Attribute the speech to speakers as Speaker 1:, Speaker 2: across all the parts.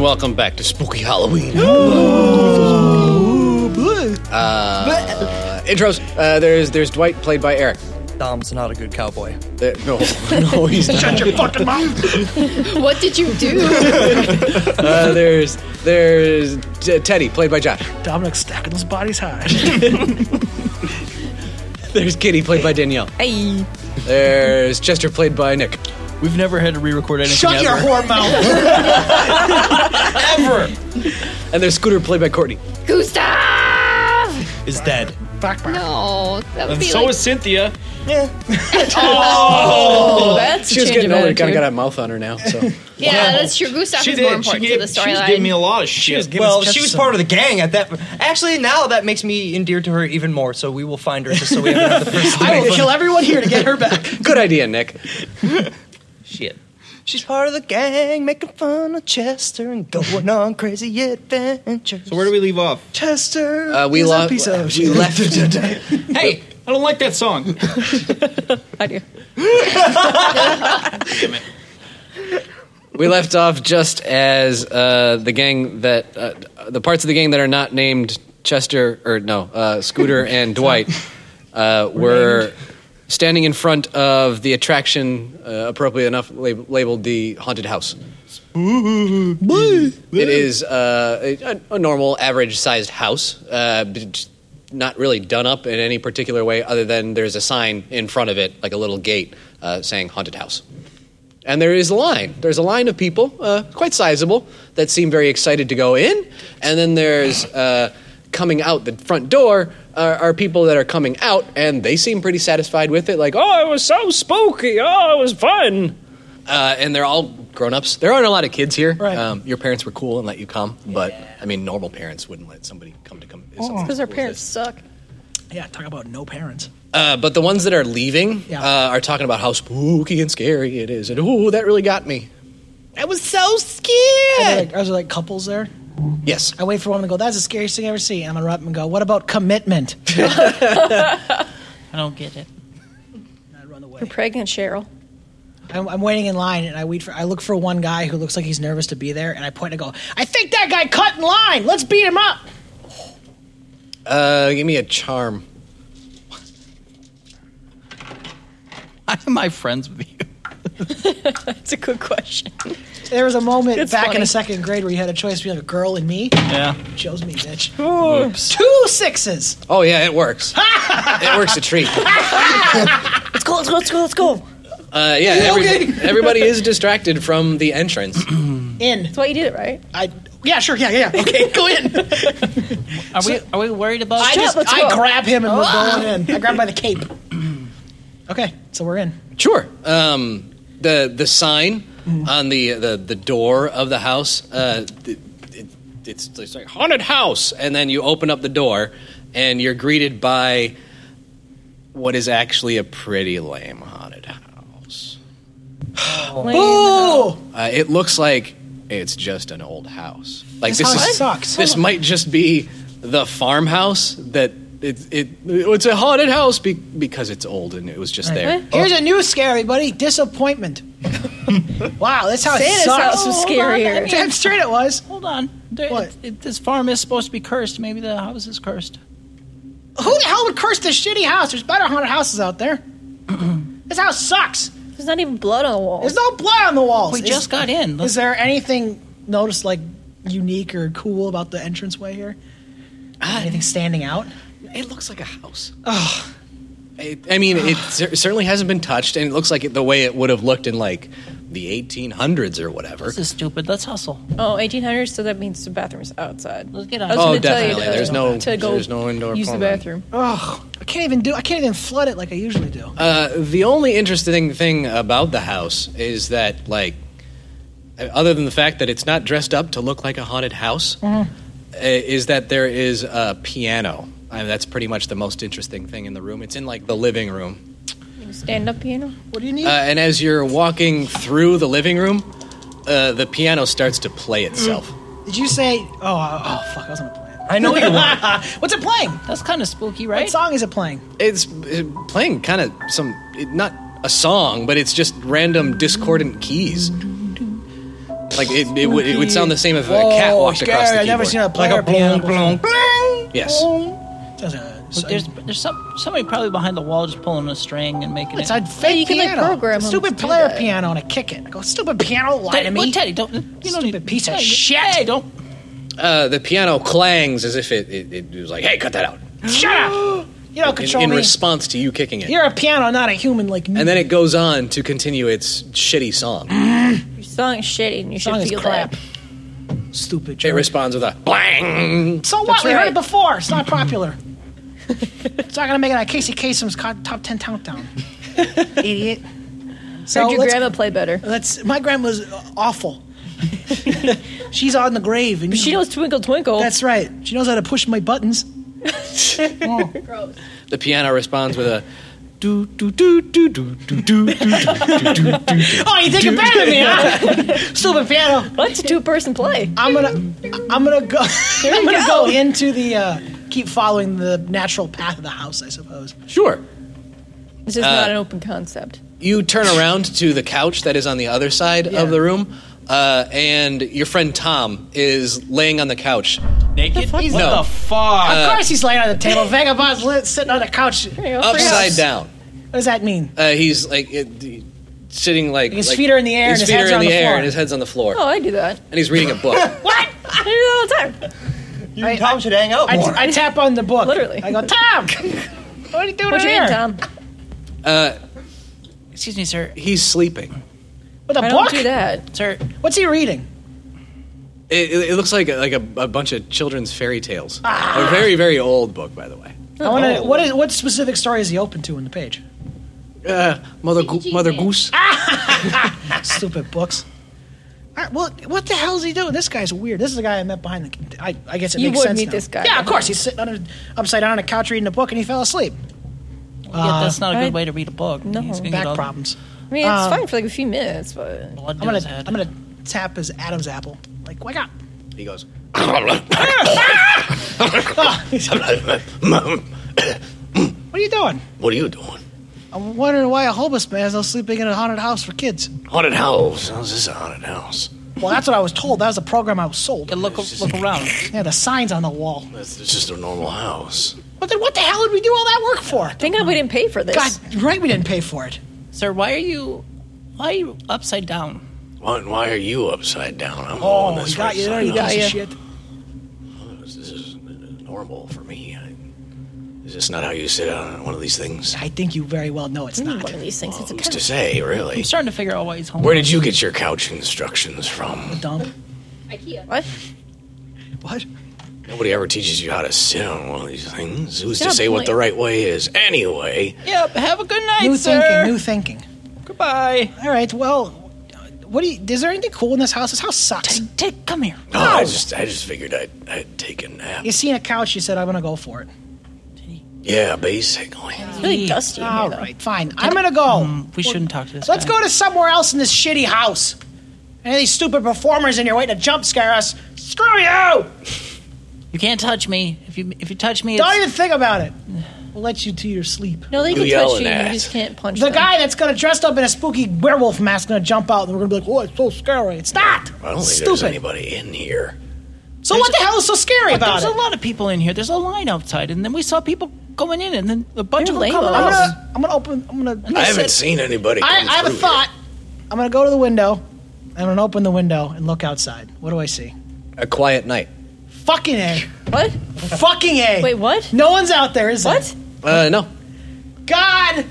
Speaker 1: welcome back to Spooky Halloween. Uh, intros. Uh, there's there's Dwight played by Eric.
Speaker 2: Dom's not a good cowboy.
Speaker 1: There- no, no, he's not.
Speaker 3: What did you do?
Speaker 1: Uh, there's there's T- Teddy played by Josh.
Speaker 4: Dominic stacking those bodies high.
Speaker 1: There's Kitty played by Danielle.
Speaker 3: hey.
Speaker 1: There's Chester played by Nick.
Speaker 2: We've never had to re-record anything.
Speaker 4: Shut your
Speaker 2: ever.
Speaker 4: whore mouth.
Speaker 2: Ever
Speaker 1: And there's Scooter played by Courtney.
Speaker 3: Gustav!
Speaker 2: is dead.
Speaker 4: Back, back.
Speaker 3: No, that would
Speaker 5: And
Speaker 3: be
Speaker 5: so
Speaker 3: like,
Speaker 5: is Cynthia.
Speaker 3: oh, that's
Speaker 1: She was getting older, kind of got a mouth on her now. So
Speaker 3: Yeah, that's true. Gustav
Speaker 5: She
Speaker 3: is more
Speaker 5: did. She
Speaker 3: important
Speaker 5: gave,
Speaker 3: to the
Speaker 5: she was giving me a
Speaker 3: storyline.
Speaker 5: lot of shit.
Speaker 4: was giving-
Speaker 2: Well,
Speaker 4: Just
Speaker 2: she was
Speaker 4: some-
Speaker 2: part of the gang at that. Actually, now that makes me endeared to her even more. So we will find her just so we have another person.
Speaker 4: I will kill everyone here to get her back.
Speaker 1: good idea, Nick.
Speaker 2: Shit. She's part of the gang, making fun of Chester and going on crazy adventures.
Speaker 5: so where do we leave off?
Speaker 2: Chester?
Speaker 1: Uh, we
Speaker 2: is
Speaker 1: lo-
Speaker 2: a piece
Speaker 1: we
Speaker 2: of shit.
Speaker 1: left-
Speaker 5: Hey, I don't like that song.
Speaker 1: We left off just as uh, the gang that uh, the parts of the gang that are not named Chester or no uh, Scooter and Dwight uh, were standing in front of the attraction, uh, appropriately enough lab- labeled the haunted house. It is uh, a, a normal, average-sized house, uh, but it's not really done up in any particular way, other than there's a sign in front of it, like a little gate, uh, saying "haunted house." And there is a line. There's a line of people, uh, quite sizable, that seem very excited to go in. And then there's uh, coming out the front door are, are people that are coming out, and they seem pretty satisfied with it. Like, oh, it was so spooky. Oh, it was fun. Uh, and they're all grown ups. There aren't a lot of kids here. Um,
Speaker 4: Right.
Speaker 1: your parents were cool and let you come, but I mean, normal parents wouldn't let somebody come to come.
Speaker 3: Because our parents suck.
Speaker 4: Yeah, talk about no parents.
Speaker 1: Uh, but the ones that are leaving
Speaker 4: Yeah.
Speaker 1: uh, are talking about how spooky and scary it is, and ooh, that really got me. I was so
Speaker 4: Are there,
Speaker 1: scared.
Speaker 4: like, are there like couples there?
Speaker 1: Yes.
Speaker 4: I wait for one to go, that's the scariest thing I ever see. I'm going to rub and go, what about commitment? I
Speaker 6: I don't get it.
Speaker 4: run away.
Speaker 3: You're pregnant, Cheryl.
Speaker 4: I'm, I'm waiting in line and I wait for I look for one guy who looks like he's nervous to be there and I point and go, I think that guy cut in line. Let's beat him up.
Speaker 1: Uh, give me a charm.
Speaker 6: Why am I friends with you?
Speaker 3: That's a good question.
Speaker 4: There was a moment
Speaker 3: It's
Speaker 4: back in
Speaker 3: funny.
Speaker 4: the second grade where you had a choice between a girl and me.
Speaker 6: Yeah.
Speaker 4: You chose me, bitch.
Speaker 6: Oops.
Speaker 4: Two sixes.
Speaker 1: Oh yeah, it works. it works a treat.
Speaker 4: Let's go, let's go, let's go, let's go.
Speaker 1: Uh, yeah, every- everybody is distracted from the entrance.
Speaker 4: In.
Speaker 3: That's why you did it, right?
Speaker 4: I yeah, sure, yeah, yeah, yeah. Okay, go in.
Speaker 6: Are we are we worried about
Speaker 4: I
Speaker 3: Shut up,
Speaker 4: just
Speaker 3: let's
Speaker 4: I
Speaker 3: go.
Speaker 4: grab him and we're going in. I grab him by the cape. Okay, so we're in.
Speaker 1: Sure. Um, the the sign
Speaker 4: Mm.
Speaker 1: on the, the the door of the house. Uh, it, it, it's, it's like haunted house, and then you open up the door, and you're greeted by what is actually a pretty lame haunted house.
Speaker 4: Oh,
Speaker 1: Uh, it looks like it's just an old house. Like
Speaker 4: This
Speaker 1: this,
Speaker 4: house
Speaker 1: is,
Speaker 4: sucks.
Speaker 1: This might just be the farmhouse that it, it it's a haunted house be, because it's old and it was just there.
Speaker 4: here's a new scare, everybody. Disappointment. wow, that's how it
Speaker 3: Santa's
Speaker 4: sucks. Oh
Speaker 3: house was
Speaker 6: Hold on, I
Speaker 3: scarier.
Speaker 6: mean-
Speaker 4: Damn straight it was.
Speaker 6: Hold on. There,
Speaker 4: What?
Speaker 6: It, it, this farm is supposed to be cursed. Maybe the house is cursed.
Speaker 4: Who the hell would curse this shitty house? There's better haunted houses out there. this house sucks.
Speaker 3: There's not even blood on the wall.
Speaker 4: There's no blood on the walls.
Speaker 6: We
Speaker 4: Is-
Speaker 6: just got in.
Speaker 4: Is
Speaker 6: Let's-
Speaker 4: there anything noticed like unique or cool about the entranceway here? Anything standing out?
Speaker 1: It looks like a house. Oh. I, I mean, it cer- certainly hasn't been touched, and it looks like it, the way it would have looked in like the 1800s or whatever.
Speaker 6: this is stupid. Let's hustle.
Speaker 3: Oh, 1800, so that means the bathroom's outside.
Speaker 6: Let's get
Speaker 3: I was
Speaker 6: outside.
Speaker 1: Oh,
Speaker 3: gonna tell you
Speaker 1: definitely.
Speaker 3: to-
Speaker 1: There's no-
Speaker 3: to go
Speaker 1: there's no indoor
Speaker 3: Use the
Speaker 1: plumbing.
Speaker 3: bathroom.
Speaker 4: Oh, I can't even do. I can't even flood it like I usually do.
Speaker 1: Uh, the only interesting thing about the house is that, like, other than the fact that it's not dressed up to look like a haunted house, uh, is that there is a piano. I mean, that's pretty much the most interesting thing in the room. It's in like the living room.
Speaker 3: Stand up piano.
Speaker 4: what do you need?
Speaker 1: Uh, and as you're walking through the living room, uh, the piano starts to play itself.
Speaker 4: Did you say? Oh, oh, oh, fuck! I was on a plan.
Speaker 2: I know you want.
Speaker 4: What's it playing?
Speaker 6: That's kind of spooky,
Speaker 4: What
Speaker 6: right?
Speaker 4: song is it playing?
Speaker 1: It's uh, playing kind of some, it, not a song, but it's just random discordant keys. Like it, it, would, it would sound the same if a cat
Speaker 4: Whoa,
Speaker 1: walked across the
Speaker 4: Oh, scary.
Speaker 1: keyboard.
Speaker 4: I've never seen a
Speaker 5: Like
Speaker 4: player
Speaker 5: a
Speaker 4: piano.
Speaker 5: blong, blong, blong.
Speaker 1: Yes.
Speaker 4: Sounds like a-
Speaker 6: But there's there's some somebody probably behind the wall just pulling a string and making
Speaker 4: it's
Speaker 6: it.
Speaker 4: a fake
Speaker 3: you can, like,
Speaker 4: piano.
Speaker 3: program them
Speaker 4: stupid
Speaker 3: to do
Speaker 4: player
Speaker 3: that.
Speaker 4: piano and a kick it. I go, stupid piano, lie to
Speaker 6: Well,
Speaker 4: me.
Speaker 6: Teddy, don't you don't
Speaker 4: Stupid
Speaker 6: need-
Speaker 4: piece of
Speaker 6: Hey,
Speaker 4: shit.
Speaker 6: Hey, don't.
Speaker 1: Uh, the piano clangs as if it, it, it was like, "Hey, cut that out!"
Speaker 4: Shut up! You don't
Speaker 1: In,
Speaker 4: control
Speaker 1: in
Speaker 4: me.
Speaker 1: response to you kicking it,
Speaker 4: You're a piano, not a human like me.
Speaker 1: and then it goes on to continue its shitty song.
Speaker 3: Your song is shitty and you
Speaker 4: song
Speaker 3: should
Speaker 4: is
Speaker 3: feel
Speaker 4: crap.
Speaker 3: that.
Speaker 4: Stupid.
Speaker 1: It
Speaker 4: jerk.
Speaker 1: responds with a bang.
Speaker 4: So what?
Speaker 3: That's
Speaker 4: We heard
Speaker 3: right.
Speaker 4: it before. It's not popular. it's not gonna make it on Casey Kasem's co- top ten countdown. Idiot. So
Speaker 3: Heard your
Speaker 4: let's-
Speaker 3: grandma play better.
Speaker 4: Let's. My grandma's awful. She's on the grave, and
Speaker 3: She knows Twinkle Twinkle.
Speaker 4: That's right. She knows how to push my buttons.
Speaker 1: The piano responds with a.
Speaker 4: Oh, you think you're better than me, huh? Stupid piano.
Speaker 3: What's a two-person play?
Speaker 4: I'm gonna, I'm gonna go. I'm gonna go, into the. Uh, keep following the natural path of the house, I suppose.
Speaker 1: Sure.
Speaker 3: This is not an open concept.
Speaker 1: You turn around to the couch that is on the other side of the room, uh, and your friend Tom is laying on the couch.
Speaker 4: Oh,
Speaker 5: Naked? What
Speaker 1: No.
Speaker 5: the
Speaker 7: Uh,
Speaker 5: fuck?
Speaker 4: of course, he's laying on the table. Vagabond's lit, sitting on the couch. What
Speaker 3: There you go.
Speaker 1: Upside down.
Speaker 4: does that mean?
Speaker 1: Uh, he's like it, the- sitting like
Speaker 4: His
Speaker 1: like-
Speaker 4: feet are in the air
Speaker 1: His
Speaker 4: and his
Speaker 1: feet
Speaker 4: head's
Speaker 1: are in
Speaker 4: on
Speaker 1: the,
Speaker 4: the
Speaker 1: air
Speaker 4: floor.
Speaker 1: and his head's on the floor,
Speaker 3: Oh, I do that.
Speaker 1: and he's reading a book.
Speaker 4: What?
Speaker 3: I do that all the time.
Speaker 5: You and Tom should hang out
Speaker 4: I,
Speaker 5: more.
Speaker 4: I tap on the book.
Speaker 3: Literally.
Speaker 4: I go, Tom. what are you doing
Speaker 3: Put your
Speaker 4: here?
Speaker 3: hand, Tom.
Speaker 6: Excuse me, sir.
Speaker 1: Uh, he's sleeping.
Speaker 4: With a
Speaker 3: I don't
Speaker 4: book?
Speaker 3: do that.
Speaker 6: Sir,
Speaker 4: What's he reading?
Speaker 1: It, it, it looks like a, like a, a bunch of children's fairy tales.
Speaker 4: Ah.
Speaker 1: A very very old book, by the way.
Speaker 3: Oh.
Speaker 4: I want to. What is what specific story is he open to in the page?
Speaker 1: Uh, Mother Go- Mother Goose.
Speaker 4: Stupid books. All right, well, what the hell is he doing? This guy's weird. This is the guy I met behind the. I, I guess it
Speaker 3: You
Speaker 4: makes
Speaker 3: would
Speaker 4: sense
Speaker 3: meet
Speaker 4: now.
Speaker 3: this guy.
Speaker 4: Yeah, of course. He's sitting on a, upside down on a couch reading a book, and he fell asleep.
Speaker 6: yeah, that's not a good
Speaker 3: I-
Speaker 6: way to read a book.
Speaker 3: No.
Speaker 6: He's gonna get
Speaker 4: Uh, Back
Speaker 6: all
Speaker 4: problems.
Speaker 3: I mean, it's
Speaker 4: Um,
Speaker 3: fine for like a few minutes, but
Speaker 6: Blood
Speaker 4: I'm
Speaker 6: down
Speaker 4: gonna.
Speaker 6: his head.
Speaker 4: I'm gonna tap his Adam's apple. Like, wake up.
Speaker 1: He goes.
Speaker 4: What Ah. are you doing?
Speaker 1: What are you doing?
Speaker 4: I'm wondering why a homeless man is now sleeping in a haunted house for kids.
Speaker 1: Haunted house. How's this a haunted house?
Speaker 4: Well, that's what I was told. That was the program I was sold.
Speaker 6: Yeah, look look around.
Speaker 4: Yeah, the signs on the wall.
Speaker 1: It's it's just a normal house.
Speaker 4: But then, what the hell did we do all that work for?
Speaker 3: thank God we didn't pay for this.
Speaker 4: God, right? We didn't pay for it.
Speaker 6: Sir, why are you why are you upside down?
Speaker 1: Why, why are you upside down? I'm going
Speaker 4: Oh,
Speaker 1: this
Speaker 4: he got
Speaker 1: way.
Speaker 4: you there, you
Speaker 1: Sorry,
Speaker 4: piece
Speaker 1: no,
Speaker 4: of shit.
Speaker 1: This this is normal for me. I, is this not how you sit on one of these things?
Speaker 4: I think you very well know it's not.
Speaker 3: One of these things. It's a
Speaker 1: Who's
Speaker 3: kind
Speaker 1: to
Speaker 3: of
Speaker 1: say, really?
Speaker 6: I'm starting to figure out why he's home.
Speaker 1: Where did you get your couch instructions from?
Speaker 4: Dumb.
Speaker 3: what?
Speaker 4: What?
Speaker 1: Nobody ever teaches you how to sit on one of these things. Who's
Speaker 3: Yeah,
Speaker 1: to say what
Speaker 3: like-
Speaker 1: the right way is? Anyway,
Speaker 6: Yep, have a good night,
Speaker 4: New
Speaker 6: sir.
Speaker 4: thinking. New thinking.
Speaker 6: Goodbye.
Speaker 4: All right. Well, what do you? Is there anything cool in this house? This house sucks.
Speaker 6: Dick, come here.
Speaker 1: oh, I just I just figured I'd, I'd take a nap.
Speaker 4: You seen a couch? You said I'm gonna go for it.
Speaker 1: Yeah, basically.
Speaker 3: It's really dusty. in here,
Speaker 4: All
Speaker 3: though.
Speaker 4: right. Fine. I'm gonna go.
Speaker 6: We shouldn't talk to this
Speaker 4: Let's
Speaker 6: guy.
Speaker 4: go to somewhere else in this shitty house. And these stupid performers in here waiting to jump scare us. Screw you!
Speaker 6: You can't touch me. If you if you touch me,
Speaker 4: Don't
Speaker 6: it's-
Speaker 4: even think about it. We'll let you to your sleep.
Speaker 3: No, they
Speaker 1: You
Speaker 3: can touch
Speaker 1: yelling
Speaker 3: you.
Speaker 1: at.
Speaker 3: You just can't punch
Speaker 4: The
Speaker 3: them.
Speaker 4: guy that's gonna dressed up in a spooky werewolf mask gonna jump out and we're gonna be like, oh, it's so scary. It's not.
Speaker 1: I don't think
Speaker 4: Stupid.
Speaker 1: there's anybody in here.
Speaker 4: So what the hell is so scary about
Speaker 6: there's
Speaker 4: it?
Speaker 6: a lot of people in here. There's a line outside, and then we saw people going in, and then a bunch
Speaker 3: You're
Speaker 6: of them
Speaker 3: lame.
Speaker 6: coming
Speaker 4: I'm
Speaker 6: out.
Speaker 4: gonna, I'm gonna open. I'm gonna.
Speaker 1: I haven't
Speaker 4: sit-
Speaker 1: seen anybody.
Speaker 4: I,
Speaker 1: come
Speaker 4: I have a
Speaker 1: through
Speaker 4: thought. I'm gonna go to the window. I'm gonna open the window and look outside. What do I see?
Speaker 1: here. A quiet night.
Speaker 4: Fucking a.
Speaker 3: What?
Speaker 4: Fucking a.
Speaker 3: Wait, what?
Speaker 4: No one's out there, is
Speaker 3: What?
Speaker 1: Uh, no.
Speaker 4: there? God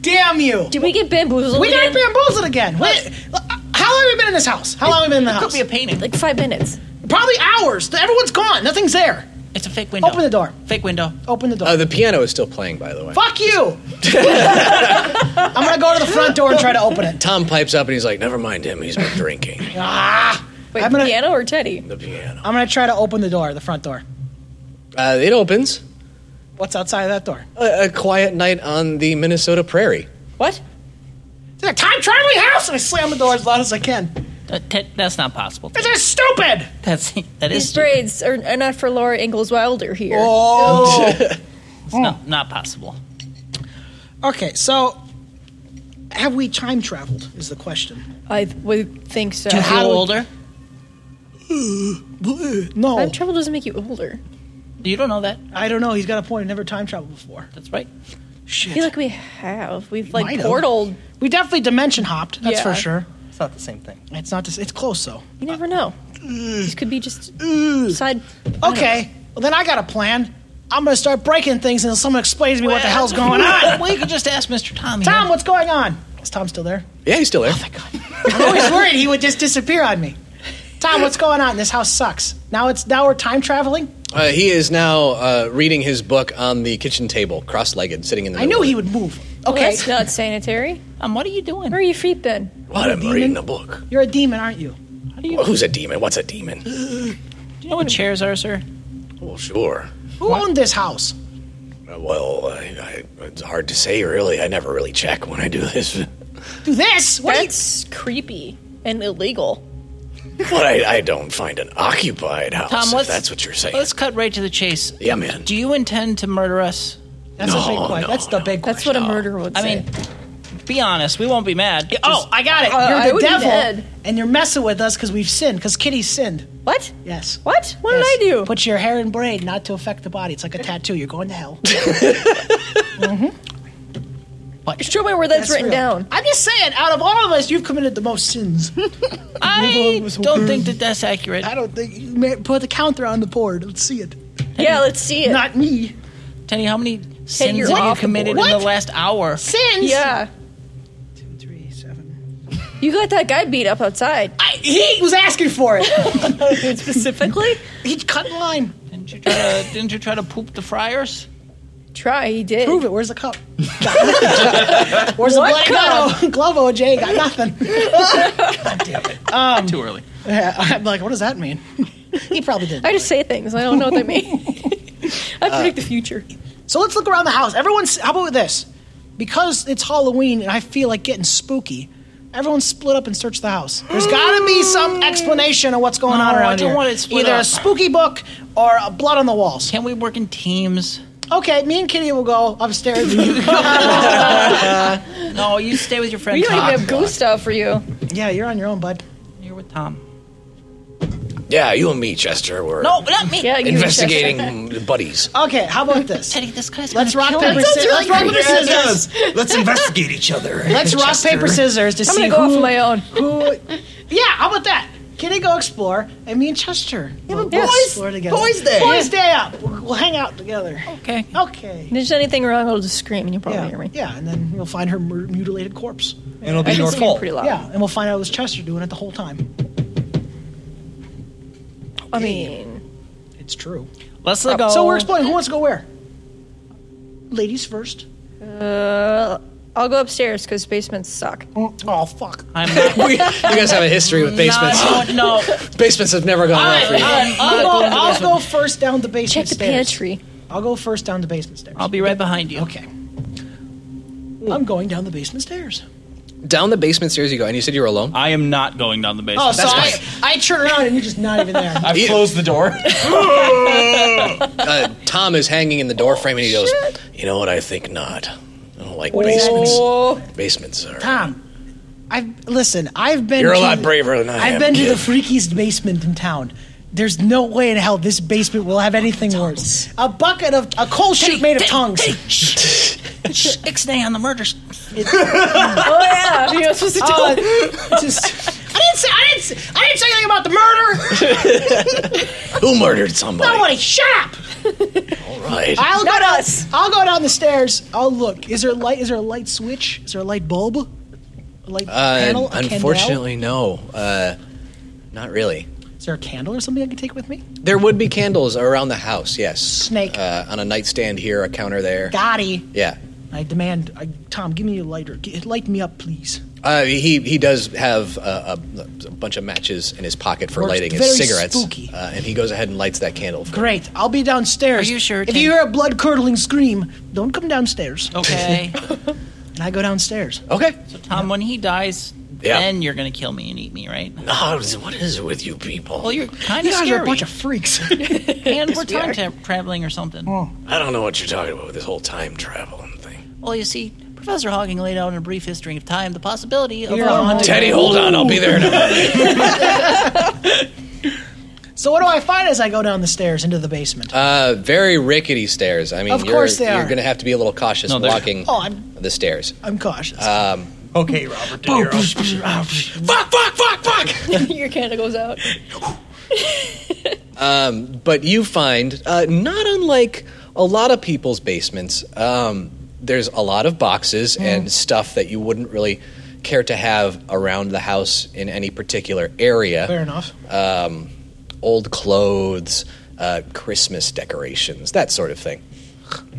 Speaker 4: damn you!
Speaker 3: Did we get bamboozled?
Speaker 4: We got
Speaker 3: again?
Speaker 4: bamboozled again. Wait, how long have we been in this house? How long have we been in the house?
Speaker 6: Could be a painting.
Speaker 3: like five minutes.
Speaker 4: Probably hours. Everyone's gone. Nothing's there.
Speaker 6: it's a fake window.
Speaker 4: Open the door.
Speaker 6: Fake window.
Speaker 4: Open the door.
Speaker 1: Uh, the piano is still playing, by the way.
Speaker 4: Fuck you! I'm gonna go to the front door and try to open it.
Speaker 1: Tom pipes up and he's like, "Never mind him. He's been drinking."
Speaker 4: Ah!
Speaker 3: Wait,
Speaker 4: I'm gonna-
Speaker 3: piano or Teddy?
Speaker 1: the piano.
Speaker 4: I'm gonna try to open the door, the front door.
Speaker 1: Uh, it opens.
Speaker 4: What's outside of that door?
Speaker 1: A, a quiet night on the Minnesota prairie.
Speaker 3: What?
Speaker 4: It's a time traveling house, and I slam the door as loud as I can.
Speaker 6: Uh, Ted, that's not possible.
Speaker 4: This is stupid.
Speaker 6: That's that is
Speaker 3: These braids are, are not for Laura Ingalls Wilder here.
Speaker 4: Oh.
Speaker 6: it's not, not possible.
Speaker 4: okay, so have we time traveled? Is the question.
Speaker 3: I th- would think so.
Speaker 6: Do you feel
Speaker 4: how-
Speaker 6: older?
Speaker 4: No,
Speaker 3: Time travel doesn't make you older.
Speaker 6: You don't know that.
Speaker 4: I don't know. He's got a point. I've never time traveled before.
Speaker 6: That's right.
Speaker 3: I feel like we have. We've like
Speaker 4: Might have.
Speaker 3: portaled.
Speaker 4: We definitely dimension hopped. That's for
Speaker 3: Yeah.
Speaker 4: sure.
Speaker 5: It's not the same thing.
Speaker 4: It's not. Just, it's close though.
Speaker 3: You never know. This could be just side.
Speaker 4: Okay. Well, then I got a plan. I'm gonna start breaking things until someone explains to me what the hell's going on.
Speaker 6: well, you could just ask Mr. Tommy.
Speaker 4: Tom, what's going on? Is Tom still there?
Speaker 1: Yeah, he's still there.
Speaker 4: I'm always worried he would just disappear on me. Tom, what's going on? This house sucks. Now it's now we're time traveling.
Speaker 1: Uh, he is now uh, reading his book on the kitchen table, cross-legged, sitting in the.
Speaker 4: I
Speaker 1: middle
Speaker 4: knew
Speaker 1: of
Speaker 4: he
Speaker 1: it.
Speaker 4: would move.
Speaker 3: Well,
Speaker 4: Okay,
Speaker 3: that's not sanitary.
Speaker 6: Um, what are you doing?
Speaker 3: Where are your feet been?
Speaker 1: What? I'm reading a book.
Speaker 4: you're a demon, aren't you?
Speaker 6: How do you,
Speaker 1: Well,
Speaker 6: do
Speaker 1: who's a demon? What's a demon?
Speaker 6: you know what chairs are, sir?
Speaker 1: Well, sure.
Speaker 4: Who owned this house?
Speaker 1: Uh, Well, I, I, it's hard to say, really. I never really check when I do this,
Speaker 4: Do this? What? do you-
Speaker 3: That's creepy and illegal.
Speaker 1: but I, I don't find an occupied house.
Speaker 6: Tom,
Speaker 1: if
Speaker 6: let's-
Speaker 1: that's what you're saying.
Speaker 6: Let's cut right to the chase.
Speaker 1: Yeah, man.
Speaker 6: Do you intend to murder us?
Speaker 4: That's a
Speaker 1: No,
Speaker 4: big question.
Speaker 1: no,
Speaker 4: That's the
Speaker 1: no.
Speaker 4: big
Speaker 3: That's
Speaker 4: question.
Speaker 3: what a murderer would
Speaker 6: I
Speaker 3: say.
Speaker 6: mean, be honest. We won't be mad.
Speaker 4: Oh, I got it.
Speaker 3: Uh, I
Speaker 4: you're
Speaker 3: would
Speaker 4: the
Speaker 3: be
Speaker 4: devil,
Speaker 3: dead.
Speaker 4: and you're messing with us because we've sinned. Because Kitty sinned.
Speaker 3: what?
Speaker 4: Yes.
Speaker 3: What? What
Speaker 4: Yes.
Speaker 3: did I do?
Speaker 4: Put your hair in braid, not to affect the body. It's like a tattoo. You're going to hell.
Speaker 3: Show me where that's, written
Speaker 4: real.
Speaker 3: down.
Speaker 4: I'm just saying. Out of all of us, you've committed the most sins.
Speaker 6: I don't think that that's accurate.
Speaker 4: I don't think. ma- Put the counter on the board. Let's see it.
Speaker 3: Yeah, let's see it.
Speaker 4: Not me.
Speaker 6: Tenny, how many sins
Speaker 3: you're
Speaker 6: have you
Speaker 3: off the
Speaker 6: committed in
Speaker 4: board.
Speaker 6: the
Speaker 4: What?
Speaker 6: last hour?
Speaker 4: Sins.
Speaker 3: yeah,
Speaker 4: Two, three, seven.
Speaker 3: you got that guy beat up outside.
Speaker 4: I, he was asking for it.
Speaker 3: Specifically,
Speaker 4: he cut in line.
Speaker 6: Didn't you try to, didn't you try to poop the fryers?
Speaker 3: try he did.
Speaker 4: Prove it. Where's the cup? Where's
Speaker 3: What
Speaker 4: the bloody glove? Glove OJ got nothing. Um,
Speaker 6: Too early.
Speaker 4: Yeah, I'm like, what does that mean? he probably did.
Speaker 3: I just say things. I don't know what they mean. I predict the future.
Speaker 4: So let's look around the house. Everyone's. How about this? Because it's Halloween and I feel like getting spooky. Everyone split up and search the house. There's got to be some explanation of what's going on
Speaker 6: No, I
Speaker 4: around
Speaker 6: don't
Speaker 4: here.
Speaker 6: want it split
Speaker 4: Either a
Speaker 6: up.
Speaker 4: spooky book or a blood on the walls.
Speaker 6: Can we work in teams?
Speaker 4: Okay, me and Kitty will go upstairs.
Speaker 6: No, you stay with your friend
Speaker 3: You don't
Speaker 6: Tom.
Speaker 3: even have ghost stuff for you.
Speaker 4: yeah, you're on your own, bud.
Speaker 6: You're with Tom.
Speaker 1: yeah, you and me, Chester, were
Speaker 6: No, not me.
Speaker 3: Yeah, you and
Speaker 1: investigating buddies.
Speaker 4: Okay, how about this?
Speaker 6: Teddy, this guy's
Speaker 4: Let's
Speaker 6: gonna
Speaker 4: rock
Speaker 6: kill
Speaker 4: paper
Speaker 6: us.
Speaker 4: scissors. Let's rock paper scissors.
Speaker 5: Let's investigate each other.
Speaker 4: Let's rock paper scissors to
Speaker 3: I'm
Speaker 4: see
Speaker 3: gonna go off
Speaker 4: who.
Speaker 3: on my own.
Speaker 4: who yeah, how about that? Kitty go explore, and me and Chester. Yeah, but
Speaker 3: boys-
Speaker 5: boys day.
Speaker 4: Boys day up. We'll, we'll hang out together.
Speaker 6: Okay.
Speaker 4: Okay.
Speaker 3: If there's anything wrong, I'll just scream and you'll probably
Speaker 4: Yeah,
Speaker 3: hear me.
Speaker 4: yeah, and then you'll find her mur- mutilated corpse.
Speaker 5: And it'll
Speaker 3: I
Speaker 5: be
Speaker 3: can
Speaker 5: your
Speaker 3: scream
Speaker 5: fault.
Speaker 3: pretty loud.
Speaker 4: Yeah, and we'll find out it was Chester doing it the whole time.
Speaker 3: I mean,
Speaker 4: It's true.
Speaker 6: Let's go.
Speaker 4: So we're exploring. Who wants to go where? Ladies first.
Speaker 3: uh, I'll go upstairs because basements suck.
Speaker 4: Oh fuck!
Speaker 6: I'm not,
Speaker 1: We- you guys have a history with basements.
Speaker 6: not, no,
Speaker 1: Basements have never gone well for you.
Speaker 4: I'll go, I'll go first down the
Speaker 3: Check
Speaker 4: basement
Speaker 3: the
Speaker 4: stairs.
Speaker 3: pantry.
Speaker 4: I'll go first down the basement stairs.
Speaker 6: I'll be right behind you.
Speaker 4: okay. I'm going down the basement stairs.
Speaker 1: Down the basement stairs you go, and you said you were alone.
Speaker 8: I am not going down the basement.
Speaker 4: Oh, so I, I turn around and you're just not even there.
Speaker 5: I've closed the door.
Speaker 1: Uh, Tom is hanging in the door frame, and he goes, "You know what? I think not. I don't like basements. Basements are.
Speaker 4: Tom, I've listen. I've been.
Speaker 1: You're a
Speaker 4: to-
Speaker 1: lot braver than I
Speaker 4: I've
Speaker 1: am,
Speaker 4: been to the
Speaker 1: kid.
Speaker 4: freakiest basement in town. There's no way in hell this basement will have anything worse. A bucket of a coal chute made of tongues.
Speaker 6: Shh, Ixnay on the murders.
Speaker 3: Oh yeah, you're not supposed to tell.
Speaker 4: Uh, just, I didn't say. I didn't. Say, I didn't say anything about the murder.
Speaker 1: Who murdered somebody?
Speaker 4: Nobody, shut up.
Speaker 1: Right.
Speaker 4: I'll go
Speaker 3: Not
Speaker 4: down,
Speaker 3: us.
Speaker 4: I'll go down the stairs. I'll look. Is there a light? Is there a light switch? Is there a light bulb? A light
Speaker 1: Uh,
Speaker 4: panel? A candle?
Speaker 1: unfortunately, no. Uh, not really.
Speaker 4: is there a candle or something I can take with me?
Speaker 1: There would be candles around the house, yes.
Speaker 4: Snake.
Speaker 1: Uh, on a nightstand here, a counter there.
Speaker 4: Gotti.
Speaker 1: Yeah.
Speaker 4: I demand, I, Tom, give me a lighter. G- Light me up, please.
Speaker 1: Uh, he he does have uh, a, a bunch of matches in his pocket for
Speaker 4: Works
Speaker 1: lighting
Speaker 4: very
Speaker 1: his cigarettes,
Speaker 4: spooky.
Speaker 1: Uh, and he goes ahead and lights that candle. For
Speaker 4: Great. I'll be downstairs.
Speaker 6: Are you sure,
Speaker 4: If
Speaker 6: Tim?
Speaker 4: you hear a blood curdling scream, don't come downstairs.
Speaker 6: Okay.
Speaker 4: And I go downstairs.
Speaker 1: Okay.
Speaker 6: So Tom, when he dies,
Speaker 1: Yeah.
Speaker 6: then you're gonna kill me and eat me, right?
Speaker 1: Oh, what is it with you people?
Speaker 6: Well, you're kind
Speaker 4: You
Speaker 6: of
Speaker 4: guys
Speaker 6: scary,
Speaker 4: are a bunch of freaks.
Speaker 6: and we're time tra- traveling or something.
Speaker 4: Oh.
Speaker 1: I don't know what you're talking about with this whole time traveling thing.
Speaker 6: Well, you see, Professor Hawking laid out in a brief history of time the possibility of
Speaker 4: You're
Speaker 6: our
Speaker 4: on
Speaker 6: hunting.
Speaker 1: Teddy, hold on. I'll be there in a minute.
Speaker 4: So what do I find as I go down the stairs into the basement?
Speaker 6: Uh, very rickety stairs. I mean,
Speaker 4: Of
Speaker 6: you're,
Speaker 4: course they are.
Speaker 6: you're going to have to be a little cautious
Speaker 9: No, they're-
Speaker 6: walking
Speaker 4: Oh, I'm-
Speaker 6: the stairs. Uh,
Speaker 4: I'm cautious.
Speaker 10: Okay, Robert De Niro.
Speaker 4: fuck! Fuck! Fuck! Fuck!
Speaker 3: Your candle goes out.
Speaker 6: But you find, uh, not unlike a lot of people's basements, um, there's a lot of boxes and stuff that you wouldn't really care to have around the house in any particular area.
Speaker 4: Fair enough.
Speaker 6: Um, old clothes, uh, Christmas decorations, that sort of thing.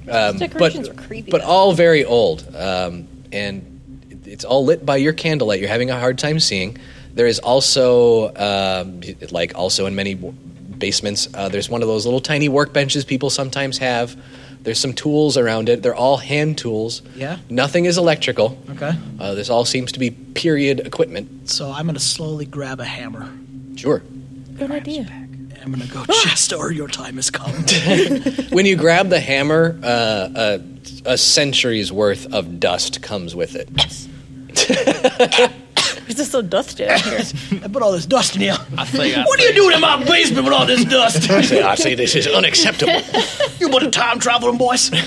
Speaker 3: Those decorations
Speaker 6: but,
Speaker 3: are creepy.
Speaker 6: But
Speaker 3: though.
Speaker 6: all very old, um, and it- it's all lit by your candlelight. You're having a hard time seeing. There is also, um, like also in many w- basements, uh, there's one of those little tiny workbenches people sometimes have. There's some tools around it. They're all hand tools.
Speaker 4: Yeah.
Speaker 6: Nothing is electrical.
Speaker 4: Okay.
Speaker 6: Uh, this all seems to be period equipment.
Speaker 4: So I'm gonna slowly grab a hammer.
Speaker 6: Sure.
Speaker 3: good idea.
Speaker 4: and I'm gonna go Chester. Your time has come.
Speaker 6: when you grab the hammer, uh, uh, a century's worth of dust comes with it.
Speaker 3: There's just a dust down here.
Speaker 4: I put all this dust in here.
Speaker 9: I think I
Speaker 10: What are you doing in my basement with all this dust?
Speaker 6: I say this is unacceptable.
Speaker 4: You want a time traveling boys? God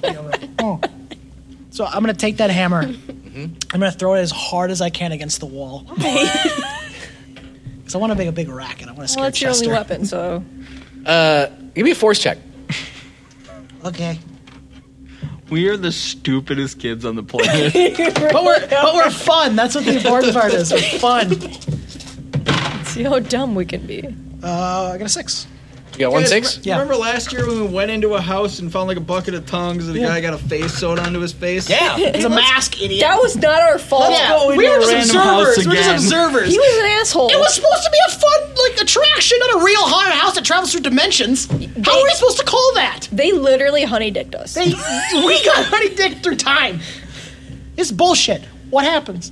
Speaker 4: damn it. Oh. So I'm gonna take that hammer. I'm gonna throw it as hard as I can against the wall. Because I want to make a big racket. I want to scare
Speaker 3: Well, that's your only
Speaker 4: Chester.
Speaker 3: weapon, so
Speaker 6: Give me a force check.
Speaker 4: Okay.
Speaker 7: We are the stupidest kids on the planet.
Speaker 4: But we're but we're fun. That's what the important part is. We're fun.
Speaker 3: see how dumb we can be.
Speaker 4: Uh, I got a six.
Speaker 6: You got one six.
Speaker 4: Yeah.
Speaker 7: Remember last year when we went into a house and found like a bucket of tongs and the guy got a face sewed onto his face?
Speaker 10: Yeah.
Speaker 4: It's a mask, idiot.
Speaker 3: That was not our fault.
Speaker 4: yeah. We were just
Speaker 7: random house
Speaker 4: observers. We were
Speaker 7: again.
Speaker 4: just observers.
Speaker 3: He was an asshole.
Speaker 4: It was supposed to be a fun, like, attraction, not a real haunted house that travels through dimensions. How are we supposed to call that?
Speaker 3: they literally honey dicked us.
Speaker 4: They, we got honey dick through time. It's bullshit. What happens?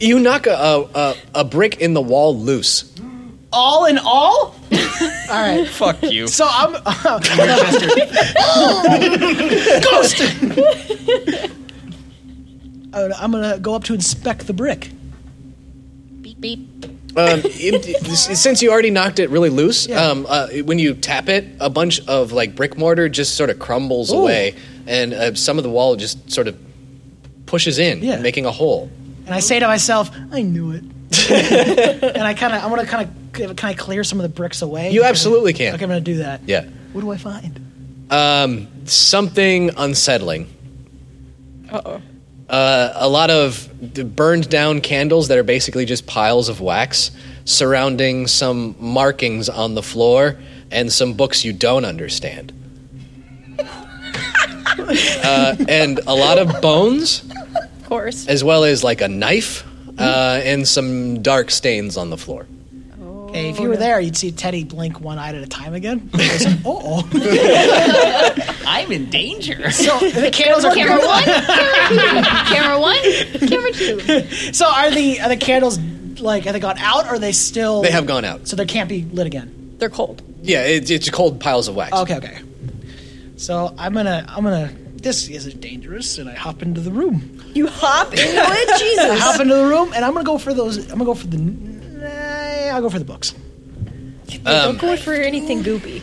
Speaker 6: You knock a, a, a, a brick in the wall loose.
Speaker 4: All in all? All right.
Speaker 7: Fuck you.
Speaker 4: So I'm uh, ghost. Uh, I'm gonna go up to inspect the brick.
Speaker 6: Um, it- it- since you already knocked it really loose, um, uh, when you tap it, a bunch of like brick mortar just sort of crumbles away, and uh, some of the wall just sort of pushes in,
Speaker 4: Yeah.
Speaker 6: making a hole.
Speaker 4: And I say to myself, I knew it. and I kind of, I'm gonna kind of, can I clear some of the bricks away?
Speaker 6: You absolutely can.
Speaker 4: Okay, I'm gonna do that.
Speaker 6: Yeah.
Speaker 4: What do I find?
Speaker 6: Um, something unsettling.
Speaker 3: Uh oh.
Speaker 6: Uh, a lot of the burned down candles that are basically just piles of wax surrounding some markings on the floor and some books you don't understand. uh, and a lot of bones,
Speaker 3: Of course.
Speaker 6: as well as like a knife uh, and some dark stains on the floor.
Speaker 4: Hey, if you were there, you'd see Teddy blink one eye at a time again. Oh,
Speaker 9: I'm in danger.
Speaker 4: so the candles are
Speaker 11: Camera one, camera one, camera two.
Speaker 4: So are the are the candles like are they gone out? Or are they still?
Speaker 6: They have gone out.
Speaker 4: So they can't be lit again.
Speaker 3: They're cold.
Speaker 6: Yeah, it, it's cold piles of wax.
Speaker 4: Okay, okay. So I'm gonna I'm gonna. This is dangerous, and I hop into the room.
Speaker 3: You hop into it,
Speaker 4: I
Speaker 3: Jesus.
Speaker 4: hop into the room, and I'm gonna go for those. I'm gonna go for the. Nah, I'll go for the books.
Speaker 3: Don't go for anything goopy.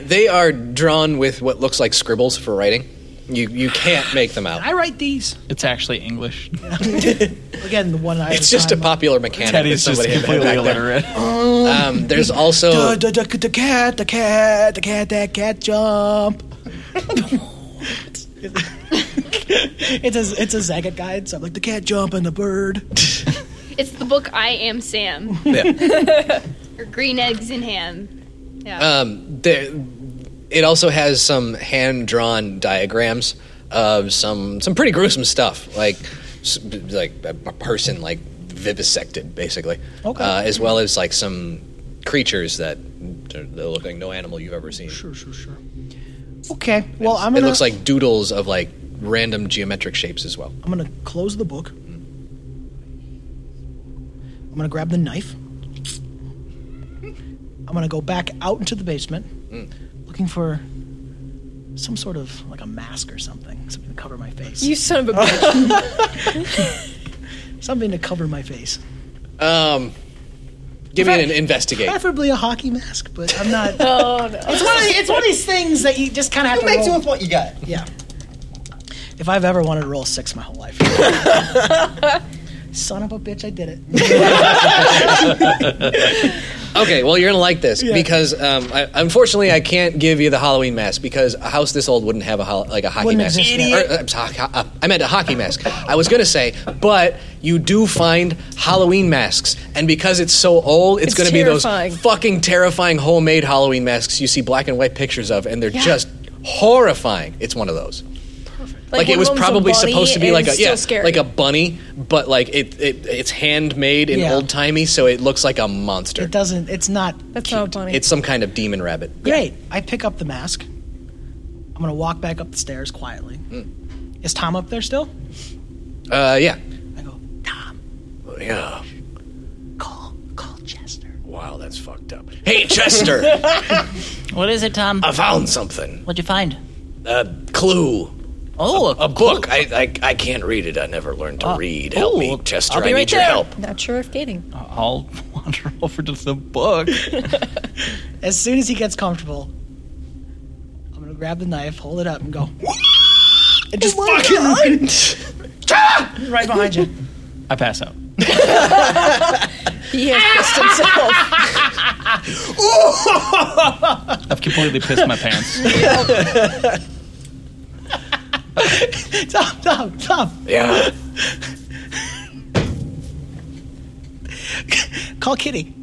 Speaker 6: They are drawn with what looks like scribbles for writing. You, you can't make them out.
Speaker 4: I write these
Speaker 9: It's actually English.
Speaker 4: again. The one eye. at
Speaker 6: It's just a
Speaker 4: time.
Speaker 6: popular mechanic.
Speaker 7: Teddy's
Speaker 6: that
Speaker 7: just
Speaker 6: somebody had
Speaker 7: completely
Speaker 6: back there.
Speaker 7: illiterate.
Speaker 6: Um, there's also
Speaker 4: The, the, the, the cat, the cat, the cat, that cat jump. it's a it's a Zagat guide, so I'm like the cat jump and the bird.
Speaker 11: It's the book I Am Sam.
Speaker 6: Yeah.
Speaker 11: or Green Eggs and Ham. Yeah.
Speaker 6: um, there, it also has some hand drawn diagrams of some some pretty gruesome stuff, like s- like a a person like vivisected basically,
Speaker 4: Okay.
Speaker 6: uh, as well as like some creatures that they're, they look like no animal you've ever seen.
Speaker 4: Sure, sure, sure. Okay, well I'm
Speaker 6: it
Speaker 4: gonna
Speaker 6: looks like doodles of like random geometric shapes as well.
Speaker 4: I'm gonna close the book. I'm gonna grab the knife. I'm gonna go back out into the basement, looking for some sort of like a mask or something, something to cover my face,
Speaker 3: You son of a bitch.
Speaker 4: something to cover my face.
Speaker 6: Um,
Speaker 1: Give me an investigate.
Speaker 4: Preferably a hockey mask, but I'm not.
Speaker 3: Oh no.
Speaker 4: It's one, of the, it's one of these things that you just kind of have to
Speaker 2: Make do
Speaker 4: roll.
Speaker 2: with what you got.
Speaker 4: Yeah. If I've ever wanted to roll six my whole life. Son of a bitch, I did it.
Speaker 1: Okay, well you're gonna like this because um, I, unfortunately I can't give you the Halloween mask because a house this old wouldn't have a hol- like a hockey
Speaker 4: Wouldn't
Speaker 1: mask.
Speaker 4: exist, yeah.
Speaker 1: Or, uh, I'm sorry, ho- uh, I meant a hockey mask. I was gonna say, but you do find Halloween masks, and because it's so old, it's,
Speaker 3: It's
Speaker 1: gonna
Speaker 3: terrifying.
Speaker 1: be those fucking terrifying homemade Halloween masks you see black and white pictures of, and they're just horrifying. It's one of those. Like,
Speaker 3: one
Speaker 1: it
Speaker 3: of
Speaker 1: was
Speaker 3: them's a
Speaker 1: probably
Speaker 3: bunny
Speaker 1: supposed to be
Speaker 3: and
Speaker 1: like a
Speaker 3: it's still
Speaker 1: yeah,
Speaker 3: scary.
Speaker 1: like a bunny, but like it, it it's handmade and
Speaker 4: Yeah.
Speaker 1: old timey, so it looks like a monster.
Speaker 4: It doesn't, it's not
Speaker 3: That's not funny.
Speaker 1: It's some kind of demon rabbit.
Speaker 4: great. I pick up the mask. I'm going to walk back up the stairs quietly. Is Tom up there still?
Speaker 1: Uh, yeah.
Speaker 4: I go, Tom,
Speaker 1: Yeah.
Speaker 4: call, call Chester.
Speaker 1: Wow, that's fucked up. Hey, Chester,
Speaker 6: What is it, Tom?
Speaker 1: I found something.
Speaker 6: What'd you find?
Speaker 1: A clue.
Speaker 6: Oh,
Speaker 1: A book. I, I, I can't read it. I never learned to read. Help
Speaker 6: oh,
Speaker 1: me, Chester.
Speaker 6: I'll be
Speaker 1: I
Speaker 6: right
Speaker 1: need
Speaker 6: there.
Speaker 1: your help.
Speaker 3: Not sure if dating.
Speaker 6: I'll wander over to the book.
Speaker 4: As soon as he gets comfortable, I'm going to grab the knife, hold it up, and go, and just fucking right behind you.
Speaker 6: I pass out.
Speaker 3: He has pissed himself.
Speaker 6: I've completely pissed my pants.
Speaker 4: Tom, Tom, Tom,
Speaker 1: Yeah.
Speaker 4: call Kitty.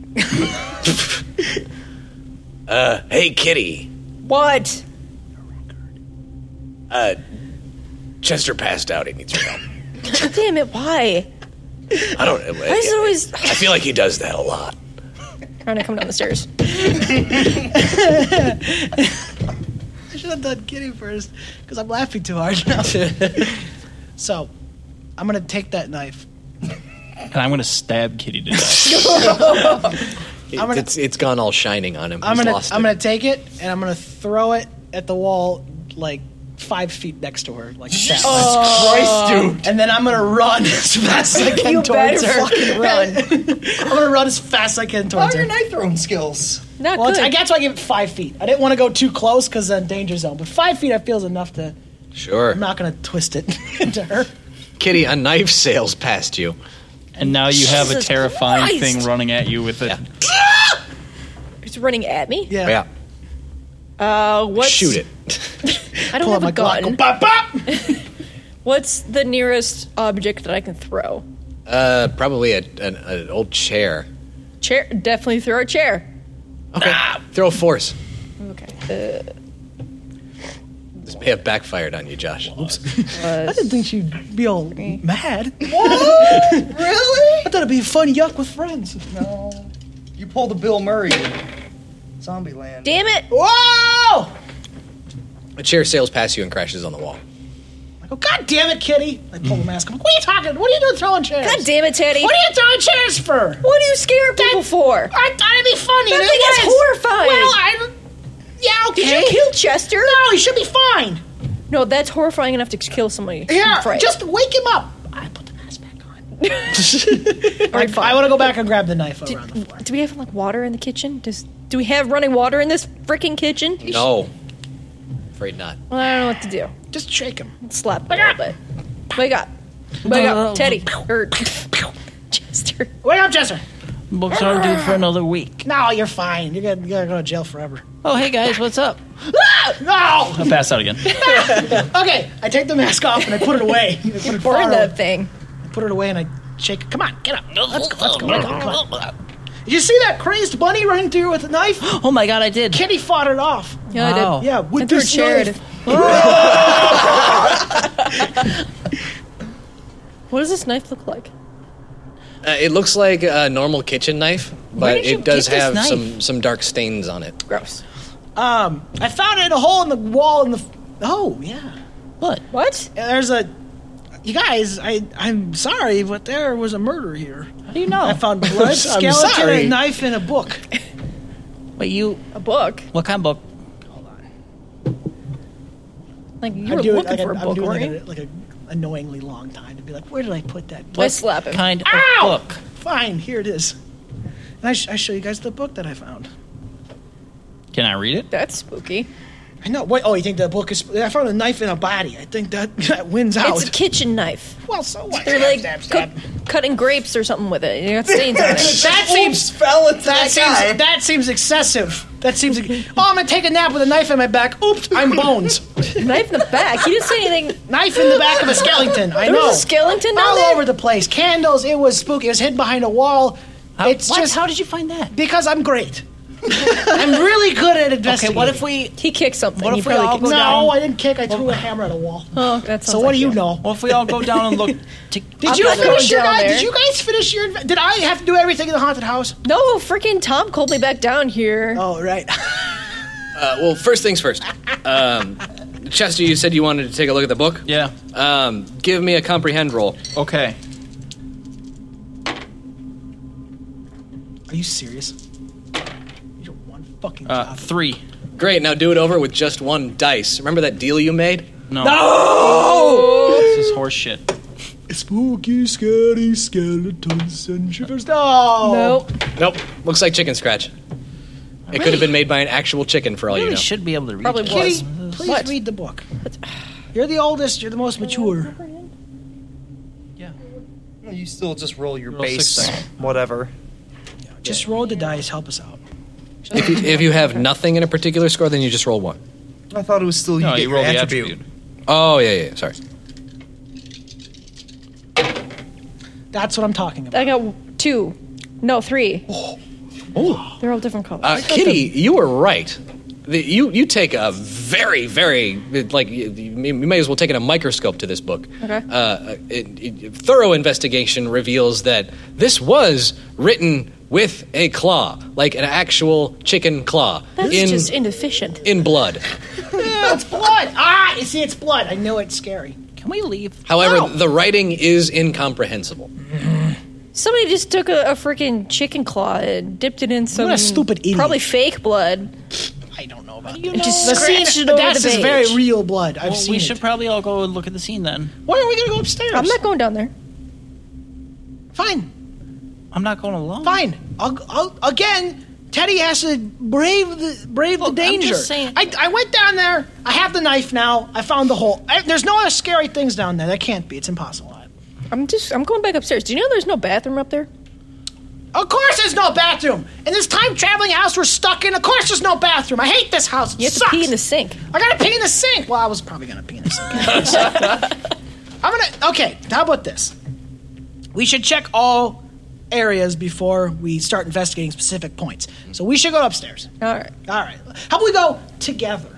Speaker 1: Hey, Kitty.
Speaker 3: what?
Speaker 1: Uh, Chester passed out. He needs your help.
Speaker 3: God damn it! Why?
Speaker 1: I don't. know.
Speaker 3: Why is it always
Speaker 1: I feel like he does that a lot.
Speaker 3: trying to come down the stairs?
Speaker 4: I should have done Kitty first because I'm laughing too hard now. so, I'm gonna take that knife.
Speaker 6: And I'm going to stab Kitty to death.
Speaker 4: gonna-
Speaker 1: it's it's gone all shining on him.
Speaker 4: I'm
Speaker 1: He's
Speaker 4: gonna
Speaker 1: lost
Speaker 4: I'm
Speaker 1: it.
Speaker 4: gonna take it and I'm gonna throw it at the wall like five feet next to her, like that. Oh.
Speaker 2: Christ, dude.
Speaker 4: And then I'm gonna run as fast as I can
Speaker 3: You
Speaker 4: towards
Speaker 3: better
Speaker 4: her.
Speaker 3: fucking run.
Speaker 4: I'm gonna run as fast as I can
Speaker 2: How are
Speaker 4: towards
Speaker 2: your
Speaker 4: her.
Speaker 2: knife throwing skills?
Speaker 3: Not
Speaker 4: Well, it's,
Speaker 3: good.
Speaker 4: I guess I give it five feet. I didn't want to go too close because then danger zone. But five feet, I feel is enough to.
Speaker 1: Sure.
Speaker 4: I'm not gonna twist it into her.
Speaker 1: Kitty, a knife sails past you.
Speaker 6: and now you have a
Speaker 3: Jesus
Speaker 6: terrifying
Speaker 3: Christ.
Speaker 6: thing running at you with a
Speaker 3: It's running at me.
Speaker 4: Yeah.
Speaker 1: Yeah.
Speaker 3: Uh, what's,
Speaker 1: Shoot it.
Speaker 3: I don't
Speaker 4: Pull out
Speaker 3: have
Speaker 4: my
Speaker 3: a
Speaker 4: Glock. Go
Speaker 3: gun.
Speaker 4: bop bop.
Speaker 3: What's the nearest object that I can throw?
Speaker 1: Uh, probably a, an, an old chair.
Speaker 3: Chair. Definitely throw a chair.
Speaker 1: Okay. Throw force.
Speaker 3: Okay. Uh,
Speaker 1: This may have backfired on you, Josh. Oops.
Speaker 4: I didn't think she'd be all mad.
Speaker 2: Really?
Speaker 4: I thought it'd be a fun yuck with friends.
Speaker 2: No. You pulled a Bill Murray. Zombie Land.
Speaker 3: damn it!
Speaker 4: Whoa!
Speaker 1: A chair sails past you and crashes on the wall.
Speaker 4: I go, God damn it, kitty. I pull the mask. I'm like, what are you talking? What are you doing throwing chairs?
Speaker 3: God damn it, Teddy!
Speaker 4: What are you throwing chairs for?
Speaker 3: What are you scaring people for?
Speaker 4: I thought it'd be funny.
Speaker 3: That
Speaker 4: and it
Speaker 3: thing is
Speaker 4: was.
Speaker 3: horrifying.
Speaker 4: Well, I. Yeah, okay.
Speaker 3: Did you kill Chester?
Speaker 4: No, he should be fine.
Speaker 3: No, that's horrifying enough to kill somebody.
Speaker 4: Here,
Speaker 3: I'm afraid.
Speaker 4: just wake him up. I put the mask back on.
Speaker 3: All right,
Speaker 4: I
Speaker 3: fine.
Speaker 4: want to go back and grab the knife over on the floor.
Speaker 3: Do we have like water in the kitchen? Does do we have running water in this freaking kitchen?
Speaker 1: No. Afraid not.
Speaker 3: Well, I don't know what to do.
Speaker 4: Just shake him.
Speaker 3: Let's slap him a little bit. Wake up! Wake up, Teddy. Or Chester.
Speaker 4: Wake up, Chester.
Speaker 6: book's are due for another week.
Speaker 4: No, you're fine. You're gonna, you're gonna go to jail forever.
Speaker 6: Oh, hey guys, what's up?
Speaker 4: No.
Speaker 6: I pass out again.
Speaker 4: Okay, I take the mask off and I put it away. I put it far
Speaker 3: Burn
Speaker 4: away.
Speaker 3: that thing.
Speaker 4: put it away and I shake. Come on, get up. Let's go. Let's go. Let's go. Come on. Did you see that crazed bunny running through with a knife?
Speaker 6: Oh my god, I did.
Speaker 4: Kitty fought it off.
Speaker 3: Yeah, I
Speaker 6: Wow.
Speaker 3: did.
Speaker 4: Yeah, with
Speaker 3: I threw a
Speaker 4: this
Speaker 3: chair at
Speaker 4: knife.
Speaker 3: it. what does this knife look like?
Speaker 1: Uh, it looks like a normal kitchen knife, but
Speaker 6: did you
Speaker 1: it does
Speaker 6: get this
Speaker 1: have
Speaker 6: knife?
Speaker 1: some, some dark stains on it.
Speaker 3: Gross.
Speaker 4: Um, I found it in a hole in the wall in the. Oh yeah.
Speaker 6: What?
Speaker 3: What?
Speaker 4: There's a. You guys, I I'm sorry, but there was a murder here.
Speaker 6: How do you know?
Speaker 4: I found blood, skeleton,
Speaker 2: sorry.
Speaker 4: a knife, and a book.
Speaker 6: Wait, you.
Speaker 3: A book?
Speaker 6: What kind of book?
Speaker 3: Like you
Speaker 4: I
Speaker 3: were
Speaker 4: do
Speaker 3: looking
Speaker 4: it like
Speaker 3: for a
Speaker 4: a, I'm
Speaker 3: book,
Speaker 4: doing
Speaker 3: weren't
Speaker 4: like,
Speaker 3: you?
Speaker 4: a, like a annoyingly long time to be like, where did I put that?
Speaker 3: I
Speaker 4: book?
Speaker 3: slap him.
Speaker 6: Kind of
Speaker 4: Ow!
Speaker 6: book.
Speaker 4: Fine, here it is. And I, sh- I show you guys the book that I found.
Speaker 6: Can I read it?
Speaker 3: That's spooky.
Speaker 4: I know. Wait, oh, you think the book is? I found a knife in a body. I think that that wins out.
Speaker 3: It's a kitchen knife.
Speaker 4: well, so what?
Speaker 3: They're like cook- cutting grapes or something with it. You got stains on it.
Speaker 4: That seems fell into that, seems that seems excessive. That seems. ex- oh, I'm gonna take a nap with a knife in my back. Oops, I'm bones.
Speaker 3: Knife in the back. You didn't say anything.
Speaker 4: knife in the back of a skeleton. I
Speaker 3: There was
Speaker 4: know.
Speaker 3: a skeleton down
Speaker 4: all
Speaker 3: there?
Speaker 4: over the place. Candles. It was spooky. It was hid behind a wall. it's
Speaker 6: what?
Speaker 4: just
Speaker 6: How did you find that?
Speaker 4: because I'm great. I'm really good at
Speaker 6: Okay,
Speaker 4: investigating.
Speaker 6: what if we?
Speaker 3: He kicked something.
Speaker 6: What
Speaker 3: He
Speaker 6: if we
Speaker 3: probably
Speaker 6: all
Speaker 3: kicked
Speaker 6: go
Speaker 4: No,
Speaker 6: down?
Speaker 4: I didn't kick. I threw a hammer at a wall.
Speaker 3: Oh, that sounds
Speaker 4: so what
Speaker 3: like
Speaker 4: do you
Speaker 3: you.
Speaker 4: know?
Speaker 6: What if we all go down and look? To,
Speaker 4: Did
Speaker 3: I'm
Speaker 4: you
Speaker 3: not going
Speaker 4: finish your
Speaker 3: down
Speaker 4: guys?
Speaker 3: there.
Speaker 4: Did you guys finish your? Did I have to do everything in the haunted house?
Speaker 3: No, freaking Tom called me back down here.
Speaker 4: Oh right.
Speaker 1: Uh, well, first things first. Um, Chester, you said you wanted to take a look at the book.
Speaker 6: yeah. Uh,
Speaker 1: Um, give me a comprehend roll.
Speaker 6: Okay.
Speaker 4: Are you serious? You don't want fucking
Speaker 6: Uh,
Speaker 4: job.
Speaker 6: three.
Speaker 1: Great. Now do it over with just one dice. Remember that deal you made?
Speaker 6: No. No. This is horse shit.
Speaker 4: Spooky, scary skeletons and shivers. No.
Speaker 3: Nope.
Speaker 1: Nope. Looks like chicken scratch. It could have been made by an actual chicken for all
Speaker 6: Really
Speaker 1: you know.
Speaker 6: should be able to read.
Speaker 3: Probably
Speaker 6: it.
Speaker 3: was.
Speaker 4: Kitty, please
Speaker 3: What?
Speaker 4: read the book. You're the oldest. You're the most mature.
Speaker 6: Yeah.
Speaker 2: You still just roll your
Speaker 6: Roll six
Speaker 2: base,
Speaker 6: dice.
Speaker 2: whatever.
Speaker 4: Just roll the dice. Help us out.
Speaker 1: If you, if you have nothing in a particular score, then you just roll one.
Speaker 2: I thought it was still you
Speaker 6: No,
Speaker 2: get
Speaker 6: you
Speaker 2: your
Speaker 6: roll the
Speaker 2: attribute.
Speaker 6: attribute.
Speaker 1: Oh yeah, yeah. yeah, Sorry.
Speaker 4: That's what I'm talking about.
Speaker 3: I got two. No, three.
Speaker 4: Oh.
Speaker 3: They're all different colors.
Speaker 1: Uh, Kitty, you were right. The, you you take a very very like you, you may- you may as well take in a microscope to this book.
Speaker 3: Okay.
Speaker 1: Uh, it, it- thorough investigation reveals that this was written with a claw, like an actual chicken claw,
Speaker 3: That's
Speaker 1: in
Speaker 3: just inefficient.
Speaker 1: in blood.
Speaker 4: it's blood. Ah, you see, it's blood. I know it's scary.
Speaker 6: Can we leave?
Speaker 1: However, the writing is incomprehensible.
Speaker 3: Somebody just took a, a freaking chicken claw and dipped it in some
Speaker 4: What a stupid idiot.
Speaker 3: probably fake blood.
Speaker 4: I don't know about
Speaker 3: and just
Speaker 4: The scene,
Speaker 3: scratched it over
Speaker 4: that's
Speaker 3: the
Speaker 4: is
Speaker 3: page.
Speaker 4: very real blood. I've
Speaker 6: Well,
Speaker 4: seen
Speaker 6: we
Speaker 4: it.
Speaker 6: should probably all go and look at the scene then.
Speaker 4: Why are we gonna go upstairs?
Speaker 3: I'm not going down there.
Speaker 4: Fine,
Speaker 6: I'm not going alone.
Speaker 4: fine. I'll, I'll, again, Teddy has to brave the brave
Speaker 6: Look, I'm
Speaker 4: the danger.
Speaker 6: just saying-
Speaker 4: I, I went down there. I have the knife now. I found the hole. I, there's no other scary things down there. That can't be. It's impossible.
Speaker 3: I'm just I'm going back upstairs. Do you know there's no bathroom up there?
Speaker 4: Of course, there's no bathroom. In this time traveling house we're stuck in, of course, there's no bathroom. I hate this house. It
Speaker 3: You have
Speaker 4: sucks.
Speaker 3: to pee in the sink.
Speaker 4: I gotta pee in the sink. Well, I was probably gonna pee in the sink. I'm gonna. Okay, how about this? We should check all areas before we start investigating specific points. So we should go upstairs.
Speaker 3: All right.
Speaker 4: All right. How about we go together?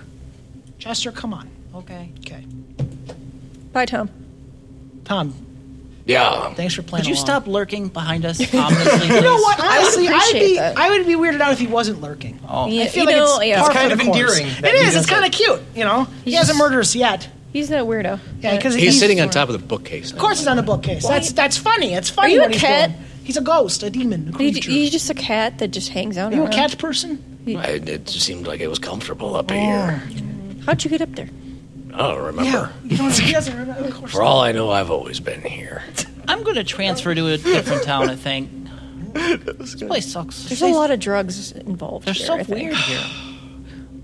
Speaker 4: Chester, come on.
Speaker 6: Okay.
Speaker 4: Okay.
Speaker 3: Bye, Tom.
Speaker 4: Tom,
Speaker 1: Yeah.
Speaker 4: thanks for playing.
Speaker 6: Could you
Speaker 4: along.
Speaker 6: stop lurking behind us ominously?
Speaker 4: You know what?
Speaker 3: I would
Speaker 4: Honestly, I would
Speaker 3: appreciate
Speaker 4: be.
Speaker 3: that.
Speaker 4: I would be weirded out if he wasn't lurking.
Speaker 6: Oh.
Speaker 3: Yeah,
Speaker 4: I feel
Speaker 3: you
Speaker 4: like
Speaker 3: know,
Speaker 4: it's
Speaker 3: yeah.
Speaker 4: par
Speaker 2: It's kind
Speaker 4: for the
Speaker 2: of
Speaker 4: course.
Speaker 2: endearing that
Speaker 4: It
Speaker 2: he
Speaker 4: is.
Speaker 2: does
Speaker 4: It's kind of cute. You know, he hasn't murdered us yet.
Speaker 3: He's that weirdo.
Speaker 4: Yeah, because
Speaker 1: He's sitting on top of the bookcase.
Speaker 4: Of course, he's on the bookcase. That's that's funny. It's funny.
Speaker 3: you
Speaker 4: what
Speaker 3: a
Speaker 4: he's
Speaker 3: cat?
Speaker 4: doing. He's a ghost, a demon, a
Speaker 3: He's,
Speaker 4: creature.
Speaker 3: he's just a cat that just hangs out.
Speaker 4: you a
Speaker 3: around.
Speaker 4: cat person?
Speaker 1: I, it seemed like it was comfortable up here.
Speaker 3: How'd you get up there?
Speaker 1: I don't remember.
Speaker 4: Oh. Yeah. You don't, he doesn't remember. Of course.
Speaker 1: For all I know, I've always been here.
Speaker 6: I'm going to transfer to a different town, I think. This place sucks.
Speaker 3: There's a lot of drugs involved.
Speaker 6: They're
Speaker 3: here,
Speaker 6: so
Speaker 3: I think.
Speaker 6: weird here.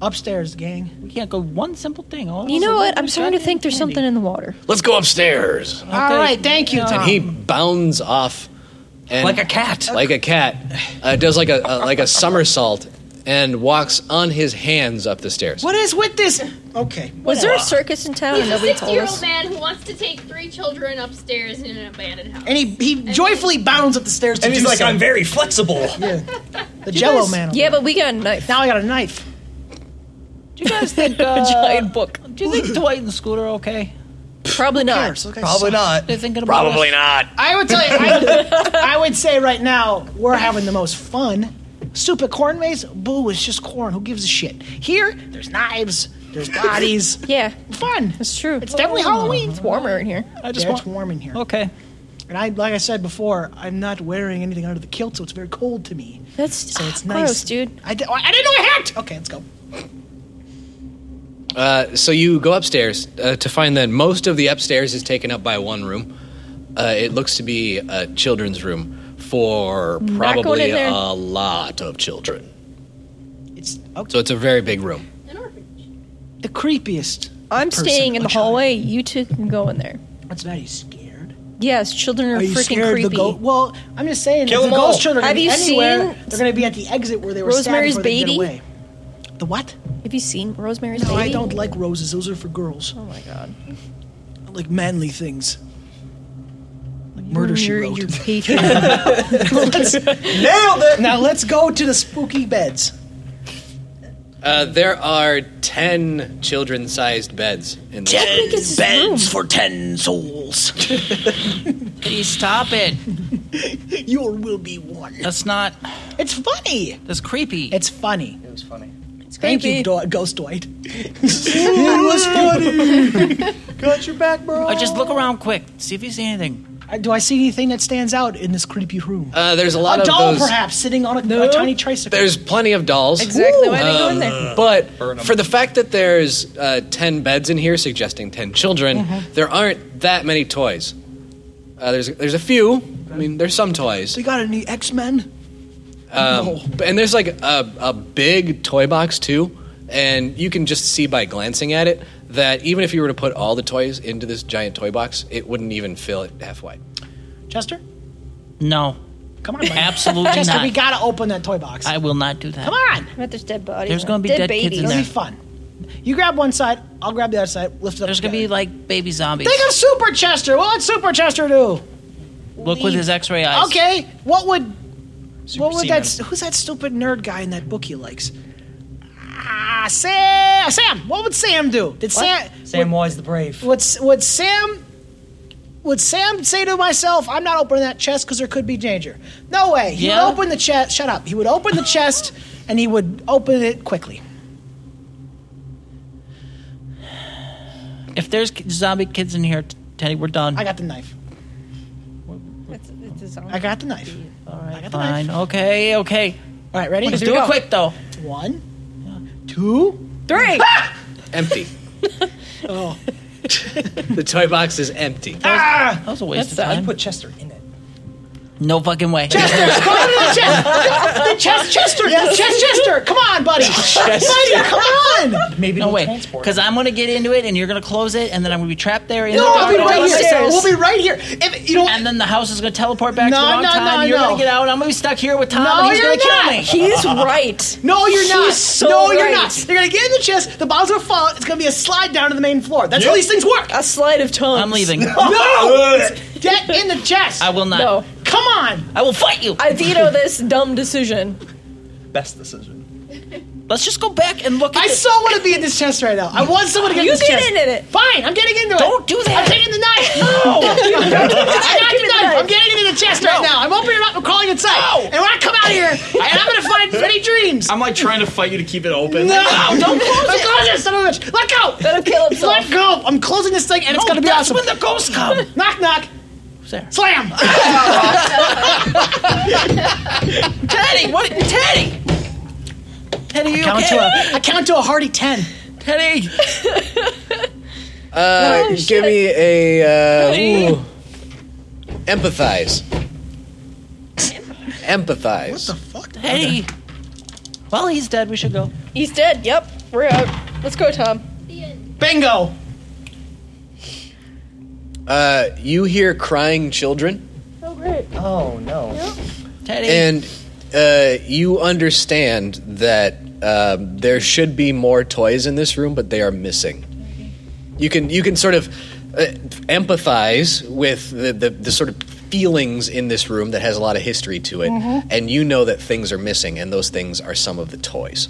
Speaker 4: Upstairs, gang.
Speaker 6: We can't go one simple thing. All
Speaker 3: You know what? I'm starting to think there's something in the water.
Speaker 1: Let's go upstairs.
Speaker 4: All right, thank you, Tom.
Speaker 1: and he bounds off and
Speaker 2: Like a cat.
Speaker 1: like a cat uh, does like a, a like a somersault and walks on his hands up the stairs
Speaker 4: what is with this? Okay.
Speaker 3: Was there a circus in town
Speaker 11: He's
Speaker 3: and
Speaker 11: a
Speaker 3: nobody told
Speaker 11: six-year-old
Speaker 3: us?
Speaker 11: man who wants to take three children upstairs in an abandoned house.
Speaker 4: And he, he joyfully bounds up the stairs to
Speaker 2: And he's
Speaker 4: do
Speaker 2: like,
Speaker 4: so.
Speaker 2: I'm very flexible.
Speaker 4: the Jello man.
Speaker 3: Yeah, but we got a knife.
Speaker 4: Now I got a knife.
Speaker 6: Do you guys think? Uh, giant book. Do you think Dwight and Scooter are okay?
Speaker 3: Probably not.
Speaker 4: Yes, okay,
Speaker 2: Probably
Speaker 4: so-
Speaker 2: not.
Speaker 6: They're thinking about us?
Speaker 1: not
Speaker 4: I would tell you, I, I would say right now we're having the most fun. Stupid corn maze. Boo! It's just corn. Who gives a shit? Here, there's knives. There's bodies.
Speaker 3: Yeah,
Speaker 4: fun.
Speaker 3: it's true.
Speaker 4: It's definitely Halloween.
Speaker 3: It's warmer in here.
Speaker 6: I just
Speaker 4: Yeah, it's
Speaker 6: want.
Speaker 4: warm in here.
Speaker 6: Okay.
Speaker 4: And I, like I said before, I'm not wearing anything under the kilt, so it's very cold to me.
Speaker 3: That's
Speaker 4: So it's
Speaker 3: gross,
Speaker 4: nice,
Speaker 3: dude.
Speaker 4: I, di- oh, I didn't know I had. To. Okay, let's go.
Speaker 1: uh, so you go upstairs uh, to find that most of the upstairs is taken up by one room uh, it looks to be a children's room for
Speaker 3: Not going
Speaker 1: probably
Speaker 3: in there.
Speaker 1: a lot of children.
Speaker 4: It's okay.
Speaker 1: So it's a very big room.
Speaker 11: An orphanage.
Speaker 4: the creepiest.
Speaker 3: I'm
Speaker 4: person,
Speaker 3: staying in
Speaker 4: a
Speaker 3: the
Speaker 4: child.
Speaker 3: hallway. You two can go in there.
Speaker 4: What's that? Are you scared?
Speaker 3: Yes, children are,
Speaker 4: Are you
Speaker 3: freaking
Speaker 4: scared
Speaker 3: creepy.
Speaker 4: of the ghost? Well, I'm just saying,
Speaker 8: Kill
Speaker 4: if the
Speaker 8: them
Speaker 4: ghost
Speaker 8: all.
Speaker 4: children are
Speaker 3: Have
Speaker 4: gonna be
Speaker 3: you
Speaker 4: anywhere,
Speaker 3: seen
Speaker 4: they're going to be at the exit where they were
Speaker 3: Rosemary's
Speaker 4: stabbed before
Speaker 3: Baby?
Speaker 4: They could get away. The what?
Speaker 3: Have you seen Rosemary's
Speaker 4: No,
Speaker 3: Baby?
Speaker 4: I don't like roses. Those are for girls.
Speaker 3: Oh my god.
Speaker 4: I like manly things. Like murder she
Speaker 3: You're,
Speaker 4: wrote.
Speaker 3: you're patron.
Speaker 4: Nailed it. Now let's go to the spooky beds.
Speaker 1: Uh, there are 10 children sized beds in this room.
Speaker 3: Look at this room.
Speaker 5: for ten souls.
Speaker 6: Please stop it.
Speaker 4: Your will be one.
Speaker 6: That's not.
Speaker 4: It's funny.
Speaker 6: That's creepy.
Speaker 4: It's funny.
Speaker 2: It was funny.
Speaker 3: It's
Speaker 4: Thank
Speaker 3: creepy.
Speaker 4: you, Do- Ghost Dwight. it was funny. Got your back, bro.
Speaker 6: Uh, just look around quick. See if you see anything.
Speaker 4: Uh, Do I see anything that stands out in this creepy room?
Speaker 1: Uh, there's a
Speaker 6: Oh,
Speaker 1: lot
Speaker 4: a
Speaker 1: of
Speaker 4: doll,
Speaker 1: those.
Speaker 4: perhaps, sitting on a, a tiny tricycle.
Speaker 1: There's plenty of dolls.
Speaker 3: Exactly why they go
Speaker 1: Um,
Speaker 3: in there.
Speaker 1: But for the fact that there's uh, 10 beds in here suggesting 10 children,
Speaker 3: Uh-huh.
Speaker 1: there aren't that many toys. Uh, there's, there's a few. I mean, there's some toys.
Speaker 4: We got any X Men?
Speaker 1: Um, b- and there's like a, a big toy box too, and you can just see by glancing at it that even if you were to put all the toys into this giant toy box, it wouldn't even fill it halfway.
Speaker 4: Chester,
Speaker 6: No.
Speaker 4: come on, buddy.
Speaker 6: Absolutely
Speaker 4: Chester,
Speaker 6: not.
Speaker 4: we gotta open that toy box.
Speaker 6: I will not do that.
Speaker 4: come on,
Speaker 3: But there's dead bodies.
Speaker 6: There's gonna be dead kids in
Speaker 3: babies.
Speaker 4: it'll be
Speaker 6: there.
Speaker 4: fun. You grab one side, I'll grab the other side. Lift it up.
Speaker 6: There's gonna be
Speaker 4: together.
Speaker 6: like baby zombies.
Speaker 4: Think of Super Chester. What would Super Chester do?
Speaker 6: Look with his X-ray eyes.
Speaker 4: Okay, what would what would
Speaker 8: Seaman.
Speaker 4: that? Who's that stupid nerd guy in that book he likes? Ah, Sam. Sam. What would Sam do? Did Sam?
Speaker 2: Sam Wise the Brave.
Speaker 4: What's would Sam? Would Sam say to myself, "I'm not opening that chest because there could be danger"? No way. He
Speaker 6: Yeah.
Speaker 4: would open the chest. Shut up. He would open the chest, and he would open it quickly.
Speaker 6: If there's ki- zombie kids in here, Teddy, we're done.
Speaker 4: I got the knife.
Speaker 3: It's, it's a zombie.
Speaker 4: I got the knife.
Speaker 6: All
Speaker 4: I
Speaker 6: right,
Speaker 4: got the
Speaker 6: fine. Okay, okay.
Speaker 4: All right, ready?
Speaker 6: Let's
Speaker 4: Here we
Speaker 6: do it
Speaker 4: go.
Speaker 6: quick though.
Speaker 4: One, two.
Speaker 3: Three.
Speaker 1: Empty.
Speaker 4: Oh,
Speaker 1: the toy box is empty.
Speaker 6: That was a waste
Speaker 3: That's
Speaker 6: of
Speaker 4: I
Speaker 6: time.
Speaker 4: put Chester in it.
Speaker 6: no fucking way.
Speaker 4: Chester, come on, the chest, the chest, Chester, the chest, Chester. Come on, buddy, buddy, come on.
Speaker 2: Maybe
Speaker 6: No
Speaker 2: we'll
Speaker 6: way.
Speaker 2: transport.
Speaker 6: Because I'm gonna get into it, and you're gonna close it, and then I'm gonna be trapped there. In the
Speaker 4: No, I'll be
Speaker 6: dark all by
Speaker 4: right here.
Speaker 6: myself.
Speaker 4: We'll be right here. If you know,
Speaker 6: And then the house is gonna teleport back
Speaker 4: No,
Speaker 6: to the wrong
Speaker 4: no,
Speaker 6: time.
Speaker 4: no,
Speaker 6: you're
Speaker 4: no.
Speaker 6: gonna get out. I'm gonna be stuck here with Tom,
Speaker 4: No,
Speaker 6: and he's
Speaker 4: you're
Speaker 6: gonna kill
Speaker 4: not.
Speaker 6: me.
Speaker 3: He's right.
Speaker 4: No, you're not.
Speaker 3: He's so
Speaker 4: no, you're
Speaker 3: right.
Speaker 4: not. They're gonna get in the chest. The bomb's gonna fall. out, It's gonna be a slide down to the main floor. That's how these things work.
Speaker 3: A sleight of tongue.
Speaker 6: I'm leaving.
Speaker 4: No, get in the chest.
Speaker 6: I will not.
Speaker 3: No.
Speaker 4: Come on.
Speaker 6: I will fight you.
Speaker 3: I veto this dumb decision.
Speaker 2: Best decision.
Speaker 6: Let's just go back and look. At
Speaker 4: I
Speaker 6: it.
Speaker 4: so want to be in this chest right now. I want someone to get
Speaker 3: You
Speaker 4: in this
Speaker 3: get
Speaker 4: chest.
Speaker 3: in it.
Speaker 4: Fine, I'm getting into it.
Speaker 6: Don't do that.
Speaker 4: I'm taking the knife. No. I got
Speaker 3: Give
Speaker 4: the
Speaker 3: me the
Speaker 4: knife. I'm
Speaker 3: knife.
Speaker 4: getting into the chest right now. I'm opening it up. I'm crawling inside. And when I come out here, I- I'm gonna find many dreams.
Speaker 8: I'm like trying to fight you to keep it open.
Speaker 4: no, don't close it. Close it, son of a bitch. Let go.
Speaker 3: Let him kill himself.
Speaker 4: Let go. I'm closing this thing, and it's
Speaker 6: No,
Speaker 4: gonna be
Speaker 6: that's
Speaker 4: awesome.
Speaker 6: when the ghosts come.
Speaker 4: Knock, knock.
Speaker 6: there?
Speaker 4: Slam.
Speaker 6: Teddy, what? Teddy. Teddy, you
Speaker 4: count
Speaker 6: okay?
Speaker 4: to a, I count to a hearty ten.
Speaker 6: Teddy.
Speaker 1: Uh, give me a uh, ooh. empathize. empathize.
Speaker 6: Teddy. Well, he's dead. We should go.
Speaker 3: He's dead. Yep. We're out. Let's go, Tom.
Speaker 11: The end.
Speaker 4: Bingo.
Speaker 1: Uh, you hear crying children,
Speaker 3: Oh, great.
Speaker 2: Oh no.
Speaker 6: Teddy.
Speaker 4: Eh.
Speaker 1: and uh, you understand that uh, there should be more toys in this room, but they are missing. You can you can sort of uh, empathize with the, the the sort of feelings in this room that has a lot of history to it, and you know that things are missing, and those things are some of the toys.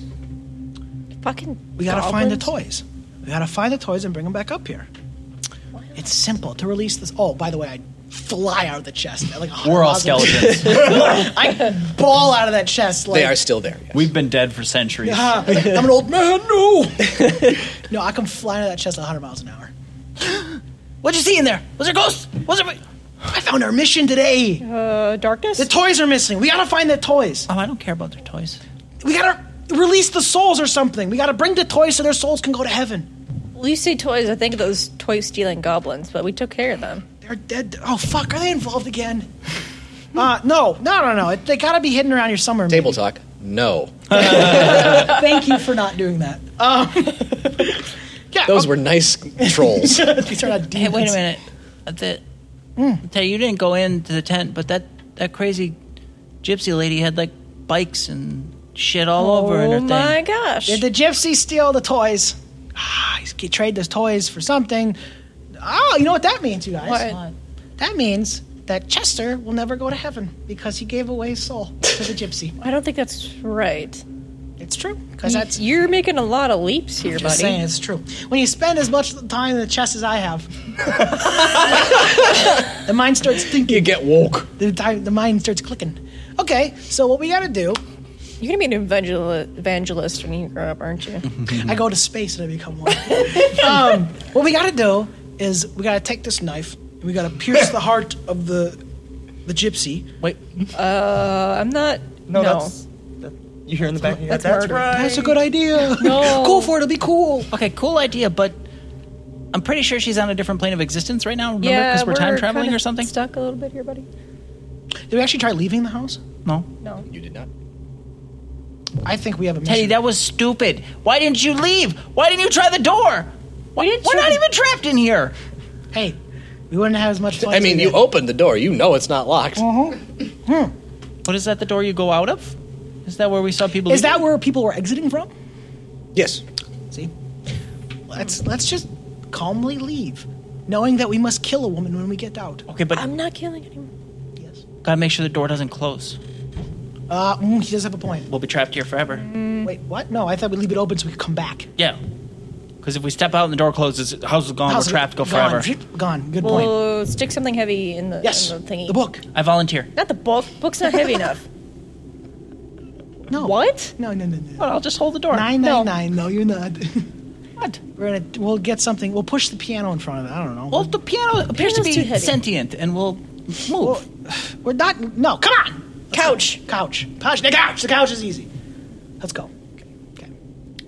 Speaker 3: Fucking.
Speaker 4: We gotta find the
Speaker 3: goblins.
Speaker 4: toys. We gotta find the toys and bring them back up here. It's simple to release this. Oh, by the way, I fly out of the chest. Like a
Speaker 7: We're all
Speaker 4: hundred miles an hour.
Speaker 7: skeletons.
Speaker 4: I ball out of that chest. Like,
Speaker 1: They are still there. yes.
Speaker 7: We've been dead for centuries.
Speaker 4: "Ah, I'm an old man. No, no, I come flying out of that chest at 100 miles an hour.
Speaker 6: What'd you see in there? Was there ghosts? Was there?
Speaker 4: I found our mission today.
Speaker 3: Uh, darkness?
Speaker 4: The toys are missing. We gotta find the toys.
Speaker 6: Oh, I don't care about their toys.
Speaker 4: We gotta release the souls or something. We gotta bring the toys so their souls can go to heaven.
Speaker 3: Well, you say toys, I think of those toy stealing goblins, but we took care of them.
Speaker 4: They're dead. Oh fuck, are they involved again? Uh, no, no, no, no. It, they gotta be hidden around here somewhere. maybe.
Speaker 1: Table talk? No.
Speaker 4: Thank you for not doing that. Um, yeah,
Speaker 1: Those were nice trolls.
Speaker 4: were. These are not
Speaker 6: Hey,
Speaker 4: demons.
Speaker 6: wait a minute. Uh, The,
Speaker 3: Hmm.
Speaker 6: Teddy, you didn't go into the tent, but that, that crazy gypsy lady had like bikes and shit all over in her
Speaker 3: Oh
Speaker 6: thing.
Speaker 3: my gosh.
Speaker 4: Did the gypsy steal the toys? Ah, he's- he trade those toys for something. Oh, you know what that means, you guys?
Speaker 3: What?
Speaker 4: That means that Chester will never go to heaven because he gave away his soul to the gypsy.
Speaker 3: I don't think that's right.
Speaker 4: It's true because that's
Speaker 3: You're making a lot of leaps here,
Speaker 4: just saying
Speaker 3: buddy.
Speaker 4: it's true. When you spend as much time in the chest as I have, the mind starts thinking.
Speaker 1: you get woke.
Speaker 4: The, di- the mind starts clicking. Okay, so what we gotta do?
Speaker 3: You're going to be an evangel- evangelist when you grow up, aren't you?
Speaker 6: Mm-hmm.
Speaker 4: I go to space and I become one. um, what we gotta do is we gotta take this knife and we gotta pierce the heart of the the gypsy.
Speaker 6: Wait,
Speaker 3: Uh, I'm not. No.
Speaker 2: No, that's. That, you hear in the back of your head,
Speaker 3: That's
Speaker 2: that's
Speaker 3: murder.
Speaker 2: right.
Speaker 4: That's a good idea.
Speaker 3: No.
Speaker 4: go for it. It'll be cool.
Speaker 6: okay, cool idea, but I'm pretty sure she's on a different plane of existence right now, remember?
Speaker 3: yeah,
Speaker 6: Because we're, time traveling
Speaker 3: kinda
Speaker 6: or something?
Speaker 3: Stuck a little bit here, buddy.
Speaker 4: Did we actually try leaving the house?
Speaker 6: No.
Speaker 3: No.
Speaker 1: You did not.
Speaker 4: I think we have a mission.
Speaker 6: Teddy, that was stupid. Why didn't you leave? Why didn't you try the door? Why,
Speaker 3: didn't
Speaker 6: we're
Speaker 3: try
Speaker 6: not
Speaker 3: the-
Speaker 6: even trapped in here.
Speaker 4: hey, we wouldn't have as much fun.
Speaker 1: I mean,
Speaker 4: doing
Speaker 1: you
Speaker 4: it.
Speaker 1: opened the door. You know it's not locked.
Speaker 4: Uh-huh.
Speaker 6: What is that, the door you go out of? Is that where we saw people
Speaker 4: Is
Speaker 6: leaving?
Speaker 4: that where people were exiting from?
Speaker 1: Yes.
Speaker 4: See, let's let's just calmly leave, knowing that we must kill a woman when we get out.
Speaker 6: Okay, but
Speaker 3: I'm not killing anyone.
Speaker 4: Yes.
Speaker 6: gotta make sure the door doesn't close.
Speaker 4: Uh, mm, he does have a point.
Speaker 6: We'll be trapped here forever.
Speaker 4: Wait, what? No, I thought we'd leave it open so we could come back.
Speaker 6: Yeah. Because if we step out and the door closes, the house is gone.
Speaker 4: How's
Speaker 6: Oh, we're
Speaker 4: it-
Speaker 6: trapped. Go
Speaker 4: gone,
Speaker 6: forever.
Speaker 4: phew, Gone. Good point.
Speaker 3: Well, stick something heavy in the,
Speaker 4: Yes.
Speaker 3: in the thingy.
Speaker 4: The book.
Speaker 6: I volunteer.
Speaker 3: Not the book. Book's not heavy enough.
Speaker 4: No.
Speaker 3: What?
Speaker 4: No, no, no, no.
Speaker 6: But I'll just hold the door.
Speaker 4: Nine,
Speaker 6: no.
Speaker 4: nine, nine. No, you're not.
Speaker 6: What?
Speaker 4: We're gonna. We'll get something. We'll push the piano in front of it. I don't know.
Speaker 6: Well, the piano appears to
Speaker 3: Piano's too
Speaker 6: be
Speaker 3: heavy.
Speaker 6: sentient, and we'll move.
Speaker 4: we're not. No, come on.
Speaker 3: Couch.
Speaker 4: Couch. Couch. The couch. The couch is easy. Let's go. Okay.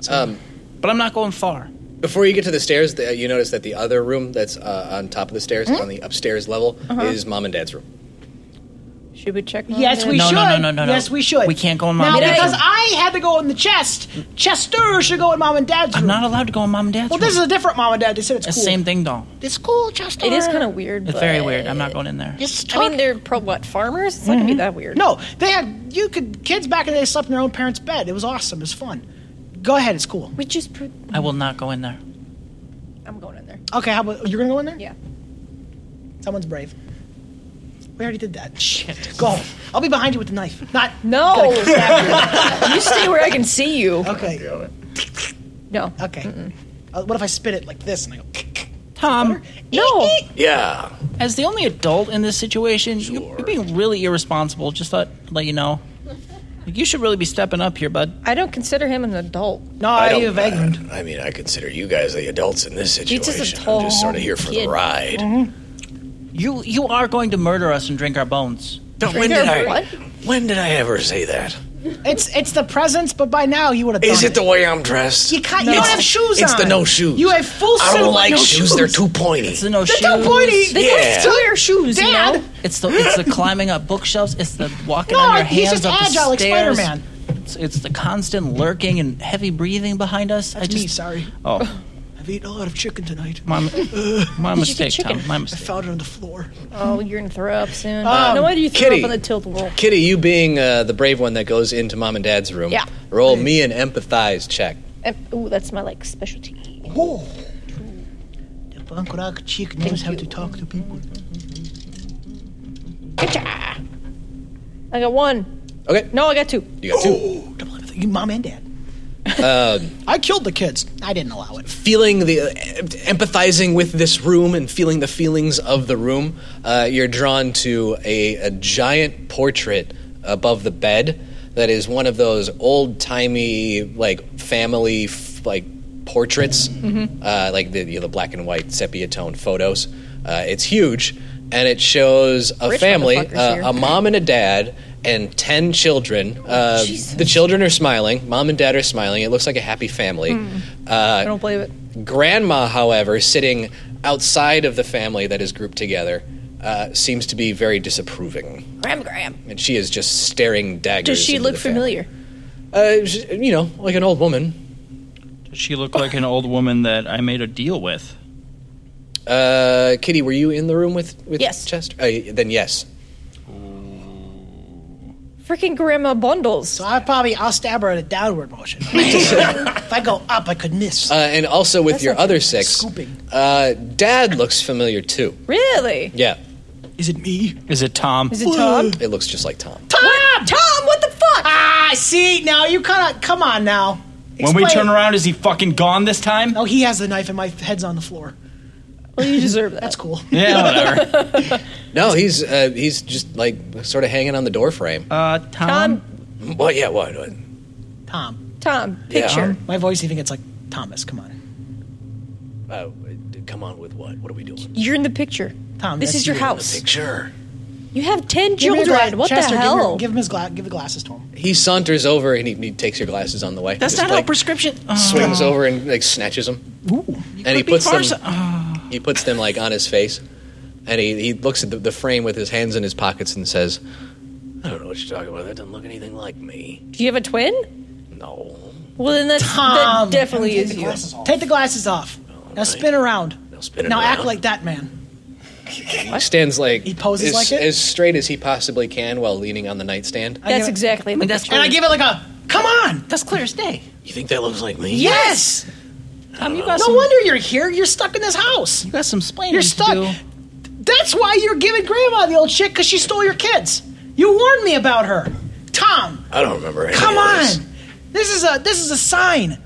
Speaker 1: Um,
Speaker 6: but I'm not going far.
Speaker 1: before you get to the stairs, the, you notice that the other room that's uh, on top of the stairs,
Speaker 4: Hmm?
Speaker 1: on the upstairs level,
Speaker 4: Uh-huh.
Speaker 1: is mom and dad's room.
Speaker 3: Should we check?
Speaker 4: Yes, we
Speaker 6: No,
Speaker 4: should.
Speaker 6: no, no, no, no, no.
Speaker 4: Yes, we should.
Speaker 6: We can't go in
Speaker 4: now
Speaker 6: Mom and Dad's
Speaker 4: because
Speaker 6: room.
Speaker 4: I had to go in the chest. Chester should go in mom and dad's
Speaker 6: I'm
Speaker 4: room.
Speaker 6: not allowed to go in mom and dad's
Speaker 4: well, this is a different mom and dad. They said it's
Speaker 6: the
Speaker 4: cool.
Speaker 6: same thing, dong.
Speaker 4: It's cool, Chester.
Speaker 3: It is kind of weird.
Speaker 6: It's
Speaker 3: but
Speaker 6: very weird. I'm not going in there.
Speaker 4: It's Mm-hmm.
Speaker 3: I mean, they're pro what farmers? It's not gonna be that weird.
Speaker 4: No, they had you could kids back in the day slept in their own parents' bed. It was awesome. It was fun. Go ahead, it's cool.
Speaker 3: we just. Pro-
Speaker 6: I will not go in there.
Speaker 3: I'm going in there.
Speaker 4: Okay, how about you're gonna go in there?
Speaker 3: Yeah.
Speaker 4: Someone's brave. We already did that. Shit. Go. I'll be behind you with the knife. Not Gotta
Speaker 3: No,
Speaker 4: stab
Speaker 3: you stay where I can see you.
Speaker 4: you. okay.
Speaker 3: No,
Speaker 4: Okay. Uh, what if I spit it like this and I go?
Speaker 6: Tom,
Speaker 3: no.
Speaker 1: Yeah.
Speaker 6: as the only adult in this situation, you- you're being really irresponsible. Just thought I'd let you know. Like, you should really be stepping up here, bud.
Speaker 3: I don't consider him an adult.
Speaker 4: No, I, have vagrant.
Speaker 1: I, I mean, I consider you guys the adults in this
Speaker 3: just a
Speaker 1: situation.
Speaker 3: tall
Speaker 1: I'm just sort of here for
Speaker 3: kid.
Speaker 1: the ride.
Speaker 4: Mm-hmm.
Speaker 6: You you are going to murder us and drink our bones.
Speaker 1: Don't- when,
Speaker 3: Drink
Speaker 1: did
Speaker 3: our
Speaker 1: I,
Speaker 3: what?
Speaker 1: when did I ever say that?
Speaker 4: It's it's the presence, but by now you would have.
Speaker 1: Is
Speaker 4: done
Speaker 1: it the way I'm dressed?
Speaker 4: You can't. You don't have shoes
Speaker 1: it's
Speaker 4: on.
Speaker 1: the no shoes.
Speaker 4: You have full
Speaker 1: I
Speaker 4: suit.
Speaker 1: don't
Speaker 4: but
Speaker 1: like
Speaker 4: no
Speaker 1: shoes. They're too pointy.
Speaker 6: It's the no
Speaker 4: They're
Speaker 6: shoes.
Speaker 4: too pointy.
Speaker 3: They
Speaker 1: Yeah.
Speaker 3: don't still wear shoes, you
Speaker 4: Dad.
Speaker 3: know?
Speaker 6: It's the it's the climbing up bookshelves. It's the walking
Speaker 4: No,
Speaker 6: on your
Speaker 4: he's
Speaker 6: hands
Speaker 4: just
Speaker 6: up the
Speaker 4: agile, like
Speaker 6: stairs.
Speaker 4: Spider-Man.
Speaker 6: It's, it's the constant lurking and heavy breathing behind us. I
Speaker 4: That's
Speaker 6: just
Speaker 4: me. Sorry.
Speaker 6: oh
Speaker 4: I've eaten a lot of chicken tonight.
Speaker 6: my my mistake,
Speaker 3: chicken.
Speaker 6: Tom. My
Speaker 4: I
Speaker 6: mistake.
Speaker 4: found it on the floor.
Speaker 3: Oh, you're gonna throw up soon.
Speaker 4: Um,
Speaker 3: no why do you throw
Speaker 1: Kitty.
Speaker 3: up on the tilt roll.
Speaker 1: Kitty, you being uh, the brave one that goes into mom and dad's room,
Speaker 3: Yeah.
Speaker 1: roll me an empathize check.
Speaker 3: Um, Ooh, that's my like specialty.
Speaker 4: Oh. The punk rock chick knows how to talk to people.
Speaker 3: Gotcha. I got one.
Speaker 1: Okay,
Speaker 3: No, I got two.
Speaker 1: you got two.
Speaker 4: Ooh, double everything. You mom and dad.
Speaker 1: Um,
Speaker 4: I killed the kids. I didn't allow it.
Speaker 1: Feeling the uh, empathizing with this room and feeling the feelings of the room, uh, you're drawn to a, a giant portrait above the bed that is one of those old timey like family f- like portraits,
Speaker 3: Mm-hmm.
Speaker 1: uh, like the you know, the black and white sepia tone photos. Uh, it's huge, and it shows a
Speaker 3: Rich
Speaker 1: family,
Speaker 3: motherfuckers
Speaker 1: uh,
Speaker 3: here. Oh,
Speaker 1: a mom and a dad and 10 children. Uh, the children are smiling. Mom and dad are smiling. It looks like a happy family.
Speaker 3: Mm.
Speaker 1: Uh,
Speaker 3: I don't believe it.
Speaker 1: Grandma, however, sitting outside of the family that is grouped together, uh, seems to be very disapproving,
Speaker 3: Ram Graham.
Speaker 1: and she is just staring daggers.
Speaker 3: Does she
Speaker 1: into
Speaker 3: look
Speaker 1: the family.
Speaker 3: familiar?
Speaker 1: Uh, she- you know, like an old woman.
Speaker 7: Does she look like an old woman that I made a deal with?
Speaker 1: Uh, Kitty, were you in the room with with
Speaker 3: Yes.
Speaker 1: Chester? Uh, then yes.
Speaker 3: Freaking Grandma Bundles.
Speaker 4: So I probably I'll stab her at a downward motion. if I go up, I could miss.
Speaker 1: Uh, and also with
Speaker 4: That's
Speaker 1: your
Speaker 4: like
Speaker 1: other six,
Speaker 4: scooping.
Speaker 1: Uh, Dad looks familiar too.
Speaker 3: Really?
Speaker 1: Yeah,
Speaker 4: Is it me?
Speaker 7: Is it Tom?
Speaker 3: Is it Tom?
Speaker 1: it looks just like Tom.
Speaker 4: Tom!
Speaker 3: Tom, what the fuck?
Speaker 4: Ah, see now you kind of come on now.
Speaker 7: when we
Speaker 4: Explain-
Speaker 7: turn around, is he fucking gone this time?
Speaker 4: no, he has the knife and my head's on the floor.
Speaker 3: Well, Oh, you deserve that.
Speaker 4: That's cool.
Speaker 7: Yeah, whatever.
Speaker 1: No, he's uh, he's just like sort of hanging on the door frame.
Speaker 7: Uh, Tom.
Speaker 3: Tom,
Speaker 1: Well, yeah, what? what?
Speaker 4: Tom,
Speaker 3: Tom,
Speaker 1: Yeah.
Speaker 3: picture.
Speaker 4: my voice even gets like Thomas. Come on,
Speaker 1: Uh, come on with what? What are we doing?
Speaker 3: You're in the picture.
Speaker 4: Tom.
Speaker 3: This
Speaker 4: that's
Speaker 3: is your
Speaker 4: you.
Speaker 3: house.
Speaker 1: Sure.
Speaker 3: You have ten
Speaker 4: Give me the
Speaker 3: children.
Speaker 4: gla-
Speaker 3: What
Speaker 4: Chester,
Speaker 3: the
Speaker 4: give her-
Speaker 3: hell?
Speaker 4: Give him his gla- give the glasses to him.
Speaker 1: He saunters over and he, he takes your glasses on the way.
Speaker 6: That's
Speaker 1: Just,
Speaker 6: not
Speaker 1: like,
Speaker 6: how prescription.
Speaker 4: uh.
Speaker 1: swings over and like snatches them, and he
Speaker 6: Could be
Speaker 1: puts them.
Speaker 6: farsi-
Speaker 4: uh.
Speaker 1: He puts them like on his face, and he, he looks at the, the frame with his hands in his pockets and says, "I don't know what you're talking about. That doesn't look anything like me.
Speaker 3: Do you have a twin?
Speaker 1: No,
Speaker 3: Well, then that's,
Speaker 4: Tom,
Speaker 3: that definitely
Speaker 4: take
Speaker 3: is
Speaker 4: the
Speaker 3: you.
Speaker 4: glasses off. Take the glasses off. Now spin around.
Speaker 1: Now spin it
Speaker 4: Now act
Speaker 1: around.
Speaker 4: like that man.
Speaker 1: He stands like
Speaker 4: He poses
Speaker 1: as,
Speaker 4: like it?
Speaker 1: as straight as he possibly can while leaning on the nightstand.
Speaker 4: I give
Speaker 3: That's
Speaker 4: it-
Speaker 3: exactly. the
Speaker 6: that's
Speaker 3: picture.
Speaker 4: And I give it like a come on.
Speaker 6: That's clear as day.
Speaker 1: You think that looks like me?
Speaker 4: Yes.
Speaker 6: Tom, you got
Speaker 4: No
Speaker 6: some.
Speaker 4: wonder you're here. You're stuck in this house.
Speaker 6: You got some splaining
Speaker 4: You're
Speaker 6: to
Speaker 4: stuck.
Speaker 6: do.
Speaker 4: That's why you're giving Grandma the old shit because she stole your kids. You warned me about her. Tom,
Speaker 1: I don't remember. Any
Speaker 4: come
Speaker 1: of
Speaker 4: on.
Speaker 1: this.
Speaker 4: This is a this is a sign.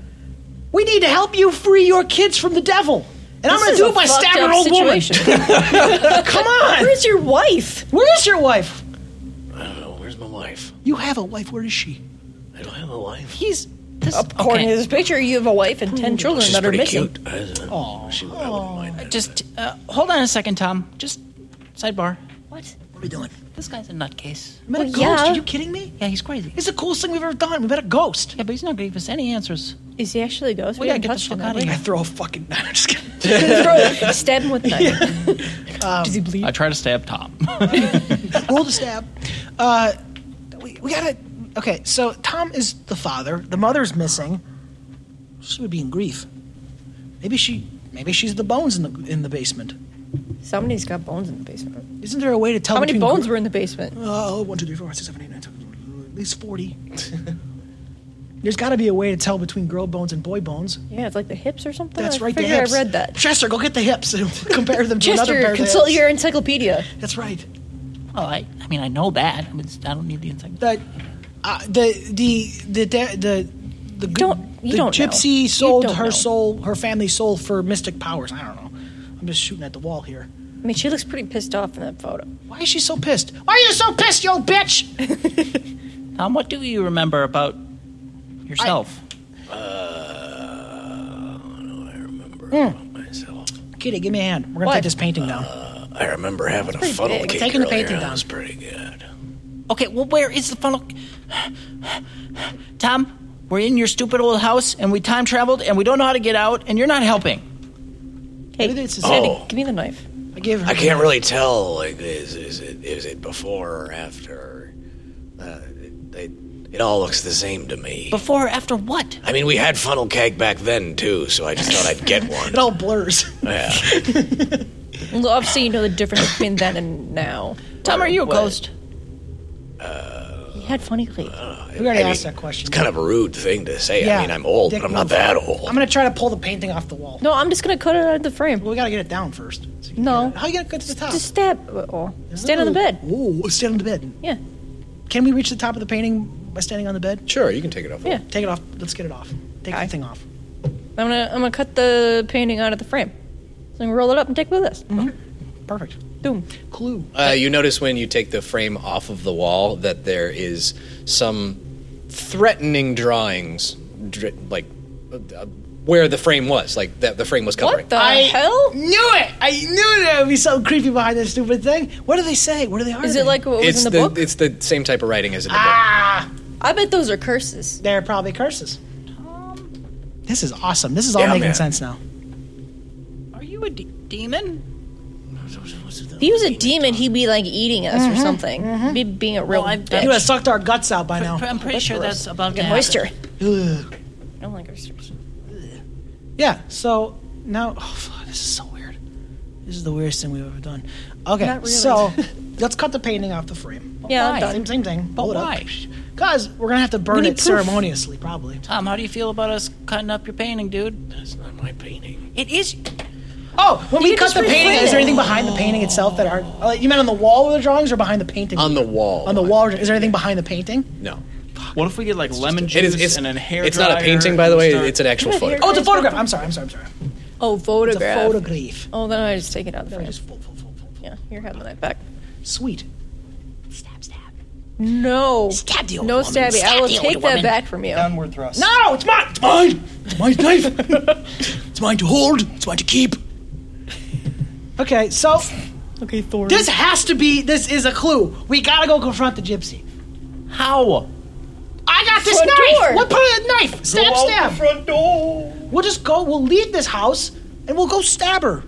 Speaker 4: We need to help you free your kids from the devil. And I'm
Speaker 3: This
Speaker 4: gonna
Speaker 3: is
Speaker 4: do
Speaker 3: a
Speaker 4: it by
Speaker 3: fucked
Speaker 4: stabbing
Speaker 3: up
Speaker 4: an old
Speaker 3: situation.
Speaker 4: woman. Come on.
Speaker 3: Where's your wife?
Speaker 4: Where is your wife?
Speaker 1: I don't know. Where's my wife?
Speaker 4: You have a wife. Where is she?
Speaker 1: I don't have a wife.
Speaker 4: He's
Speaker 3: According to this picture, you have a wife and
Speaker 4: Mm.
Speaker 3: ten children
Speaker 1: She's
Speaker 3: that are
Speaker 1: pretty
Speaker 3: missing.
Speaker 1: cute. I, I, she, I wouldn't mind. That.
Speaker 6: Just uh, hold on a second, Tom. Just sidebar.
Speaker 3: What?
Speaker 4: what are we doing?
Speaker 6: This guy's a nutcase.
Speaker 4: We met a
Speaker 3: Well,
Speaker 4: ghost.
Speaker 3: yeah.
Speaker 4: Are you kidding me?
Speaker 6: Yeah, he's crazy.
Speaker 4: It's the coolest thing we've ever done. We met a ghost.
Speaker 6: Yeah, but he's not giving us any answers.
Speaker 3: Is he actually a ghost?
Speaker 6: We gotta get the fuck outta
Speaker 4: I throw a fucking. I'm just kidding.
Speaker 3: here. Stab him with a knife. Does he bleed?
Speaker 7: I try to stab Tom.
Speaker 4: Roll to stab. Uh, we, we gotta. Okay, so Tom is the father. The mother's missing. She would be in grief. Maybe she. Maybe she's the bones in the in the basement.
Speaker 3: Somebody's got bones in the basement.
Speaker 4: Isn't there a way to tell?
Speaker 3: How many
Speaker 4: between
Speaker 3: bones
Speaker 4: gr-
Speaker 3: were in the basement?
Speaker 4: Oh, one, two, three, four, five, six, seven, eight, nine, ten, at least forty. There's got to be a way to tell between girl bones and boy bones.
Speaker 3: Yeah, it's like the hips or something.
Speaker 4: That's
Speaker 3: Uh, I
Speaker 4: right. The
Speaker 3: figure
Speaker 4: hips.
Speaker 3: I read that.
Speaker 4: Chester, go get the hips and compare them to another pair
Speaker 3: Chester,
Speaker 4: of
Speaker 3: consult
Speaker 4: hips.
Speaker 3: your encyclopedia.
Speaker 4: That's right.
Speaker 6: Well, I, I mean, I know that. I, mean, it's- I don't need the insight.
Speaker 4: that uh, the the the the the, the,
Speaker 3: don't- you
Speaker 4: the
Speaker 3: don't know.
Speaker 4: gypsy
Speaker 3: You
Speaker 4: sold
Speaker 3: don't
Speaker 4: her
Speaker 3: know.
Speaker 4: soul, her family soul for mystic powers. I don't know. I'm just shooting at the wall here.
Speaker 3: I mean, she looks pretty pissed off in that photo.
Speaker 4: Why is she so pissed? Why are you so pissed, you old bitch?
Speaker 6: Tom, what do you remember about yourself?
Speaker 1: myself.
Speaker 4: Kitty, give me a hand. We're gonna
Speaker 3: What?
Speaker 4: take this painting down.
Speaker 6: Uh,
Speaker 1: I remember having a funnel
Speaker 3: big.
Speaker 1: cake
Speaker 4: Taking the
Speaker 1: earlier,
Speaker 4: painting
Speaker 1: and
Speaker 4: down.
Speaker 1: That was pretty good.
Speaker 6: okay, well, where is the funnel? Tom, we're in your stupid old house, and we time traveled, and we don't know how to get out, and you're not helping.
Speaker 3: Hey,
Speaker 4: Maybe this is-
Speaker 3: Sandy,
Speaker 1: Oh.
Speaker 3: give me the knife.
Speaker 4: I gave her.
Speaker 1: I can't really tell. Like, is, is it is it before or after? Uh, it, it all looks the same to me.
Speaker 6: Before or after what?
Speaker 1: I mean, we had funnel cake back then too, so I just thought I'd get one.
Speaker 4: It all blurs.
Speaker 1: Yeah.
Speaker 3: Well, obviously, you know the difference between then and now.
Speaker 6: Tom, are you a ghost?
Speaker 3: He had funny cleats.
Speaker 4: We already
Speaker 1: I mean,
Speaker 4: asked that question.
Speaker 1: It's kind of a rude thing to say.
Speaker 4: Yeah.
Speaker 1: I mean, I'm old,
Speaker 4: Dick
Speaker 1: but I'm not
Speaker 4: move.
Speaker 1: that old.
Speaker 4: I'm gonna try to pull the painting off the wall.
Speaker 3: No, I'm just gonna cut it out of the frame.
Speaker 4: Well, we gotta get it down first. So you can
Speaker 3: No.
Speaker 4: get it- How you gonna get to the top?
Speaker 3: Just stab. Or stand on the bed.
Speaker 4: Ooh, stand on the bed.
Speaker 3: Yeah.
Speaker 4: Can we reach the top of the painting by standing on the bed?
Speaker 1: sure, you can take it off.
Speaker 3: Yeah.
Speaker 4: Take it off. Let's get it off. Take
Speaker 3: Okay.
Speaker 4: the thing off.
Speaker 3: I'm gonna I'm gonna cut the painting out of the frame. So I'm gonna roll it up and take it with us.
Speaker 4: Perfect.
Speaker 3: Boom.
Speaker 4: Clue.
Speaker 1: Uh, you notice when you take the frame off of the wall that there is some threatening drawings, dr- like uh, where the frame was, like that the frame was covering.
Speaker 3: What the hell?
Speaker 4: Knew it! I knew that would be so creepy behind that stupid thing. What do they say? What do they
Speaker 3: Is it like what was
Speaker 1: it's
Speaker 3: in the, book?
Speaker 1: It's the same type of writing as in the
Speaker 4: ah?
Speaker 3: I bet those are curses.
Speaker 4: They're probably curses.
Speaker 3: Um,
Speaker 4: This is awesome. This is all
Speaker 1: Yeah,
Speaker 4: making
Speaker 1: man.
Speaker 4: sense now.
Speaker 6: Are you a de- demon?
Speaker 3: If he was a demon, he'd be like eating us or something. Be being a real
Speaker 6: Well, I've-
Speaker 3: bitch.
Speaker 4: He would have sucked our guts out by now.
Speaker 6: I'm pretty sure that's about to
Speaker 3: Like an
Speaker 6: happen.
Speaker 3: oyster. I don't like oysters.
Speaker 4: Yeah. So now, oh, fuck, this is so weird. This is the weirdest thing we've ever done. Okay. So let's cut the painting off the frame.
Speaker 3: Yeah, I'm done.
Speaker 4: Same, same thing.
Speaker 6: But
Speaker 4: Hold up.
Speaker 6: why?
Speaker 4: Cause we're gonna have to burn
Speaker 3: need
Speaker 4: it
Speaker 3: proof.
Speaker 4: ceremoniously, probably.
Speaker 6: Tom, how do you feel about us cutting up your painting, dude?
Speaker 5: That's not my painting.
Speaker 6: It is.
Speaker 4: Oh, when we
Speaker 3: can
Speaker 4: cut
Speaker 3: just
Speaker 4: the painting,
Speaker 3: reprint
Speaker 4: is there
Speaker 3: it.
Speaker 4: anything behind the painting itself that aren't? Uh, you meant on the wall of the drawings or behind the painting?
Speaker 1: On the wall.
Speaker 4: On the wall. Is there anything behind the painting?
Speaker 1: No.
Speaker 7: What if we get like lemon
Speaker 1: It
Speaker 7: juice
Speaker 1: is. It's,
Speaker 7: and then hair?
Speaker 1: it's not a
Speaker 7: dryer
Speaker 1: painting, by the
Speaker 7: and
Speaker 1: way.
Speaker 7: start-
Speaker 1: It's an actual photo.
Speaker 4: Oh, it's a photograph. I'm sorry. I'm sorry. I'm sorry.
Speaker 3: Oh,
Speaker 4: It's a
Speaker 3: photograph.
Speaker 4: photograph.
Speaker 3: Oh, then I just take it out of the frame.
Speaker 4: Just full, full, full, full, full.
Speaker 3: Yeah, you're having that back.
Speaker 4: Sweet.
Speaker 3: No.
Speaker 5: Stab the old
Speaker 3: No
Speaker 5: woman.
Speaker 3: stabby. I
Speaker 5: Stab
Speaker 3: will
Speaker 5: the old
Speaker 3: take that
Speaker 5: woman.
Speaker 3: back from you.
Speaker 8: Downward thrust.
Speaker 4: No, it's mine. It's mine. It's my knife. it's mine to hold. It's mine to keep. Okay, so
Speaker 3: Okay, Thor.
Speaker 4: this has to be. This is a clue. We gotta go confront the gypsy.
Speaker 6: How?
Speaker 4: I got this
Speaker 3: Front
Speaker 4: knife.
Speaker 3: door.
Speaker 4: What part of the knife? Stab,
Speaker 8: Out
Speaker 4: stab.
Speaker 8: the front door.
Speaker 4: We'll just go. We'll leave this house and we'll go stab her.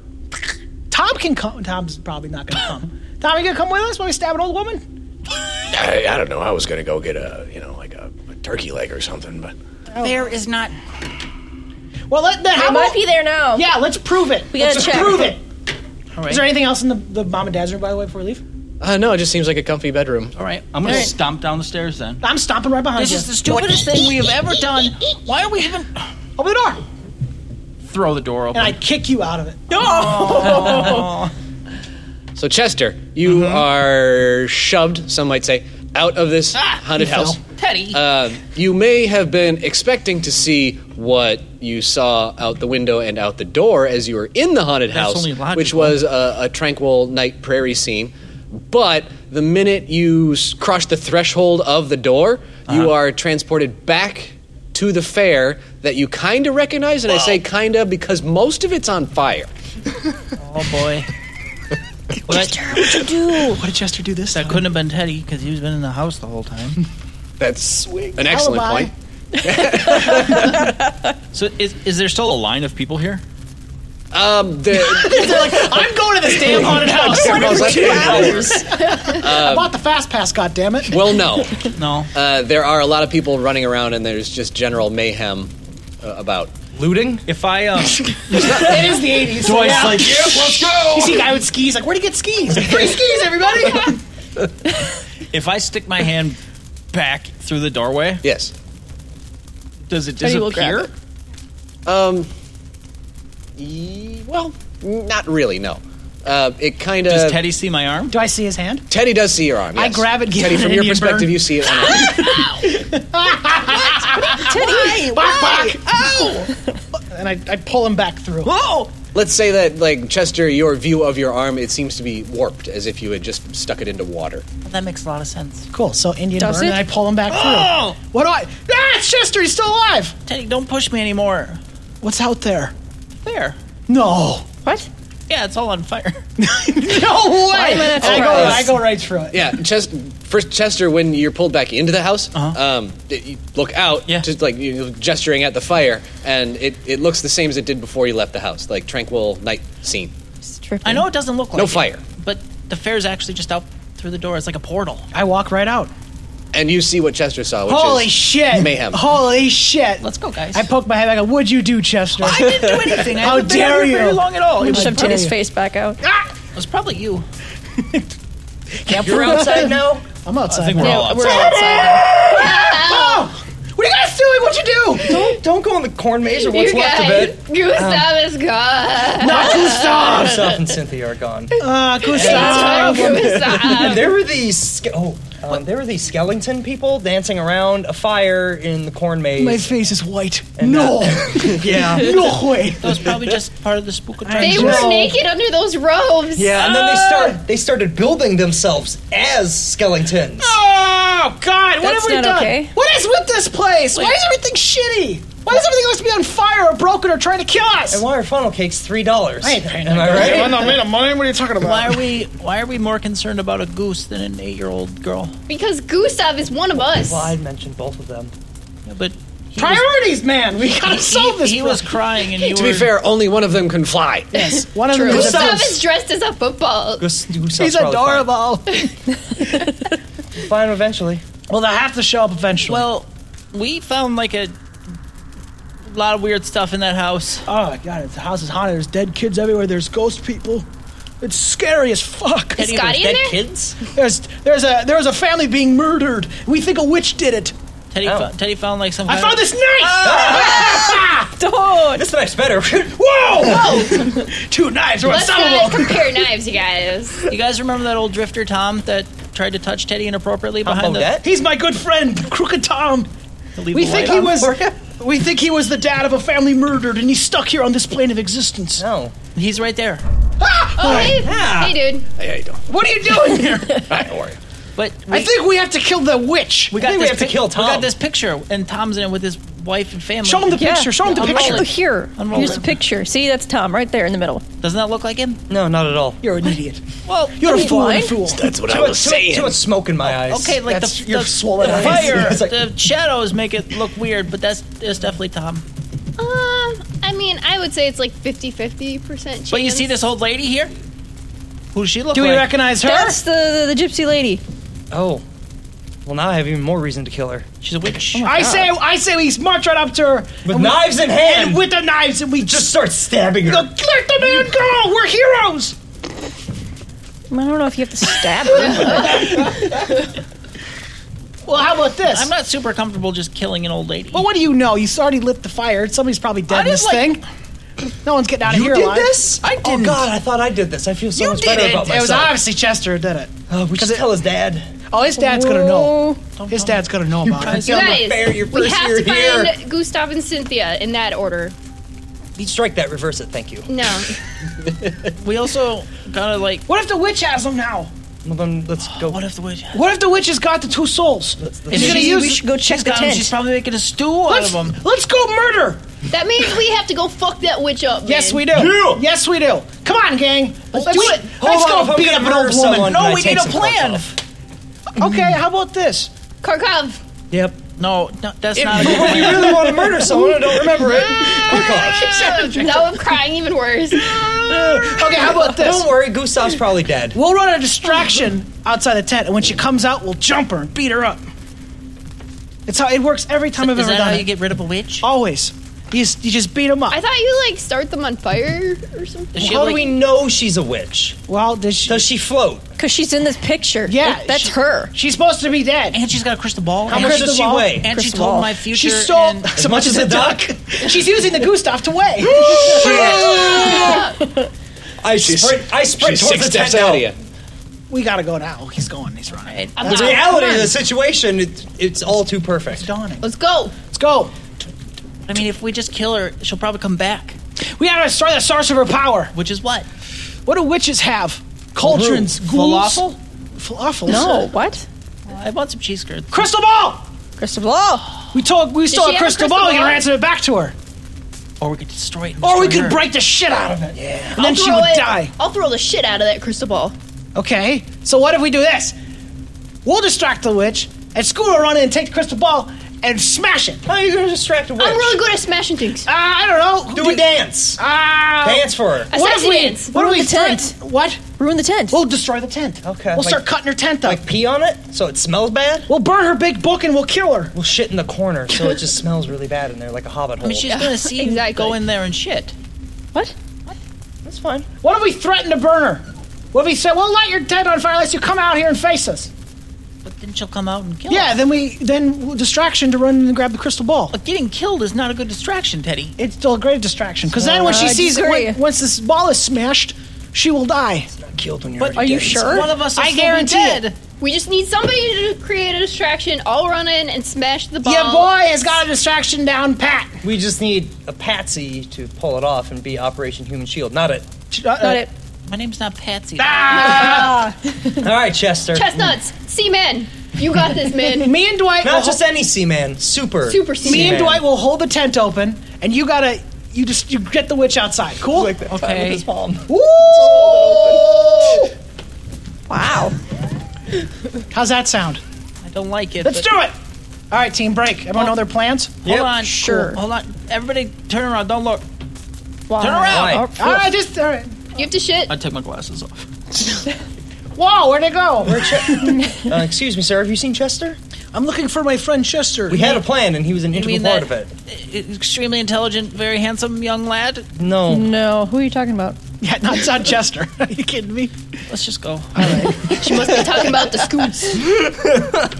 Speaker 4: Tom can come. Tom's probably not gonna come. Tom, you gonna come with us when we stab an old woman?
Speaker 5: I, I don't know. I was gonna go get a, you know, like a, a turkey leg or something, but
Speaker 6: There is not.
Speaker 4: Well, let then
Speaker 3: I
Speaker 4: how
Speaker 3: might
Speaker 4: about-
Speaker 3: be there now.
Speaker 4: Yeah, let's prove it.
Speaker 3: We
Speaker 4: let's
Speaker 3: gotta
Speaker 4: just
Speaker 3: check.
Speaker 4: prove it.
Speaker 6: All right.
Speaker 4: Is there anything else in the, the mom and dad's room, by the way, before we leave?
Speaker 1: Uh, no, it just seems like a comfy bedroom.
Speaker 6: All right. I'm gonna
Speaker 3: All right.
Speaker 6: stomp down the stairs then.
Speaker 4: I'm stomping right behind
Speaker 6: This
Speaker 4: you.
Speaker 6: is the stupidest thing we have ever done. Why are we even?
Speaker 4: Open the door,
Speaker 7: Throw the door open.
Speaker 4: and I kick you out of it.
Speaker 1: So, Chester, you
Speaker 7: Mm-hmm.
Speaker 1: are shoved, some might say, out of this haunted house.
Speaker 6: Teddy.
Speaker 1: Um, you may have been expecting to see what you saw out the window and out the door as you were in the haunted
Speaker 7: That's
Speaker 1: house,
Speaker 7: only logical.
Speaker 1: which was a, a tranquil night prairie scene. But the minute you s- cross the threshold of the door,
Speaker 7: Uh-huh.
Speaker 1: you are transported back to the fair that you kind of recognize, and I say kind of because most of it's on fire.
Speaker 6: oh boy. What?
Speaker 4: What did Chester do this?
Speaker 6: That couldn't have been Teddy because he's been in the house the whole time.
Speaker 1: That's an excellent
Speaker 4: Alibi.
Speaker 1: point.
Speaker 7: so is, is there still a line of people here?
Speaker 1: Um, the,
Speaker 4: I'm going to this damn haunted house.
Speaker 1: I was like,
Speaker 4: I bought the fast pass. God damn it.
Speaker 1: well, no.
Speaker 6: No.
Speaker 1: Uh, there are a lot of people running around, and there's just general mayhem uh, about.
Speaker 7: Looting? If I um,
Speaker 4: it is the 80s. so yeah.
Speaker 7: let's go.
Speaker 4: you see a guy with skis. Like, where'd he get skis? Free skis, everybody.
Speaker 7: If I stick my hand back through the doorway,
Speaker 1: Yes.
Speaker 7: does it
Speaker 3: Teddy will grab
Speaker 7: disappear?
Speaker 3: it.
Speaker 1: Um. e- well, not really. No. Uh, it kind of.
Speaker 7: Does Teddy see my arm?
Speaker 4: do I see his hand?
Speaker 1: Teddy does see your arm.
Speaker 4: I
Speaker 1: yes.
Speaker 4: grab it, give
Speaker 1: Teddy,
Speaker 4: it
Speaker 1: from
Speaker 4: an
Speaker 1: your
Speaker 4: Indian
Speaker 1: perspective,
Speaker 4: burn.
Speaker 1: you see it. On arm.
Speaker 4: Teddy, back, back. Oh. And I, I pull him back through.
Speaker 6: Whoa!
Speaker 1: Let's say that, like Chester, your view of your arm it seems to be warped, as if you had just stuck it into water.
Speaker 6: That makes a lot of sense.
Speaker 4: Cool. So Indian
Speaker 3: Does
Speaker 4: burn,
Speaker 3: it?
Speaker 4: and I pull him back
Speaker 6: Oh!
Speaker 4: through. What do I? Ah, it's Chester. He's still alive.
Speaker 6: Teddy, don't push me anymore.
Speaker 4: What's out there?
Speaker 6: There.
Speaker 4: No.
Speaker 3: What?
Speaker 6: Yeah, it's all on fire.
Speaker 4: No way.
Speaker 3: am I not
Speaker 4: I go.
Speaker 1: Uh,
Speaker 3: surprised?
Speaker 4: I go right through it.
Speaker 1: Yeah, Chest, first Chester, when you're pulled back into the house, um, it- you look out,
Speaker 7: Yeah.
Speaker 1: just like you know, gesturing at the fire, and it, it looks the same as it did before you left the house, like tranquil night scene.
Speaker 6: I know it doesn't look like
Speaker 1: No
Speaker 6: it,
Speaker 1: fire.
Speaker 6: but the fair's actually just out through the door. It's like a portal.
Speaker 4: I walk right out.
Speaker 1: And you see what Chester saw, which
Speaker 4: Holy
Speaker 1: is
Speaker 4: shit!
Speaker 1: mayhem.
Speaker 4: Holy shit!
Speaker 6: Let's go, guys.
Speaker 4: I poke my head back. and, What'd you do, Chester?
Speaker 6: I didn't do anything. I
Speaker 4: How
Speaker 6: haven't been out
Speaker 4: dare
Speaker 6: here very
Speaker 4: you.
Speaker 6: long at all. It was,
Speaker 3: Shove
Speaker 4: dare
Speaker 3: Teddy's
Speaker 4: you.
Speaker 3: face back out.
Speaker 6: it was probably you.
Speaker 4: Can't You're outside now. I'm outside.
Speaker 7: I think we're
Speaker 4: now.
Speaker 7: all
Speaker 3: We're
Speaker 7: outside.
Speaker 3: outside.
Speaker 4: Oh! What are you guys doing? What'd you do?
Speaker 8: Don't don't go in the corn maze or what's
Speaker 11: you
Speaker 8: left of
Speaker 11: guys,
Speaker 8: it.
Speaker 11: Gustav is gone.
Speaker 12: Myself and Cynthia are gone.
Speaker 4: Uh, Gustav.
Speaker 12: And there were these ske- oh, um, there were these skeleton people dancing around a fire in the corn maze.
Speaker 4: My face is white.
Speaker 12: And
Speaker 4: no.
Speaker 12: yeah,
Speaker 4: no way.
Speaker 6: It was probably just part of the spook attraction.
Speaker 11: They were naked under those robes.
Speaker 12: yeah. And then they started they started building themselves as skeletons.
Speaker 4: Oh, God. What
Speaker 3: That's
Speaker 4: have we
Speaker 3: not
Speaker 4: done?
Speaker 3: okay.
Speaker 4: What is with this place? Why is everything shitty? Why does everything always be on fire or broken or trying to kill us?
Speaker 12: And why are funnel cakes three dollars?
Speaker 4: I ain't paying
Speaker 12: Am I
Speaker 8: Am I
Speaker 12: right?
Speaker 8: not made of money? What are you talking about?
Speaker 6: Why are
Speaker 12: Uh,
Speaker 6: we? Why are we more concerned about a goose than an eight-year-old girl?
Speaker 11: Because Gustav is one of us.
Speaker 12: Well, I mentioned both of them.
Speaker 6: Yeah, but
Speaker 4: Priorities, man. We gotta solve this.
Speaker 6: He was crying, and you
Speaker 1: to
Speaker 6: were.
Speaker 1: be fair, only one of them can fly.
Speaker 4: Yes, one of them. is a-
Speaker 11: Gustav is dressed as a football.
Speaker 4: He's adorable.
Speaker 12: Fine eventually.
Speaker 4: Well, they'll have to show up eventually.
Speaker 6: Well, we found like a lot of weird stuff in that house.
Speaker 4: oh my god, the house is haunted. There's dead kids everywhere. There's ghost people. It's scary as fuck.
Speaker 11: Is Scotty in there?
Speaker 6: Kids.
Speaker 4: There's there's a there's a family being murdered. We think a witch did it.
Speaker 6: Teddy, fo- Teddy found like some.
Speaker 4: I
Speaker 6: kind
Speaker 4: found
Speaker 6: of-
Speaker 4: this knife.
Speaker 12: This knife's better.
Speaker 4: Whoa! Two knives are
Speaker 11: Let's uh,
Speaker 4: unstoppable.
Speaker 11: compare knives, you guys.
Speaker 6: You guys remember that old drifter Tom that tried to touch Teddy inappropriately behind the?
Speaker 12: Odette?
Speaker 4: He's my good friend, Crooked Tom. We think he was. We think he was the dad of a family murdered, and he's stuck here on this plane of existence.
Speaker 12: No.
Speaker 6: He's right there.
Speaker 11: Oh, hey, hey, dude.
Speaker 5: Hey, how you doing?
Speaker 4: What are you doing here?
Speaker 5: Hi, how are you?
Speaker 6: But we,
Speaker 4: I think we have to kill the witch.
Speaker 6: we got
Speaker 12: think we
Speaker 6: this
Speaker 12: have to
Speaker 6: pic-
Speaker 12: kill
Speaker 6: We
Speaker 12: Tom.
Speaker 6: got this picture, and Tom's in it with his wife and family.
Speaker 4: Show him the picture. Show him the
Speaker 6: I'm
Speaker 4: picture.
Speaker 3: Oh, here.
Speaker 6: Unroll
Speaker 3: Here's the
Speaker 6: it.
Speaker 3: picture. See, that's Tom right there in the middle.
Speaker 6: Doesn't that look like him?
Speaker 12: No, not at all.
Speaker 4: You're an idiot.
Speaker 6: Well,
Speaker 4: You're a fool. and
Speaker 3: blind?
Speaker 4: a fool.
Speaker 5: That's what I
Speaker 12: Too
Speaker 5: was
Speaker 12: much, too, much-
Speaker 5: saying.
Speaker 12: too much smoke in my eyes.
Speaker 6: okay, like
Speaker 4: That's-
Speaker 6: the,
Speaker 4: you're
Speaker 6: the,
Speaker 4: swollen
Speaker 6: the
Speaker 4: eyes.
Speaker 6: fire,
Speaker 12: It's like-
Speaker 6: the shadows make it look weird, but that's, that's definitely Tom.
Speaker 11: Um, I mean, I would say it's like 50 50% chance.
Speaker 6: But you see this old lady here? Who does she look
Speaker 4: Do
Speaker 6: like?
Speaker 4: we recognize her?
Speaker 3: That's the, the, the gypsy lady.
Speaker 12: Oh. Well, now I have even more reason to kill her.
Speaker 6: She's a witch.
Speaker 4: I say, I say, we march right up to her
Speaker 12: With knives in hand!
Speaker 4: and with the knives, and we
Speaker 12: just
Speaker 4: just
Speaker 12: start stabbing
Speaker 4: go,
Speaker 12: her.
Speaker 4: let the man go. We're heroes.
Speaker 3: I don't know if you have to stab her.
Speaker 4: Well, how about this?
Speaker 6: I'm not super comfortable just killing an old lady.
Speaker 4: well, what do you know? You already lit the fire. Somebody's probably dead in
Speaker 6: didn't
Speaker 4: this
Speaker 6: like-
Speaker 4: thing. No one's getting out of
Speaker 12: You
Speaker 4: here
Speaker 12: did
Speaker 4: alive.
Speaker 12: this?
Speaker 4: I did.
Speaker 12: Oh god, I thought I did this. I feel so
Speaker 4: you
Speaker 12: much
Speaker 4: did
Speaker 12: better
Speaker 4: it.
Speaker 12: about
Speaker 4: It was
Speaker 12: myself.
Speaker 4: obviously Chester who did it.
Speaker 12: Oh, we should tell his dad.
Speaker 4: Oh, his dad's gonna know. His dad's gonna know about it.
Speaker 11: You guys,
Speaker 12: fair, your
Speaker 11: we
Speaker 12: first
Speaker 11: have
Speaker 12: year
Speaker 11: to
Speaker 12: here.
Speaker 11: find Gustav and Cynthia in that order.
Speaker 12: You strike that, reverse it, thank you.
Speaker 11: No.
Speaker 6: we also gotta like.
Speaker 4: What if the witch has them now? Oh,
Speaker 12: Well then let's go.
Speaker 6: What if the witch?
Speaker 4: What if the witch has got the two souls?
Speaker 6: If
Speaker 4: She's gonna
Speaker 6: she-
Speaker 4: use.
Speaker 3: we should go check
Speaker 6: she's
Speaker 3: the
Speaker 6: got 'em,
Speaker 3: tent.
Speaker 6: She's probably making a stew out of
Speaker 4: let's,
Speaker 6: them.
Speaker 4: let's go murder.
Speaker 11: that means we have to go fuck that witch up. Man.
Speaker 4: Yes, we do. Yes, we do. Come on, gang. Let's,
Speaker 12: do it.
Speaker 4: Let's
Speaker 12: Hold on, if
Speaker 4: go
Speaker 12: I'm
Speaker 4: beat
Speaker 12: gonna
Speaker 4: up an
Speaker 12: murder
Speaker 4: old
Speaker 12: someone,
Speaker 4: woman.
Speaker 12: can
Speaker 4: No,
Speaker 12: I
Speaker 4: we
Speaker 12: take
Speaker 4: need a
Speaker 12: some clothes
Speaker 4: plan.
Speaker 12: off?
Speaker 4: Okay, how about this?
Speaker 11: Karkov.
Speaker 12: Yep.
Speaker 6: No, no, that's not a good
Speaker 12: If you
Speaker 6: plan.
Speaker 12: really want to murder someone, I don't remember it. Quick off.
Speaker 11: now I'm crying even worse.
Speaker 4: Okay, how about this?
Speaker 12: Don't worry, Gustav's probably dead.
Speaker 4: We'll run a distraction outside the tent, and when she comes out, we'll jump her and beat her up. It's how it works every time I've
Speaker 6: Is
Speaker 4: ever
Speaker 6: that
Speaker 4: done Oh.
Speaker 6: how
Speaker 4: it.
Speaker 6: you get rid of a witch?
Speaker 4: Always. You just, you just beat them up.
Speaker 11: I thought you like start them on fire or something.
Speaker 6: Does she
Speaker 12: How
Speaker 6: have,
Speaker 12: do
Speaker 6: like-
Speaker 12: we know she's a witch?
Speaker 4: well, does she?
Speaker 12: Does she float?
Speaker 3: Because she's in this picture.
Speaker 4: yeah,
Speaker 3: That- that's
Speaker 4: she-
Speaker 3: her.
Speaker 4: She's supposed to be dead.
Speaker 6: And she's got a crystal ball.
Speaker 12: How
Speaker 6: and
Speaker 12: much
Speaker 6: she-
Speaker 12: does she
Speaker 4: Crystal
Speaker 12: weigh?
Speaker 6: And she
Speaker 3: Crystal
Speaker 6: told
Speaker 3: ball.
Speaker 6: my future.
Speaker 4: She stole
Speaker 6: and-
Speaker 4: as much as a duck. She's using the Gustav to weigh.
Speaker 12: I sprint. I sprint
Speaker 5: She's
Speaker 12: towards
Speaker 5: six
Speaker 12: the tent
Speaker 5: steps out of
Speaker 12: now.
Speaker 5: you.
Speaker 4: we gotta go now. He's going. He's running.
Speaker 12: The reality of the situation, it, Ah. it's all too perfect.
Speaker 4: Dawning.
Speaker 11: Let's go.
Speaker 4: Let's go.
Speaker 6: I mean, if we just kill her, she'll probably come back.
Speaker 4: We gotta destroy the source of her power.
Speaker 6: Which is what?
Speaker 4: What do witches have? Cauldrons, ghouls,
Speaker 6: Falafel?
Speaker 4: falafel.
Speaker 3: No, what?
Speaker 6: I want some cheese curds.
Speaker 4: crystal ball.
Speaker 3: Crystal ball.
Speaker 4: We told we stole
Speaker 11: she
Speaker 4: a
Speaker 11: have a
Speaker 4: crystal
Speaker 11: crystal
Speaker 4: ball. We can
Speaker 11: ball?
Speaker 4: ransom it back to her,
Speaker 6: Or we could destroy it. and
Speaker 4: or we
Speaker 6: destroy
Speaker 4: could
Speaker 6: her.
Speaker 4: break the shit out of it. Yeah. And then
Speaker 11: I'll
Speaker 4: she
Speaker 11: throw
Speaker 4: would
Speaker 11: it-
Speaker 4: die.
Speaker 11: I'll throw the shit out of that crystal ball.
Speaker 4: Okay. So what if we do this? We'll distract the witch, and Scooter will run in and take the crystal ball and smash it.
Speaker 12: How are you going to distract a witch?
Speaker 11: I'm really good at smashing things.
Speaker 4: Uh, I don't know.
Speaker 12: Do a dance.
Speaker 4: Ah.
Speaker 12: dance for her.
Speaker 11: A
Speaker 4: what if
Speaker 11: sexy
Speaker 4: we?
Speaker 11: dance.
Speaker 4: What if
Speaker 3: Ruin
Speaker 4: we
Speaker 3: the tent.
Speaker 4: threat- What?
Speaker 3: Ruin the tent.
Speaker 4: We'll destroy the tent.
Speaker 12: Okay.
Speaker 4: We'll
Speaker 12: Like-
Speaker 4: start cutting her tent up.
Speaker 12: Like pee on it so it smells bad.
Speaker 4: we'll burn her big book and we'll kill her.
Speaker 12: Well, shit in the corner so it just smells really bad in there, like a hobbit hole.
Speaker 6: I mean, she's gonna see you
Speaker 11: exactly.
Speaker 6: go in there and shit.
Speaker 3: what?
Speaker 12: That's fine.
Speaker 4: What if we threaten to burn her? What if we said, "We'll light your tent on fire unless you come out here and face us"?
Speaker 6: But then she'll come out and kill
Speaker 4: Yeah.
Speaker 6: us.
Speaker 4: Then we then we'll distraction to run and grab the crystal ball.
Speaker 6: But getting killed is not a good distraction, Teddy.
Speaker 4: It's still a great distraction because then when she
Speaker 3: Uh, I
Speaker 4: sees
Speaker 3: disagree.
Speaker 4: when, once this ball is smashed, she will die.
Speaker 12: Not killed when you're.
Speaker 6: But
Speaker 12: already
Speaker 3: Are you
Speaker 12: dead.
Speaker 3: sure?
Speaker 6: One of us will
Speaker 4: I
Speaker 6: still be
Speaker 4: guarantee
Speaker 6: dead.
Speaker 4: it.
Speaker 11: We just need somebody to create a distraction. I'll run in and smash the ball.
Speaker 4: Your boy has got a distraction down pat.
Speaker 12: We just need a patsy to pull it off and be Operation Human Shield, not it.
Speaker 3: Got it.
Speaker 6: My name's not Patsy.
Speaker 4: Ah!
Speaker 12: All right, Chester.
Speaker 11: Chestnuts, seaman, you got this, man.
Speaker 4: Me and Dwight. will
Speaker 12: Not just
Speaker 4: ho-
Speaker 12: any seaman, super.
Speaker 11: Super
Speaker 4: me
Speaker 11: seaman.
Speaker 4: and Dwight will hold the tent open, and you gotta you just you get the witch outside. Cool.
Speaker 6: Okay.
Speaker 4: Woo!
Speaker 3: Wow.
Speaker 4: How's that sound?
Speaker 6: I don't like it.
Speaker 4: Let's
Speaker 6: but
Speaker 4: do it. All right, team break. Everyone know their plans?
Speaker 6: Hold on.
Speaker 3: Sure.
Speaker 6: Hold on. Everybody turn around. Don't look.
Speaker 3: Why?
Speaker 6: Turn
Speaker 3: Oh,
Speaker 6: around.
Speaker 4: All right, just all right.
Speaker 3: You have to shit.
Speaker 6: I took my glasses off.
Speaker 4: Whoa, where'd it go?
Speaker 12: Uh, excuse me, sir. Have you seen Chester?
Speaker 4: I'm looking for my friend Chester.
Speaker 12: We had a plan, and he was an
Speaker 6: You
Speaker 12: integral
Speaker 6: mean
Speaker 12: part
Speaker 6: that
Speaker 12: of it.
Speaker 6: extremely intelligent, very handsome young lad?
Speaker 12: No.
Speaker 3: No, who are you talking about?
Speaker 4: yeah, not, it's not Chester. Are you kidding me?
Speaker 6: Let's just go.
Speaker 11: She must be talking about the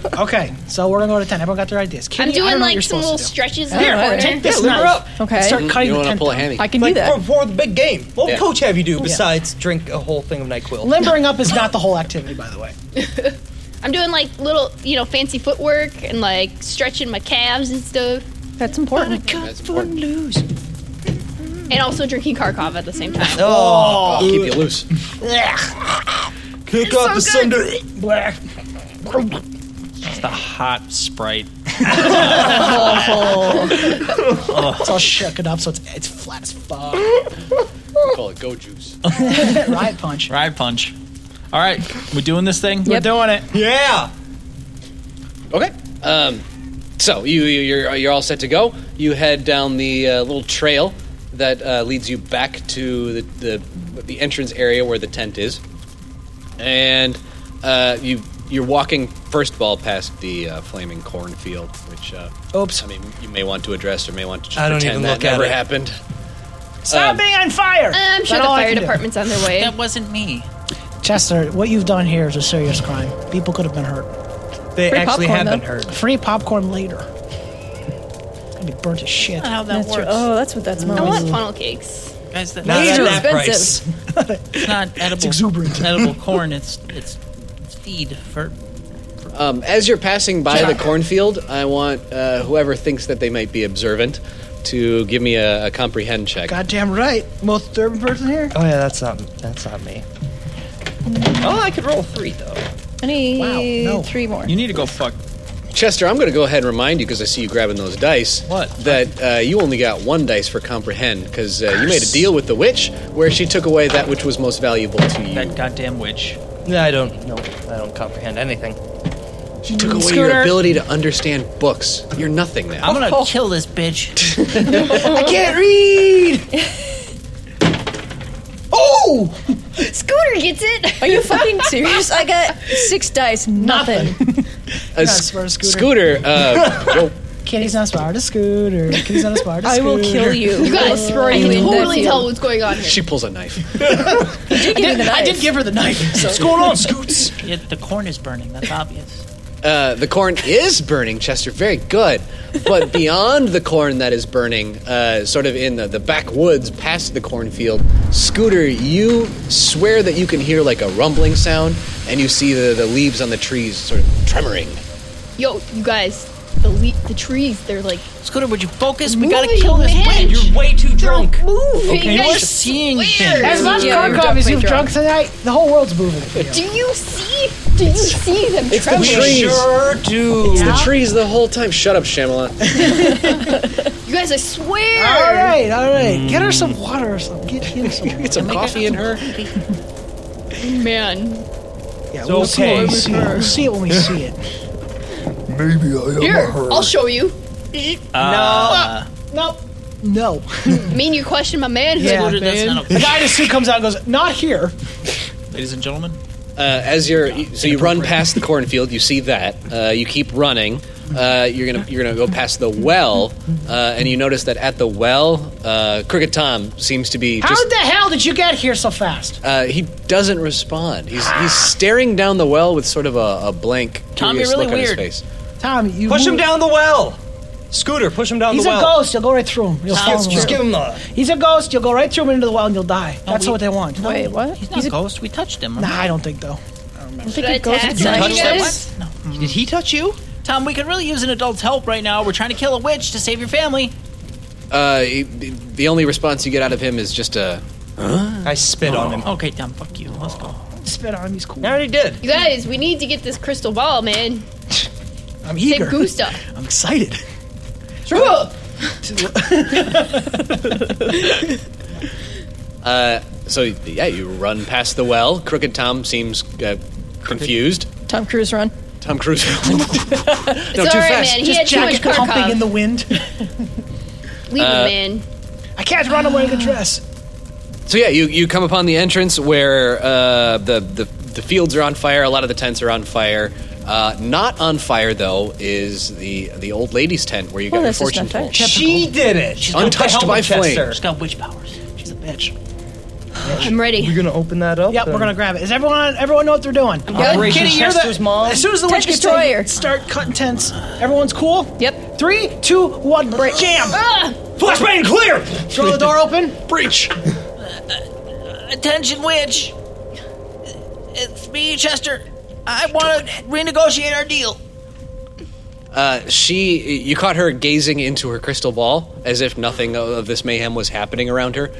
Speaker 11: scoots.
Speaker 4: Okay, so we're gonna go to ten. Everyone got their ideas.
Speaker 11: I'm
Speaker 4: Kenny, I
Speaker 11: doing
Speaker 4: don't know what
Speaker 11: like
Speaker 4: you're
Speaker 11: some
Speaker 4: supposed
Speaker 11: little
Speaker 4: to do.
Speaker 11: stretches.
Speaker 4: Here,
Speaker 11: up there.
Speaker 4: take this
Speaker 12: Yeah, lever
Speaker 4: knife
Speaker 12: up.
Speaker 4: and
Speaker 3: Okay.
Speaker 4: start cutting
Speaker 1: You
Speaker 4: the
Speaker 1: want to
Speaker 4: tent
Speaker 1: pull a
Speaker 4: down.
Speaker 1: hammy?
Speaker 3: I can
Speaker 12: Like
Speaker 3: do
Speaker 4: oh.
Speaker 3: that.
Speaker 12: For, for the big game. What would
Speaker 1: Yeah.
Speaker 12: Coach have you do besides drink a whole thing of Nyquil?
Speaker 4: Limbering up is not the whole activity, by the way.
Speaker 11: I'm doing like little, you know, fancy footwork and like stretching my calves and stuff,
Speaker 3: That's important.
Speaker 1: That's important.
Speaker 11: and also drinking Karkov at the same time.
Speaker 1: Oh, keep you loose.
Speaker 12: Kick off the cinder.
Speaker 7: The hot sprite.
Speaker 4: It's all shook it up, so it's it's flat as fuck.
Speaker 1: Call it go juice.
Speaker 4: Riot punch.
Speaker 7: Ride punch. All right, we doing this thing?
Speaker 3: Yep.
Speaker 4: Doing it.
Speaker 12: Yeah.
Speaker 1: Okay. Um, so you you- you're you're all set to go. You head down the uh, little trail that uh, leads you back to the, the the entrance area where the tent is, and uh, you you're walking first of all past the uh, flaming cornfield, which uh,
Speaker 4: Oops.
Speaker 1: I mean you may want to address or may want to just
Speaker 12: I don't
Speaker 1: pretend
Speaker 12: even
Speaker 1: that
Speaker 12: look at
Speaker 1: never
Speaker 12: it.
Speaker 1: happened.
Speaker 4: Stop being on fire!
Speaker 11: I'm sure
Speaker 4: That's
Speaker 11: the
Speaker 4: all I
Speaker 11: fire
Speaker 4: can do.
Speaker 11: department's on their way.
Speaker 6: That wasn't me.
Speaker 4: Chester, what you've done here is a serious crime. People could have been hurt.
Speaker 12: They
Speaker 3: Free
Speaker 12: actually
Speaker 3: popcorn,
Speaker 12: haven't
Speaker 3: though.
Speaker 12: heard.
Speaker 4: Free popcorn later. Gonna be burnt as shit.
Speaker 6: Not how that
Speaker 3: That's true.
Speaker 6: works.
Speaker 3: Oh, that's what that
Speaker 11: I
Speaker 3: smells.
Speaker 11: want funnel cakes.
Speaker 6: Guys, that,
Speaker 12: Not
Speaker 3: These
Speaker 12: at
Speaker 3: are
Speaker 12: that price.
Speaker 3: expensive.
Speaker 6: it's not edible.
Speaker 4: exuberant.
Speaker 6: edible corn. It's it's it's feed for.
Speaker 1: Um, as you're passing by the cornfield, I want uh, whoever thinks that they might be observant to give me a, a comprehend check.
Speaker 4: Goddamn right. Most disturbing person here.
Speaker 12: Oh yeah, that's not that's not me. Oh, I could roll three though.
Speaker 3: I need
Speaker 4: Wow, no.
Speaker 3: three more.
Speaker 7: You need to go fuck.
Speaker 1: Chester, I'm going to go ahead and remind you because I see you grabbing those dice.
Speaker 7: What?
Speaker 1: That uh, you only got one dice for comprehend because uh, you made a deal with the witch where she took away that which was most valuable to you.
Speaker 7: That goddamn witch.
Speaker 12: No, I don't. No, I don't comprehend anything.
Speaker 1: She took away your ability to understand books. You're nothing now.
Speaker 6: I'm gonna
Speaker 4: Oh.
Speaker 6: kill this bitch.
Speaker 12: I can't read.
Speaker 4: Oh!
Speaker 11: Scooter gets it.
Speaker 3: Are you fucking serious? I got six dice, nothing.
Speaker 1: A
Speaker 4: God,
Speaker 1: s-
Speaker 4: Sparta Scooter.
Speaker 1: scooter. uh, yo,
Speaker 4: Kitty's not a Sparta scooter. Kitty's not a Sparta
Speaker 3: I
Speaker 4: scooter.
Speaker 3: will kill you.
Speaker 11: You guys,
Speaker 3: I'll throw
Speaker 11: I
Speaker 3: you
Speaker 11: can
Speaker 3: in that
Speaker 11: totally
Speaker 3: field.
Speaker 11: tell what's going on here.
Speaker 1: she pulls a knife.
Speaker 3: You give me the
Speaker 4: I
Speaker 3: knife.
Speaker 4: did give her the knife. What's going on, Scoots?
Speaker 6: Yeah, the corn is burning. That's obvious.
Speaker 1: Uh, the corn is burning, Chester. Very good. But beyond the corn that is burning, uh, sort of in the, the backwoods past the cornfield, Scooter, you swear that you can hear like a rumbling sound, and you see the, the leaves on the trees sort of tremoring.
Speaker 11: Yo, you guys, the le- the trees, they're like
Speaker 6: Scooter, would you focus? We
Speaker 11: Move,
Speaker 6: gotta kill this
Speaker 11: man.
Speaker 6: witch.
Speaker 12: You're way too drunk.
Speaker 11: moving.
Speaker 6: Okay,
Speaker 11: I
Speaker 6: you're seeing
Speaker 11: swear.
Speaker 6: things.
Speaker 4: As much
Speaker 3: Yeah,
Speaker 4: car
Speaker 3: you're
Speaker 4: coffee as
Speaker 3: definitely
Speaker 4: you've drunk tonight, the whole world's moving. for you.
Speaker 11: Do you see? Do you see them
Speaker 1: The
Speaker 11: trembling?
Speaker 1: trees.
Speaker 12: Sure do.
Speaker 1: The trees the whole time. Shut up, Shyamalan.
Speaker 11: You guys, I swear.
Speaker 4: All right, all right. Get her some water or something. Mm. Get him some.
Speaker 1: Get some coffee in her.
Speaker 11: Man,
Speaker 4: Yeah,
Speaker 12: we'll see it when we
Speaker 4: see it. We'll see it when we see it.
Speaker 11: here, I'll show you.
Speaker 4: Uh, Nope. No.
Speaker 11: Mean you question my manhood.
Speaker 4: Yeah.
Speaker 6: Scooter, that's not
Speaker 4: The
Speaker 6: a-
Speaker 4: guy in a suit comes out and goes, not here.
Speaker 7: Ladies and gentlemen,
Speaker 1: Uh, as you're so you run past the cornfield, you see that. Uh, you keep running. Uh, you're gonna you're gonna go past the well, uh, and you notice that at the well, uh, Cricket Tom seems to be.
Speaker 4: How
Speaker 1: just,
Speaker 4: the hell did you get here so fast?
Speaker 1: Uh, he doesn't respond. He's he's staring down the well with sort of a, a blank,
Speaker 6: Tom, you're
Speaker 1: curious
Speaker 6: really
Speaker 1: look on his
Speaker 6: weird.
Speaker 1: face.
Speaker 4: Tom, you
Speaker 12: Push him
Speaker 4: moved-
Speaker 12: down the well. Scooter, push him down
Speaker 4: He's
Speaker 12: the
Speaker 4: a
Speaker 12: well.
Speaker 4: ghost. You'll go right through him. You'll follow
Speaker 12: Just,
Speaker 4: him
Speaker 12: just
Speaker 4: around.
Speaker 12: give him the.
Speaker 4: He's a ghost. You'll go right through him into the well and you'll die. That's
Speaker 6: we-
Speaker 4: what they want. Nah,
Speaker 3: Wait, what?
Speaker 6: He's not a ghost. We touched him.
Speaker 4: I don't think though.
Speaker 11: Should I attack
Speaker 3: inside.
Speaker 11: him, you
Speaker 3: Touch that
Speaker 11: guys?
Speaker 6: No. Mm.
Speaker 12: Did he touch you?
Speaker 6: Tom, we could really use an adult's help right now. We're trying to kill a witch to save your family.
Speaker 1: Uh, he- the only response you get out of him is just a.
Speaker 12: I spit on him.
Speaker 6: Okay, Tom, fuck you. Let's go.
Speaker 4: Spit on him. He's cool.
Speaker 12: I already did.
Speaker 11: You guys, we need to get this crystal ball, man.
Speaker 4: I'm
Speaker 11: Save
Speaker 4: eager.
Speaker 11: Gusta.
Speaker 4: I'm excited.
Speaker 1: So yeah, you run past the well. Crooked Tom seems uh, confused.
Speaker 3: Tom Cruise run.
Speaker 1: Tom Cruise.
Speaker 11: It's all right, man. He
Speaker 4: Just
Speaker 11: had too much
Speaker 4: jacket
Speaker 11: car
Speaker 4: pumping
Speaker 11: cough.
Speaker 4: in the wind.
Speaker 11: Leave
Speaker 1: Uh,
Speaker 11: him, man.
Speaker 4: I can't run away in a dress.
Speaker 1: So yeah, you, you come upon the entrance where uh, the, the the fields are on fire. A lot of the tents are on fire. Uh, not on fire though is the the old lady's tent where you
Speaker 3: Well,
Speaker 1: got your
Speaker 3: that's just
Speaker 1: fortune
Speaker 3: not fair.
Speaker 1: told.
Speaker 12: She did it. She's got
Speaker 1: Untouched
Speaker 12: the
Speaker 1: by
Speaker 12: helmet
Speaker 1: flame.
Speaker 12: Chester.
Speaker 6: She's got witch powers.
Speaker 4: She's a bitch.
Speaker 11: I'm ready.
Speaker 12: We're gonna open that up.
Speaker 4: Yep, we're
Speaker 12: and-
Speaker 4: gonna grab it. Is everyone everyone know what they're doing? I'm
Speaker 12: good. Chester's mom.
Speaker 4: As soon as the
Speaker 3: Tent
Speaker 4: witch gets
Speaker 3: destroyer.
Speaker 4: in, start cutting tents. Everyone's cool.
Speaker 3: Yep.
Speaker 4: Three, two, one, break. Jam.
Speaker 11: Ah!
Speaker 12: Flashbang clear.
Speaker 4: Throw the door open.
Speaker 1: Breach.
Speaker 6: Attention, witch. It's Uh, me, Chester. I want to renegotiate our deal.
Speaker 1: Uh, she you caught her gazing into her crystal ball as if nothing of- of this mayhem was happening around her.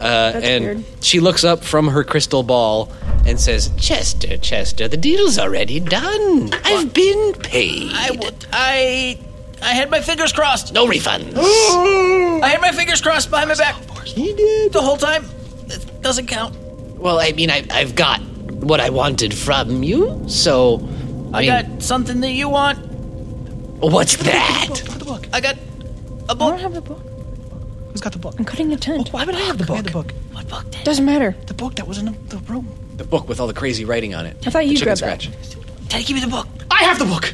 Speaker 1: Uh, and
Speaker 3: weird.
Speaker 1: she looks up from her crystal ball and says, "Chester, Chester, the deal's already done. I've been paid.
Speaker 6: I would. I. I had my fingers crossed.
Speaker 1: no refunds."
Speaker 6: I had my fingers crossed behind my back. He did the whole time. It doesn't count.
Speaker 1: Well, I mean, I, I've got what I wanted from you, so. I,
Speaker 6: I
Speaker 1: mean,
Speaker 6: got something that you want.
Speaker 1: what's that?
Speaker 6: I got a
Speaker 3: I
Speaker 6: book.
Speaker 3: don't have the book.
Speaker 4: Who's got the book?
Speaker 3: I'm cutting a tent.
Speaker 4: Why would I have the book? The book.
Speaker 6: What book? Dad?
Speaker 3: Doesn't matter.
Speaker 4: The book that was in the, the room.
Speaker 1: The book with all the crazy writing on it.
Speaker 3: I thought
Speaker 1: The
Speaker 3: you
Speaker 1: chicken
Speaker 3: grabbed that.
Speaker 6: Daddy, give me the book.
Speaker 4: I have the book.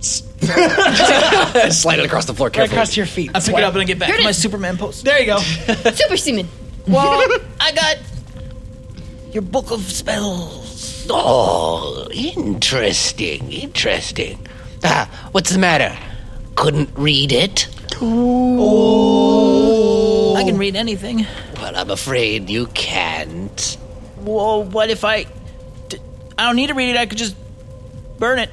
Speaker 1: scratch. Slide it across the floor
Speaker 4: Right
Speaker 1: carefully.
Speaker 4: across your feet.
Speaker 6: I pick it up and I get back to my Superman post.
Speaker 4: There you go.
Speaker 11: Super semen.
Speaker 6: Well, I got your book of spells.
Speaker 5: Oh, interesting, interesting.
Speaker 1: Ah, what's the matter?
Speaker 5: Couldn't read it.
Speaker 6: I can read anything.
Speaker 5: Well, I'm afraid you can't.
Speaker 6: Well, what if I? D- I don't need to read it. I could just burn it.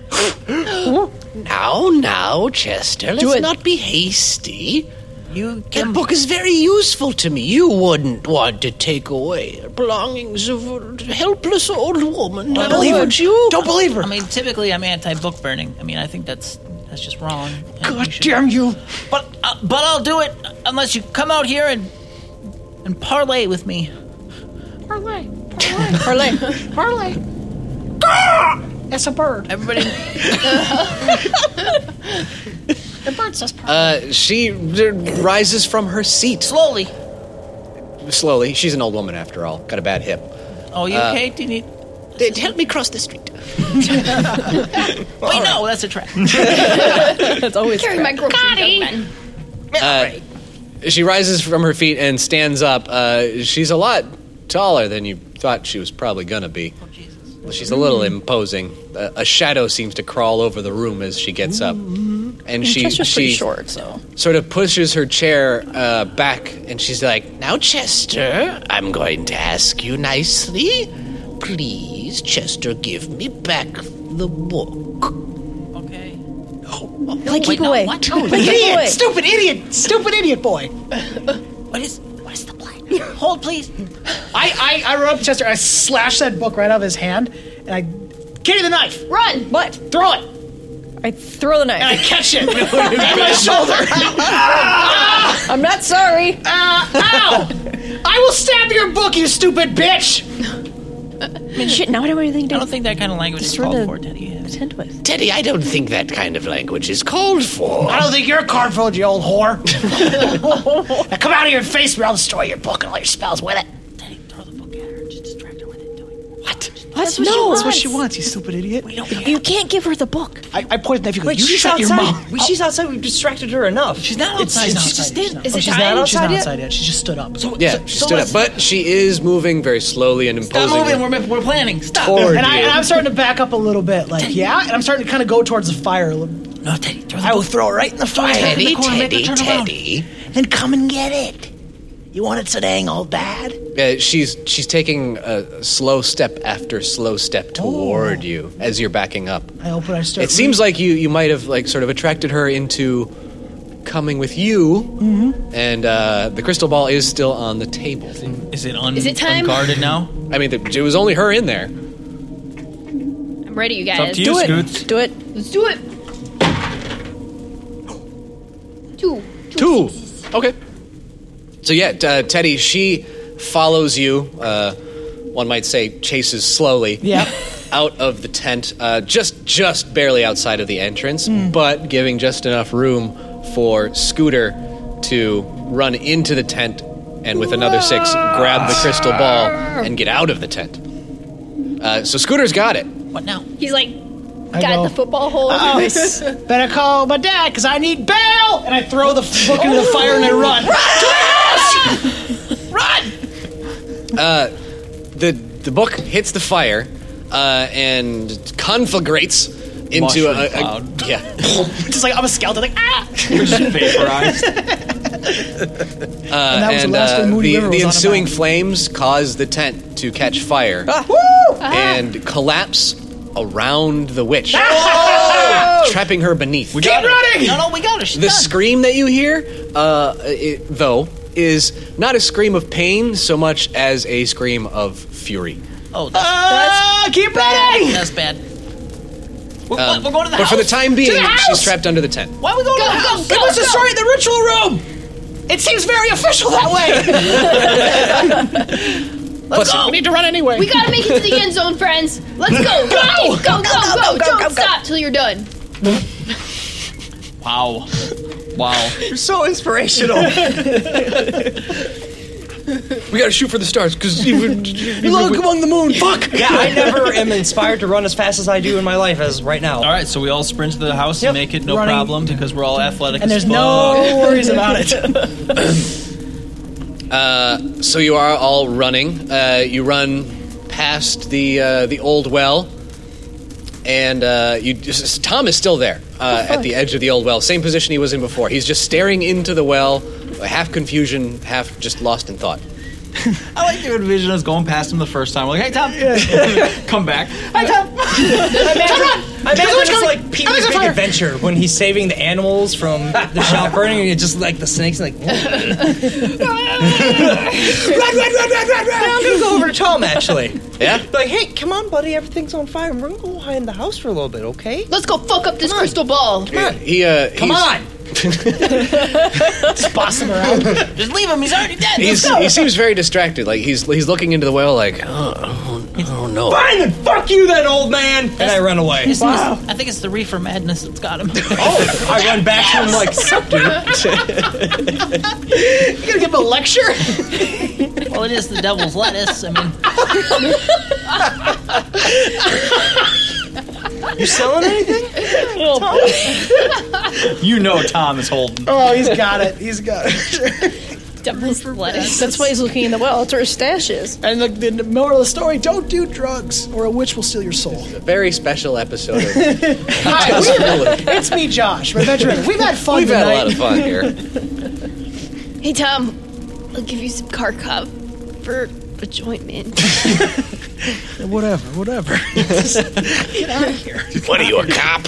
Speaker 5: Now, now, Chester, let's
Speaker 3: it.
Speaker 5: not be hasty.
Speaker 6: You
Speaker 5: That
Speaker 6: can.
Speaker 5: book is very useful to me. You wouldn't want to take away the belongings of a helpless old woman. Don't
Speaker 6: believe her.
Speaker 5: you? Don't believe her.
Speaker 6: I mean, typically I'm anti-book burning. I mean, I think that's that's just wrong. And
Speaker 4: God
Speaker 6: you should-
Speaker 4: damn you.
Speaker 6: But uh, but I'll do it unless you come out here and and parlay with me.
Speaker 4: Harley. That's a bird.
Speaker 6: Everybody,
Speaker 1: Uh, she r- rises from her seat
Speaker 6: slowly.
Speaker 1: slowly. She's an old woman, after all. Got a bad hip.
Speaker 6: Oh, you
Speaker 1: Uh,
Speaker 6: okay? Do you need?
Speaker 5: They'd help me cross the street.
Speaker 6: Wait, no, that's a trap.
Speaker 3: That's always
Speaker 11: Carry my groceries, young man.
Speaker 1: She rises from her feet and stands up. Uh, she's a lot taller than you thought she was probably gonna be.
Speaker 3: Oh,
Speaker 1: She's a little imposing. Uh, a shadow seems to crawl over the room as she gets up,
Speaker 3: Mm-hmm.
Speaker 1: and she
Speaker 3: Chester's pretty
Speaker 1: she
Speaker 3: short, so
Speaker 1: sort of pushes her chair uh, back, and she's like,
Speaker 5: Now, Chester, I'm going to ask you nicely. Please, Chester, give me back the book.
Speaker 6: Okay.
Speaker 3: like keep away. Like keep
Speaker 4: Idiot.
Speaker 3: away.
Speaker 4: Stupid idiot. Stupid idiot boy.
Speaker 6: What is what is the plan? Hold, please.
Speaker 4: I, I, I run up to Chester. I slash that book right out of his hand, and I carry the knife,
Speaker 11: Run!
Speaker 3: What?
Speaker 4: throw it,
Speaker 3: I throw the
Speaker 4: and I
Speaker 3: knife.
Speaker 4: catch it on my shoulder.
Speaker 3: I'm not sorry.
Speaker 4: Ah, ow! I will stab your book, you stupid bitch.
Speaker 3: Shit, now I don't have anything to
Speaker 6: I don't think that kind of language is
Speaker 3: throw
Speaker 6: called
Speaker 3: the-
Speaker 6: for, Teddy.
Speaker 3: tent with.
Speaker 5: Teddy, I don't think that kind of language is called for.
Speaker 4: I don't think you're a card fool, you old whore. now come out of here and face me. I'll destroy your book and all your spells with it.
Speaker 6: Teddy, throw the book at her. Just distract her with it. Do it.
Speaker 4: What?
Speaker 3: That's what no, she wants.
Speaker 4: you stupid idiot.
Speaker 3: You can't give her the book.
Speaker 4: I, I pointed at you. Wait,
Speaker 12: Wait,
Speaker 4: you
Speaker 12: she's
Speaker 4: shut your
Speaker 12: outside.
Speaker 4: mouth.
Speaker 12: We- She's outside. We've distracted her enough.
Speaker 6: She's not outside.
Speaker 4: She's
Speaker 6: She's,
Speaker 4: not outside.
Speaker 6: just
Speaker 4: She's not
Speaker 6: standing. Is
Speaker 4: outside.
Speaker 6: it
Speaker 4: She's
Speaker 6: time?
Speaker 4: not
Speaker 6: She's
Speaker 4: outside
Speaker 6: not
Speaker 4: yet?
Speaker 6: outside.
Speaker 4: She just stood up. So,
Speaker 1: "Yeah." She stood up, but she is moving very slowly and
Speaker 6: Stop
Speaker 1: imposing.
Speaker 6: moving. We're, we're planning. Stop.
Speaker 1: Toward
Speaker 4: and, I,
Speaker 1: you.
Speaker 4: and I'm starting to back up a little bit, like yeah, and I'm starting to kind of go towards the fire. a little-
Speaker 6: No, Teddy, throw the
Speaker 4: I will
Speaker 6: book.
Speaker 4: throw it right in the fire.
Speaker 5: Teddy, Teddy,
Speaker 6: turn around.
Speaker 5: Teddy. And come and get it. You want it so dang old bad?
Speaker 1: Uh, she's she's taking a slow step after slow step toward you as you're backing up.
Speaker 4: Oh. I hope I start.
Speaker 1: It seems like you you might have like sort of attracted her into coming with you,
Speaker 4: Mm-hmm.
Speaker 1: and uh, the crystal ball is still on the table.
Speaker 7: Is it un-
Speaker 11: Is it time?
Speaker 7: unguarded now?
Speaker 1: I mean, the, it was only her in there.
Speaker 11: I'm ready, you
Speaker 7: It's up
Speaker 11: guys.
Speaker 7: to you,
Speaker 3: Do it.
Speaker 7: Scoots.
Speaker 3: Do it.
Speaker 11: Let's do it. Two.
Speaker 1: Two. Okay. So yeah, t- uh, Teddy, she follows you. Uh, one might say chases slowly.
Speaker 4: Yeah.
Speaker 1: out of the tent, uh, just just barely outside of the entrance, but giving just enough room for Scooter to run into the tent and with another six grab the crystal ball and get out of the tent. Uh, so Scooter's got it.
Speaker 6: What now?
Speaker 11: He's like,
Speaker 4: I
Speaker 11: got
Speaker 4: go,
Speaker 11: the football hole.
Speaker 4: Oh, better call my dad because I need bail. And I throw the f- book into the fire and I run.
Speaker 1: Uh, the the book hits the fire uh, and conflagrates into a,
Speaker 4: Mushroom
Speaker 1: a-
Speaker 4: cloud.
Speaker 1: yeah.
Speaker 4: Just like I'm a skeleton, like ah.
Speaker 1: vaporized. Uh,
Speaker 4: And that was the
Speaker 1: and,
Speaker 4: last
Speaker 1: uh,
Speaker 4: one Moody
Speaker 1: the,
Speaker 4: River
Speaker 1: the
Speaker 4: was on
Speaker 1: ensuing flames cause the tent to catch fire
Speaker 6: Ah,
Speaker 1: and collapse around the witch, trapping her beneath.
Speaker 6: Ah! We got her. No, no, we got her. She's
Speaker 1: the
Speaker 6: done.
Speaker 1: scream that you hear, uh, it, though, is not a scream of pain so much as a scream of fury.
Speaker 6: Oh, that's,
Speaker 4: that's keep
Speaker 6: bad.
Speaker 4: running!
Speaker 6: That's bad. We're,
Speaker 1: Um,
Speaker 6: we're going to the
Speaker 1: but
Speaker 6: house.
Speaker 1: for the time being,
Speaker 6: To the
Speaker 1: she's
Speaker 6: house!
Speaker 1: trapped under the tent.
Speaker 6: Why are we going to the house?
Speaker 4: It was destroyed the ritual room. It seems very official that way.
Speaker 1: Plus,
Speaker 11: go.
Speaker 4: We need to run anyway.
Speaker 11: We gotta make it to the end zone, friends. Let's go.
Speaker 4: Go!
Speaker 11: Go, go, go, go. Don't stop till you're done.
Speaker 7: Wow. Wow.
Speaker 2: You're so inspirational.
Speaker 1: We gotta shoot for the stars because
Speaker 12: Look
Speaker 1: among the moon. Fuck.
Speaker 12: Yeah, I never am inspired to run as fast as I do in my life as right now.
Speaker 7: All right, so we all sprint to the house and make it no
Speaker 12: Running.
Speaker 7: problem because we're all athletic
Speaker 12: And there's
Speaker 7: as
Speaker 12: no
Speaker 7: fuck.
Speaker 12: worries about it.
Speaker 1: Uh, so you are all running. Uh, you run past the uh, the old well, and uh, you just, Tom is still there uh, at the edge of the old well, same position he was in before. He's just staring into the well, half confusion, half just lost in thought.
Speaker 7: I like to envision us going past him the first time. We're like, hey, Tom, come back. Hi, Tom.
Speaker 12: I imagine it's like Pee Wee's Big Adventure when he's saving the animals from the shop burning and it's just like the snakes like
Speaker 2: run, run, run, run, run, run.
Speaker 12: I'm gonna go over to Tom actually.
Speaker 1: Yeah?
Speaker 12: Like, hey, come on, buddy, everything's on fire. We're gonna go hide in the house for a little bit, okay?
Speaker 11: Let's go fuck up this crystal ball.
Speaker 1: He uh,
Speaker 12: Come
Speaker 1: he's-
Speaker 12: on!
Speaker 4: Just boss him around.
Speaker 6: Just leave him. He's already dead.
Speaker 1: He's,
Speaker 6: Let's go.
Speaker 1: he seems very distracted. Like he's he's looking into the well, like oh, oh, oh no.
Speaker 12: Fine, then fuck you, then, old man. And I run away.
Speaker 6: This is, I think it's the reefer madness that's got him.
Speaker 12: Oh, I run back to him like, sup, dude.
Speaker 4: You gonna give him a lecture?
Speaker 6: well, it is the devil's lettuce. I mean,
Speaker 12: you selling anything?
Speaker 7: You know Tom is holding.
Speaker 4: Oh, he's got it. He's got it.
Speaker 3: Devil's lettuce. That's why he's looking in the well. That's where his stash is.
Speaker 4: And the, the moral of the story: Don't do drugs, or a witch will steal your soul.
Speaker 1: Very special episode. Of
Speaker 4: Hi, we- it's me, Josh. We're veteran. We've had fun.
Speaker 1: We've had a
Speaker 4: tonight.
Speaker 1: lot of fun here.
Speaker 11: Hey, Tom, I'll give you some Karkov for adjointment.
Speaker 4: Whatever, whatever.
Speaker 1: What are you, a cop?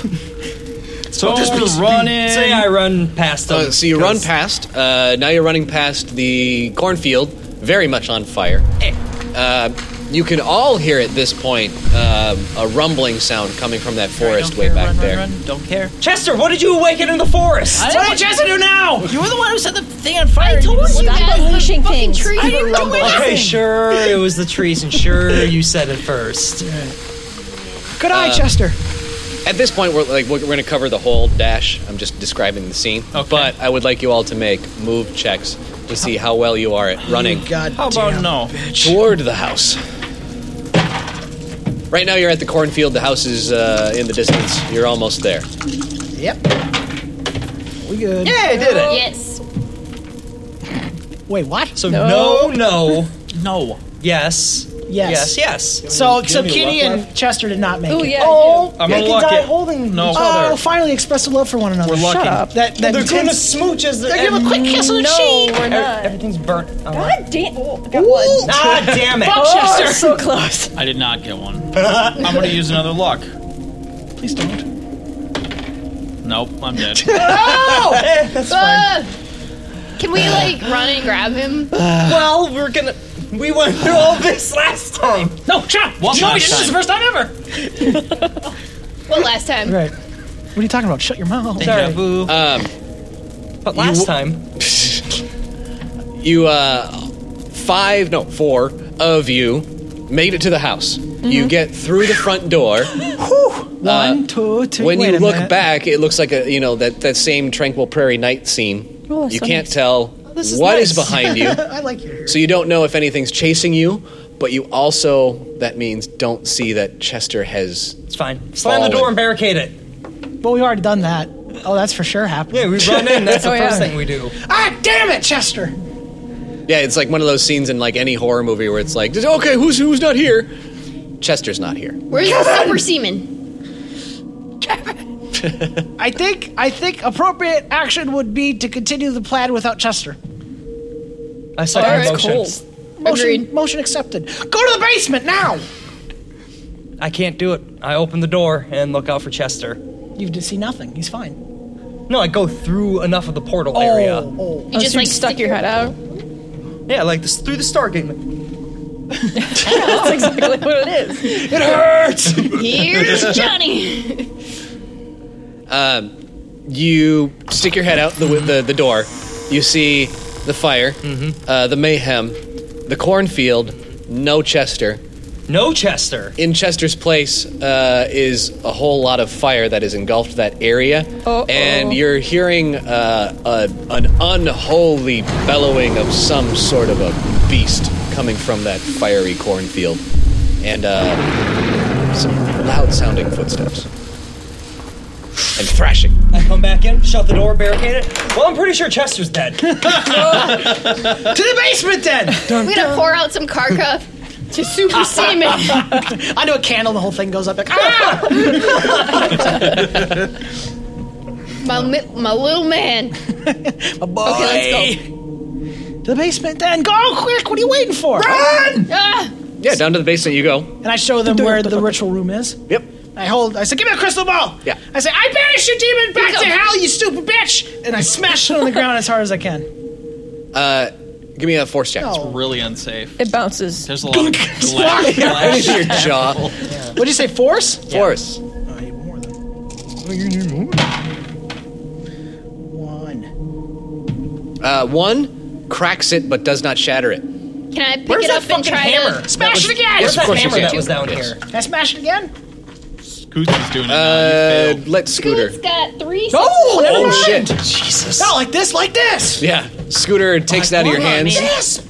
Speaker 7: So
Speaker 12: just be
Speaker 7: we're running.
Speaker 12: Say I run past him.
Speaker 1: Uh, so you run
Speaker 12: 'cause-
Speaker 1: past. Uh, now you're running past the cornfield, very much on fire.
Speaker 6: Eh.
Speaker 1: Uh, you can all hear at this point um, a rumbling sound coming from that forest way back
Speaker 6: run,
Speaker 1: there.
Speaker 6: run, run. Don't care.
Speaker 12: Chester, what did you awaken in the forest?
Speaker 6: I-
Speaker 12: What did Chester do now?
Speaker 6: You were the one who set the thing on fire.
Speaker 11: I told you
Speaker 3: Stop
Speaker 11: guys
Speaker 3: unleashing
Speaker 11: the fucking
Speaker 3: things.
Speaker 11: trees
Speaker 3: I
Speaker 11: were
Speaker 3: didn't do
Speaker 11: rumbling.
Speaker 12: Okay, sure, it was the trees, and sure, you said it first.
Speaker 4: Good eye, Chester.
Speaker 1: At this point, we're like we're, we're going to cover the whole dash. I'm just describing the scene. But I would like you all to make move checks to see how well you are
Speaker 6: Oh,
Speaker 1: at running
Speaker 4: God
Speaker 7: How about
Speaker 4: damn.
Speaker 7: Oh, no?
Speaker 1: toward the house. Right now, you're at the cornfield. The house is uh, in the distance. You're almost there.
Speaker 4: Yep. We good.
Speaker 12: Yeah, I did it.
Speaker 11: Yes.
Speaker 4: Wait, what?
Speaker 12: So no, no,
Speaker 7: No.
Speaker 12: yes,
Speaker 4: Yes.
Speaker 12: yes, yes.
Speaker 4: So,
Speaker 7: Give
Speaker 4: so
Speaker 7: me a
Speaker 4: Kitty
Speaker 7: luck
Speaker 4: and Chester did not make
Speaker 3: Ooh,
Speaker 4: it.
Speaker 3: yeah,
Speaker 4: Oh,
Speaker 7: I'm
Speaker 4: they
Speaker 7: gonna
Speaker 4: can
Speaker 7: luck
Speaker 4: die
Speaker 7: it.
Speaker 4: holding
Speaker 7: No.
Speaker 4: each
Speaker 7: Other.
Speaker 4: other. Oh, finally expressed a love for one another.
Speaker 7: We're
Speaker 4: Shut
Speaker 7: lucky.
Speaker 4: up. That, that
Speaker 12: They're gonna
Speaker 4: intense-
Speaker 12: smooch as the.
Speaker 4: They're giving a quick kiss on the
Speaker 3: no,
Speaker 4: cheek.
Speaker 3: we're
Speaker 12: Every-
Speaker 3: not.
Speaker 12: Everything's burnt. Oh,
Speaker 3: God damn. Oh, I got one.
Speaker 12: Ah, damn it!
Speaker 3: Oh, so close.
Speaker 7: I did not get one. I'm going to use another luck.
Speaker 4: Please don't.
Speaker 7: Nope, I'm dead.
Speaker 11: Ah! Can we like run and grab him?
Speaker 12: Well, we're gonna. We went through all this last time.
Speaker 7: no, John. One
Speaker 12: No,
Speaker 7: last
Speaker 12: this is the
Speaker 7: time.
Speaker 12: first time ever.
Speaker 11: What last time?
Speaker 4: Right. What are you talking about? Shut your mouth.
Speaker 12: Sorry.
Speaker 1: Um,
Speaker 12: But last time,
Speaker 1: you uh five no four of you made it to the house. You get through the front door.
Speaker 4: Mm-hmm.
Speaker 1: Uh,
Speaker 4: One, two, three.
Speaker 1: when
Speaker 4: Wait
Speaker 1: you
Speaker 4: a
Speaker 1: look
Speaker 4: minute.
Speaker 1: back, it looks like a you know that that same tranquil prairie night scene.
Speaker 4: Oh,
Speaker 1: you
Speaker 4: so
Speaker 1: can't
Speaker 4: nice. Oh,
Speaker 1: tell what
Speaker 4: This
Speaker 1: is
Speaker 4: is nice.
Speaker 1: behind you.
Speaker 4: I like your hair.
Speaker 1: So you don't know if anything's chasing you, but you also that means don't see that Chester has.
Speaker 12: It's fine. Slam the door and barricade it.
Speaker 4: Well, we've already done that. Oh, that's for sure happened.
Speaker 12: Yeah, we run in. That's the
Speaker 4: Oh,
Speaker 12: first thing we do.
Speaker 4: Ah, damn it, Chester!
Speaker 1: Yeah, it's like one of those scenes in like any horror movie where it's like, just, okay, who's who's not here? Chester's not here.
Speaker 11: Where's the super semen?
Speaker 4: I think I think appropriate action would be to continue the plan without Chester.
Speaker 12: I
Speaker 11: All
Speaker 12: second
Speaker 11: right,
Speaker 12: motion.
Speaker 4: Motion,
Speaker 11: Agreed.
Speaker 4: motion accepted. Go to the basement now.
Speaker 12: I can't do it. I open the door and look out for Chester.
Speaker 4: You just see nothing. He's fine.
Speaker 12: No, I go through enough of the portal
Speaker 4: Oh,
Speaker 12: area.
Speaker 4: oh.
Speaker 11: You just like stuck your head out.
Speaker 12: Yeah, like this through the Stargate.
Speaker 3: That's exactly what it is.
Speaker 12: It hurts.
Speaker 11: Here's Johnny.
Speaker 1: You stick your head out the wi- the, the door. You see the fire, uh, the mayhem, the cornfield. No Chester.
Speaker 12: no Chester.
Speaker 1: in Chester's place uh, is a whole lot of fire that has engulfed that area,
Speaker 3: Uh-oh.
Speaker 1: and you're hearing uh, a, an unholy bellowing of some sort of a beast coming from that fiery cornfield, and uh, some loud-sounding footsteps and thrashing.
Speaker 12: I come back in, shut the door, barricade it. Well, I'm pretty sure Chester's dead. to the basement then.
Speaker 11: I'm gonna pour out some car cup to super semen.
Speaker 4: I do a candle, and the whole thing goes up. Like, ah!
Speaker 11: my, mi- my little man. Okay, let's go.
Speaker 4: to the basement, then go quick. What are you waiting for?
Speaker 11: Ah,
Speaker 1: Yeah, down to the basement you go.
Speaker 4: And I show them where the ritual room is.
Speaker 1: Yep.
Speaker 4: I hold. I said, "Give me a crystal ball."
Speaker 1: Yeah.
Speaker 4: I say, "I banish your demon back
Speaker 11: Go.
Speaker 4: to hell, you stupid bitch!" And I smash it on the ground as hard as I can.
Speaker 1: Uh, give me a force check.
Speaker 4: Oh.
Speaker 7: Really unsafe.
Speaker 3: It bounces.
Speaker 7: There's a lot of glass.
Speaker 1: Right into your jaw.
Speaker 4: What'd you say? Force?
Speaker 1: Force.
Speaker 4: Oh, you more than one.
Speaker 1: Uh, one cracks it but does not shatter it.
Speaker 11: can I pick
Speaker 12: Where's
Speaker 11: it
Speaker 12: that
Speaker 11: up and
Speaker 12: fucking
Speaker 11: try
Speaker 12: hammer?
Speaker 11: to?
Speaker 4: Smash it again.
Speaker 12: Where's
Speaker 1: of
Speaker 12: that
Speaker 1: course you
Speaker 12: hammer
Speaker 1: can.
Speaker 12: that was down
Speaker 1: Yes.
Speaker 12: here?
Speaker 4: Can I smash it again?
Speaker 7: Coochie's doing it. now.
Speaker 1: Uh,
Speaker 7: You failed.
Speaker 1: let Scooter.
Speaker 11: Scoot's got three.
Speaker 4: Oh, never
Speaker 1: Oh
Speaker 4: mind.
Speaker 1: shit!
Speaker 12: Jesus.
Speaker 4: No, like this, like this.
Speaker 1: Yeah, Scooter takes it out of your hands.
Speaker 4: Yes.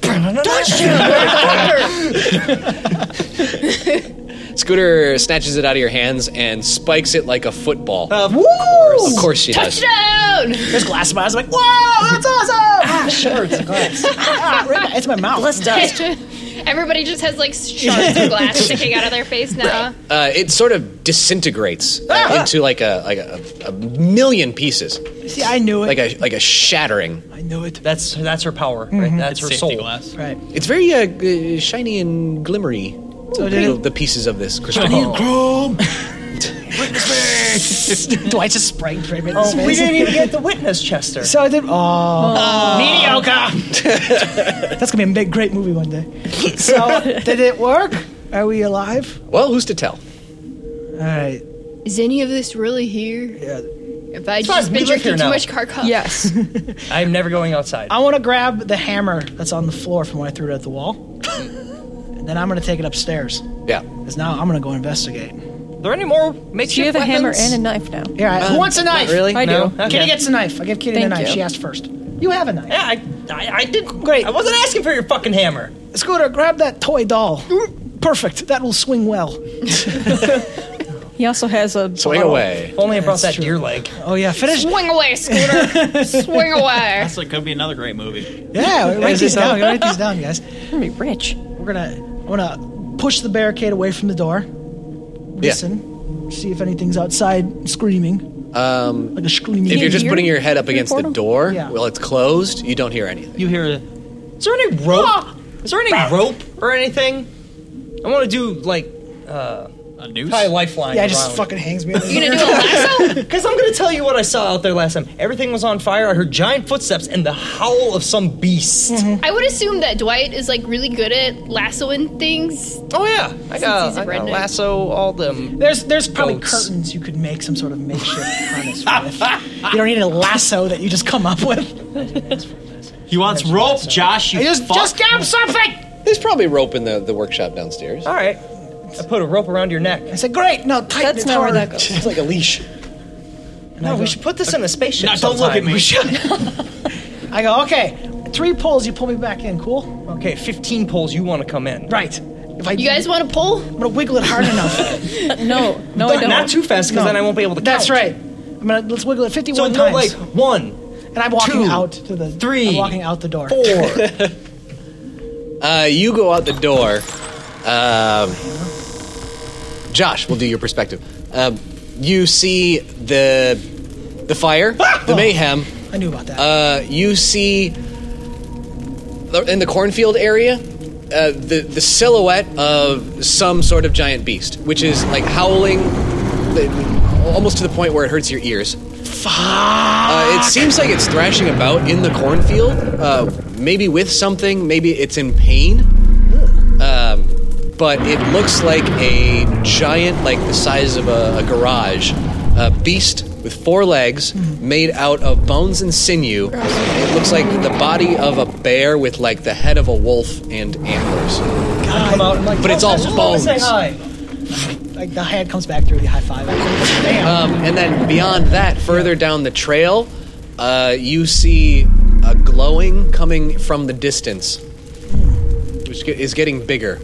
Speaker 1: Scooter snatches it out of your hands and spikes it like a football.
Speaker 12: Of
Speaker 4: Woo!
Speaker 1: of course she does.
Speaker 11: Touchdown!
Speaker 4: There's glass in my eyes. I'm like, whoa, that's awesome. ah,
Speaker 12: sure, it's a glass.
Speaker 4: right, it's my mouth.
Speaker 11: Everybody just has like shards of glass sticking out of their face now.
Speaker 1: Uh, it sort of disintegrates uh, into like a like a, a million pieces,
Speaker 4: See, I knew it.
Speaker 1: like a like a shattering.
Speaker 4: I knew it.
Speaker 12: That's that's her power. Right? That's her
Speaker 7: Mm-hmm. Safety
Speaker 12: soul.
Speaker 7: glass.
Speaker 4: Right.
Speaker 1: It's very uh, uh, shiny and glimmery. the, the pieces of this crystal.
Speaker 4: Do I just spray right in his
Speaker 12: Oh, we
Speaker 4: face?
Speaker 12: didn't even get the witness, Chester.
Speaker 4: So I did. Oh, mediocre. That's gonna be a big, great movie one day. So, did it work? Are we alive?
Speaker 1: Well, who's to tell?
Speaker 4: All right.
Speaker 11: Is any of this really here?
Speaker 4: Yeah.
Speaker 11: If I
Speaker 12: far as
Speaker 11: just been
Speaker 12: midriff here
Speaker 11: drinking too
Speaker 12: now.
Speaker 11: much car cup.
Speaker 3: Yes.
Speaker 12: I'm never going outside.
Speaker 4: I want to grab the hammer that's on the floor from when I threw it at the wall, and then I'm gonna take it upstairs.
Speaker 1: Yeah.
Speaker 4: Cause now I'm gonna go investigate.
Speaker 12: Are there any more makeshift
Speaker 3: Do you have a hammer
Speaker 12: weapons?
Speaker 3: and a knife now?
Speaker 4: Here, I, who wants a knife?
Speaker 12: Really?
Speaker 3: I
Speaker 12: no?
Speaker 3: do.
Speaker 12: Okay.
Speaker 4: Kitty gets a knife. I give Kitty the
Speaker 3: Thank
Speaker 4: knife.
Speaker 3: you.
Speaker 4: She asked first. You have a knife.
Speaker 12: Yeah, I, I, I did
Speaker 4: Great.
Speaker 12: great. I wasn't asking for your fucking hammer.
Speaker 4: Scooter, grab that toy doll. Perfect. That will swing well.
Speaker 3: He also has a.
Speaker 1: Swing
Speaker 3: bottle.
Speaker 1: away.
Speaker 12: If only I brought that
Speaker 4: That's true.
Speaker 12: deer leg.
Speaker 4: Oh yeah, finish.
Speaker 11: Swing away, Scooter. Swing away.
Speaker 7: That's like could be another great movie.
Speaker 4: Yeah, write these down. Write these down, guys.
Speaker 3: I'm gonna be rich.
Speaker 4: We're gonna I'm gonna push the barricade away from the door. Listen. See if anything's outside screaming.
Speaker 1: Um,
Speaker 4: Like a screaming.
Speaker 1: if you're just
Speaker 3: hear-
Speaker 1: putting your head up
Speaker 3: you
Speaker 1: against the
Speaker 3: report 'em?
Speaker 1: door,
Speaker 4: Yeah.
Speaker 1: well, it's closed. You don't hear anything.
Speaker 12: You hear? Is there any rope? Is there any rope or anything? I want to do like uh,
Speaker 7: A noose.
Speaker 12: tie a lifeline.
Speaker 4: yeah, it just
Speaker 12: around.
Speaker 4: fucking hangs me.
Speaker 11: You gonna do a lasso?
Speaker 12: Because I'm gonna tell you what I saw out there last time. Everything was on fire. I heard giant footsteps and the howl of some beast.
Speaker 4: Mm-hmm.
Speaker 11: I would assume that Dwight is like really good at lassoing things.
Speaker 12: Oh yeah, I
Speaker 11: he's
Speaker 12: got,
Speaker 11: a
Speaker 12: I got
Speaker 11: redneck.
Speaker 12: lasso all them.
Speaker 4: There's there's probably
Speaker 12: Goats.
Speaker 4: curtains you could make some sort of makeshift harness with. You don't need a lasso that you just come up with.
Speaker 7: He wants rope, Josh. You
Speaker 4: Just
Speaker 7: fuck.
Speaker 4: just grab something.
Speaker 1: There's probably rope in the, the workshop downstairs.
Speaker 12: All right. I put a rope around your neck.
Speaker 4: I said, "Great, no, tighten
Speaker 12: That's
Speaker 4: it
Speaker 12: not where that
Speaker 4: harder."
Speaker 12: goes.
Speaker 4: It's like a leash.
Speaker 12: No, we should put this in a spaceship.
Speaker 4: No, don't look at me.
Speaker 12: sometime.
Speaker 4: I go, okay, three pulls, you pull me back in. Cool.
Speaker 12: okay, 15 poles. You want to come in?
Speaker 4: Right. If I,
Speaker 11: You guys want to pull?
Speaker 4: I'm gonna wiggle it hard enough.
Speaker 3: No, no, I
Speaker 12: But
Speaker 3: don't.
Speaker 12: not too fast, because then I won't be able to.
Speaker 4: That's
Speaker 12: count.
Speaker 4: right. I'm gonna let's wiggle it 51
Speaker 12: So no,
Speaker 4: times.
Speaker 12: like one,
Speaker 4: and I'm walking
Speaker 12: two,
Speaker 4: out to the
Speaker 12: three,
Speaker 4: I'm walking out the door.
Speaker 12: four.
Speaker 1: Uh, you go out the door. Um, Josh, we'll do your perspective. Um, you see the the fire, the mayhem.
Speaker 4: I knew about that.
Speaker 1: Uh, you see the- in the cornfield area uh, the the silhouette of some sort of giant beast, which is like howling, uh, almost to the point where it hurts your ears. Uh, it seems like it's thrashing about in the cornfield, uh, maybe with something, maybe it's in pain. Um, but it looks like a giant, like the size of a, a garage, a beast with four legs made out of bones and sinew. It looks like the body of a bear with like the head of a wolf and antlers.
Speaker 4: I come out, I'm like,
Speaker 1: But
Speaker 12: "Oh,
Speaker 1: it's all
Speaker 4: "Just wanna Say
Speaker 1: bones."
Speaker 4: hi. Like the hand comes back through the high five. Damn.
Speaker 12: Uh,
Speaker 1: Um, and then beyond that, further down the trail, uh, you see a glowing coming from the distance, which ge- is getting bigger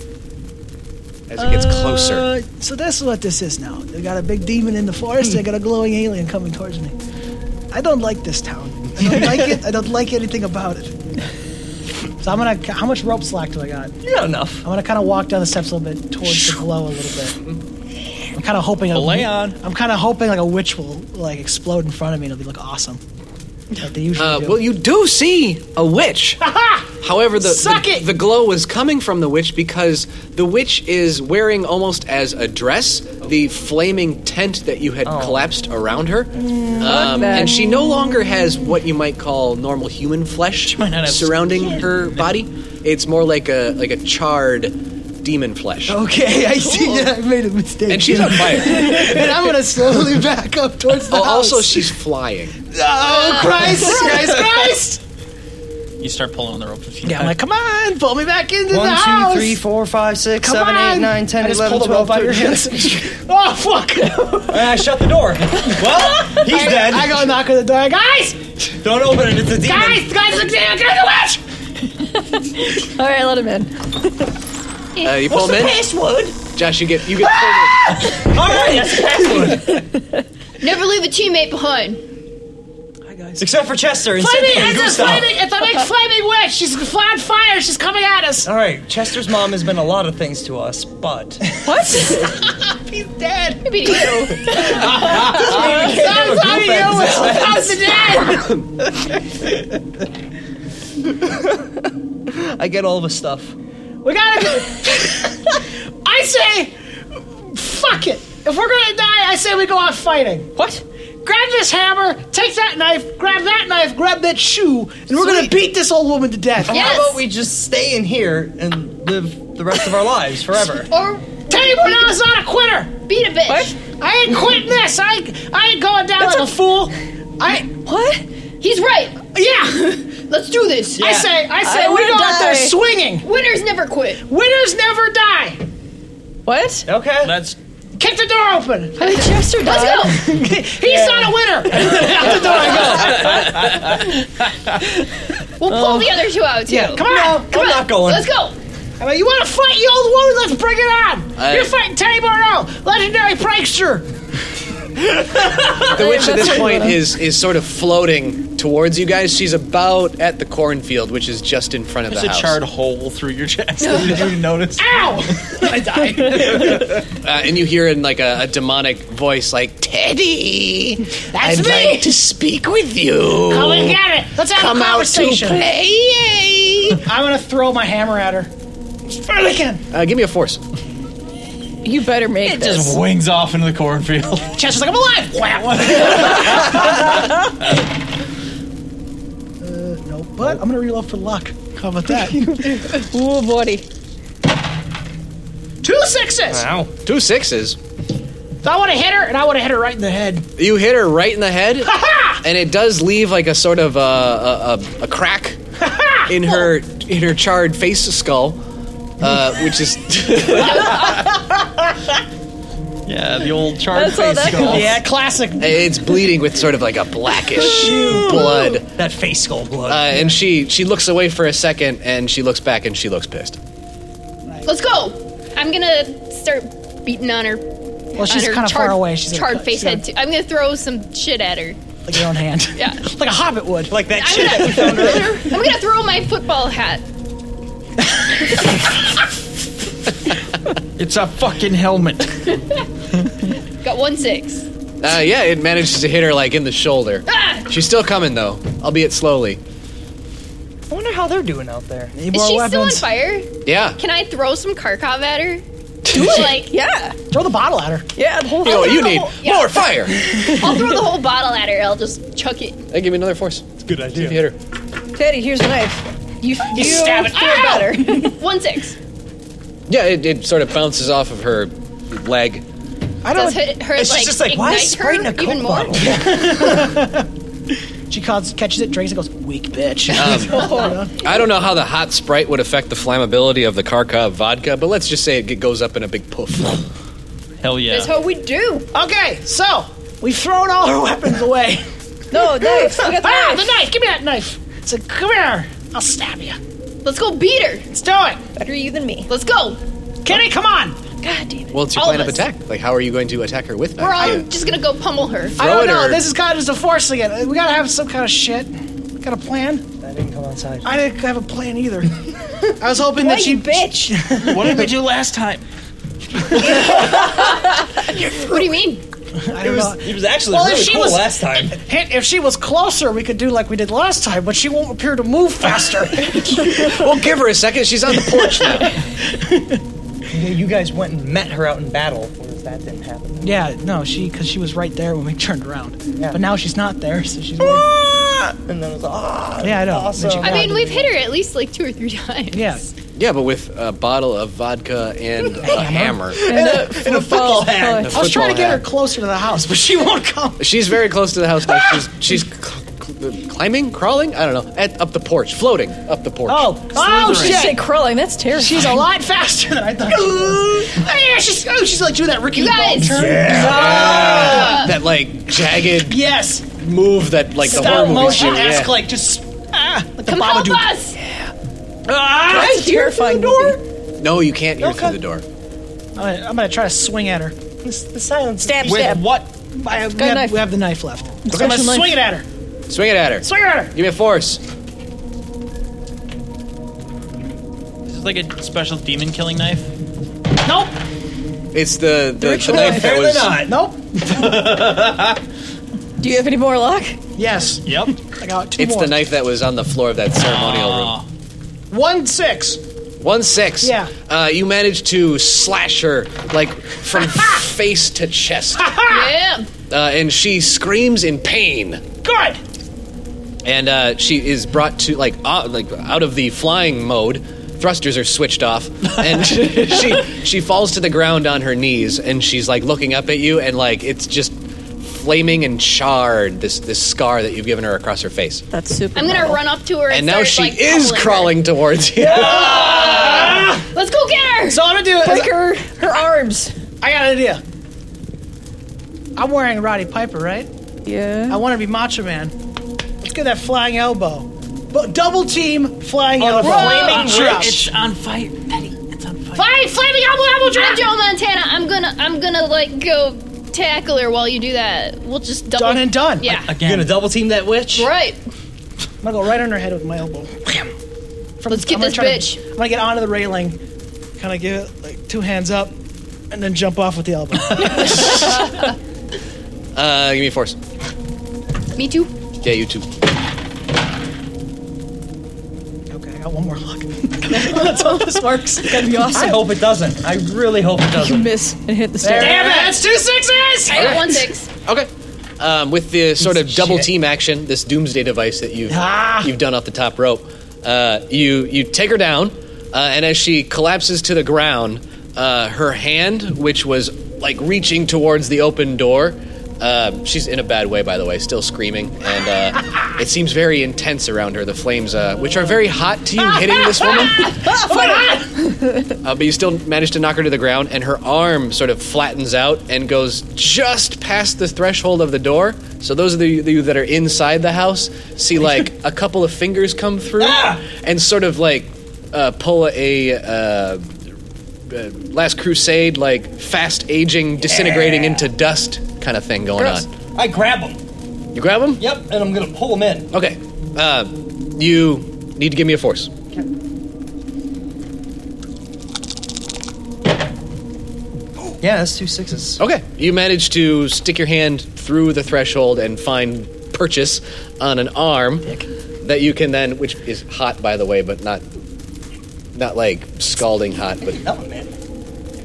Speaker 1: as it gets closer.
Speaker 4: Uh, so that's what this is now. They got a big demon in the forest.
Speaker 1: Hmm.
Speaker 4: They got a glowing alien coming towards me. I don't like this town. I don't like it. I don't like anything about it. So I'm gonna. How much rope slack do I got?
Speaker 12: You're not enough.
Speaker 4: I'm gonna kind of walk down the steps a little bit towards the glow a little bit. I'm kind of hoping. A,
Speaker 7: Belay on.
Speaker 4: I'm kind of hoping like a witch will like explode in front of me and it'll be like awesome. Like they usually
Speaker 1: Uh,
Speaker 4: do.
Speaker 1: well, you do see a witch. However, the,
Speaker 4: Suck
Speaker 1: the,
Speaker 4: it!
Speaker 1: the glow was coming from the witch because the witch is wearing almost as a dress the flaming tent that you had collapsed around her. Um,
Speaker 3: that.
Speaker 1: and she no longer has what you might call normal human flesh
Speaker 7: might not have
Speaker 1: surrounding her body. It's more like a like a charred demon flesh.
Speaker 4: okay, I see. Yeah, I made a mistake.
Speaker 1: And she's on fire.
Speaker 4: and I'm gonna slowly back up towards the
Speaker 1: oh,
Speaker 4: house.
Speaker 1: also, she's flying.
Speaker 4: oh Christ, Christ, Christ!
Speaker 7: You start pulling on the rope. 15
Speaker 4: Yeah, I'm like, come on, pull me back into the
Speaker 12: One,
Speaker 4: house.
Speaker 12: two, three, four, five, six,
Speaker 4: Come
Speaker 12: seven, eight,
Speaker 4: on.
Speaker 12: nine,
Speaker 4: I
Speaker 12: ten,
Speaker 4: just
Speaker 12: eleven,
Speaker 4: pulled a
Speaker 12: twelve,
Speaker 4: rope out of your
Speaker 12: thirteen.
Speaker 4: hands. oh fuck!
Speaker 12: And I shut the door. well, he's
Speaker 4: I,
Speaker 12: dead.
Speaker 4: I go knock on the door, guys,
Speaker 12: Don't open it. It's a demon.
Speaker 4: guys, guys, look down, guys, watch.
Speaker 3: All right, let him in.
Speaker 1: Uh, you pull him in.
Speaker 12: password?
Speaker 1: Josh, you get you get pulled in.
Speaker 12: All right, that's the password.
Speaker 11: Never leave a teammate behind.
Speaker 12: Except for Chester and
Speaker 4: Flaming,
Speaker 12: Cynthia and
Speaker 4: it's a
Speaker 12: Gustav.
Speaker 4: flaming, it's a big flaming witch. She's on fire. She's coming at us.
Speaker 12: All right, Chester's mom has been a lot of things to us, but
Speaker 4: Uh, He's dead.
Speaker 11: Maybe to you.
Speaker 4: I'm sorry, you. How's the dead?
Speaker 12: I get all the stuff.
Speaker 4: We gotta. Go. I say, fuck it. If we're gonna die, I say we go out fighting.
Speaker 12: What?
Speaker 4: Grab this hammer, take that knife, grab that knife, grab that shoe, and we're gonna
Speaker 12: Sweet.
Speaker 4: beat this old woman to death.
Speaker 12: How
Speaker 11: Yes.
Speaker 12: about we just stay in here and live the rest of our lives forever?
Speaker 11: Or
Speaker 4: Tell you what, I was not a quitter.
Speaker 11: beat a bitch.
Speaker 4: I ain't quitting this. I ain't, I ain't going down like a, fool. I
Speaker 3: What?
Speaker 11: He's right.
Speaker 4: yeah.
Speaker 11: Let's do this.
Speaker 4: I say I say
Speaker 3: I
Speaker 4: we
Speaker 3: wanna
Speaker 4: go out there
Speaker 3: die.
Speaker 4: swinging.
Speaker 11: Winners never quit.
Speaker 4: Winners never die.
Speaker 3: What?
Speaker 12: Okay.
Speaker 7: That's
Speaker 4: Kick the door open.
Speaker 3: Chester
Speaker 11: Let's
Speaker 3: died?
Speaker 11: go.
Speaker 4: He's not a winner. out the door I
Speaker 11: We'll pull the other two out too.
Speaker 12: Yeah,
Speaker 4: go. Come on.
Speaker 12: I'm not going.
Speaker 11: Let's go.
Speaker 4: I mean, you want to fight, you old woman? Let's bring it on.
Speaker 1: I-
Speaker 4: You're fighting Teddy Barnell, legendary prankster.
Speaker 1: The witch at this point is is sort of floating towards you guys. She's about at the cornfield, which is just in front of
Speaker 7: just
Speaker 1: the
Speaker 7: a
Speaker 1: house.
Speaker 7: charred hole through your chest. Did you even notice?
Speaker 4: Ow!
Speaker 1: Uh, and you hear in like a, a demonic voice, like Teddy,
Speaker 4: That's
Speaker 1: I'd
Speaker 4: me."
Speaker 1: like to speak with you.
Speaker 4: Come and get it. Let's have
Speaker 1: Come
Speaker 4: a
Speaker 1: out to
Speaker 4: conversation.
Speaker 1: play.
Speaker 4: I'm gonna throw my hammer at her. Furlican!
Speaker 1: Uh, give me a force.
Speaker 3: You better make
Speaker 7: It
Speaker 3: this.
Speaker 7: just wings off into the cornfield.
Speaker 4: Chester's like, I'm alive! Wow. No, but I'm gonna reload for luck. How about that?
Speaker 3: Ooh, buddy.
Speaker 4: Two sixes!
Speaker 12: Ow.
Speaker 1: Two sixes.
Speaker 4: So I wanna hit her, and I wanna hit her right in the head.
Speaker 1: You hit her right in the head, and it does leave like a sort of uh, a, a, a crack in her in her charred face skull. uh, which is
Speaker 7: yeah, the old charred
Speaker 1: That's all
Speaker 7: face
Speaker 1: that
Speaker 7: skull.
Speaker 1: could be.
Speaker 7: Yeah,
Speaker 4: classic.
Speaker 1: It's bleeding with sort of like a blackish blood.
Speaker 12: That face skull blood.
Speaker 1: Uh, and she she looks away for a second, and she looks back, and she looks pissed.
Speaker 11: Let's go. I'm gonna start beating on her. Well,
Speaker 4: she's kinda far away. She's gonna
Speaker 11: charred
Speaker 4: cut-
Speaker 11: face
Speaker 4: she's gonna-
Speaker 11: head too. I'm gonna throw some shit at her.
Speaker 4: like your own hand.
Speaker 11: Yeah.
Speaker 4: like a hobbit would. Like that shit.
Speaker 11: I'm gonna throw my football hat.
Speaker 8: It's a fucking helmet.
Speaker 11: Got one six.
Speaker 1: Uh, yeah, it manages to hit her like in the shoulder.
Speaker 11: Ah!
Speaker 1: She's still coming though, albeit slowly.
Speaker 12: I wonder how they're doing out there.
Speaker 4: Need
Speaker 11: Is she still on fire?
Speaker 1: Yeah.
Speaker 11: Can I throw some Karkov at her? Do it. Like,
Speaker 3: yeah.
Speaker 4: Throw the bottle at her.
Speaker 3: Yeah, the whole
Speaker 1: You know what you need? More fire.
Speaker 11: I'll throw the whole bottle at her. I'll just chuck it.
Speaker 1: Hey, give me another force. It's a good idea. you hit her.
Speaker 3: Teddy, here's the knife. You, you,
Speaker 11: stab it.
Speaker 3: feel
Speaker 11: Ow!
Speaker 3: better.
Speaker 11: Ah! One six.
Speaker 1: Yeah, it, it sort of bounces off of her leg.
Speaker 4: I
Speaker 11: Does her, her
Speaker 12: It's
Speaker 11: like,
Speaker 12: just like,
Speaker 11: ignite
Speaker 12: why is
Speaker 11: her
Speaker 12: spraying a
Speaker 11: even
Speaker 12: Coke
Speaker 11: more?
Speaker 12: bottle?
Speaker 4: She calls, catches it, drinks it, goes, weak bitch.
Speaker 1: I don't know how the hot sprite would affect the flammability of the Karka vodka, but let's just say it goes up in a big puff.
Speaker 7: Hell yeah.
Speaker 11: That's how we do.
Speaker 4: okay, so we've thrown all our weapons away.
Speaker 3: No, knife. We got the
Speaker 4: ah,
Speaker 3: knife.
Speaker 4: the knife. Give me that knife. So come here. I'll stab you.
Speaker 11: Let's go beat her.
Speaker 4: Let's do it.
Speaker 3: Better you than me.
Speaker 11: Let's go.
Speaker 4: Kenny, come on.
Speaker 11: God damn it.
Speaker 1: Well, it's your
Speaker 11: All
Speaker 1: plan of
Speaker 11: of us.
Speaker 1: attack. Like, how are you going to attack her with that?
Speaker 11: We're all
Speaker 1: Yeah.
Speaker 11: just gonna go pummel her.
Speaker 4: I
Speaker 1: Throw
Speaker 4: don't
Speaker 1: it
Speaker 4: know.
Speaker 1: or-
Speaker 4: This is kind of just a force again. We gotta have some kind of shit. Got a plan?
Speaker 12: I didn't come outside.
Speaker 4: I didn't have a plan either. I was hoping
Speaker 3: What,
Speaker 4: that
Speaker 3: you
Speaker 4: she.
Speaker 3: bitch?
Speaker 7: what did we do last time?
Speaker 11: What do you mean?
Speaker 4: I
Speaker 12: It
Speaker 4: don't
Speaker 12: was,
Speaker 4: know.
Speaker 12: it was actually
Speaker 4: Well, if
Speaker 12: really
Speaker 4: she
Speaker 12: cool
Speaker 4: was-
Speaker 12: last time.
Speaker 4: Hint, if she was closer, we could do like we did last time, but she won't appear to move faster.
Speaker 1: Well, give her a second. She's on the porch now.
Speaker 12: You you guys went and met her out in battle. Whereas that didn't happen.
Speaker 4: yeah, no, she because she was right there when we turned around,
Speaker 12: Yeah.
Speaker 4: but now she's not there, so she's. waiting.
Speaker 12: And then it was like, ah,
Speaker 4: Yeah, I know.
Speaker 12: Awesome.
Speaker 4: Did you-
Speaker 11: I mean, we've hit her at least like two or three times.
Speaker 4: yeah,
Speaker 1: yeah, but with a bottle of vodka and a hammer.
Speaker 4: in a football
Speaker 3: hat.
Speaker 4: I was trying to get her
Speaker 1: Football hat.
Speaker 4: closer to the house, but she won't come.
Speaker 1: She's very close to the house now. She's she's cl- cl- climbing, crawling. I don't know. At, up the porch, floating up the porch.
Speaker 4: Oh, oh
Speaker 3: She
Speaker 4: shit!
Speaker 3: say crawling. That's terrifying.
Speaker 4: She's a lot faster than I thought. She was. Oh, yeah, she's oh, she's like doing that Ricky
Speaker 11: You
Speaker 4: Ball
Speaker 11: guys!
Speaker 4: turn.
Speaker 1: Ah! that like jagged
Speaker 4: Yes,
Speaker 1: move that like the horror
Speaker 4: stop
Speaker 1: movies do.
Speaker 4: motion esque,
Speaker 1: Yeah.
Speaker 4: like just ah, like the
Speaker 11: Come help
Speaker 4: Babadook.
Speaker 11: us!
Speaker 4: Ah!
Speaker 3: That's terrifying. Door.
Speaker 1: No, you can't hear through
Speaker 4: Okay.
Speaker 1: the door.
Speaker 4: I'm gonna, I'm gonna try to swing at her.
Speaker 12: This- the silence.
Speaker 3: Stab,
Speaker 7: With
Speaker 3: stab.
Speaker 7: what?
Speaker 4: I have, we,
Speaker 3: a
Speaker 4: have,
Speaker 3: knife.
Speaker 4: we have the knife left. So I'm
Speaker 3: got
Speaker 4: gonna
Speaker 3: your knife.
Speaker 4: swing it at her.
Speaker 1: Swing it at her.
Speaker 4: Swing it at her.
Speaker 1: Give me a force.
Speaker 7: This is like a special demon killing knife.
Speaker 4: Nope.
Speaker 1: It's the the, the knife that
Speaker 12: Apparently
Speaker 1: was.
Speaker 12: not.
Speaker 4: Nope.
Speaker 3: Do you have any more luck?
Speaker 4: Yes.
Speaker 7: Yep.
Speaker 4: I got two
Speaker 1: It's
Speaker 4: more.
Speaker 1: the knife that was on the floor of that ceremonial
Speaker 4: Ah.
Speaker 1: room.
Speaker 4: One six.
Speaker 1: One six.
Speaker 4: Yeah.
Speaker 1: Uh, you managed to slash her like from face to chest, uh,
Speaker 11: Yeah!
Speaker 1: and she screams in pain.
Speaker 4: Good.
Speaker 1: and uh, she is brought to like uh, like out of the flying mode. Thrusters are switched off, and she she falls to the ground on her knees, and she's like looking up at you, and like it's just flaming and charred. This this scar that you've given her across her face,
Speaker 3: That's super.
Speaker 11: I'm gonna run up to her and,
Speaker 1: and now she
Speaker 11: start, like,
Speaker 1: is
Speaker 11: pummeling her.
Speaker 1: crawling towards you.
Speaker 11: Let's go get her!
Speaker 4: So I'm gonna do
Speaker 3: Break
Speaker 4: it.
Speaker 3: her, her arms.
Speaker 4: I got an idea. I'm wearing Roddy Piper, right?
Speaker 3: Yeah.
Speaker 4: I want to be Macho Man. Let's get that flying elbow. But double team flying
Speaker 1: Oh,
Speaker 4: elbow.
Speaker 7: flaming
Speaker 4: Drop.
Speaker 7: It's on fire. Betty, it's on fire.
Speaker 11: Fine, flaming elbow, elbow drop, Joe Montana. I'm gonna, I'm gonna like go tackle her while you do that. We'll just double.
Speaker 4: Done and done.
Speaker 11: Yeah.
Speaker 12: You're gonna double team that witch?
Speaker 11: Right.
Speaker 4: I'm gonna go right on her head with my elbow. Wham. From,
Speaker 11: Let's get
Speaker 4: I'm
Speaker 11: this
Speaker 4: gonna try to-
Speaker 11: bitch.
Speaker 4: I'm gonna get onto the railing, kind of give it like two hands up, and then jump off with the elbow.
Speaker 1: Uh, give me a force.
Speaker 11: Me too.
Speaker 1: Yeah, you too.
Speaker 4: okay, I got one more luck. Let's hope this works.
Speaker 3: That'd be
Speaker 12: I
Speaker 3: awesome.
Speaker 12: hope it doesn't. I really hope it
Speaker 3: You
Speaker 12: doesn't.
Speaker 3: miss and hit the star.
Speaker 4: Damn it! It's two sixes.
Speaker 11: I got one six.
Speaker 1: Okay. Um, with the sort of
Speaker 12: of
Speaker 1: double
Speaker 12: shit.
Speaker 1: team action, this doomsday device that you've
Speaker 4: Ah.
Speaker 1: you've done off the top rope, uh, you you take her down, uh, and as she collapses to the ground, uh, her hand, which was like reaching towards the open door, Uh, she's in a bad way, by the way, still screaming, and uh, it seems very intense around her. The flames, uh, which are very hot to you, hitting this woman, uh, but you still manage to knock her to the ground, and her arm sort of flattens out and goes just past the threshold of the door. So those of the, you that are inside the house see like a couple of fingers come through and sort of like uh, pull a. Uh, uh, Last Crusade, like fast aging, disintegrating into dust kind of thing going
Speaker 12: Gross.
Speaker 1: on.
Speaker 12: I grab him.
Speaker 1: You grab him?
Speaker 12: Yep, and I'm gonna pull him in.
Speaker 1: Okay. Uh, you need to give me a force.
Speaker 12: Yeah, that's two sixes.
Speaker 1: Okay. You manage to stick your hand through the threshold and find purchase on an arm that you can then, which is hot by the way, but not not like scalding hot, but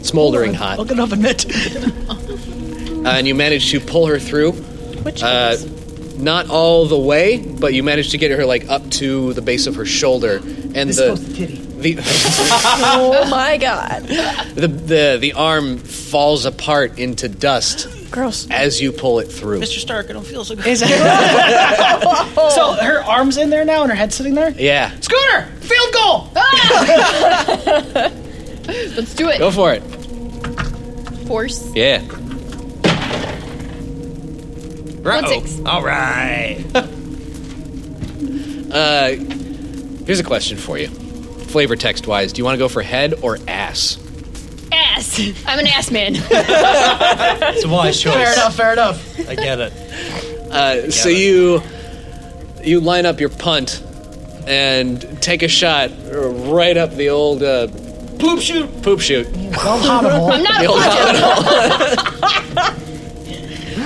Speaker 1: smoldering hot.
Speaker 4: Look it up and admit.
Speaker 1: Uh, and you manage to pull her through. uh, not all the way, but you manage to get her like up to the base of her shoulder, and
Speaker 3: This
Speaker 1: the
Speaker 3: goes to
Speaker 1: the
Speaker 3: oh my god.
Speaker 1: the, the the arm falls apart into dust.
Speaker 3: Gross.
Speaker 1: As you pull it through,
Speaker 6: Mr. Stark, I don't feel so good.
Speaker 4: Is it? so her arm's in there now and her head's sitting there?
Speaker 1: Yeah.
Speaker 4: Scooter! Field goal!
Speaker 11: Let's do it.
Speaker 1: Go for it.
Speaker 11: Force.
Speaker 1: Yeah.
Speaker 11: One six.
Speaker 1: All right. uh, here's a question for you. Flavor text wise, do you want to go for head or ass?
Speaker 11: Ass. I'm an ass man.
Speaker 1: It's a wise
Speaker 4: Fair enough, fair enough.
Speaker 1: I get it. Uh, so you you line up your punt and take a shot right up the old uh, poop shoot. Poop shoot.
Speaker 4: Oh,
Speaker 11: I'm not a
Speaker 1: The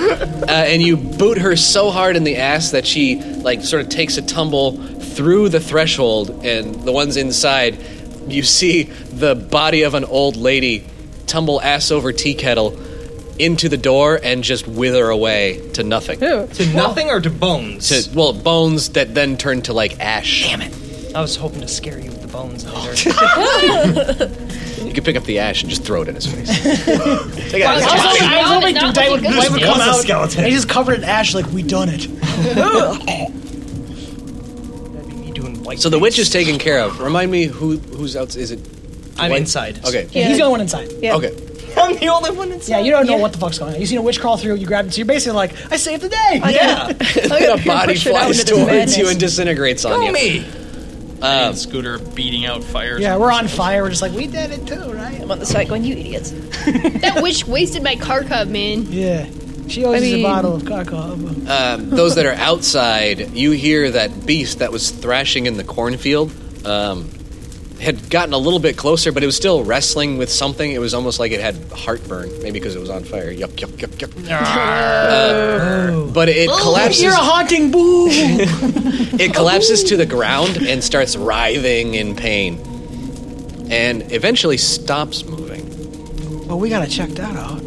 Speaker 1: old
Speaker 11: punter.
Speaker 1: uh, and you boot her so hard in the ass that she like sort of takes a tumble through the threshold and the ones inside you see the body of an old lady tumble ass over tea kettle into the door and just wither away to nothing
Speaker 12: To nothing or to bones?
Speaker 1: to well bones that then turn to like ash damn it
Speaker 12: I was hoping to scare you with the bones. Under.
Speaker 1: you could pick up the ash and just throw it in his face
Speaker 4: I was
Speaker 1: Take it out.
Speaker 4: hoping- I was hoping
Speaker 11: Not
Speaker 4: Dave would,
Speaker 11: looking
Speaker 4: Dave would
Speaker 12: good.
Speaker 4: come
Speaker 12: What's a
Speaker 4: out.
Speaker 12: skeleton?
Speaker 4: And he's just covered in ash, like we done it.
Speaker 1: so the witch is taken care of remind me who who's out is it
Speaker 12: I'm
Speaker 1: Dwight?
Speaker 12: inside.
Speaker 1: okay
Speaker 4: Yeah, he's the only one inside.
Speaker 1: okay
Speaker 12: I'm the only one inside.
Speaker 4: Yeah, you don't know what the fuck's going on. You seen a witch crawl through, you grab it, so you're basically like, I saved the day.
Speaker 12: Yeah.
Speaker 1: a body
Speaker 4: push it out
Speaker 1: flies
Speaker 4: into this
Speaker 1: towards
Speaker 4: madness.
Speaker 1: you and disintegrates on you.
Speaker 7: and
Speaker 1: Um,
Speaker 7: Scooter beating out fire.
Speaker 4: Yeah, we're on fire. We're just like, we did it too, right?
Speaker 3: I'm on the side going, you idiots.
Speaker 11: that witch wasted my car cub, man.
Speaker 4: Yeah. She always
Speaker 3: I
Speaker 4: uses
Speaker 3: mean-
Speaker 4: a bottle of Karkov.
Speaker 1: Um, those that are outside, you hear that beast that was thrashing in the cornfield um, had gotten a little bit closer, but it was still wrestling with something. It was almost like it had heartburn, maybe because it was on fire. Yuck, yuck, yuck, yuck. Uh, but it collapses.
Speaker 4: Oh, You're a haunting boo.
Speaker 1: It collapses to the ground and starts writhing in pain, and eventually stops moving.
Speaker 4: well, we gotta check that out.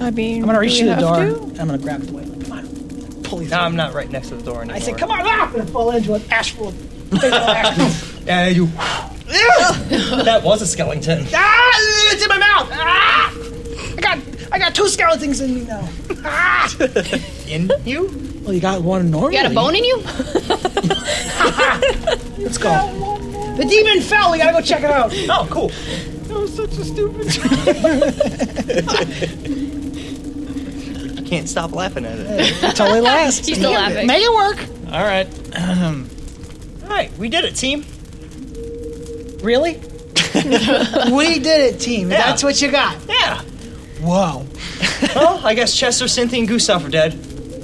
Speaker 3: I mean,
Speaker 4: I'm gonna reach
Speaker 3: do
Speaker 4: through
Speaker 3: we
Speaker 4: the
Speaker 3: have
Speaker 4: door
Speaker 3: to?
Speaker 4: and I'm gonna grab the whale. Come on. Pull you
Speaker 12: No,
Speaker 4: through.
Speaker 12: I'm not right next to the door anymore.
Speaker 4: I said, come on, ah! and I fall into an ash full of big old ash.
Speaker 12: Yeah, you. that was a skeleton.
Speaker 4: ah! It's in my mouth! Ah! I got, I got two skeletons in me now. Ah!
Speaker 12: In you?
Speaker 4: Well, you got one normally.
Speaker 11: You got a bone in you?
Speaker 4: Let's go. The demon fell. We gotta go check it out.
Speaker 12: Oh, cool.
Speaker 8: That was such a stupid.
Speaker 12: I can't stop laughing at it.
Speaker 4: Totally last.
Speaker 11: He's still laughing.
Speaker 4: Make it work.
Speaker 7: All right.
Speaker 12: All right, we did it, team.
Speaker 4: Really? we did it, team.
Speaker 12: Yeah.
Speaker 4: That's what you got.
Speaker 12: Yeah.
Speaker 4: Whoa.
Speaker 12: Well, I guess Chester, Cynthia, and Gustav are dead.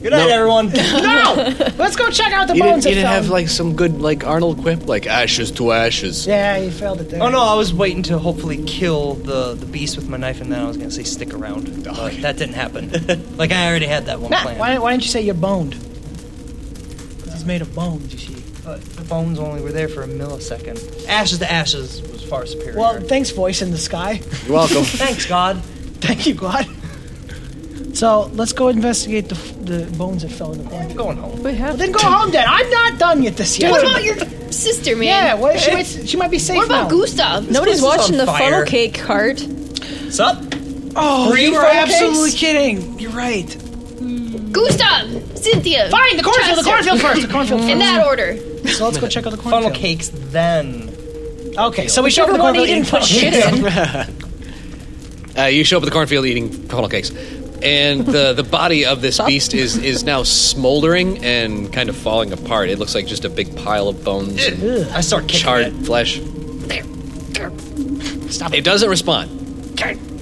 Speaker 12: Good night, everyone.
Speaker 4: No! Let's go check out the
Speaker 1: You
Speaker 4: bones
Speaker 1: didn't, you didn't
Speaker 4: I found.
Speaker 1: have like some good like Arnold quip, like ashes to ashes.
Speaker 4: Yeah, you failed it there.
Speaker 12: Oh no, I was waiting to hopefully kill the, the beast with my knife, and then I was gonna say stick around. But that didn't happen. like I already had that one
Speaker 4: Matt,
Speaker 12: planned.
Speaker 4: why, why didn't you say you're boned? 'Cause he's made of bones, you see.
Speaker 12: But the bones only were there for a millisecond. Ashes to ashes was far superior.
Speaker 4: Well, thanks, voice in the sky.
Speaker 1: You're welcome.
Speaker 12: thanks God.
Speaker 4: Thank you, God. So let's go investigate the, f- the bones that fell in the
Speaker 12: I'm
Speaker 4: corn.
Speaker 12: going home.
Speaker 3: We have
Speaker 4: Then go home, then. I'm not done yet this year.
Speaker 11: What about your sister, man?
Speaker 4: Yeah, what if she, might, she might be safe
Speaker 11: What about
Speaker 4: now.
Speaker 11: Gustav?
Speaker 3: Nobody's
Speaker 12: This place is
Speaker 3: watching
Speaker 12: on
Speaker 3: the
Speaker 12: fire.
Speaker 3: funnel cake cart.
Speaker 12: Sup?
Speaker 4: Oh,
Speaker 12: Three
Speaker 4: you were
Speaker 12: funnel
Speaker 4: absolutely
Speaker 12: cakes?
Speaker 4: kidding. You're right.
Speaker 11: Gustav, Cynthia.
Speaker 4: Fine, the cornfield,
Speaker 11: Chester.
Speaker 4: the cornfield first, the cornfield
Speaker 11: In
Speaker 4: first.
Speaker 11: that order.
Speaker 4: So let's go check out the cornfield. Funnel
Speaker 12: cakes, then.
Speaker 4: Okay, so we
Speaker 11: Whichever
Speaker 4: show up at the
Speaker 11: one he
Speaker 4: cornfield.
Speaker 11: didn't put shit
Speaker 1: Uh, you show up at the cornfield eating funnel cakes, and the, the body of this beast is is now smoldering and kind of falling apart. It looks like just a big pile of bones and
Speaker 12: I start kicking
Speaker 1: charred flesh.
Speaker 4: Stop
Speaker 1: it. doesn't respond.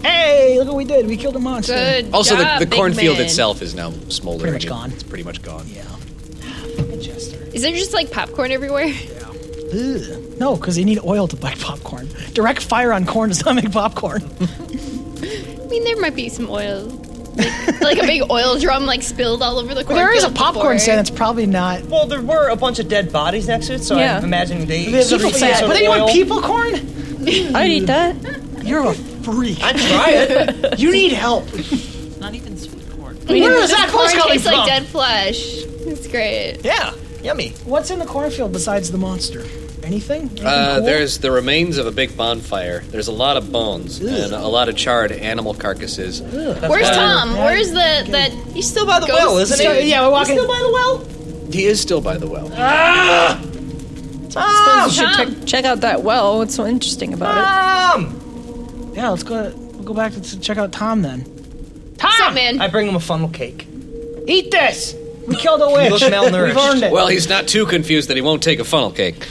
Speaker 4: Hey, look what we did. We killed a monster.
Speaker 11: Good
Speaker 1: Also, the, the cornfield itself is now smoldering.
Speaker 4: Pretty much gone.
Speaker 1: It's pretty much gone. Yeah.
Speaker 11: Is there just like popcorn everywhere?
Speaker 4: Ugh. No, because they need oil to buy popcorn. Direct fire on corn does not make popcorn.
Speaker 11: I mean, there might be some oil. Like, like a big oil drum like spilled all over the
Speaker 4: Well,
Speaker 11: cornfield.
Speaker 4: there is a
Speaker 11: before.
Speaker 4: popcorn stand that's probably not.
Speaker 12: Well, there were a bunch of dead bodies next to it, so
Speaker 4: Yeah.
Speaker 12: I'm imagining they.
Speaker 4: They have the people-
Speaker 12: some
Speaker 4: but then you want
Speaker 12: oil.
Speaker 4: people corn? I'd eat that. You're a freak. I
Speaker 12: try
Speaker 4: it. You need help.
Speaker 6: Not even sweet corn.
Speaker 4: Where
Speaker 11: This
Speaker 4: is that
Speaker 11: corn
Speaker 4: corn coming
Speaker 11: tastes
Speaker 4: from?
Speaker 11: like dead flesh. It's great.
Speaker 12: Yeah, yummy.
Speaker 4: What's in the cornfield besides the monster? Anything? Anything
Speaker 1: Uh,
Speaker 4: cool?
Speaker 1: there's the remains of a big bonfire. There's a lot of bones and a lot of charred animal carcasses.
Speaker 11: Where's
Speaker 1: Uh,
Speaker 11: Tom? Where's the that? He's
Speaker 12: still by the
Speaker 1: well, isn't he?
Speaker 4: Yeah, we're walking.
Speaker 12: Still by the well.
Speaker 1: He is still by the well.
Speaker 3: You should check, check out that well. What's so interesting about
Speaker 4: Yeah, let's go. We'll go back to, to check out Tom then.
Speaker 11: Tom, man.
Speaker 12: I bring him a funnel cake.
Speaker 4: Eat this. We killed a witch.
Speaker 12: look malnourished.
Speaker 4: We've earned it.
Speaker 1: Well, he's not too confused that he won't take a funnel cake.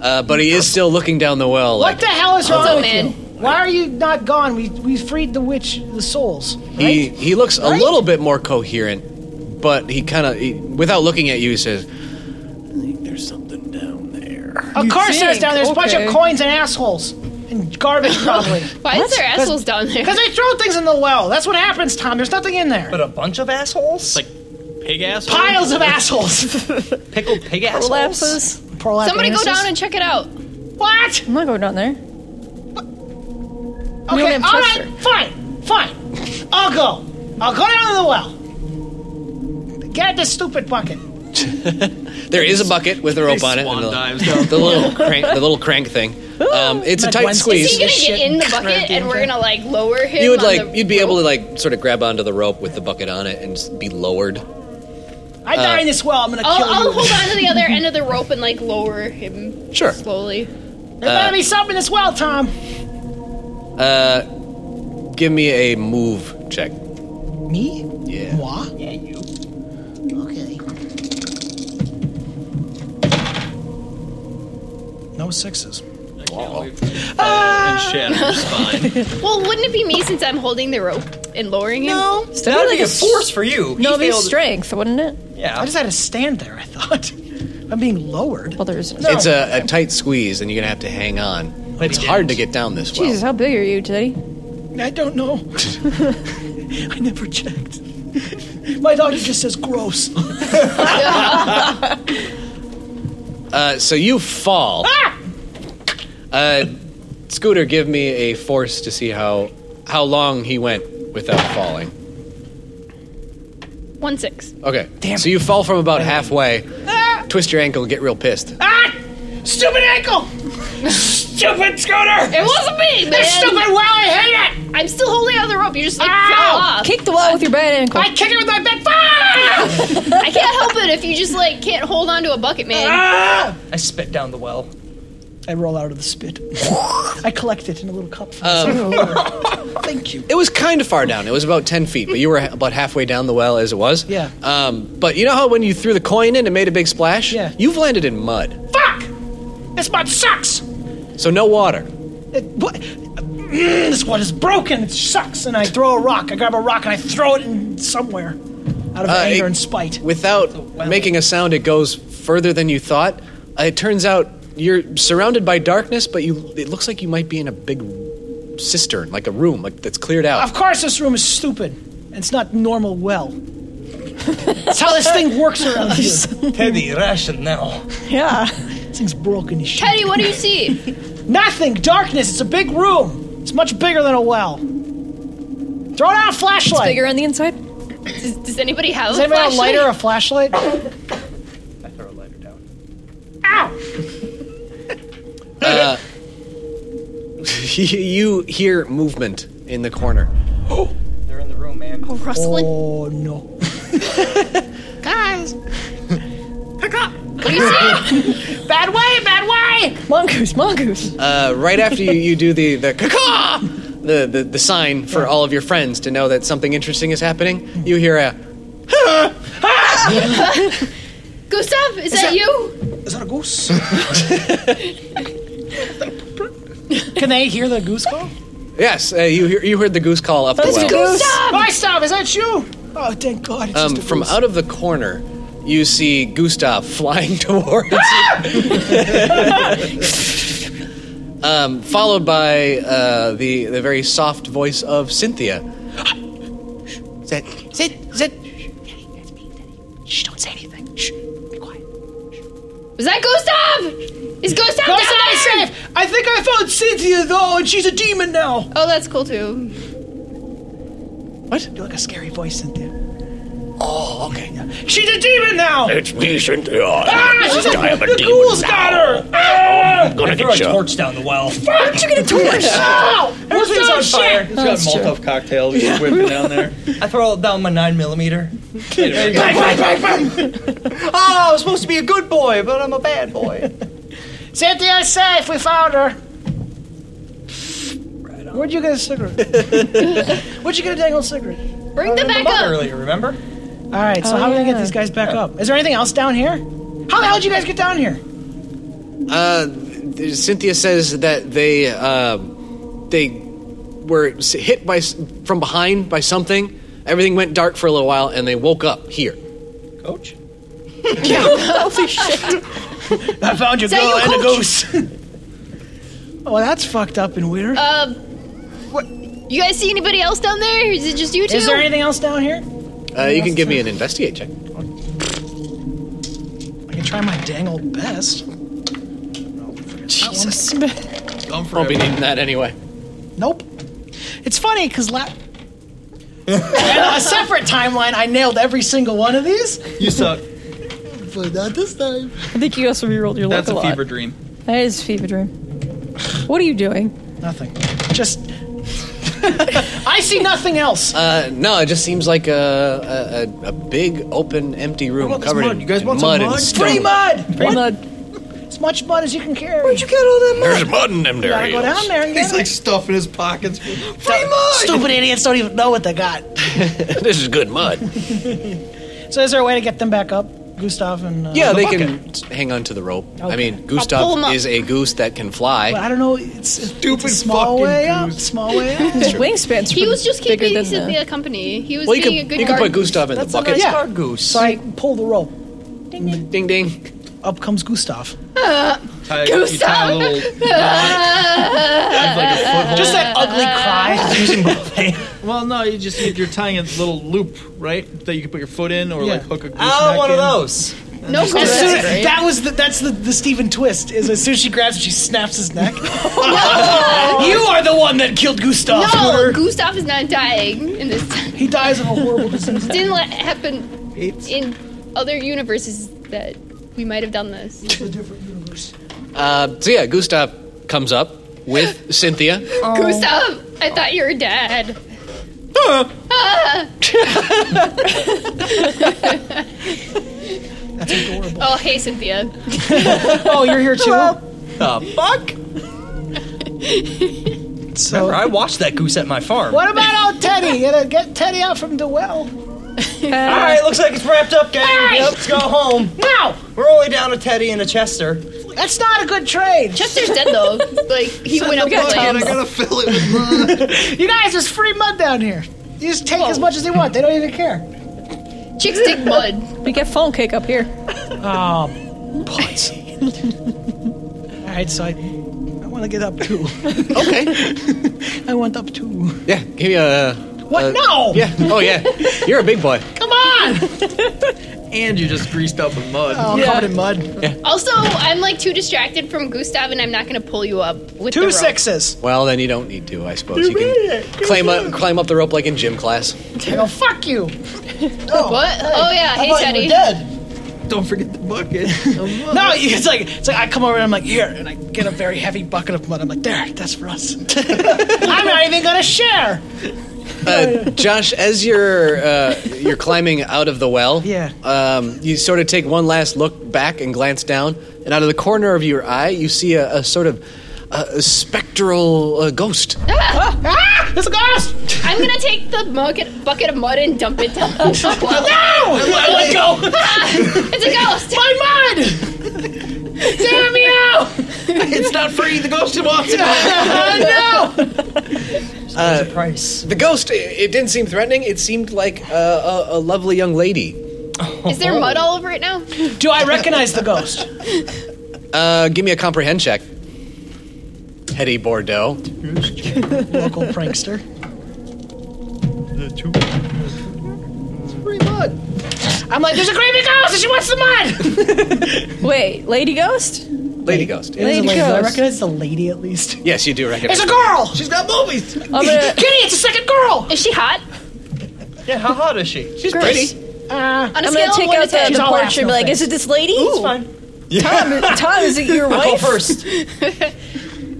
Speaker 1: Uh, but he is still looking down the well.
Speaker 4: What
Speaker 1: Like,
Speaker 4: the hell is wrong
Speaker 11: Also,
Speaker 4: with
Speaker 11: man.
Speaker 4: you? Why are you not gone? We we freed the witch, the souls.
Speaker 1: he he looks a little bit more coherent, but he kind of, without looking at you, he says,
Speaker 5: There's something down there.
Speaker 4: Of course, there's
Speaker 3: think?
Speaker 4: down there's a bunch
Speaker 3: Okay.
Speaker 4: of coins and assholes and garbage probably.
Speaker 11: Why is there assholes down there?
Speaker 4: Because they throw things in the well. That's what happens, Tom. There's nothing in there.
Speaker 12: But a bunch of assholes? Like
Speaker 7: Pig ass.
Speaker 4: Piles of assholes.
Speaker 12: pickled pig
Speaker 3: it?
Speaker 12: assholes?
Speaker 3: Lapses.
Speaker 4: Prolapse
Speaker 11: Somebody go
Speaker 4: anuses.
Speaker 11: down and check it out.
Speaker 4: What?
Speaker 3: I'm not going down there. We
Speaker 4: Okay,
Speaker 3: don't have
Speaker 4: all
Speaker 3: Chester.
Speaker 4: right, fine, fine. I'll go. I'll go down to the well. Get this stupid bucket.
Speaker 1: There is a bucket with a rope on it.
Speaker 7: swan
Speaker 1: and the,
Speaker 7: dives down.
Speaker 1: the little crank, the little crank thing. Um, it's a
Speaker 4: Like
Speaker 1: tight
Speaker 4: Wednesday.
Speaker 1: squeeze.
Speaker 11: Is he gonna
Speaker 4: this
Speaker 11: get
Speaker 4: shit
Speaker 11: in the
Speaker 4: and
Speaker 11: bucket
Speaker 4: grab the
Speaker 11: and we're
Speaker 4: entire-
Speaker 11: gonna like lower him?
Speaker 1: you would
Speaker 11: on
Speaker 1: like
Speaker 11: the
Speaker 1: you'd be
Speaker 11: rope?
Speaker 1: able to like sort of grab onto the rope with the bucket on it and s- be lowered.
Speaker 4: I
Speaker 12: Uh,
Speaker 4: die in this well. I'm gonna
Speaker 11: I'll,
Speaker 4: kill
Speaker 11: I'll
Speaker 4: you.
Speaker 11: hold on to the other end of the rope and like lower him
Speaker 1: Sure.
Speaker 11: slowly.
Speaker 4: There better
Speaker 12: uh,
Speaker 4: be something in this well, Tom.
Speaker 1: Uh, give me a move check.
Speaker 4: Me?
Speaker 1: Yeah.
Speaker 4: Moi? Yeah, you. Okay. No sixes. Ah!
Speaker 7: and shatter your spine.
Speaker 11: Well, wouldn't it be me since I'm holding the rope and lowering him?
Speaker 12: No.
Speaker 3: That'd
Speaker 12: That'd
Speaker 3: be
Speaker 12: be
Speaker 3: like
Speaker 12: a
Speaker 3: a s-
Speaker 12: force for you.
Speaker 3: No,
Speaker 12: You
Speaker 3: it'd be
Speaker 12: failed-
Speaker 3: strength, wouldn't it?
Speaker 12: Yeah.
Speaker 4: I just had to stand there. I thought I'm being lowered.
Speaker 3: Well, there isn't.
Speaker 1: It's a, a tight squeeze, and you're gonna have to hang on. it's hard to get down this well.
Speaker 3: Jesus, how big are you, Teddy?
Speaker 4: I don't know. I never checked. My daughter just says gross.
Speaker 1: Uh, so you fall.
Speaker 4: Ah!
Speaker 1: Uh, Scooter, give me a force to see how how long he went without falling.
Speaker 11: One six.
Speaker 1: Okay. Damn. So you fall from about halfway,
Speaker 12: Ah!
Speaker 1: twist your ankle, and get real pissed.
Speaker 4: ah! Stupid ankle. stupid scooter.
Speaker 11: It wasn't me, man.
Speaker 4: This stupid well. I hate it.
Speaker 11: I'm still holding on the rope. You just like
Speaker 4: Ow!
Speaker 11: fell off.
Speaker 3: Kick the wall with your bad ankle.
Speaker 4: I kick it with my big Ah! foot.
Speaker 11: I can't help it if you just like can't hold on to a bucket,
Speaker 4: Ah!
Speaker 11: man.
Speaker 12: I spit down the well.
Speaker 4: I roll out of the spit. I collect it in a little cup. For Thank you.
Speaker 1: It was kind of far down. It was about ten feet, but you were about halfway down the well as it was.
Speaker 4: Yeah.
Speaker 1: Um, but you know how when you threw the coin in, it made a big splash.
Speaker 4: Yeah.
Speaker 1: You've landed in mud,
Speaker 4: Fuck! This mud sucks!
Speaker 1: so no water.
Speaker 4: It, what? Mm, This one is broken. It sucks. And I throw a rock. I grab a rock and I throw it in somewhere out of
Speaker 1: Uh,
Speaker 4: anger
Speaker 1: it-
Speaker 4: and spite.
Speaker 1: Without making a sound, it goes further than you thought. Uh, it turns out you're surrounded by darkness, but you it looks like you might be in a big cistern, like a room, like that's cleared out.
Speaker 4: Of course, this room is stupid. And it's not normal. Well, that's how this thing works around here. This
Speaker 12: Teddy, rationale.
Speaker 3: yeah.
Speaker 4: thing's broken as shit.
Speaker 11: Teddy, what do you see?
Speaker 4: Nothing. Darkness. It's a big room. It's much bigger than a well. Throw down a flashlight.
Speaker 3: Bigger on the inside?
Speaker 11: Does, does anybody have
Speaker 4: Does
Speaker 11: a
Speaker 4: anybody have a
Speaker 11: flashlight?
Speaker 4: lighter or a flashlight?
Speaker 12: I throw a lighter down.
Speaker 1: you hear movement in the corner.
Speaker 12: They're in the room. young man.
Speaker 11: Oh, rustling.
Speaker 4: Oh no.
Speaker 11: Guys, pick up. What do you see? bad way, bad way.
Speaker 3: Mongoose, mongoose.
Speaker 1: Uh, right after you, you do the the caw, the, the the sign for all of your friends to know that something interesting is happening, you hear a
Speaker 11: Gustav, is, that, you?
Speaker 4: Is that a goose? Can they hear the goose call?
Speaker 1: yes. Uh, you hear, you heard the goose call up the well.
Speaker 4: Gustav, is that you? Oh, thank God. It's
Speaker 1: Um,
Speaker 4: just a
Speaker 1: from
Speaker 4: goose.
Speaker 1: out of the corner, you see Gustav flying towards you. um, followed by uh, the, the very soft voice of Cynthia.
Speaker 5: That, that, that.
Speaker 11: Shh, don't say anything. Shh, be quiet. Was that Gustav? Is Gustav,
Speaker 4: Gustav
Speaker 11: down
Speaker 4: is safe. I think I found Cynthia though, and she's a demon now.
Speaker 11: Oh, that's cool too.
Speaker 4: What? You like a scary voice, Cynthia.
Speaker 5: Oh, okay.
Speaker 4: She's a demon now.
Speaker 5: It's decent. Yeah.
Speaker 4: Ah, she's a,
Speaker 5: I am a
Speaker 4: the
Speaker 5: demon
Speaker 4: ghouls
Speaker 5: now.
Speaker 4: got her. Ah!
Speaker 5: I'm gonna
Speaker 12: Throw a
Speaker 5: get you.
Speaker 12: torch down the well.
Speaker 6: Aren't you gonna
Speaker 4: Oh,
Speaker 12: Everything's on fire.
Speaker 7: It's got Molotov cocktails just whipping down there.
Speaker 12: I throw down my nine millimeter. Oh,
Speaker 4: I was supposed to be a good boy, but I'm a bad boy. Cynthia's safe. We found her. Where'd you get a cigarette? Where'd you get a dang old cigarette?
Speaker 11: Bring them back
Speaker 12: Bug
Speaker 11: up.
Speaker 12: earlier, remember?
Speaker 4: All right. So
Speaker 3: Oh,
Speaker 4: how are we gonna
Speaker 3: yeah.
Speaker 4: get these guys back up? Is there anything else down here? How the hell did you guys get down here?
Speaker 1: Uh, th- Cynthia says that they um they were s- hit by s- from behind by something. Everything went dark for a little while, and they woke up here. Uh,
Speaker 7: Coach?
Speaker 4: I found your
Speaker 11: that
Speaker 4: girl
Speaker 11: you,
Speaker 4: and a
Speaker 11: coach?
Speaker 4: goose. well, Oh, that's fucked up and weird.
Speaker 11: Um, what- you guys see anybody else down there? Is it just you two?
Speaker 4: Is there anything else down here?
Speaker 1: Uh, you can give me an investigate check.
Speaker 4: I can try my dang old best. Jesus.
Speaker 1: Won't be needing that anyway.
Speaker 4: Nope. It's funny because la- on a separate timeline, I nailed every single one of these,
Speaker 7: You suck.
Speaker 4: but not this time.
Speaker 3: I think you also rerolled your luck
Speaker 7: That's
Speaker 3: a
Speaker 7: a
Speaker 3: lot.
Speaker 7: fever dream.
Speaker 3: That is fever dream. What are you doing?
Speaker 4: Nothing. Just. I see nothing else.
Speaker 1: Uh, no, it just seems like a a, a, a big, open, empty room
Speaker 7: want this
Speaker 1: covered
Speaker 7: mud?
Speaker 1: in
Speaker 7: You guys want
Speaker 1: in
Speaker 7: some
Speaker 1: mud, and
Speaker 7: mud?
Speaker 1: stone.
Speaker 4: Free mud.
Speaker 3: Free mud.
Speaker 4: As much mud as you can carry. Where'd
Speaker 7: get all that
Speaker 5: There's mud in them there.
Speaker 4: Gotta go down there and get
Speaker 7: He's like
Speaker 4: it.
Speaker 7: stuffing his pockets. Free
Speaker 4: Don't- Stupid idiots don't even know what they got.
Speaker 5: This is good mud.
Speaker 4: So, is there a way to get them back up, Gustav and? Uh,
Speaker 1: Yeah, they
Speaker 4: Bucket?
Speaker 1: can s- hang on to the rope. I
Speaker 4: Okay.
Speaker 1: mean,
Speaker 11: pull
Speaker 1: Gustav
Speaker 11: 'em up.
Speaker 1: is a goose that can fly.
Speaker 4: But I don't know. It's it's
Speaker 7: Stupid
Speaker 4: a small
Speaker 7: fucking
Speaker 4: way up.
Speaker 7: goose.
Speaker 4: Small way up.
Speaker 3: His wingspan's
Speaker 11: He was just
Speaker 3: bigger
Speaker 11: keeping
Speaker 3: than
Speaker 11: Cynthia
Speaker 3: the...
Speaker 11: company. He was
Speaker 1: well, you
Speaker 11: being
Speaker 1: could
Speaker 11: a good
Speaker 1: you could put
Speaker 11: guard.
Speaker 1: Gustav in the bucket.
Speaker 4: Yeah.
Speaker 12: goose.
Speaker 4: So I pull the rope.
Speaker 1: Ding ding.
Speaker 4: Up comes Gustav.
Speaker 7: Tie, you tie a little. Have, like, a foothold.
Speaker 4: Just that ugly cry.
Speaker 12: Using both hands.
Speaker 7: well, no, you just need, you're tying a little loop, right? That you can put your foot in or like
Speaker 4: Yeah.
Speaker 7: hook a goose
Speaker 12: Oh,
Speaker 7: neck
Speaker 12: one of
Speaker 7: in.
Speaker 12: those.
Speaker 11: No, Gustav.
Speaker 4: As soon as-
Speaker 11: That's great.
Speaker 4: that was the, that's the, the Stephen twist is as soon as she grabs it, she snaps his neck. you are the one that killed Gustav.
Speaker 11: No, Gustav is not dying in this time.
Speaker 4: He dies of a horrible disease.
Speaker 11: didn't let happen in other universes that we might have done this.
Speaker 1: Uh, so yeah, Gustav comes up with Cynthia.
Speaker 4: Oh.
Speaker 11: Gustav, I thought you were dead. Ah. oh, hey, Cynthia.
Speaker 4: oh, you're here too.
Speaker 12: The fuck?
Speaker 4: So-
Speaker 12: Remember, I watched that goose at my farm.
Speaker 4: What about old Teddy? You gotta get Teddy out from the well.
Speaker 12: All right, looks like it's wrapped up, gang.
Speaker 4: Hey!
Speaker 12: Yep, let's go home.
Speaker 4: No,
Speaker 12: We're only down a Teddy and a Chester.
Speaker 4: that's not a good trade.
Speaker 11: Chester's dead, though. Like, he went up
Speaker 3: look at
Speaker 11: to
Speaker 3: Tom.
Speaker 7: I
Speaker 11: like,
Speaker 7: gotta fill it with mud.
Speaker 4: You guys, there's free mud down here. You just take as much as they want. They don't even care.
Speaker 11: chicks dig mud.
Speaker 3: We get phone cake up here.
Speaker 4: Oh, putz. All right, so I, I want to get up too.
Speaker 1: Okay.
Speaker 4: I want up too.
Speaker 1: Yeah, give me a.
Speaker 4: What?
Speaker 7: Uh,
Speaker 1: a-
Speaker 4: no.
Speaker 1: Yeah. Oh yeah. You're a big boy.
Speaker 4: Come on.
Speaker 7: and you're just greased up with mud.
Speaker 4: Oh, I'm covered in mud.
Speaker 11: Also, I'm like too distracted from Gustav, and I'm not gonna pull you up with the
Speaker 4: Two
Speaker 11: rope.
Speaker 4: sixes.
Speaker 1: Well, then you don't need to, I suppose. You can climb up, climb up the rope like in gym class.
Speaker 4: I go, fuck you. Oh,
Speaker 11: What? Oh yeah,
Speaker 4: I
Speaker 11: hey
Speaker 4: thought
Speaker 11: Teddy.
Speaker 4: you were dead.
Speaker 7: Don't forget the bucket.
Speaker 4: No, it's like it's like I come over and I'm like here, and I get a very heavy bucket of mud. I'm like there, that's for us. I'm not even gonna share.
Speaker 1: Uh, Josh, as you're uh, you're climbing out of the well, yeah. um, you sort of take one last look back and glance down, and out of the corner of your eye, you see a, a sort of uh, a spectral uh, ghost.
Speaker 11: Ah!
Speaker 4: Ah! It's a ghost!
Speaker 11: I'm gonna take the bucket, bucket of mud and dump it down the well.
Speaker 4: No! Let- let go!
Speaker 11: Ah! it's a ghost!
Speaker 4: My mud! Damn you!
Speaker 8: it's not free. The ghost walks in.
Speaker 4: no!
Speaker 1: Uh, price. The ghost. It, it didn't seem threatening. It seemed like uh, a, a lovely young lady.
Speaker 11: Is there mud all over it now?
Speaker 4: Do I recognize the ghost?
Speaker 1: Uh, give me a comprehend check. Hetty Bordeaux.
Speaker 4: Local prankster. It's free mud. I'm like, there's a creepy ghost and she wants the mud!
Speaker 3: Wait, Lady Ghost?
Speaker 1: Lady Ghost.
Speaker 4: It is a
Speaker 3: Lady
Speaker 4: lady. Do I
Speaker 3: ghost.
Speaker 4: recognize the lady at least.
Speaker 1: Yes, you do recognize.
Speaker 4: It's a girl!
Speaker 8: She's got movies.
Speaker 3: I'm gonna-
Speaker 4: Kitty, it's a second girl!
Speaker 11: Is she hot?
Speaker 8: Yeah, how hot is she?
Speaker 1: She's pretty.
Speaker 4: Uh,
Speaker 11: On a
Speaker 3: I'm
Speaker 11: scale
Speaker 3: gonna
Speaker 11: of
Speaker 3: take
Speaker 11: one to
Speaker 3: out the,
Speaker 11: ten.
Speaker 3: the
Speaker 4: all ass,
Speaker 3: portrait and
Speaker 4: no
Speaker 3: be like,
Speaker 4: thanks.
Speaker 3: is it this lady? It's fine. Tom, Tom, is it your
Speaker 12: Call
Speaker 3: wife?
Speaker 12: first.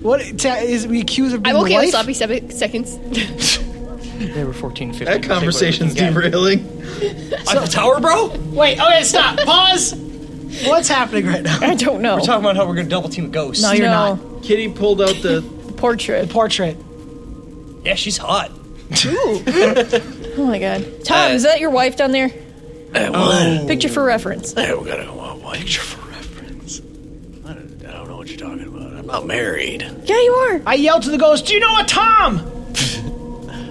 Speaker 4: What ta- is we accuse of
Speaker 11: I'm
Speaker 4: being
Speaker 11: okay
Speaker 4: wife?
Speaker 11: with sloppy seven seconds.
Speaker 12: They were 14, 15.
Speaker 8: That conversation's derailing.
Speaker 12: On the tower, bro?
Speaker 4: Wait, okay, stop. Pause. What's happening right now?
Speaker 3: I don't know.
Speaker 12: We're talking about how we're gonna double team a ghost.
Speaker 4: No, you're
Speaker 3: No.
Speaker 4: not.
Speaker 8: Kitty pulled out the.
Speaker 3: Portrait.
Speaker 4: Portrait.
Speaker 12: Yeah, she's hot.
Speaker 3: Oh my god. Tom,
Speaker 1: Uh,
Speaker 3: is that your wife down there? Picture for reference.
Speaker 1: Hey, we got a uh, picture for reference. I don't, I don't know what you're talking about. I'm not married.
Speaker 3: Yeah, you are.
Speaker 4: I yelled to the ghost, Do you know what Tom?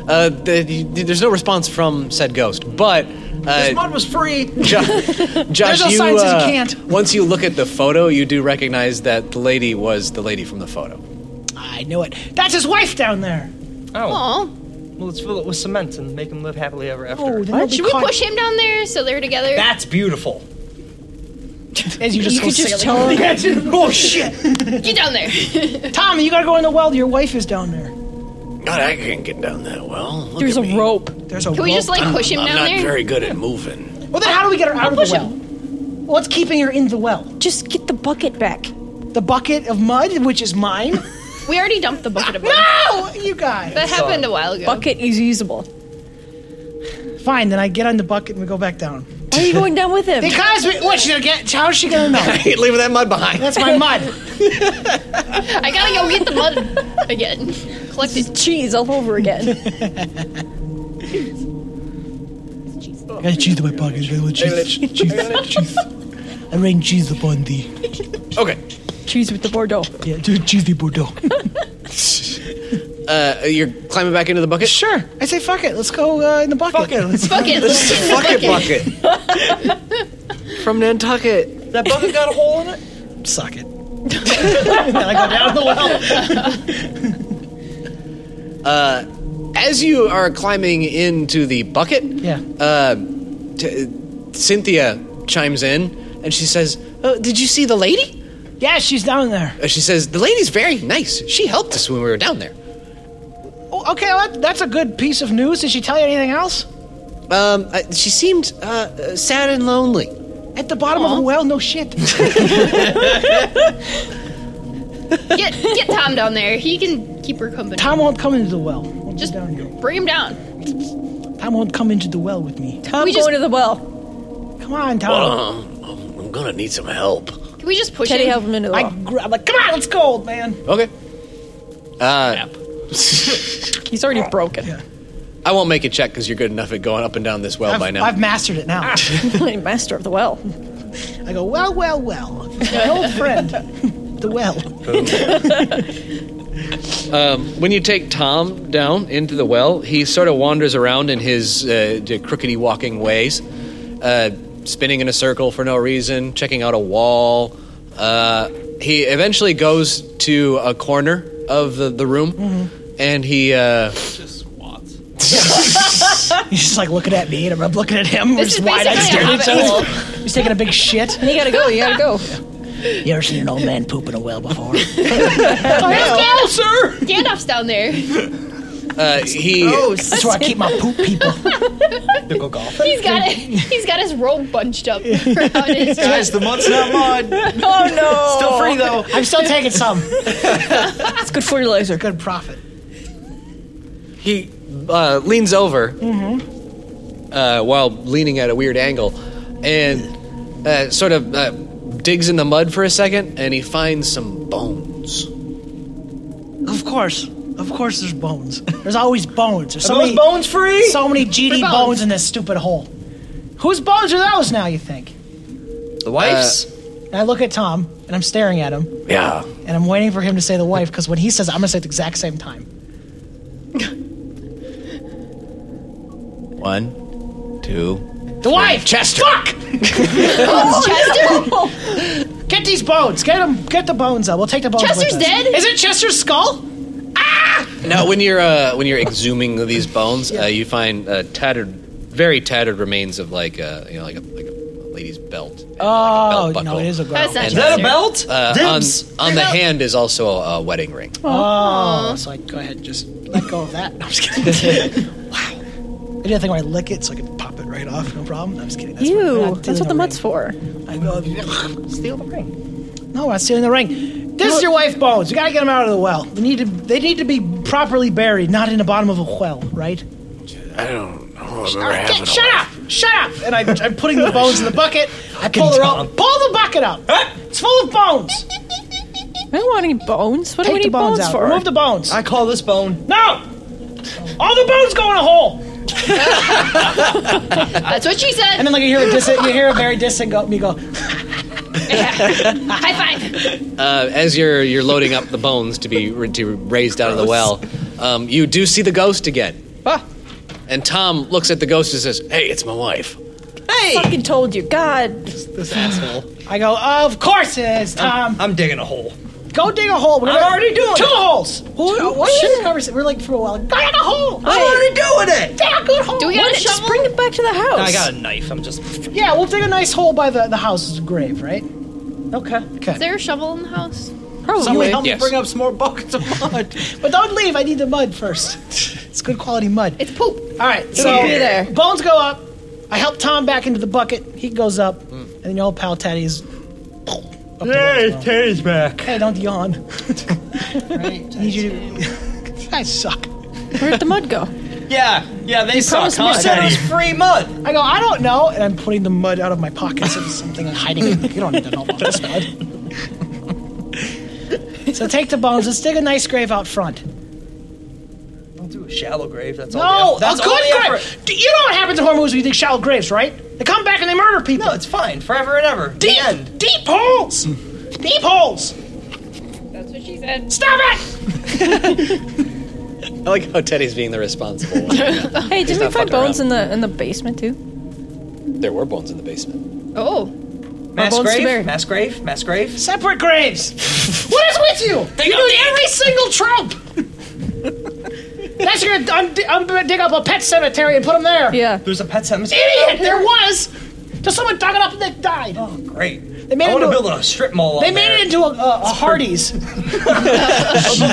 Speaker 1: Uh, the, the- there's no response from said ghost, but. Uh,
Speaker 4: Mud was free.
Speaker 1: Jo- Josh,
Speaker 4: There's no
Speaker 1: you,
Speaker 4: sign says you
Speaker 1: uh,
Speaker 4: can't.
Speaker 1: once you look at the photo, you do recognize that the lady was the lady from the photo.
Speaker 4: I knew it. That's his wife down there.
Speaker 12: Oh.
Speaker 11: Aw.
Speaker 12: Well, let's fill it with cement and make them live happily ever after.
Speaker 4: Oh, then
Speaker 11: Should we push him down there so they're together?
Speaker 12: That's beautiful.
Speaker 4: As you just
Speaker 3: You
Speaker 4: go
Speaker 3: could just
Speaker 4: sailing
Speaker 3: tell
Speaker 4: over
Speaker 3: him.
Speaker 4: the edge. Oh shit!
Speaker 11: Get down there.
Speaker 4: Tom, you gotta go in the well. Your wife is down there.
Speaker 1: God, I can't get down that well. Look
Speaker 3: There's
Speaker 1: at
Speaker 3: a
Speaker 1: me.
Speaker 3: rope.
Speaker 4: There's a.
Speaker 11: Can we just like push him down there?
Speaker 1: good at moving.
Speaker 4: Well, then how do we get her out of the well? What's keeping her in the well?
Speaker 3: Just get the bucket back.
Speaker 4: The bucket of mud, which is mine.
Speaker 11: We already dumped the bucket of mud.
Speaker 4: no, you guys.
Speaker 11: That happened a while ago.
Speaker 3: Bucket is usable.
Speaker 4: Fine, then I get on the bucket and we go back down.
Speaker 3: Why are you going down with him?
Speaker 4: Because we, what? She's gonna get? How's she gonna know?
Speaker 1: Hey, leave that mud behind.
Speaker 4: That's my mud.
Speaker 11: I gotta go get the mud again. Collect it.
Speaker 3: Cheese all over again.
Speaker 4: I got cheese in my pocket. Cheese, cheese, cheese. I rain cheese upon thee.
Speaker 1: Okay.
Speaker 3: Cheese with the Bordeaux.
Speaker 4: Yeah, cheesy Bordeaux.
Speaker 1: Uh, you're climbing back into the bucket?
Speaker 4: Sure. I say fuck it. Let's go uh, in the bucket. Fuck it. Let's
Speaker 11: Bucket. Let's get in the bucket.
Speaker 1: bucket. From Nantucket.
Speaker 12: That bucket got a hole in it?
Speaker 4: suck it. and I go down the well.
Speaker 1: As you are climbing into the bucket,
Speaker 4: Yeah.
Speaker 1: uh, t- Cynthia chimes in and she says, uh, Did you see the lady?
Speaker 4: Yeah, she's down there.
Speaker 1: Uh, she says, The lady's very nice. She helped us when we were down there.
Speaker 4: Oh, okay, well, that- that's a good piece of news. Did she tell you anything else?
Speaker 1: Um, uh, she seemed uh, uh, sad and lonely.
Speaker 4: At the bottom of a well, no shit.
Speaker 11: Get get Tom down there. He can keep her company.
Speaker 4: Tom won't come into the well. Won't
Speaker 11: Just-
Speaker 4: Just down here.
Speaker 11: Bring him down.
Speaker 4: Tom won't come into the well with me.
Speaker 3: Tom
Speaker 11: We just-
Speaker 3: going to the well.
Speaker 4: Come on, Tom.
Speaker 1: Um, I'm, I'm gonna need some help.
Speaker 11: Can we just push
Speaker 3: Teddy
Speaker 11: him?
Speaker 3: help him into the
Speaker 4: I
Speaker 3: well.
Speaker 4: grab, like, come on, let's go, old man.
Speaker 1: Okay. Uh,
Speaker 3: He's already broken.
Speaker 1: I won't make a check because you're good enough at going up and down this well
Speaker 4: I've,
Speaker 1: by now.
Speaker 4: I've mastered it now.
Speaker 3: Master of the well.
Speaker 4: I go, well, well, well. My old friend. The well.
Speaker 1: When you take Tom down into the well, he sort of wanders around in his uh, d- crookedy walking ways, uh, spinning in a circle for no reason, checking out a wall. Uh, he eventually goes to a corner of the, the room, and he uh,
Speaker 4: He's just like looking at me, and I'm looking at him. We're
Speaker 11: This
Speaker 4: just
Speaker 11: is
Speaker 4: wide eyed
Speaker 11: basically a
Speaker 4: staring at each
Speaker 11: hobbit
Speaker 4: other. He's taking a big shit.
Speaker 3: You gotta go. You gotta go.
Speaker 4: You ever seen an old man poop in a well before?
Speaker 11: Let's go, sir. Gandalf's down there. He's
Speaker 1: uh, he
Speaker 4: That's where I keep my poop people.
Speaker 11: got it. He's got his robe bunched up around his
Speaker 7: Guys, the mud's not mud.
Speaker 3: Oh no!
Speaker 7: Still free though.
Speaker 4: I'm still taking some.
Speaker 3: That's good fertilizer.
Speaker 4: Good profit.
Speaker 1: he uh, leans over
Speaker 4: Mm-hmm.
Speaker 1: uh, while leaning at a weird angle, and uh, sort of uh, digs in the mud for a second, and he finds some bones.
Speaker 4: Of course. Of course there's bones. There's always bones. There's
Speaker 1: Are
Speaker 4: so
Speaker 1: those
Speaker 4: many
Speaker 1: bones free?
Speaker 4: So many GD
Speaker 1: Free
Speaker 4: bones.
Speaker 1: bones.
Speaker 4: in this stupid hole. Whose bones are those now, you think?
Speaker 1: The
Speaker 4: wife's? And I look at Tom and I'm staring at him
Speaker 1: Uh, yeah.
Speaker 4: and I'm waiting for him to say the wife because when he says it, I'm gonna say it at the exact same time.
Speaker 1: One, two.
Speaker 4: The wife! Chester! Fuck!
Speaker 11: Oh,
Speaker 4: Chester! Get these bones. Get them. Get the bones up. We'll take the bones.
Speaker 11: Chester's
Speaker 4: with us.
Speaker 11: dead?
Speaker 4: Is it Chester's skull?
Speaker 1: Now, when you're uh, when you're exhuming these bones, uh, you find uh, tattered, very tattered remains of like uh, you know like a, like a lady's belt.
Speaker 4: Oh no, it is a belt.
Speaker 1: And- Uh, on on the hand is also a, a wedding ring.
Speaker 4: Oh, so I go ahead and just let go of that. No, I'm just kidding. wow. I did a thing where I lick it so I could pop it right off. No problem. I'm just kidding. That's
Speaker 3: Ew,
Speaker 4: What,
Speaker 3: that's what the mud's for.
Speaker 4: I go steal the ring. No, I'm not stealing the ring. This is your wife's bones. You gotta get them out of the well. We need to. They need to be properly buried, not in the bottom of a well, right?
Speaker 5: I don't know.
Speaker 4: All right, get- shut up! Shut up! And I, I'm putting the bones in the bucket. I pull
Speaker 12: Fucking
Speaker 4: her up. Pull the bucket up. It's full of bones.
Speaker 3: I don't want any bones. What do
Speaker 4: Take
Speaker 3: we
Speaker 4: the
Speaker 3: need bones,
Speaker 4: bones, out.
Speaker 3: for?
Speaker 4: Remove the bones.
Speaker 12: I call this bone.
Speaker 4: No! All the bones go in a hole.
Speaker 11: That's what she said.
Speaker 4: And then like you hear a dis- you hear a very distant go- me go.
Speaker 11: High five.
Speaker 1: Uh, as you're you're loading up the bones to be to be raised out of the well, um, you do see the ghost again. And Tom looks at the ghost and says, "Hey, it's my wife."
Speaker 3: Hey! Fucking told you. God.
Speaker 12: This asshole.
Speaker 4: I go. Of course it is, Tom.
Speaker 12: I'm digging a hole.
Speaker 4: Go dig a hole. We're
Speaker 12: I'm already doing
Speaker 4: two
Speaker 12: it.
Speaker 4: holes. Who, what is this conversation? We're like for a while. Go dig a hole. I'm already doing it. Dig a good hole.
Speaker 11: Do we got a
Speaker 3: Just
Speaker 11: shovel?
Speaker 3: bring it back to the house.
Speaker 12: I got a knife. I'm just.
Speaker 4: Yeah, we'll dig a nice hole by the the house's grave, right? Okay. Okay.
Speaker 11: Is there a shovel in the house?
Speaker 4: Somebody
Speaker 3: Probably.
Speaker 4: help
Speaker 1: Yes.
Speaker 4: me bring up some more buckets of mud. but don't leave. I need the mud first. It's good quality mud.
Speaker 11: It's poop.
Speaker 4: All right.
Speaker 3: It'll
Speaker 4: So
Speaker 3: be there.
Speaker 4: bones go up. I help Tom back into the bucket. He goes up,
Speaker 12: Hmm.
Speaker 4: and then your old pal Teddy's. Yay, Teddy's back. Hey, don't yawn. I need you to. I suck.
Speaker 3: Where'd the mud go?
Speaker 12: Yeah, yeah, they suck.
Speaker 3: promised
Speaker 12: Huh?
Speaker 3: mud.
Speaker 12: Said it was free mud.
Speaker 4: I go, I don't know, and I'm putting the mud out of my pockets and something and hiding it. You don't need to know about this mud. so take the bones. Let's dig a nice grave out front.
Speaker 12: I'll do a shallow grave. That's all.
Speaker 4: No,
Speaker 12: the- Oh, that's
Speaker 4: a
Speaker 12: all
Speaker 4: good
Speaker 12: the
Speaker 4: grave.
Speaker 12: effort.
Speaker 4: Do You know what happens in horror movies when you dig shallow graves, right? They come back and they murder people.
Speaker 12: No, it's fine. Forever and ever.
Speaker 4: deep,
Speaker 12: The end.
Speaker 4: deep holes. deep holes.
Speaker 11: That's what she said.
Speaker 4: Stop it!
Speaker 1: I like how Teddy's being the responsible one.
Speaker 3: Hey, didn't we
Speaker 1: not
Speaker 3: find
Speaker 1: fucking
Speaker 3: bones in the in the basement too?
Speaker 1: there were bones in the basement.
Speaker 11: Oh.
Speaker 12: Mass
Speaker 3: bones to bury.
Speaker 12: grave. Mass grave. Mass grave.
Speaker 4: Separate graves. what is with you? you do every single trope. That's gonna. I'm, I'm gonna dig up a pet cemetery and put them there.
Speaker 3: Yeah.
Speaker 12: There's a pet cemetery.
Speaker 4: Idiot! There was. Just someone dug it up and they died.
Speaker 12: Oh, great. They
Speaker 4: made
Speaker 12: made I
Speaker 4: it
Speaker 12: want to
Speaker 4: into a-
Speaker 12: build a strip mall.
Speaker 4: They
Speaker 12: on
Speaker 4: made
Speaker 12: there.
Speaker 4: it into a, a, a Hardee's.
Speaker 12: Oh, but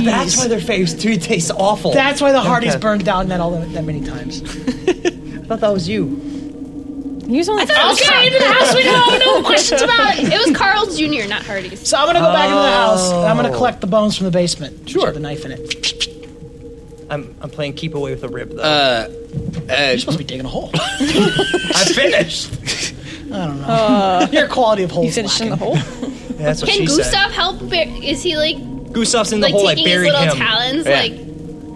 Speaker 12: that's why their face too tastes awful.
Speaker 4: That's why the Hardee's
Speaker 12: Okay.
Speaker 4: burned down that all that many times.
Speaker 12: I thought that was you.
Speaker 3: He was only
Speaker 4: Okay, into the house we go. No questions about it.
Speaker 11: It was Carl Jr., not Hardy's.
Speaker 4: So I'm gonna go back into the house and I'm gonna
Speaker 12: Oh.
Speaker 4: collect the bones from the basement.
Speaker 12: Sure.
Speaker 4: With the knife in it.
Speaker 12: I'm, I'm playing keep away with a rib though.
Speaker 1: Uh, uh,
Speaker 4: You're supposed to be digging a hole.
Speaker 12: I finished.
Speaker 4: I don't know. Your quality of holes.
Speaker 3: He finished in the hole.
Speaker 4: lacking.
Speaker 12: Yeah, that's what
Speaker 11: Can
Speaker 12: she
Speaker 11: Gustav
Speaker 12: said.
Speaker 11: help? Bear- is he like
Speaker 12: Gustav's in the
Speaker 11: like
Speaker 12: hole. I
Speaker 11: taking his
Speaker 12: buried
Speaker 11: little
Speaker 12: him.
Speaker 11: talons?
Speaker 1: Yeah.
Speaker 11: Like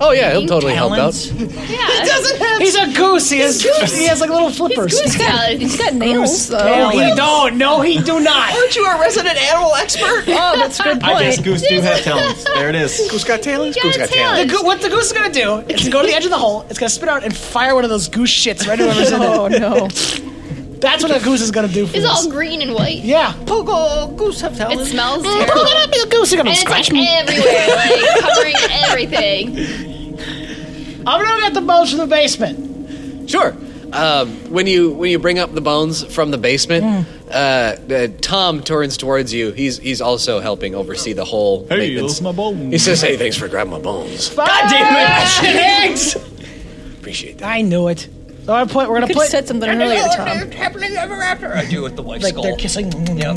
Speaker 1: oh yeah, he'll totally
Speaker 12: Talons?
Speaker 1: help out.
Speaker 11: yeah,
Speaker 4: He's a goose. He has, he has like little flippers.
Speaker 11: Goose talons.
Speaker 3: He's got nails. though.
Speaker 4: No, he don't. No, he do not.
Speaker 12: Aren't you a resident animal expert?
Speaker 3: Oh, that's a good
Speaker 7: I guess
Speaker 3: point.
Speaker 7: Goose do have talents. There it is.
Speaker 1: Who's got tailors?
Speaker 11: He's
Speaker 1: Who's got
Speaker 11: got
Speaker 1: tailors?
Speaker 11: tailors.
Speaker 4: The goo- what the goose is gonna do is go to the edge of the hole. It's gonna spit out and fire one of those goose shits right at whoever's in
Speaker 3: Oh
Speaker 4: it.
Speaker 3: no.
Speaker 4: That's what a goose is gonna do for
Speaker 11: It's
Speaker 4: us.
Speaker 11: all green and white.
Speaker 4: yeah.
Speaker 12: Pogo Goose have
Speaker 11: It
Speaker 12: talents.
Speaker 11: smells
Speaker 4: Pull
Speaker 11: terrible.
Speaker 4: it up, you goose. You're
Speaker 11: And
Speaker 4: gonna
Speaker 11: it's
Speaker 4: scratch
Speaker 11: like
Speaker 4: me.
Speaker 11: everywhere, like covering everything.
Speaker 4: I'm gonna get the bones from the basement.
Speaker 1: Sure. Um, when you when you bring up the bones from the basement, uh, uh, Tom turns towards you. He's he's also helping oversee the whole
Speaker 8: Hey,
Speaker 1: maintenance.
Speaker 8: those my bones.
Speaker 1: He says, "Hey, thanks for grabbing my bones.
Speaker 4: God
Speaker 12: damn it.
Speaker 4: Thanks.
Speaker 1: Appreciate that."
Speaker 4: I knew it. So I put. We're gonna
Speaker 3: Could've
Speaker 4: put.
Speaker 3: said something earlier, Tom.
Speaker 12: Happily ever after. I do with the white
Speaker 4: Like
Speaker 12: skull.
Speaker 4: they're kissing.
Speaker 12: Yeah.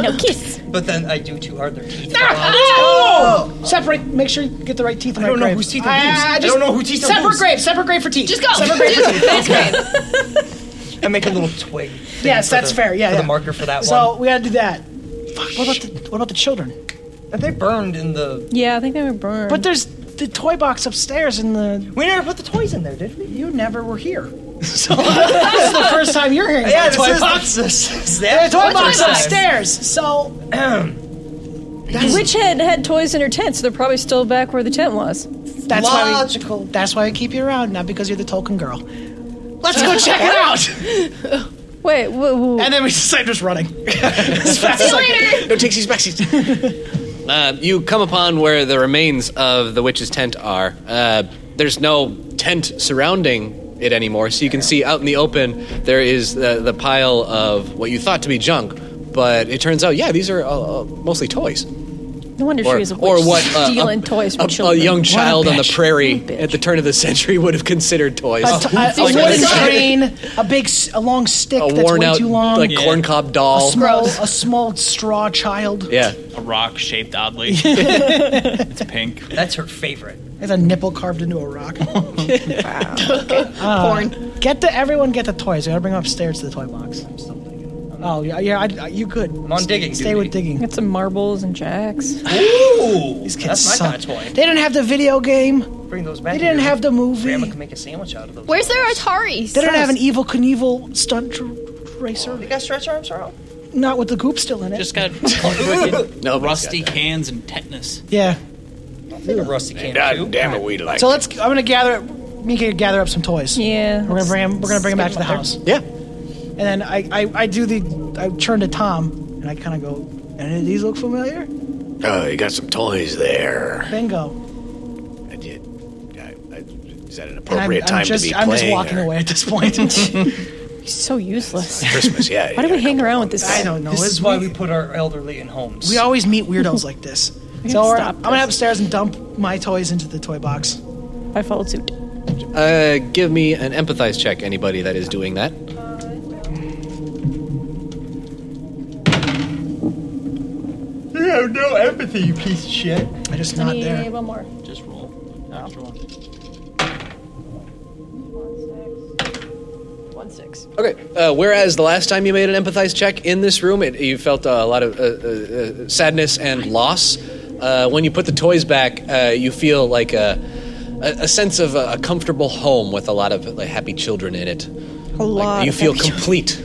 Speaker 3: No kiss.
Speaker 12: But then I do too hard. Their teeth.
Speaker 4: No!
Speaker 12: fall out.
Speaker 4: Separate. Make sure you get the right teeth. I
Speaker 12: Oh! don't know whose teeth are whose. I
Speaker 4: just-
Speaker 12: don't know whose teeth are
Speaker 4: Separate
Speaker 12: whose.
Speaker 4: grave. Separate grave for teeth.
Speaker 11: Just go.
Speaker 4: Separate grave for teeth.
Speaker 12: I make a little twig. thing
Speaker 4: Yes,
Speaker 12: for
Speaker 4: that's
Speaker 12: the-
Speaker 4: fair. Yeah,
Speaker 12: for
Speaker 4: yeah.
Speaker 12: the marker for that
Speaker 4: so
Speaker 12: one.
Speaker 4: we gotta do that. What about the What about the children?
Speaker 12: And they burned in the.
Speaker 3: Yeah, I think they were burned.
Speaker 4: But there's the toy box upstairs in the.
Speaker 12: We never put the toys in there, did we?
Speaker 4: You never were here. So this is the first time you're hearing
Speaker 12: Yeah,
Speaker 4: about
Speaker 12: this
Speaker 4: toy
Speaker 12: is the-
Speaker 4: boxes.
Speaker 12: Is
Speaker 4: The
Speaker 12: that
Speaker 4: toy
Speaker 12: What
Speaker 4: box
Speaker 12: toy box?
Speaker 4: upstairs. So
Speaker 3: The witch had had toys in her tent, so they're probably still back where the tent was.
Speaker 4: that's why we, That's why we keep you around, not because you're the Tolkien girl. Let's go check it out.
Speaker 3: Wait, whoa, whoa.
Speaker 4: And then we just I'm just running. as fast as I can.
Speaker 1: No takesies, backsies. uh, you come upon where the remains of the witch's tent are. Uh, there's no tent surrounding it anymore, so you can see out in the open there is the, the pile of what you thought to be junk, but it turns out, yeah, these are uh, uh, mostly toys.
Speaker 3: no wonder she was a witch
Speaker 1: or what uh,
Speaker 3: stealing
Speaker 1: a,
Speaker 3: toys
Speaker 1: a,
Speaker 3: from
Speaker 1: a
Speaker 3: children.
Speaker 1: young child on the
Speaker 4: bitch.
Speaker 1: prairie
Speaker 3: What a bitch.
Speaker 1: at the turn of the century would have considered toys.
Speaker 4: a, t- a- a
Speaker 1: Like
Speaker 4: wooden
Speaker 1: a-
Speaker 4: crane, a big, s- a long stick
Speaker 1: a
Speaker 4: that's
Speaker 1: worn
Speaker 4: way
Speaker 1: out
Speaker 4: too long,
Speaker 1: like corncob doll.
Speaker 4: a small, a small straw child.
Speaker 1: yeah.
Speaker 7: A rock shaped oddly. it's pink.
Speaker 12: That's her favorite.
Speaker 4: There's a nipple carved into a rock. Porn. Get the everyone get the toys. We gotta bring them upstairs to the toy box. Oh yeah, yeah. I, I- you could.
Speaker 12: I'm on digging
Speaker 4: Stay with digging.
Speaker 3: Got some marbles and jacks.
Speaker 12: Ooh, these
Speaker 4: kids
Speaker 12: That's my
Speaker 4: suck.
Speaker 12: kind of toy.
Speaker 4: They didn't have the video game.
Speaker 12: Bring those back.
Speaker 4: They didn't
Speaker 12: here.
Speaker 4: have the movie.
Speaker 12: Grandma
Speaker 4: They
Speaker 12: can make a sandwich out of those.
Speaker 11: Where's their Ataris?
Speaker 4: didn't have an e- evil Knievel stunt dr- racer.
Speaker 12: You got stretch arms, Earl?
Speaker 4: Not with the goop still in it.
Speaker 7: Just got fucking
Speaker 1: No,
Speaker 7: rusty hands and tetanus.
Speaker 4: yeah.
Speaker 12: Think of Rusty can too.
Speaker 5: damn it, we like
Speaker 4: So let's. I'm gonna gather. Me and gather up some toys.
Speaker 3: Yeah.
Speaker 4: We're gonna bring. 'em- We're gonna bring them back to the house.
Speaker 1: Yeah.
Speaker 4: And then I, I, I do the, I turn to Tom and I kind of go, any of these look familiar?
Speaker 5: Oh, you got some toys there.
Speaker 4: Bingo.
Speaker 5: I did. I, I, is that an
Speaker 4: And I'm,
Speaker 5: appropriate
Speaker 4: I'm
Speaker 5: time
Speaker 4: just,
Speaker 5: to be
Speaker 4: I'm
Speaker 5: playing?
Speaker 4: just walking
Speaker 5: or-
Speaker 4: away at this point.
Speaker 3: He's so Oh, useless.
Speaker 5: Christmas, yeah.
Speaker 3: Why do we hang around with this?
Speaker 4: I don't know.
Speaker 12: This
Speaker 4: It's-
Speaker 12: is why we put our elderly in homes.
Speaker 4: we always meet weirdos like this. So
Speaker 3: gotta
Speaker 4: we're-
Speaker 3: stop
Speaker 4: I'm gonna
Speaker 3: this.
Speaker 4: upstairs and dump my toys into the toy box.
Speaker 3: I followed suit.
Speaker 1: Uh, give me an empathize check, anybody that is doing that.
Speaker 7: You have no empathy, you piece of shit.
Speaker 4: I just not
Speaker 3: Yeah,
Speaker 4: there.
Speaker 3: one more.
Speaker 7: Just roll. Just roll.
Speaker 3: One six.
Speaker 1: Okay. Uh, whereas the last time you made an empathize check in this room, it, you felt uh, a lot of uh, uh, uh, sadness and loss. Uh, when you put the toys back, uh, you feel like a, a, a sense of a, a comfortable home with a lot of like, happy children in it.
Speaker 3: A lot.
Speaker 1: you
Speaker 3: of
Speaker 1: feel
Speaker 3: them.
Speaker 1: complete.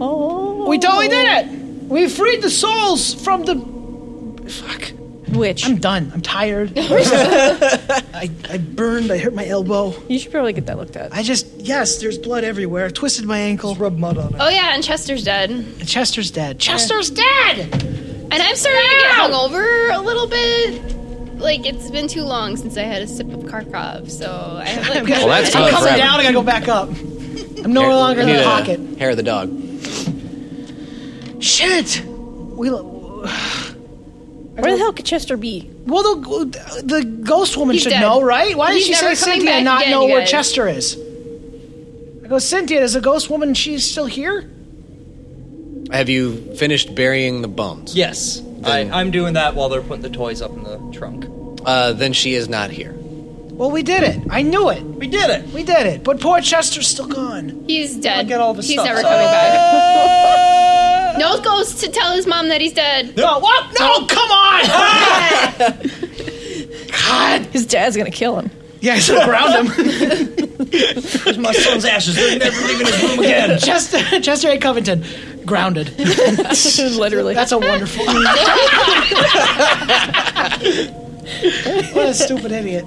Speaker 3: Oh.
Speaker 4: We totally did it! We freed the souls from the. Fuck.
Speaker 3: Which
Speaker 4: I'm done. I'm tired. I, I burned. I hurt my elbow.
Speaker 3: you should probably get that looked at.
Speaker 4: I just yes, there's blood everywhere. Twisted my ankle. Rub mud on it.
Speaker 11: Oh yeah, and Chester's dead, and
Speaker 4: And Chester's dead. Chester's
Speaker 11: I'm starting to get hungover a little bit. Like it's been too long since I had a sip of Karkov, so I have like.
Speaker 1: Well, that's gone
Speaker 4: I'm coming
Speaker 1: forever.
Speaker 4: down. I gotta go back up. I'm no longer in
Speaker 1: You
Speaker 4: the
Speaker 1: need a
Speaker 4: pocket.
Speaker 1: Hair of the dog.
Speaker 4: Shit. We. lo-
Speaker 3: Where the hell could Chester be?
Speaker 4: Well, the, the ghost woman
Speaker 11: He's
Speaker 4: should
Speaker 11: dead.
Speaker 4: know, right? Why did
Speaker 11: He's
Speaker 4: she say
Speaker 11: never coming
Speaker 4: Cynthia
Speaker 11: back
Speaker 4: not
Speaker 11: again,
Speaker 4: know
Speaker 11: you
Speaker 4: where
Speaker 11: guys.
Speaker 4: Chester is? I go, Cynthia, is the ghost woman? She's still here.
Speaker 1: Have you finished burying the bones?
Speaker 12: Yes. I, I'm doing that while they're putting the toys up in the trunk.
Speaker 1: Uh, then she is not here.
Speaker 4: Well, we did it. I knew it.
Speaker 12: We did it!
Speaker 4: We did it. But poor Chester's still gone.
Speaker 11: He's dead.
Speaker 12: get all the
Speaker 11: he's
Speaker 12: stuff.
Speaker 11: never coming back. no ghost to tell his mom that he's dead.
Speaker 4: No, what? No, come on.
Speaker 3: His dad's gonna kill him.
Speaker 4: yeah, I should have ground him.
Speaker 12: There's my son's ashes. They're never leaving his room again.
Speaker 4: Chester, Chester A. Covington, grounded.
Speaker 3: Literally.
Speaker 4: That's a wonderful. what a stupid idiot.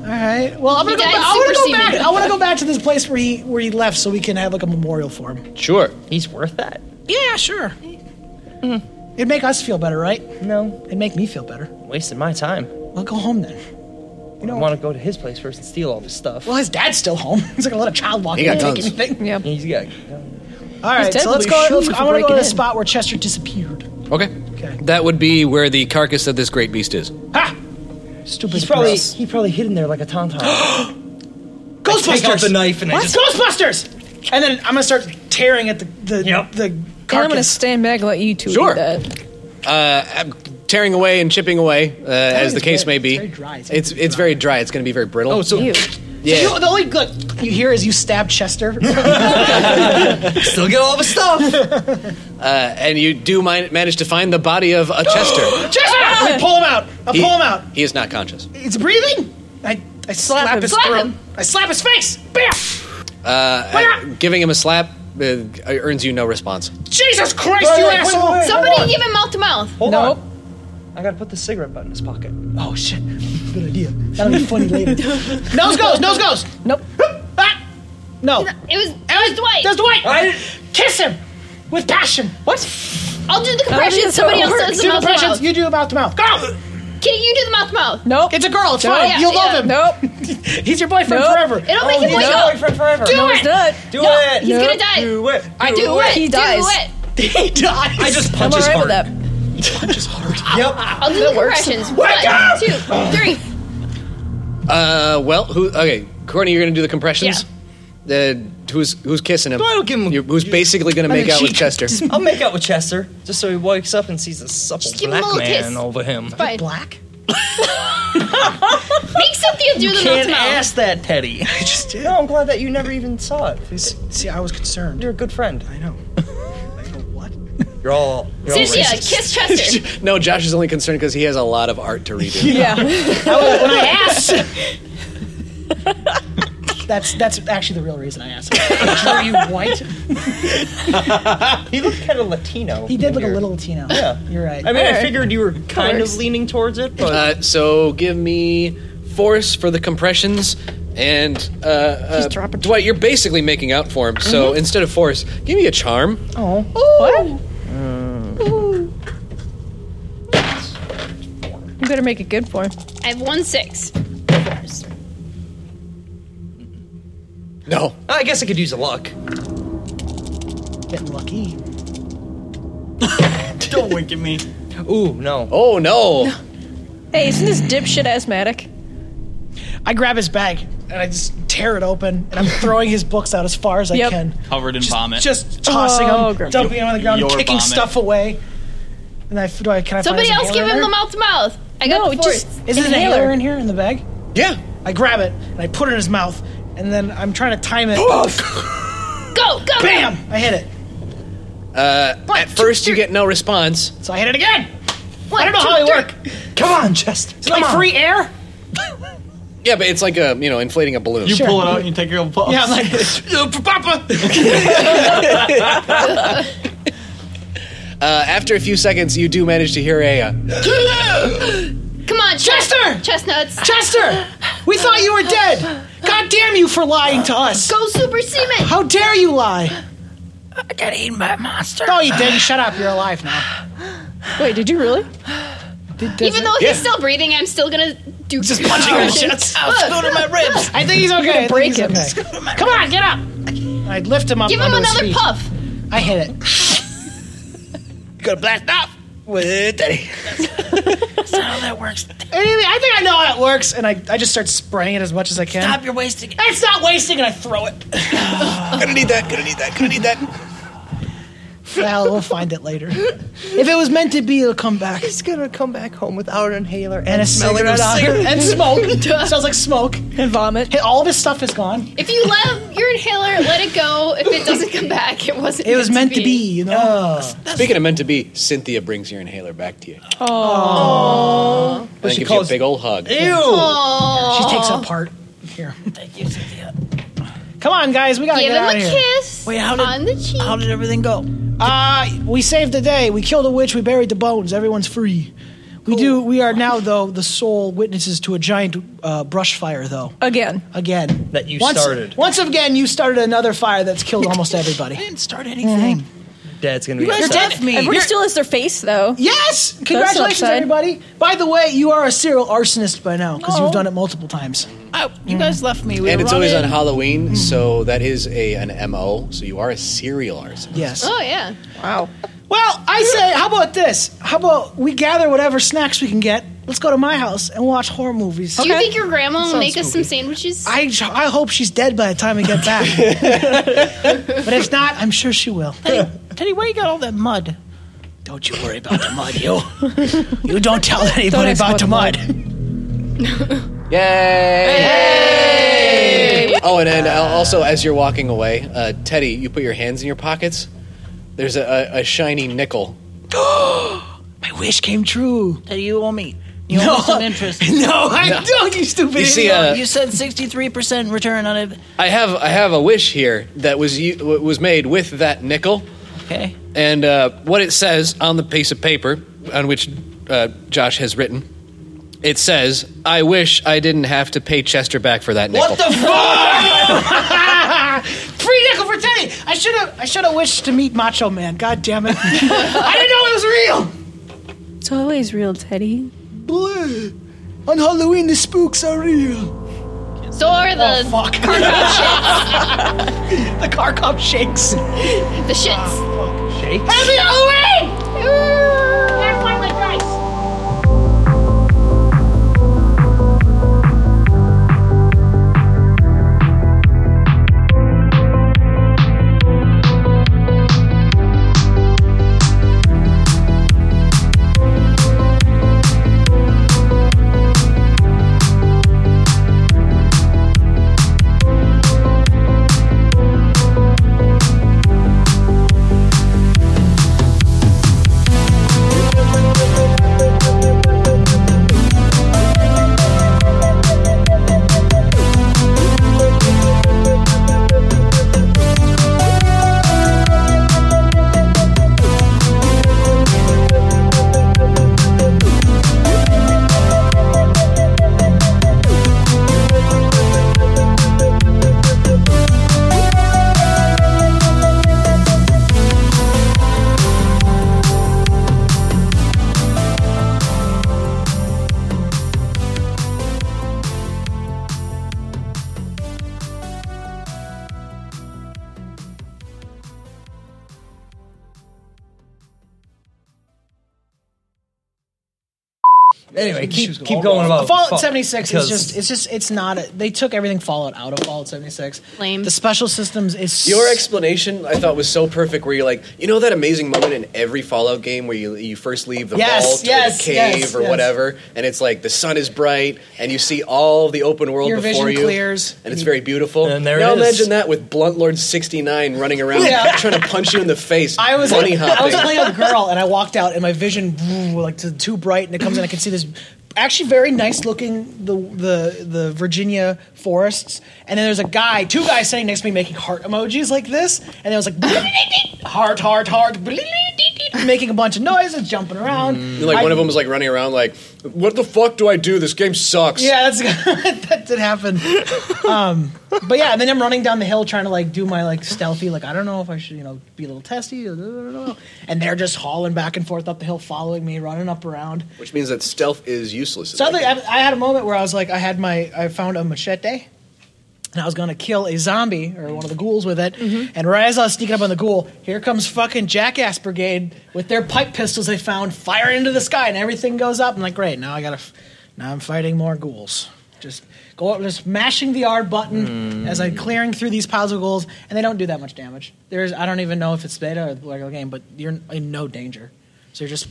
Speaker 4: All right. Well, I'm gonna go.
Speaker 11: died
Speaker 4: Back, I want to
Speaker 11: super
Speaker 4: go back.
Speaker 11: semen.
Speaker 4: I want to go back to this place where he where he left, so we can have like a memorial for him.
Speaker 1: Sure.
Speaker 12: He's worth that.
Speaker 4: Yeah, sure. Mm-hmm. It'd make us feel better, right?
Speaker 12: No,
Speaker 4: It'd make me feel better.
Speaker 12: wasted my time.
Speaker 4: Well, go home then.
Speaker 12: You
Speaker 4: Oh.
Speaker 12: don't want to go to his place first and steal all of his stuff.
Speaker 4: Well, his dad's still home. He's not gonna let a child walk
Speaker 1: He
Speaker 4: in and
Speaker 1: got
Speaker 4: take
Speaker 1: guns.
Speaker 4: anything.
Speaker 3: yeah.
Speaker 12: He's got.
Speaker 4: All right,
Speaker 3: dead,
Speaker 4: so let's
Speaker 3: but
Speaker 4: go.
Speaker 3: we
Speaker 4: Let's,
Speaker 3: shoot
Speaker 4: I want
Speaker 3: for
Speaker 4: to go to the
Speaker 3: breaking in.
Speaker 4: spot where Chester disappeared.
Speaker 1: Okay.
Speaker 4: Okay.
Speaker 1: That would be where the carcass of this great beast is.
Speaker 4: Stupid.
Speaker 12: He's probably
Speaker 4: gross.
Speaker 12: he probably hid in there like a tauntaun.
Speaker 4: Ghostbusters.
Speaker 12: take out the knife and I
Speaker 4: What?
Speaker 12: just-
Speaker 4: Ghostbusters. And then I'm gonna start tearing at the the
Speaker 3: And
Speaker 4: the
Speaker 3: I'm gonna
Speaker 4: carcass.
Speaker 3: stand back and let you two
Speaker 1: Sure.
Speaker 3: do that.
Speaker 1: Uh, I'm tearing away and chipping away, uh, as the case
Speaker 4: very-
Speaker 1: may be.
Speaker 4: it's very dry. It's
Speaker 1: It's it's very dry. It's going to be very brittle.
Speaker 4: Oh, so- Ew.
Speaker 1: yeah.
Speaker 4: So you, the only good you hear is you stab Chester.
Speaker 1: Still get all the stuff. uh, and you do min- manage to find the body of a Chester.
Speaker 4: Chester! I pull him out. I
Speaker 1: He-
Speaker 4: pull him out.
Speaker 1: He is not conscious.
Speaker 4: It's breathing. I, I slap,
Speaker 3: him.
Speaker 4: his
Speaker 3: Slap
Speaker 4: throat.
Speaker 3: him.
Speaker 4: I slap his face. Bam!
Speaker 1: Uh, uh, giving him a slap uh, earns you no response.
Speaker 4: Jesus Christ,
Speaker 12: Wait,
Speaker 4: you
Speaker 12: wait, wait,
Speaker 4: asshole!
Speaker 12: wait,
Speaker 11: Somebody
Speaker 12: hold on.
Speaker 11: give him mouth to mouth.
Speaker 12: Hold on. I gotta put the cigarette butt in his pocket.
Speaker 4: Oh shit. Good idea. That'll be funny later. nose goes. Nose goes.
Speaker 3: Nope.
Speaker 4: Ah! No.
Speaker 11: It was it was Dwight.
Speaker 4: That's Dwight.
Speaker 12: I
Speaker 4: Kiss him with passion. What?
Speaker 11: I'll do the
Speaker 3: think
Speaker 11: compression.
Speaker 3: that's how
Speaker 11: Somebody
Speaker 3: it
Speaker 11: else
Speaker 3: works.
Speaker 11: does the
Speaker 4: Do the
Speaker 11: mouth to
Speaker 4: impressions.
Speaker 11: mouth.
Speaker 4: You do mouth to mouth. Go.
Speaker 11: Kitty, you do the mouth to mouth.
Speaker 3: Nope.
Speaker 4: It's a girl. It's
Speaker 3: Nope.
Speaker 4: fine.
Speaker 11: Yeah,
Speaker 4: You'll love
Speaker 11: yeah.
Speaker 4: him.
Speaker 3: Nope.
Speaker 4: He's your boyfriend
Speaker 3: Nope.
Speaker 4: forever.
Speaker 11: It'll make him
Speaker 12: he's
Speaker 11: wake
Speaker 12: your
Speaker 11: up.
Speaker 12: boyfriend forever.
Speaker 11: Do
Speaker 3: No,
Speaker 11: it.
Speaker 3: it's not.
Speaker 12: Do
Speaker 11: No,
Speaker 12: it.
Speaker 11: He's
Speaker 3: Nope.
Speaker 11: gonna die.
Speaker 12: Do it.
Speaker 3: I do
Speaker 11: Do it.
Speaker 3: it. He
Speaker 11: do
Speaker 3: dies.
Speaker 11: it.
Speaker 4: He dies.
Speaker 12: I just
Speaker 3: I'm
Speaker 12: punch his
Speaker 3: alright with
Speaker 12: heart.
Speaker 3: that.
Speaker 12: Yep.
Speaker 11: I'll do the compressions. One, two, three.
Speaker 1: Uh, well, who? Okay, Courtney, you're going to do the compressions. Uh, who's who's kissing him?
Speaker 12: Dwight will give him a-
Speaker 1: You- who's basically going to
Speaker 12: on
Speaker 1: make
Speaker 12: the
Speaker 1: out with
Speaker 12: cheek.
Speaker 1: Chester?
Speaker 12: I'll make out with Chester just so he wakes up and sees a supple
Speaker 11: give him a
Speaker 12: black
Speaker 11: little
Speaker 12: man
Speaker 11: kiss.
Speaker 12: over him.
Speaker 11: Fine.
Speaker 4: black.
Speaker 11: Make Cynthia do the mouth
Speaker 12: Can't
Speaker 11: to mouth.
Speaker 12: ask that, Teddy.
Speaker 4: I just did.
Speaker 12: No, I'm glad that you never even saw it.
Speaker 4: See, I was concerned.
Speaker 12: You're a good friend.
Speaker 4: I know. I go, what?
Speaker 12: You're all. You're all
Speaker 11: Cynthia,
Speaker 12: racist.
Speaker 11: kiss Chester.
Speaker 1: no, Josh is only concerned because he has a lot of art to redo.
Speaker 3: Yeah.
Speaker 4: I asked. that's that's actually the real reason I asked. Are you white?
Speaker 12: He looked kind of Latino.
Speaker 4: He did look a
Speaker 12: Weird.
Speaker 4: little Latino.
Speaker 12: Yeah.
Speaker 4: You're right.
Speaker 12: I mean, I
Speaker 3: Alright.
Speaker 12: figured you were kind
Speaker 3: course.
Speaker 12: of leaning towards it, but
Speaker 1: Uh, so give me force for the compressions. And uh, uh, Dwight, you're basically making out for him. So instead of force, give me a charm.
Speaker 3: You better make it good for him.
Speaker 11: I have one six.
Speaker 1: No,
Speaker 12: I guess I could use a luck.
Speaker 4: getting lucky.
Speaker 7: Don't wink at me.
Speaker 12: Ooh, no.
Speaker 1: oh no.
Speaker 3: Hey, isn't this dipshit asthmatic?
Speaker 4: I grab his bag and I just tear it open and I'm throwing his books out as far as I
Speaker 3: Yep.
Speaker 4: can.
Speaker 7: Covered in vomit.
Speaker 4: Just tossing
Speaker 3: Oh,
Speaker 4: them,
Speaker 3: gross.
Speaker 4: dumping them on the ground,
Speaker 7: Your
Speaker 4: kicking
Speaker 7: vomit.
Speaker 4: stuff away. And I, do I can I
Speaker 11: Somebody
Speaker 4: find his
Speaker 11: else give
Speaker 4: inhaler
Speaker 11: him
Speaker 4: in
Speaker 11: the
Speaker 4: there?
Speaker 11: mouth to mouth. I got
Speaker 3: No,
Speaker 11: the
Speaker 3: just
Speaker 11: force.
Speaker 4: Is it an inhaler in here in the bag?
Speaker 1: Yeah.
Speaker 4: I grab it and I put it in his mouth and then I'm trying to time it.
Speaker 1: Oh!
Speaker 11: Go, go.
Speaker 4: Bam! I hit it.
Speaker 1: At first, you get no response.
Speaker 4: So I hit it again.
Speaker 11: One,
Speaker 4: I don't know
Speaker 11: two,
Speaker 4: how they
Speaker 11: three.
Speaker 4: work. Come on, Chester. It's like
Speaker 12: on.
Speaker 4: free air.
Speaker 1: Yeah, but it's like a you know inflating a balloon.
Speaker 7: You pull it out and you take your own pulse.
Speaker 4: Yeah, I'm like, "Uh, Papa.
Speaker 1: Uh, after a few seconds, you do manage to hear a. Uh,
Speaker 11: Come on,
Speaker 4: Chester!
Speaker 11: Chestnuts.
Speaker 4: Chester, we thought you were dead. God damn you for lying to us.
Speaker 11: Go, Super Seaman.
Speaker 4: How dare you lie?
Speaker 6: I got eaten by a monster.
Speaker 4: No, you didn't. Shut up. You're alive now.
Speaker 3: Wait, did you really?
Speaker 11: Even though
Speaker 1: Yeah.
Speaker 11: he's still breathing, I'm still gonna do just
Speaker 4: punching her shits.
Speaker 11: Look,
Speaker 12: to my ribs.
Speaker 4: I think he's okay. I think
Speaker 3: break
Speaker 4: he's
Speaker 3: him.
Speaker 4: okay. Come on, get up. I lift him up.
Speaker 11: give him
Speaker 4: onto his
Speaker 11: another
Speaker 4: feet.
Speaker 11: puff.
Speaker 4: I hit it.
Speaker 12: You gotta blast off with Teddy.
Speaker 4: Anyway, I think I know how it works, and I, I just start spraying it as much as I can.
Speaker 12: You're wasting.
Speaker 4: It's not wasting, and I throw it.
Speaker 5: Gonna need that, gonna need that, gonna need that.
Speaker 4: well, we'll find it later. If it was meant to be, it'll come back.
Speaker 12: He's gonna come back home without an inhaler and,
Speaker 4: And a
Speaker 12: smelling of
Speaker 4: cigarette on
Speaker 12: cigarette.
Speaker 4: and smoke. Sounds like smoke.
Speaker 3: And vomit.
Speaker 4: Hey, all of his stuff is gone.
Speaker 11: If you love your inhaler, let it go. If it doesn't come back, it wasn't.
Speaker 4: It was meant to be, you know.
Speaker 1: speaking of meant to be, Cynthia brings your inhaler back to you. Oh. And then gives you a
Speaker 12: calls-
Speaker 1: big old hug.
Speaker 11: Oh,
Speaker 4: She takes it apart. Here. Thank you, Cynthia. Come on, guys, we gotta
Speaker 11: give
Speaker 4: get
Speaker 11: him
Speaker 4: out
Speaker 11: a
Speaker 4: of here.
Speaker 11: kiss Wait,
Speaker 6: how did-
Speaker 11: on the cheek.
Speaker 6: How did everything go?
Speaker 4: Uh, we saved the day. We killed a witch. We buried the bones. Everyone's free. We do. We are now, though, the sole witnesses to a giant uh, brush fire, though.
Speaker 3: Again.
Speaker 4: Again,
Speaker 12: That you
Speaker 4: once,
Speaker 12: started.
Speaker 4: Once again, you started another fire that's killed almost everybody.
Speaker 6: I didn't start anything.
Speaker 12: Dad's gonna be
Speaker 6: guys
Speaker 12: upset.
Speaker 6: left me.
Speaker 3: Everybody still has their face though.
Speaker 4: Yes! Congratulations,
Speaker 3: upside.
Speaker 4: everybody. By the way, you are a serial arsonist by now because
Speaker 6: Oh.
Speaker 4: you've done it multiple times.
Speaker 6: I- Oh, you guys left me. We
Speaker 1: and
Speaker 6: were
Speaker 1: it's always on
Speaker 6: running.
Speaker 1: Halloween, so that is a an mo. So you are a serial arsonist.
Speaker 4: Yes.
Speaker 11: Oh yeah.
Speaker 4: Well, I say, how about this? How about we gather whatever snacks we can get Let's go to my house and watch horror movies.
Speaker 11: Do you think your grandma will make us some sandwiches?
Speaker 4: I, I hope she's dead by the time we get back. but if not, I'm sure she will.
Speaker 6: Teddy, where you got all that mud?
Speaker 4: Don't you worry about the mud, you. You don't tell anybody
Speaker 6: Don't ask
Speaker 4: about the mud.
Speaker 1: Yay! Oh, and then uh, also as you're walking away, uh, Teddy, you put your hands in your pockets. There's a, a, a shiny nickel.
Speaker 4: My wish came true.
Speaker 6: Teddy, you owe me. You owe me some interest.
Speaker 4: No, I
Speaker 1: No.
Speaker 4: don't. You stupid.
Speaker 1: You see,
Speaker 4: idiot.
Speaker 1: uh,
Speaker 6: you said 63% return on it.
Speaker 1: I have I have a wish here that was u- w- was made with that nickel,
Speaker 6: Okay.
Speaker 1: and uh, what it says on the piece of paper on which uh, Josh has written. It says, "I wish I didn't have to pay Chester back for that nickel."
Speaker 7: What the fuck?
Speaker 4: Free nickel for Teddy. I should have. I should have wished to meet Macho Man. God damn it! I didn't know it was real.
Speaker 3: It's always real, Teddy.
Speaker 4: Bleh. On Halloween, the spooks are real.
Speaker 11: So are the
Speaker 4: Oh, Fuck. the car cop shakes. Ah,
Speaker 11: the shits.
Speaker 4: Happy Halloween!
Speaker 12: Anyway, keep,
Speaker 4: Shoes go
Speaker 12: keep
Speaker 4: all
Speaker 12: going
Speaker 4: wrong.
Speaker 12: about
Speaker 4: Fallout
Speaker 12: Fall-
Speaker 4: 76
Speaker 12: because-
Speaker 4: is just it's just it's not a, they took everything Fallout out of Fallout 76.
Speaker 11: Lame.
Speaker 4: The special systems is
Speaker 1: Your explanation, I thought, was so perfect. Where you're like, you know, that amazing moment in every Fallout game where you you first leave the
Speaker 4: Yes,
Speaker 1: vault or
Speaker 4: yes,
Speaker 1: the cave
Speaker 4: yes,
Speaker 1: or
Speaker 4: yes.
Speaker 1: whatever, and it's like the sun is bright and you see all the open world
Speaker 4: Your
Speaker 1: before
Speaker 4: vision
Speaker 1: you,
Speaker 4: clears.
Speaker 1: and it's very beautiful.
Speaker 12: And there
Speaker 1: now
Speaker 12: it is.
Speaker 1: imagine that with Blunt Lord sixty nine running around
Speaker 4: Yeah.
Speaker 1: trying to punch you in the face.
Speaker 4: I was
Speaker 1: bunny
Speaker 4: I was
Speaker 1: hopping.
Speaker 4: playing with a girl and I walked out and my vision woo, like to, too bright and it comes in I can see this actually very nice looking the the the Virginia forests and then there's a guy two guys sitting next to me making heart emojis like this and it was like heart heart heart making a bunch of noises jumping around
Speaker 1: And, like
Speaker 4: I-
Speaker 1: one of them was like running around, like, "What the fuck do I do? This game sucks."
Speaker 4: Yeah, that's that did happen. Um, but yeah, and then I'm running down the hill trying to like do my like stealthy, like I don't know if I should, you know, be a little testy. I don't know. And they're just hauling back and forth up the hill, following me, running up around.
Speaker 1: which means that stealth is useless. in
Speaker 4: So
Speaker 1: that
Speaker 4: I, think,
Speaker 1: game.
Speaker 4: I, I had a moment where I was like, I had my, I found a machete, and I was gonna kill a zombie or one of the ghouls with it. And right as I was sneaking up on the ghoul, here comes fucking Jackass Brigade with their pipe pistols they found, firing into the sky, and everything goes up. I'm like, great, now I gotta, f- now I'm fighting more ghouls. Just go up, just mashing the R button as I'm clearing through these piles of ghouls, and they don't do that much damage. There's, I don't even know if it's beta or the regular game, but you're in no danger. So you're just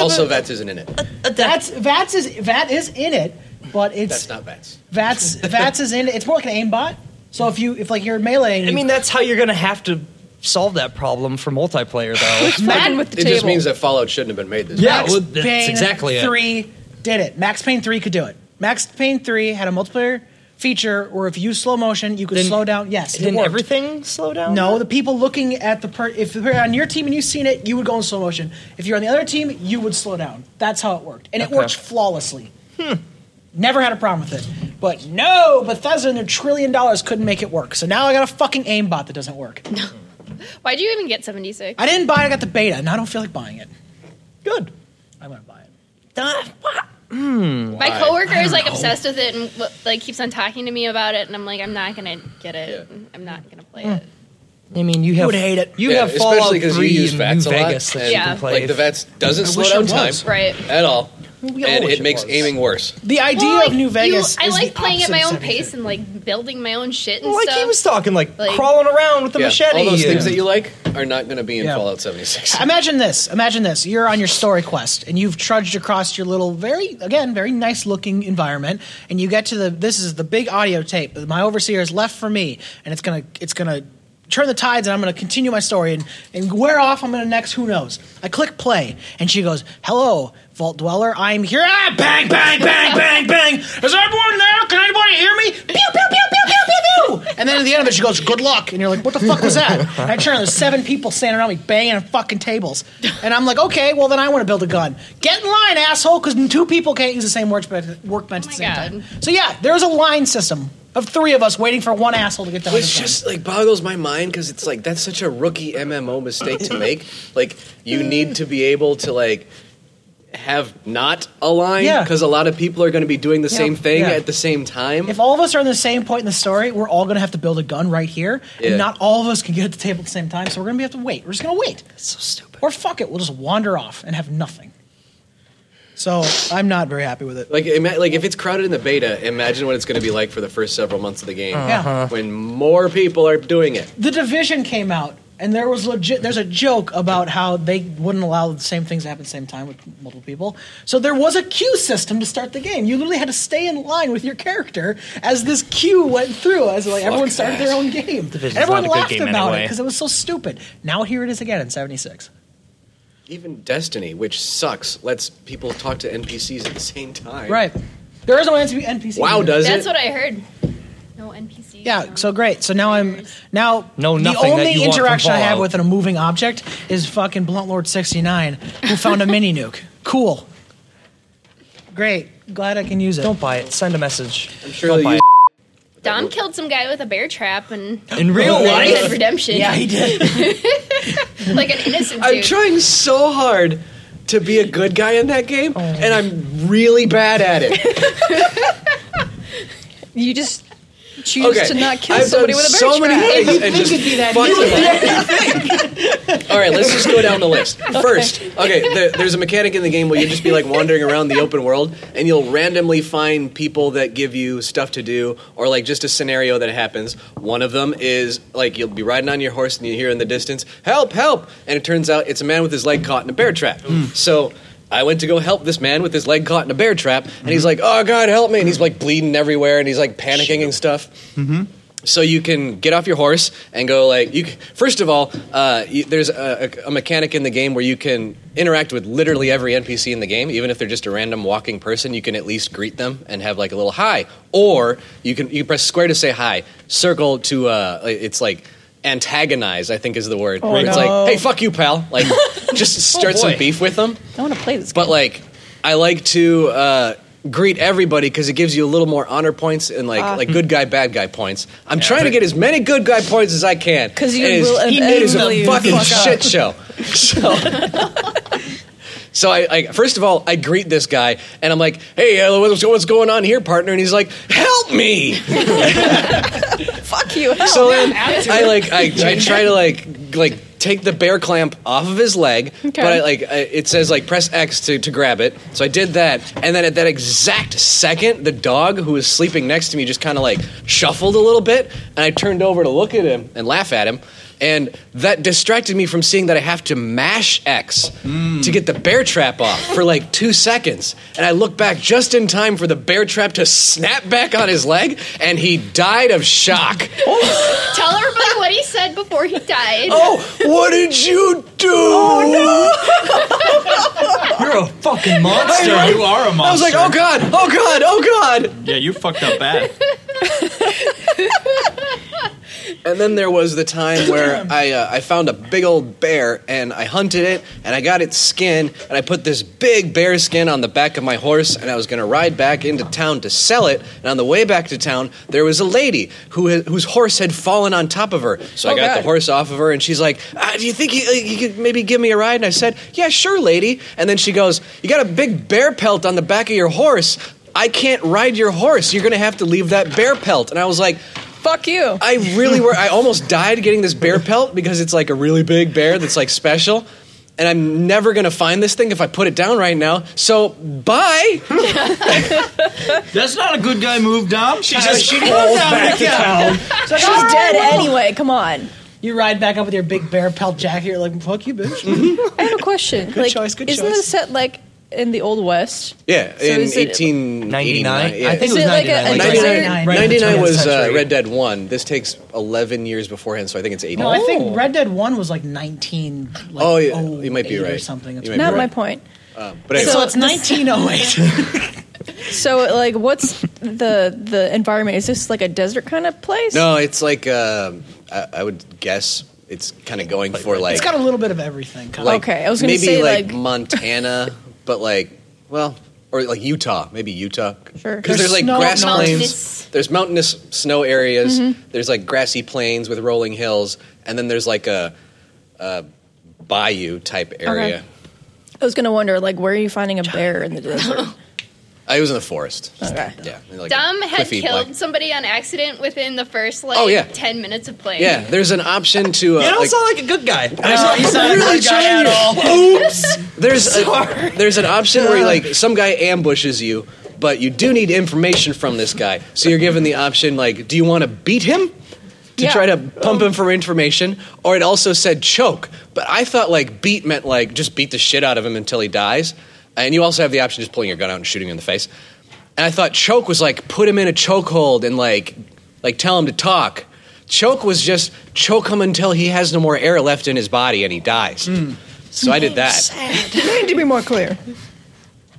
Speaker 1: also, Vats isn't in it.
Speaker 4: that's Vats is Vat is in it, but it's
Speaker 1: That's not Vats.
Speaker 4: Vats Vats is in it. It's more like an aimbot. So if you if like you're meleeing,
Speaker 12: I mean, that's how you're going to have to solve that problem for multiplayer, though.
Speaker 3: Fucking with the
Speaker 1: It
Speaker 3: table.
Speaker 1: just means that Fallout shouldn't have been made this.
Speaker 12: yeah,
Speaker 4: Max
Speaker 12: well, that's
Speaker 4: Payne
Speaker 12: exactly it.
Speaker 4: three did it. Max Payne three could do it. Max Payne three had a multiplayer feature where if you slow motion, you could
Speaker 12: Didn't-
Speaker 4: slow down. Yes, it
Speaker 12: Didn't
Speaker 4: worked.
Speaker 12: everything slow down?
Speaker 4: No, the people looking at the per- if they're on your team and you've seen it, you would go in slow motion. If you're on the other team, you would slow down. That's how it worked, and it
Speaker 12: Okay.
Speaker 4: worked flawlessly.
Speaker 11: Hmm.
Speaker 4: Never had a problem with it. But no, Bethesda and their trillion dollars couldn't make it work. So now I got a fucking aimbot that doesn't work.
Speaker 11: Why'd you even get 76?
Speaker 4: I didn't buy it. I got the beta, and I don't feel like buying it. Good. I'm gonna buy it.
Speaker 11: My coworker is like obsessed with it and wh- like keeps on talking to me about it, and I'm like, I'm not gonna get it. I'm not gonna
Speaker 4: Hmm.
Speaker 11: play it.
Speaker 12: I mean, you have
Speaker 4: would hate it.
Speaker 12: You
Speaker 1: Yeah,
Speaker 12: have
Speaker 1: especially
Speaker 12: Fallout
Speaker 1: 'cause you
Speaker 12: Three
Speaker 1: use
Speaker 12: in New
Speaker 1: Vats a lot,
Speaker 12: Vegas that
Speaker 1: and,
Speaker 12: you
Speaker 11: Yeah.
Speaker 12: can play.
Speaker 1: Like the Vats doesn't slow down time
Speaker 11: Right.
Speaker 1: at all.
Speaker 4: We all
Speaker 1: and
Speaker 4: wish
Speaker 1: it
Speaker 4: it
Speaker 1: makes
Speaker 4: was.
Speaker 1: aiming worse.
Speaker 4: The idea
Speaker 11: Well, like,
Speaker 4: of New
Speaker 11: you-
Speaker 4: Vegas.
Speaker 11: I
Speaker 4: is
Speaker 11: like
Speaker 4: the
Speaker 11: playing at
Speaker 4: opposite
Speaker 11: my
Speaker 4: of
Speaker 11: own
Speaker 4: San
Speaker 11: pace and like building my own shit and
Speaker 4: Like
Speaker 11: stuff.
Speaker 4: he was talking, like,
Speaker 11: Like-
Speaker 4: crawling around with a
Speaker 1: Yeah,
Speaker 4: machete.
Speaker 1: All those things
Speaker 4: Yeah.
Speaker 1: that you like are not going to be in
Speaker 4: Yeah.
Speaker 1: Fallout 76.
Speaker 4: Imagine this. Imagine this. You're on your story quest and you've trudged across your little very again, very nice looking environment and you get to the this is the big audio tape. My overseer is left for me and it's going to it's going to turn the tides and I'm going to continue my story and and where off I'm going to next who knows. I click play and she goes, "Hello, Vault Dweller. I'm here." Ah, bang bang bang bang bang. Is everyone there? Can anybody hear me? Pew pew pew pew pew pew pew. And then at the end of it she goes, "Good luck." And you're like, "What the fuck was that?" And I turn there's seven people standing around me banging on fucking tables. And I'm like, "Okay, well then I want to build a gun. Get in line, asshole, cuz two people can't use the same workbench, workbench at the same time." So yeah, there's a line system of three of us waiting for one asshole to get done. with
Speaker 1: Which
Speaker 4: his gun.
Speaker 1: just like boggles my mind because it's like that's such a rookie MMO mistake to make. Like you need to be able to like have not a line
Speaker 4: Yeah.
Speaker 1: because a lot of people are going to be doing the
Speaker 4: Yeah,
Speaker 1: same thing
Speaker 4: yeah.
Speaker 1: at the same time.
Speaker 4: If all of us are in the same point in the story, we're all going to have to build a gun right here,
Speaker 1: Yeah.
Speaker 4: and not all of us can get at the table at the same time. So we're going to have to wait. We're just going to wait. That's so stupid. Or fuck it, we'll just wander off and have nothing. So I'm not very happy with it.
Speaker 1: Like, ima- like if it's crowded in the beta, imagine what it's going to be like for the first several months of the game
Speaker 4: Yeah.
Speaker 1: when more people are doing it.
Speaker 4: The Division came out, and there was legit. There's a joke about how they wouldn't allow the same things to happen at the same time with multiple people. So there was a queue system to start the game. You literally had to stay in line with your character as this queue went through. As like everyone started their own game.
Speaker 13: Division's
Speaker 4: everyone
Speaker 13: not a good
Speaker 4: laughed
Speaker 13: game
Speaker 4: about it
Speaker 13: anyway.
Speaker 4: because it was so stupid. Now here it is again in '76.
Speaker 1: Even Destiny, which sucks, lets people talk to NPCs at the same time.
Speaker 4: Right. There is no NPC.
Speaker 1: Wow, does
Speaker 11: That's
Speaker 1: it?
Speaker 11: what I heard. No NPC.
Speaker 4: Yeah, so great. So now I'm now
Speaker 12: No,
Speaker 4: the
Speaker 12: nothing that
Speaker 4: only
Speaker 12: you want from
Speaker 4: interaction I have
Speaker 12: Fallout.
Speaker 4: with a moving object is fucking Blunt Lord 69 who found a mini nuke. Cool. Great. Glad I can use it. Don't buy it. Send a message. I'm
Speaker 1: sure
Speaker 4: Don't
Speaker 1: buy it.
Speaker 11: Dom killed some guy with a bear trap and
Speaker 4: In real
Speaker 11: Red
Speaker 4: life?
Speaker 11: Dead Redemption.
Speaker 4: Yeah, he
Speaker 11: did. like an innocent
Speaker 1: I'm
Speaker 11: dude.
Speaker 1: trying so hard to be a good guy in that
Speaker 4: Oh.
Speaker 1: game, and I'm really bad at it.
Speaker 3: You just choose
Speaker 1: Okay,
Speaker 3: to not kill
Speaker 1: I've done
Speaker 3: somebody with a bear
Speaker 1: so many
Speaker 3: trap.
Speaker 1: things and just fucked All right, let's just go down the list. First, okay, there, there's a mechanic in the game where you just be like wandering around the open world, and you'll randomly find people that give you stuff to do, or like just a scenario that happens. One of them is like you'll be riding on your horse and you hear in the distance, "Help! Help!" and it turns out it's a man with his leg caught in a bear trap. So. I went to go help this man with his leg caught in a bear trap, and he's like, "Oh God, help me!" And he's like bleeding everywhere, and he's like panicking and stuff
Speaker 5: Mm-hmm.
Speaker 1: so you can get off your horse and go like you c- first of all uh, you, there's a, a, a mechanic in the game where you can interact with literally every npc in the game even if they're just a random walking person you can at least greet them and have like a little hi or you can you press square to say hi circle to uh, it's like antagonize i think is the word
Speaker 3: Oh,
Speaker 1: where it's
Speaker 3: no. Oh,
Speaker 1: like hey fuck you pal like just start some
Speaker 3: boy.
Speaker 1: beef with them
Speaker 3: I want to play this.
Speaker 1: but like, I like to uh, greet everybody because it gives you a little more honor points and like
Speaker 3: Ah.
Speaker 1: like good guy, bad guy points. I'm trying to get as many good guy points as I can
Speaker 3: 'Cause you
Speaker 1: And it's-
Speaker 3: will
Speaker 1: it is
Speaker 3: inevitably
Speaker 1: a fucking
Speaker 3: fuck up.
Speaker 1: shit show. So. So I, I first of all I greet this guy and I'm like, "Hey, uh, what's, what's going on here, partner?" And he's like, "Help me!"
Speaker 3: Fuck you.
Speaker 1: So then
Speaker 3: Attitude.
Speaker 1: I like I, I try to like g- like take the bear clamp off of his leg,
Speaker 3: Okay.
Speaker 1: but I like I, it says like press X to to grab it. So I did that, and then at that exact second, the dog who was sleeping next to me just kind of like shuffled a little bit, and I turned over to look at him and laugh at him. And that distracted me from seeing that I have to mash X to get the bear trap off for like two seconds. And I look back just in time for the bear trap to snap back on his leg, and he died of shock.
Speaker 11: Tell everybody what he said before he died.
Speaker 4: Oh.
Speaker 1: Oh, what did you do? Oh,
Speaker 7: You're a fucking monster.
Speaker 1: I-
Speaker 7: you are a monster.
Speaker 1: I was like, oh god, oh god, oh god.
Speaker 7: Yeah, you fucked up bad.
Speaker 1: And then there was the time where I uh, I found a big old bear and I hunted it and I got its skin and I put this big bear skin on the back of my horse and I was gonna ride back into town to sell it. And on the way back to town, there was a lady who had- whose horse had fallen on top of her. So I
Speaker 5: Oh,
Speaker 1: got the
Speaker 5: God.
Speaker 1: horse off of her and she's like, ah, "Do you think you, you could maybe give me a ride?" And I said, "Yeah, sure, lady." And then she goes, "You got a big bear pelt on the back of your horse." I can't ride your horse. You're gonna have to leave that bear pelt. And I was like,
Speaker 3: Fuck you.
Speaker 1: I really were. I almost died getting this bear pelt because it's like a really big bear that's like special. and I'm never gonna find this thing if I put it down right now. So bye.
Speaker 7: That's not a good guy move, Dom. She
Speaker 1: just crawls back to town.
Speaker 4: like,
Speaker 3: She's
Speaker 4: "All
Speaker 3: dead
Speaker 4: right, well."
Speaker 3: anyway. Come on.
Speaker 4: You ride back up with your big bear pelt jacket. You're like, fuck you, bitch.
Speaker 3: I have a question.
Speaker 4: Good
Speaker 3: like,
Speaker 4: choice, good
Speaker 3: isn't
Speaker 4: choice.
Speaker 3: this set like in the Old West?
Speaker 1: Yeah,
Speaker 3: So
Speaker 1: in
Speaker 3: is it-
Speaker 1: 1899. Yeah.
Speaker 3: I think it Is was it like a- 99, a like desert-
Speaker 1: 99,
Speaker 3: right in the
Speaker 1: 99 was
Speaker 3: 20th
Speaker 1: uh,
Speaker 3: century.
Speaker 1: Red Dead 1. This takes 11 years beforehand, so I think it's 80.
Speaker 4: No, I think Red Dead One was like 19. Like,
Speaker 1: oh, yeah, you might be
Speaker 4: 08 or
Speaker 1: right.
Speaker 4: something.
Speaker 1: You might be
Speaker 3: Not
Speaker 1: right.
Speaker 3: my point.
Speaker 1: Um, but anyway,
Speaker 4: so it's 1908.
Speaker 3: So, like, what's the the environment? Is this like a desert kind of place?
Speaker 1: no, it's like um, I, I would guess it's kind of going for like
Speaker 4: it's got a little bit of everything. kinda.
Speaker 1: like
Speaker 3: Okay, I was gonna
Speaker 1: maybe
Speaker 3: say,
Speaker 1: like,
Speaker 3: like-
Speaker 1: Montana, but like well, or like Utah, maybe Utah.
Speaker 3: Sure.
Speaker 1: Because there's,
Speaker 4: There's
Speaker 1: like
Speaker 4: snow-
Speaker 1: grass
Speaker 11: Mountainous.
Speaker 1: plains, there's mountainous snow areas,
Speaker 3: Mhm.
Speaker 1: there's like grassy plains with rolling hills, and then there's like a, a bayou type area.
Speaker 3: I was gonna wonder, like, where are you finding a bear in the desert?
Speaker 1: I was in the forest.
Speaker 3: Okay.
Speaker 1: Yeah. and, like, a
Speaker 11: Dom had
Speaker 1: cliffy
Speaker 11: killed
Speaker 1: black-
Speaker 11: somebody on accident within the first like
Speaker 1: Oh, yeah.
Speaker 11: 10 minutes of playing.
Speaker 1: Yeah, there's an option to. Uh,
Speaker 12: you don't
Speaker 1: like-
Speaker 12: sound like a good guy.
Speaker 1: I saw- you sound like a good guy at all.
Speaker 12: Oops.
Speaker 1: There's a, there's an option where like some guy ambushes you, but you do need information from this guy. So you're given the option like, do you want to beat him to
Speaker 3: Yeah.
Speaker 1: try to pump
Speaker 4: Um,
Speaker 1: him for information, or it also said choke. But I thought like beat meant like just beat the shit out of him until he dies, and you also have the option of just pulling your gun out and shooting him in the face. And I thought choke was like put him in a chokehold and like like tell him to talk. Choke was just choke him until he has no more air left in his body and he dies.
Speaker 4: Hmm.
Speaker 1: So I did that.
Speaker 3: you need to be more clear.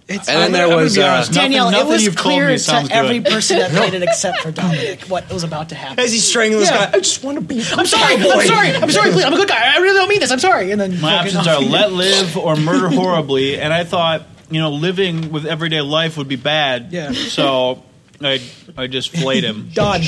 Speaker 7: It's,
Speaker 1: And then there was, uh,
Speaker 4: Danielle, it was clear to every person that
Speaker 7: No.
Speaker 4: played it except for Dominic what was about to happen.
Speaker 12: As he's strangling this guy, I just want to be.
Speaker 4: I'm sorry, I'm sorry, I'm sorry, please, I'm a good guy. I really don't mean this. I'm sorry. And then
Speaker 7: My
Speaker 4: fucking
Speaker 7: options
Speaker 4: off
Speaker 7: are
Speaker 4: you go.
Speaker 7: let live or murder horribly, and I thought you know living with everyday life would be bad.
Speaker 4: Yeah.
Speaker 7: So I I just flayed him.
Speaker 4: Done.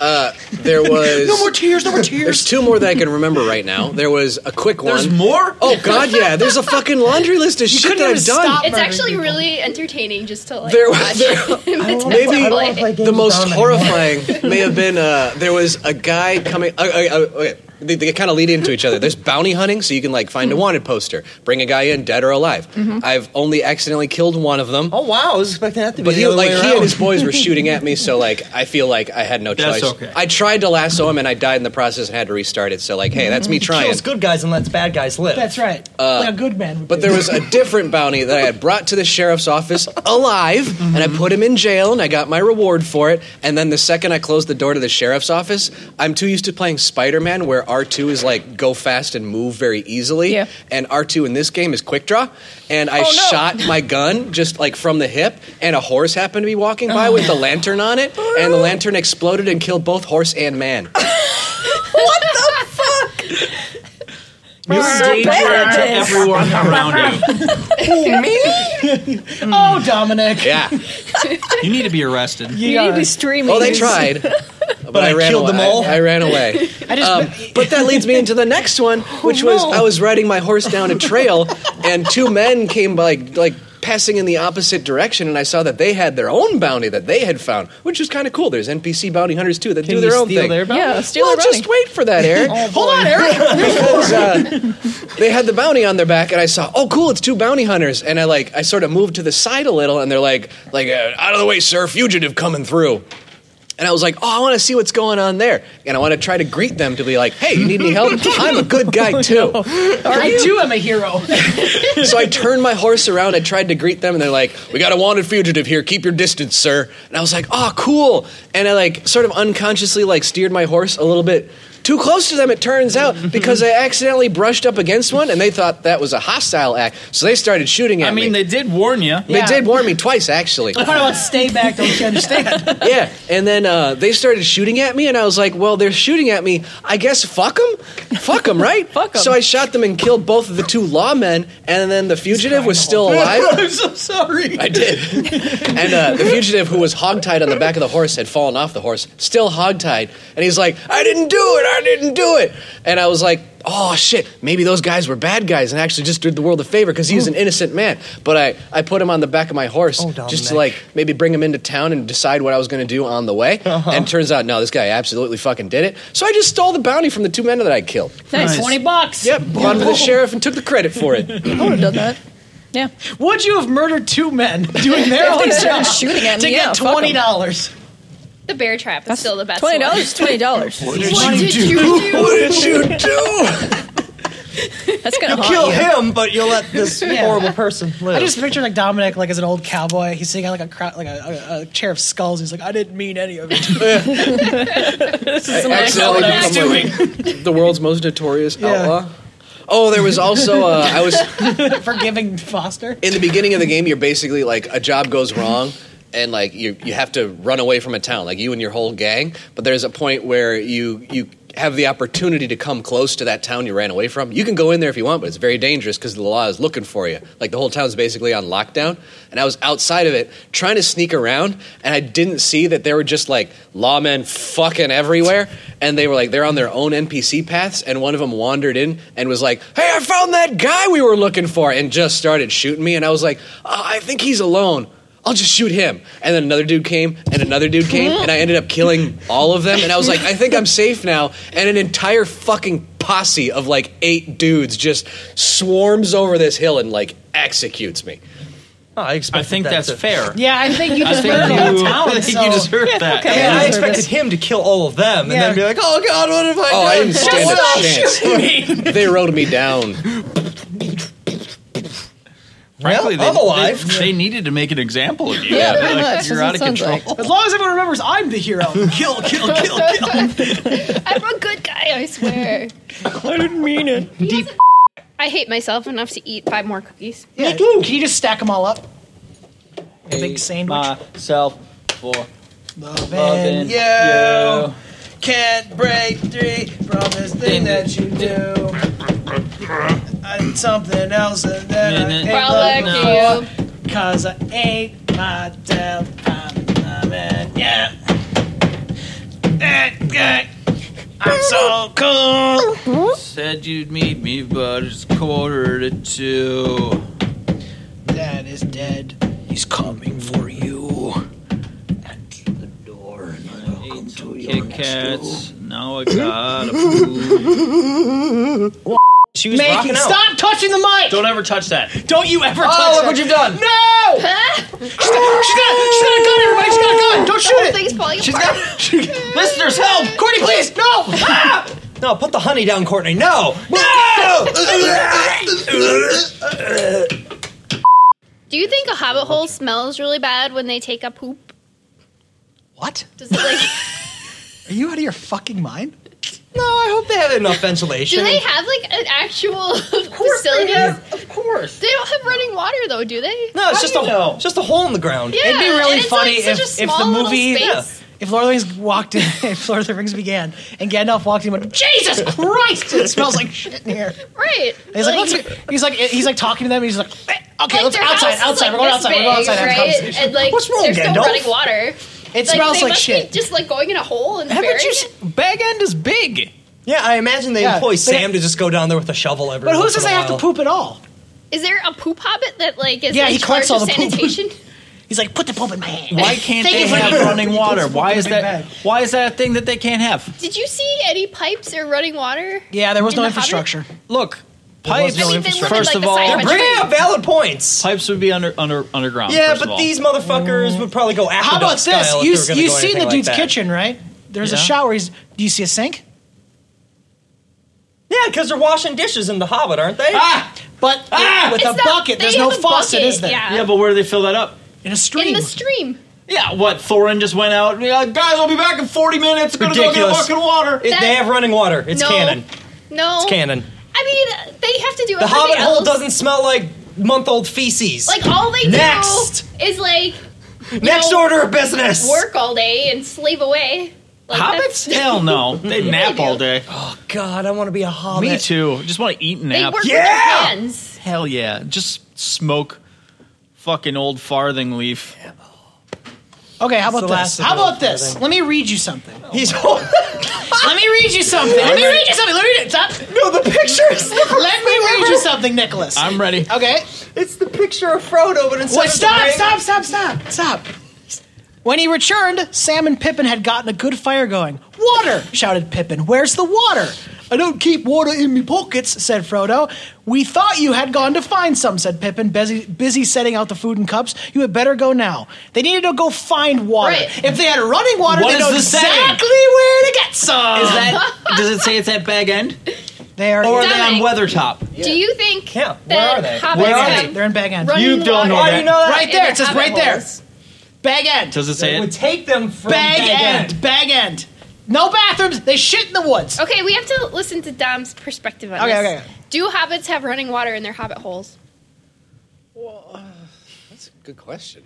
Speaker 1: Uh, there was
Speaker 4: No more tears. No more
Speaker 1: There's
Speaker 4: tears.
Speaker 1: two more that I can remember right now. There was a quick one.
Speaker 7: There's more?
Speaker 1: Oh God, yeah. There's a fucking laundry list of shit
Speaker 4: couldn't
Speaker 1: that I've
Speaker 4: even
Speaker 1: done.
Speaker 4: stop
Speaker 11: It's
Speaker 4: murdering
Speaker 11: actually
Speaker 4: people.
Speaker 11: really entertaining just to like
Speaker 1: There-
Speaker 11: watch
Speaker 1: there-
Speaker 11: him attempt
Speaker 12: Oh.
Speaker 11: to
Speaker 1: Maybe
Speaker 11: play.
Speaker 1: the most horrifying may have been uh, there was a guy coming. Uh, uh, uh, okay. They, they kind of lead into each other. There's bounty hunting, so you can like find a wanted poster, bring a guy in, dead or alive. I've only accidentally killed one of them.
Speaker 12: Oh wow, I was expecting that to be.
Speaker 1: But
Speaker 12: the
Speaker 1: he,
Speaker 12: other
Speaker 1: like
Speaker 12: way
Speaker 1: he
Speaker 12: around.
Speaker 1: and his boys were shooting at me, so like I feel like I had no
Speaker 7: That's
Speaker 1: choice.
Speaker 7: okay.
Speaker 1: I tried to lasso him, and I died in the process, and had to restart it. So like, hey, that's me trying.
Speaker 12: kills good guys and lets bad guys live.
Speaker 4: That's right.
Speaker 1: Uh,
Speaker 4: like a good man. Would
Speaker 1: But
Speaker 4: do.
Speaker 1: there was a different bounty that I had brought to the sheriff's office alive, and I put him in jail, and I got my reward for it. And then the second I closed the door to the sheriff's office, I'm too used to playing Spider Man, where R2 is like go fast and move very easily.
Speaker 3: Yeah.
Speaker 1: And R2 in this game is quick draw. And I
Speaker 3: Oh, no.
Speaker 1: shot my gun just like from the hip, and a horse happened to be walking by with the lantern on it, and the lantern exploded and killed both horse and man.
Speaker 3: what the fuck?
Speaker 7: You
Speaker 3: so bad
Speaker 7: to
Speaker 3: at this.
Speaker 7: everyone around you.
Speaker 4: oh, Dominic.
Speaker 1: Yeah.
Speaker 7: You need to be arrested.
Speaker 3: You
Speaker 4: Yeah.
Speaker 3: need to be streaming.
Speaker 1: Well, they
Speaker 3: these.
Speaker 1: tried. But,
Speaker 12: I killed
Speaker 1: away.
Speaker 12: them all?
Speaker 1: I ran away.
Speaker 4: I just
Speaker 1: Um, but that leads me into the next one, which was
Speaker 4: no.
Speaker 1: I was riding my horse down a trail, and two men came by, like passing in the opposite direction, and I saw that they had their own bounty that they had found, which is kind of cool. There's NPC bounty hunters too that do their own thing.
Speaker 3: Yeah, steal
Speaker 1: well,
Speaker 3: their bounty.
Speaker 1: just wait for that, Eric.
Speaker 4: hold on, Eric.
Speaker 1: Because, uh, they had the bounty on their back, and I saw, oh, cool, it's two bounty hunters, and I like, I sort of moved to the side a little, and they're like, like, uh, out of the way, sir, fugitive coming through. And I was like, oh, I want to see what's going on there. And I want to try to greet them to be like, hey, you need any help? I'm a good guy too.
Speaker 4: I too am a hero.
Speaker 1: So I turned my horse around. I tried to greet them, and they're like, "We got a wanted fugitive here. Keep your distance, sir." And I was like, "Oh, cool!" And I like sort of unconsciously like steered my horse a little bit too close to them. It turns out because I accidentally brushed up against one, and they thought that was a hostile act, so they started shooting at
Speaker 7: I mean,
Speaker 1: me.
Speaker 7: they did warn you.
Speaker 1: They did warn me twice, actually.
Speaker 4: Part about stay back. Don't you understand?
Speaker 1: yeah, and then uh, they started shooting at me, and I was like, "Well, they're shooting at me. I guess fuck them, fuck them, right?
Speaker 3: Fuck 'em.
Speaker 1: So I shot them and killed both of the two lawmen, and then the fugitive was still alive.
Speaker 7: I'm so sorry.
Speaker 1: I did. and uh, the fugitive who was hogtied on the back of the horse had fallen off the horse, still hogtied. And he's like, I didn't do it. I I didn't do it. And I was like, oh shit, maybe those guys were bad guys and actually just did the world a favor because he was an innocent man. But I, I put him on the back of my horse just to like maybe bring him into town and decide what I was going to do on the way. And turns out, no, this guy absolutely fucking did it. So I just stole the bounty from the two men that I killed.
Speaker 13: Nice. 20 bucks.
Speaker 1: Yep, brought him to the sheriff and took the credit for it. I
Speaker 3: would have done that. Yeah.
Speaker 4: Would you have murdered two men doing their
Speaker 3: If they
Speaker 4: own
Speaker 3: started
Speaker 4: job
Speaker 3: shooting at
Speaker 4: to
Speaker 3: me, yeah,
Speaker 4: get
Speaker 3: fuck 'em.
Speaker 4: twenty dollars?
Speaker 11: The bear trap is still the best.
Speaker 3: Twenty
Speaker 11: one.
Speaker 3: dollars. Twenty dollars.
Speaker 11: What did What you did do? you do?
Speaker 3: What
Speaker 1: did you do?
Speaker 3: That's gonna
Speaker 4: You
Speaker 3: haunt
Speaker 4: kill
Speaker 3: you.
Speaker 4: him,
Speaker 12: but you'll let this horrible
Speaker 4: person
Speaker 12: live.
Speaker 4: I just picture like Dominic, like as an old cowboy. He's sitting on like a cro- like a, a, a chair of skulls. He's like, I didn't mean any of it. this
Speaker 1: I accidentally become, like, the world's most notorious outlaw. Oh, there was also uh, I was
Speaker 4: forgiving Foster.
Speaker 1: in the beginning of the game. You're basically like a job goes wrong. And like you, you have to run away from a town, like you and your whole gang. But there's a point where you you have the opportunity to come close to that town you ran away from. You can go in there if you want, but it's very dangerous because the law is looking for you. Like the whole town's basically on lockdown. And I was outside of it trying to sneak around, and I didn't see that there were just like lawmen fucking everywhere. And they were like they're on their own NPC paths, and one of them wandered in and was like, "Hey, I found that guy we were looking for," and just started shooting me. And I was like, "Uh, "I think he's alone." I'll just shoot him. And then another dude came, and another dude came, and I ended up killing all of them. And I was like, I think I'm safe now. And an entire fucking posse of like eight dudes just swarms over this hill and like executes me.
Speaker 12: Oh, I,
Speaker 7: think that's fair.
Speaker 4: Yeah, I think you
Speaker 7: I
Speaker 4: just
Speaker 7: think
Speaker 4: murdered the whole
Speaker 7: you-
Speaker 4: town.
Speaker 7: I think you
Speaker 4: so-
Speaker 7: deserve Yeah, that.
Speaker 12: Yeah,
Speaker 7: okay. Yeah,
Speaker 12: I
Speaker 7: you deserve
Speaker 12: expected him to kill all of them and
Speaker 4: Yeah.
Speaker 12: then be like, oh god, what have I
Speaker 1: Oh,
Speaker 12: done?
Speaker 1: I didn't stand
Speaker 12: Stop shooting
Speaker 1: a chance. They rode me down.
Speaker 7: Frankly,
Speaker 12: Well, I'm
Speaker 7: they,
Speaker 12: alive.
Speaker 7: They, they needed to make an example of you.
Speaker 4: Yeah, pretty
Speaker 7: Like,
Speaker 4: much.
Speaker 7: You're
Speaker 4: That's
Speaker 7: out of
Speaker 4: what it sounds
Speaker 7: control.
Speaker 4: As long as everyone remembers, I'm the hero. Kill, kill, kill, kill.
Speaker 11: I'm a good guy, I swear.
Speaker 4: I didn't mean it. Deep.
Speaker 11: I hate myself enough to eat five more cookies.
Speaker 4: Yeah. Can you just stack them all up? A big sandwich.
Speaker 7: Myself for
Speaker 4: Loving
Speaker 7: loving
Speaker 4: you.
Speaker 7: you.
Speaker 4: Can't break three from this thing that you do. I did something else and then I
Speaker 7: Minute.
Speaker 4: can't
Speaker 11: Frolic
Speaker 4: love no more. Cause I ate my tail. I'm in, yeah. That guy. I'm so cool.
Speaker 7: Mm-hmm. Said you'd meet me, but it's quarter to two.
Speaker 4: Dad is dead. He's coming for you.
Speaker 7: Kit Kats. Now I gotta poop.
Speaker 12: She was
Speaker 4: Make
Speaker 12: rocking
Speaker 4: it
Speaker 12: out.
Speaker 4: stop touching the mic!
Speaker 7: Don't ever touch that.
Speaker 4: Don't you ever touch
Speaker 12: Oh, look
Speaker 4: her.
Speaker 12: what you've done.
Speaker 4: No! she's, got, she's, got, she's got a gun, everybody! She's got a gun! Don't
Speaker 11: The whole
Speaker 4: shoot it!
Speaker 11: thing's falling
Speaker 12: She's
Speaker 11: apart.
Speaker 12: got
Speaker 4: Listeners, help! Courtney, please! No! Ah!
Speaker 12: No, put the honey down, Courtney. No! No!
Speaker 11: Do you think a hobbit hole smells really bad when they take a poop?
Speaker 4: What?
Speaker 11: Does it like?
Speaker 4: Are you out of your fucking mind?
Speaker 12: no, I hope they have enough ventilation.
Speaker 11: do they have like an actual
Speaker 12: course they
Speaker 11: facility?
Speaker 12: have.
Speaker 4: Of course.
Speaker 11: They don't have running water though, do they?
Speaker 12: no, it's just a it's just a hole in the ground.
Speaker 11: Yeah,
Speaker 4: It'd be really
Speaker 11: and it's,
Speaker 4: funny
Speaker 11: like, such
Speaker 4: if,
Speaker 11: a
Speaker 4: if the
Speaker 11: small little
Speaker 4: movie,
Speaker 11: space.
Speaker 4: if Lord of the Rings walked in, if Lord of the Rings began, and Gandalf walked in, and went, Jesus Christ! It smells like shit in here.
Speaker 11: right?
Speaker 4: And he's like, let's, he's like, he's like talking to them. And he's like, "Eh, okay,
Speaker 11: like,
Speaker 4: let's
Speaker 11: their
Speaker 4: outside,
Speaker 11: house is,
Speaker 4: outside.
Speaker 11: like,
Speaker 4: We're going
Speaker 11: this
Speaker 4: outside. We're going
Speaker 11: big,
Speaker 4: outside. and have a
Speaker 11: Right?
Speaker 4: conversation.
Speaker 11: And like,
Speaker 12: What's wrong,
Speaker 11: there's
Speaker 12: Gandalf?
Speaker 11: still running water.
Speaker 4: It smells
Speaker 11: they
Speaker 4: like
Speaker 11: must
Speaker 4: shit.
Speaker 11: Be just like going in a hole and
Speaker 7: Haven't
Speaker 11: burying
Speaker 7: you?
Speaker 11: it.
Speaker 7: s- Bag end is big.
Speaker 12: Yeah, I imagine they
Speaker 4: Yeah,
Speaker 12: employ
Speaker 4: they-
Speaker 12: Sam to just go down there with a shovel every.
Speaker 4: But who
Speaker 12: once
Speaker 4: says
Speaker 12: in
Speaker 4: they
Speaker 12: a
Speaker 4: have to
Speaker 12: while.
Speaker 4: poop at all?
Speaker 11: Is there a poop hobbit that like is
Speaker 4: Yeah,
Speaker 11: in
Speaker 4: he
Speaker 11: charge
Speaker 4: collects all
Speaker 11: of
Speaker 4: the poop.
Speaker 11: sanitation?
Speaker 4: He's like, put the poop in my hand.
Speaker 7: Why can't
Speaker 4: Thank
Speaker 7: they
Speaker 4: you for
Speaker 7: have
Speaker 4: the-
Speaker 7: running water? Why is
Speaker 4: Big bag.
Speaker 7: that? Why is that a thing that they can't have?
Speaker 11: Did you see any pipes or running water?
Speaker 4: Yeah, there was
Speaker 11: In
Speaker 4: no
Speaker 11: the
Speaker 4: infrastructure.
Speaker 7: Look, pipes.
Speaker 11: I mean, they live in,
Speaker 7: First
Speaker 11: like,
Speaker 7: of
Speaker 11: the side
Speaker 7: all,
Speaker 11: of a
Speaker 12: Bringing up valid points.
Speaker 7: pipes would be under under underground.
Speaker 12: Yeah,
Speaker 7: first of
Speaker 12: but
Speaker 7: all.
Speaker 12: these motherfuckers would probably go after
Speaker 4: How about this? You you have seen the dude's
Speaker 12: like that.
Speaker 4: kitchen, right? There's a
Speaker 7: Yeah.
Speaker 4: shower. He's, do you see a sink?
Speaker 12: Yeah, because they're washing dishes in The Hobbit, aren't they?
Speaker 7: Ah!
Speaker 4: But with
Speaker 11: It's
Speaker 4: a
Speaker 11: not-
Speaker 4: bucket,
Speaker 11: they
Speaker 4: there's no
Speaker 11: have a
Speaker 4: faucet,
Speaker 11: bucket,
Speaker 4: is there?
Speaker 11: Yeah.
Speaker 7: Yeah, but where do they fill that up?
Speaker 4: In a stream.
Speaker 11: in the stream.
Speaker 7: Yeah, what? Thorin just went out. Yeah, guys, I'll be back in 40 minutes. I'm gonna go
Speaker 12: Ridiculous.
Speaker 7: get fucking water.
Speaker 12: It- they
Speaker 11: That-
Speaker 12: have running water. It's
Speaker 11: No. Oh,
Speaker 12: canon.
Speaker 11: No.
Speaker 12: It's canon.
Speaker 11: I mean, they have to do
Speaker 12: The
Speaker 11: everything
Speaker 12: Hobbit
Speaker 11: else.
Speaker 12: hole doesn't smell like month-old feces.
Speaker 11: Like all they
Speaker 12: Next.
Speaker 11: do is like
Speaker 12: Next
Speaker 11: know,
Speaker 12: order of business.
Speaker 11: work all day and slave away. Like, that's-
Speaker 7: Hobbits? Hell no. They nap
Speaker 11: do.
Speaker 7: all day.
Speaker 12: God, I want to be a hobbit.
Speaker 7: Me too. Just want to eat and
Speaker 11: They
Speaker 7: nap.
Speaker 11: work with their
Speaker 12: Yeah!
Speaker 11: hands.
Speaker 7: Hell yeah. Just smoke fucking old farthing leaf.
Speaker 4: Okay, how about
Speaker 12: the last
Speaker 4: this?
Speaker 12: of
Speaker 4: How
Speaker 12: the-
Speaker 4: about this? Let me read you something.
Speaker 12: He's. I
Speaker 4: Let me read you something. Let me read you something. Let me read it. Stop. No, the pictures. Let me read you something, Nicholas.
Speaker 7: I'm ready.
Speaker 4: Okay. It's the picture of Frodo, but
Speaker 7: instead
Speaker 4: Wait,
Speaker 7: of the
Speaker 4: stop,
Speaker 7: ring-
Speaker 4: stop, stop, stop, stop. When he returned, Sam and Pippin had gotten a good fire going. Water! shouted Pippin. Where's the water? I don't keep water in me pockets, said Frodo. We thought you had gone to find some, said Pippin, busy, busy setting out the food and cups. You had better go now. They needed to go find water.
Speaker 7: Right.
Speaker 4: If they had running water,
Speaker 7: What
Speaker 4: they
Speaker 7: is
Speaker 4: know
Speaker 7: the setting?
Speaker 4: exactly where to get some.
Speaker 7: Is that? Does it say it's at Bag End?
Speaker 4: They are.
Speaker 7: Or are they on
Speaker 11: Dominic.
Speaker 7: Weathertop?
Speaker 11: Do you think
Speaker 7: Yeah, where
Speaker 11: that
Speaker 7: are they?
Speaker 11: hobbits
Speaker 7: Where are
Speaker 11: have
Speaker 7: they?
Speaker 4: They're in Bag End.
Speaker 11: running
Speaker 7: You don't know
Speaker 11: water?
Speaker 7: Why do you know that?
Speaker 4: Right there.
Speaker 11: In
Speaker 4: It says
Speaker 11: hobbit
Speaker 4: right there.
Speaker 11: holes.
Speaker 4: Bag End.
Speaker 7: Does it say it?
Speaker 4: take them from bag,
Speaker 11: Bag
Speaker 4: end, Bag End. No bathrooms. They shit in the woods.
Speaker 11: Okay, we have to listen to Dom's perspective on
Speaker 4: Okay,
Speaker 11: this.
Speaker 4: okay, okay.
Speaker 11: Do hobbits have running water in their hobbit holes?
Speaker 1: That's a good question.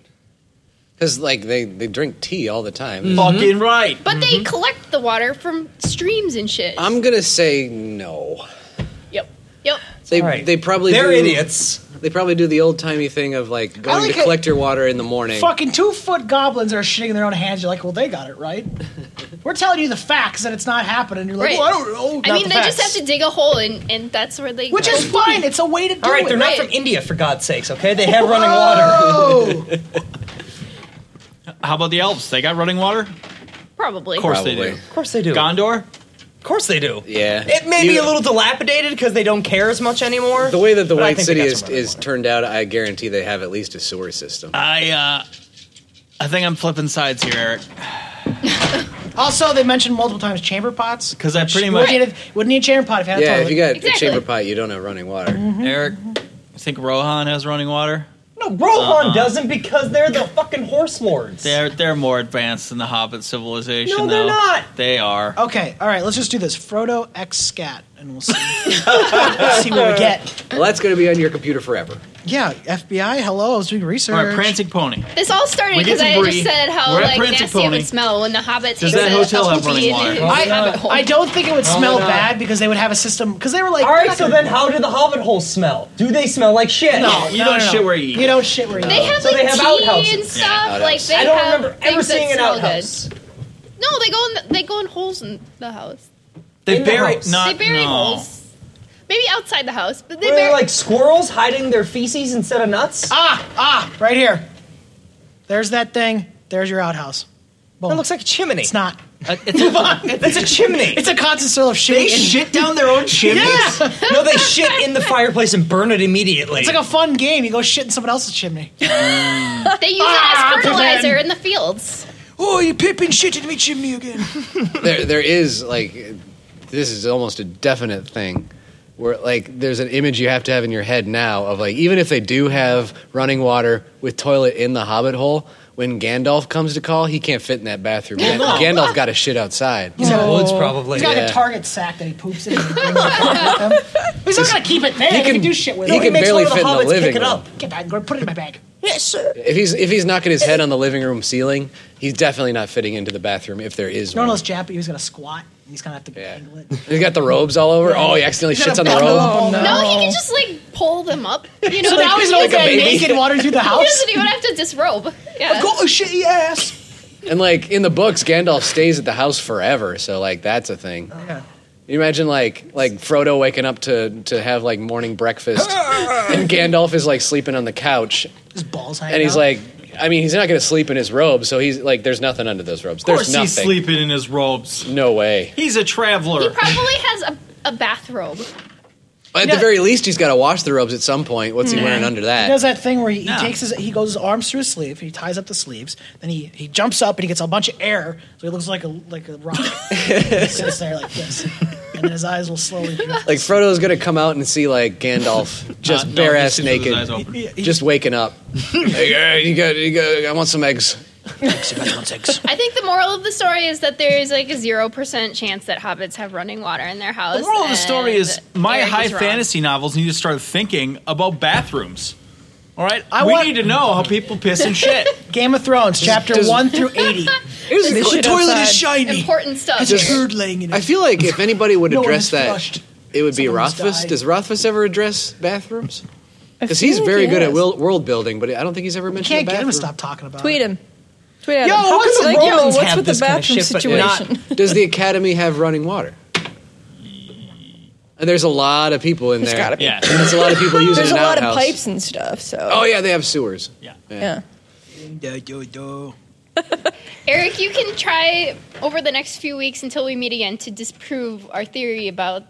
Speaker 1: Because like they, they drink tea all the time.
Speaker 7: Fucking right.
Speaker 11: But they collect the water from streams and shit.
Speaker 1: I'm gonna say no.
Speaker 11: Yep. Yep.
Speaker 1: They they probably
Speaker 12: They're
Speaker 1: do,
Speaker 12: idiots.
Speaker 1: They probably do the old timey thing of like going
Speaker 4: like
Speaker 1: to
Speaker 4: it.
Speaker 1: collect your water in the morning.
Speaker 4: Fucking two foot goblins are shitting in their own hands. You're like, well, they got it right. We're telling you the facts that it's not happening. You're like,
Speaker 11: Right.
Speaker 4: well, I don't know.
Speaker 11: I mean, they just have to dig a hole, and, and that's where they.
Speaker 4: Which
Speaker 11: go.
Speaker 4: is fine. It's a way to do
Speaker 12: All right,
Speaker 4: it.
Speaker 12: they're not
Speaker 11: Right.
Speaker 12: from India, for God's sakes. Okay, they have running water.
Speaker 4: Oh,
Speaker 7: How about the elves? They got running water?
Speaker 11: Probably.
Speaker 7: Of course they
Speaker 1: Probably.
Speaker 7: do.
Speaker 12: Of course they do.
Speaker 7: Gondor?
Speaker 12: Of course they do.
Speaker 1: Yeah.
Speaker 12: It may be
Speaker 1: You-
Speaker 12: a little dilapidated because they don't care as much anymore.
Speaker 1: The way that the
Speaker 12: but I
Speaker 1: White
Speaker 12: think they
Speaker 1: City
Speaker 12: got
Speaker 1: is
Speaker 12: some running
Speaker 1: is turned out, I guarantee they have at least a sewer system.
Speaker 7: I uh I think I'm flipping sides here, Eric.
Speaker 4: Also, they mentioned multiple times chamber pots.
Speaker 7: Because I pretty
Speaker 4: Wouldn't
Speaker 7: much
Speaker 4: need a- wouldn't need a chamber pot if you had
Speaker 1: yeah,
Speaker 4: a toilet.
Speaker 1: if you got
Speaker 11: Exactly.
Speaker 1: a chamber pot, you don't have running water.
Speaker 7: Eric, I think Rohan has running water.
Speaker 12: No,
Speaker 1: Uh-huh.
Speaker 12: Rohan doesn't because they're the fucking horse lords.
Speaker 7: They're they're more advanced than the Hobbit civilization
Speaker 12: No,
Speaker 7: though.
Speaker 12: they're not.
Speaker 7: They are.
Speaker 4: Okay, all right. Let's just do this. Frodo X Scat, and we'll see. see what we get.
Speaker 1: Well, that's going to be on your computer forever.
Speaker 4: Yeah, FBI. Hello, I was doing research.
Speaker 7: All right, prancing pony.
Speaker 11: This all started
Speaker 7: We
Speaker 11: because
Speaker 7: did some
Speaker 11: I
Speaker 7: Brie.
Speaker 11: just said how
Speaker 7: We're at
Speaker 11: like
Speaker 7: Prancing
Speaker 11: nasty it
Speaker 7: Pony.
Speaker 11: would smell when the hobbit takes
Speaker 7: that
Speaker 11: a-
Speaker 7: hotel
Speaker 11: a
Speaker 7: have running
Speaker 11: pee in
Speaker 7: water?
Speaker 11: his
Speaker 4: I,
Speaker 11: hobbit hole.
Speaker 4: I don't think it
Speaker 1: Oh,
Speaker 4: would smell
Speaker 12: not.
Speaker 4: bad because they would have a system because they were like.
Speaker 12: All
Speaker 4: they're
Speaker 12: right,
Speaker 4: not
Speaker 12: so
Speaker 4: gonna-
Speaker 12: then how do the hobbit holes smell? Do they smell like shit?
Speaker 4: No,
Speaker 7: You
Speaker 4: no,
Speaker 7: don't
Speaker 4: no, no.
Speaker 7: shit where you eat.
Speaker 4: You don't shit where you.
Speaker 11: They
Speaker 4: eat.
Speaker 11: have
Speaker 12: So
Speaker 11: like
Speaker 12: they have
Speaker 11: tea
Speaker 12: outhouses.
Speaker 11: and stuff. like they
Speaker 12: I don't
Speaker 11: have
Speaker 12: remember ever
Speaker 11: things that
Speaker 12: seeing an
Speaker 11: smell
Speaker 12: outhouse.
Speaker 11: Good. No, they go in the, they go in holes in the house.
Speaker 7: They
Speaker 12: In the
Speaker 7: bury
Speaker 12: house.
Speaker 7: not
Speaker 11: they bury
Speaker 7: Uh, no.
Speaker 11: holes. Maybe outside the house, but they
Speaker 12: Were they
Speaker 11: bury
Speaker 12: like squirrels hiding their feces instead of nuts?
Speaker 4: Ah, ah, right here. There's that thing. There's your outhouse.
Speaker 12: that looks like a chimney.
Speaker 4: It's not.
Speaker 7: Uh, it's-
Speaker 12: It's a chimney.
Speaker 4: It's a constant circle of shitting.
Speaker 7: they shit down their own chimneys.
Speaker 4: yeah,
Speaker 12: no, they shit in the fireplace and burn it immediately.
Speaker 4: it's like a fun game. You go shit in someone else's chimney.
Speaker 11: they use
Speaker 7: Ah,
Speaker 11: it as fertilizer in the fields.
Speaker 4: Oh, you pippin shit in me chimney again.
Speaker 1: there, there is like, this is almost a definite thing. Where like there's an image you have to have in your head now of like even if they do have running water with toilet in the hobbit hole, when Gandalf comes to call, he can't fit in that bathroom. Gan- Gandalf got to shit outside.
Speaker 12: He's in the woods probably.
Speaker 4: He's got like
Speaker 1: Yeah.
Speaker 4: a target sack that he poops in. And brings it with him. He's not gonna keep it there. He can, do shit with
Speaker 1: he
Speaker 4: it.
Speaker 1: can
Speaker 12: makes
Speaker 1: barely
Speaker 12: one of
Speaker 1: fit in the
Speaker 12: the hobbits pick
Speaker 1: living
Speaker 12: it
Speaker 1: room.
Speaker 12: up.
Speaker 4: Get back, Gordon. Put it in my bag.
Speaker 1: If he's if he's knocking his head on the living room ceiling, he's definitely not fitting into the bathroom if there is
Speaker 4: No
Speaker 1: one.
Speaker 4: one knows Jappy. He's gonna squat. and He's gonna have to
Speaker 1: Yeah.
Speaker 4: angle it.
Speaker 1: He's got the robes all over. Oh, he accidentally
Speaker 4: He's got
Speaker 1: shits
Speaker 4: a
Speaker 1: on the
Speaker 4: bubble.
Speaker 1: robe.
Speaker 11: No, he can just like pull them up. You know,
Speaker 4: So now he's an old man naked wandering through the
Speaker 11: He
Speaker 4: house.
Speaker 11: doesn't even have to disrobe. Yeah.
Speaker 4: a shitty ass.
Speaker 1: And like in the books, Gandalf stays at the house forever, so like that's a thing.
Speaker 4: Yeah.
Speaker 1: You imagine like like Frodo waking up to to have like morning breakfast, and Gandalf is like sleeping on the couch,
Speaker 4: His balls hanging.
Speaker 1: and he's
Speaker 4: out.
Speaker 1: like, I mean, he's not going to sleep in his robe, so he's like, there's nothing under those robes.
Speaker 7: Of course
Speaker 1: there's nothing.
Speaker 7: he's sleeping in his robes.
Speaker 1: No way.
Speaker 7: He's a traveler.
Speaker 11: He probably has a, a bathrobe.
Speaker 1: At the very least, he's got to wash the robes at some point. What's he wearing under
Speaker 4: He does
Speaker 1: that?
Speaker 4: that thing where he, he
Speaker 7: No.
Speaker 4: takes his he goes his arms through his sleeve, he ties up the sleeves, then he, he jumps up and he gets a bunch of air, so he looks like a like a rock. he sits there like this. And then his eyes will slowly drift.
Speaker 1: Like Frodo's going to come out and see like Gandalf just
Speaker 7: Uh, no,
Speaker 1: bare
Speaker 7: he
Speaker 1: ass
Speaker 7: sleeps with his
Speaker 1: naked.
Speaker 7: eyes open.
Speaker 1: just waking up. Hey, uh, you got, you got, I want some eggs.
Speaker 11: I think the moral of the story is that there is like a zero percent chance that hobbits have running water in their house.
Speaker 7: The moral of the story is
Speaker 11: and
Speaker 7: my
Speaker 11: Eric is
Speaker 7: high
Speaker 11: wrong.
Speaker 7: fantasy novels need to start thinking about bathrooms. All right,
Speaker 4: I
Speaker 7: we
Speaker 4: want-
Speaker 7: need to know how people piss and shit.
Speaker 4: Game of Thrones, chapter
Speaker 1: does-
Speaker 4: one through eighty.
Speaker 3: They shit outside.
Speaker 4: shiny.
Speaker 11: Important stuff.
Speaker 4: It's a
Speaker 11: here.
Speaker 4: turd laying in it.
Speaker 1: I feel like if anybody would
Speaker 4: No one
Speaker 1: address
Speaker 4: has
Speaker 1: that,
Speaker 4: flushed.
Speaker 1: it would be
Speaker 4: Someone's
Speaker 1: Rothfuss.
Speaker 4: died.
Speaker 1: Does Rothfuss ever address bathrooms?
Speaker 3: I
Speaker 1: Because
Speaker 3: feel
Speaker 1: he's
Speaker 3: like
Speaker 1: very
Speaker 3: he
Speaker 1: good at
Speaker 3: has.
Speaker 1: wil- world building, but I don't think he's ever
Speaker 4: You
Speaker 1: mentioned
Speaker 4: can't
Speaker 1: a
Speaker 4: get him
Speaker 1: bathroom.
Speaker 4: to stop talking about
Speaker 3: Tweet
Speaker 4: it.
Speaker 3: him. Tweet at
Speaker 4: Yo,
Speaker 3: him.
Speaker 4: How what's come the
Speaker 3: like, yo,
Speaker 4: Romans
Speaker 3: what's
Speaker 4: have
Speaker 3: with the
Speaker 4: this kind of
Speaker 3: bathroom
Speaker 4: shit, but not-
Speaker 3: situation?
Speaker 1: Does the academy have running water? And there's a lot of people in
Speaker 3: There's
Speaker 1: there.
Speaker 3: gotta be. Yeah.
Speaker 1: And there's a lot of people using
Speaker 3: There's
Speaker 1: an
Speaker 3: a lot
Speaker 1: outhouse.
Speaker 3: of pipes and stuff. So.
Speaker 1: Oh yeah, they have sewers.
Speaker 3: Yeah.
Speaker 11: Eric, you can try over the next few weeks until we meet again to disprove our theory about.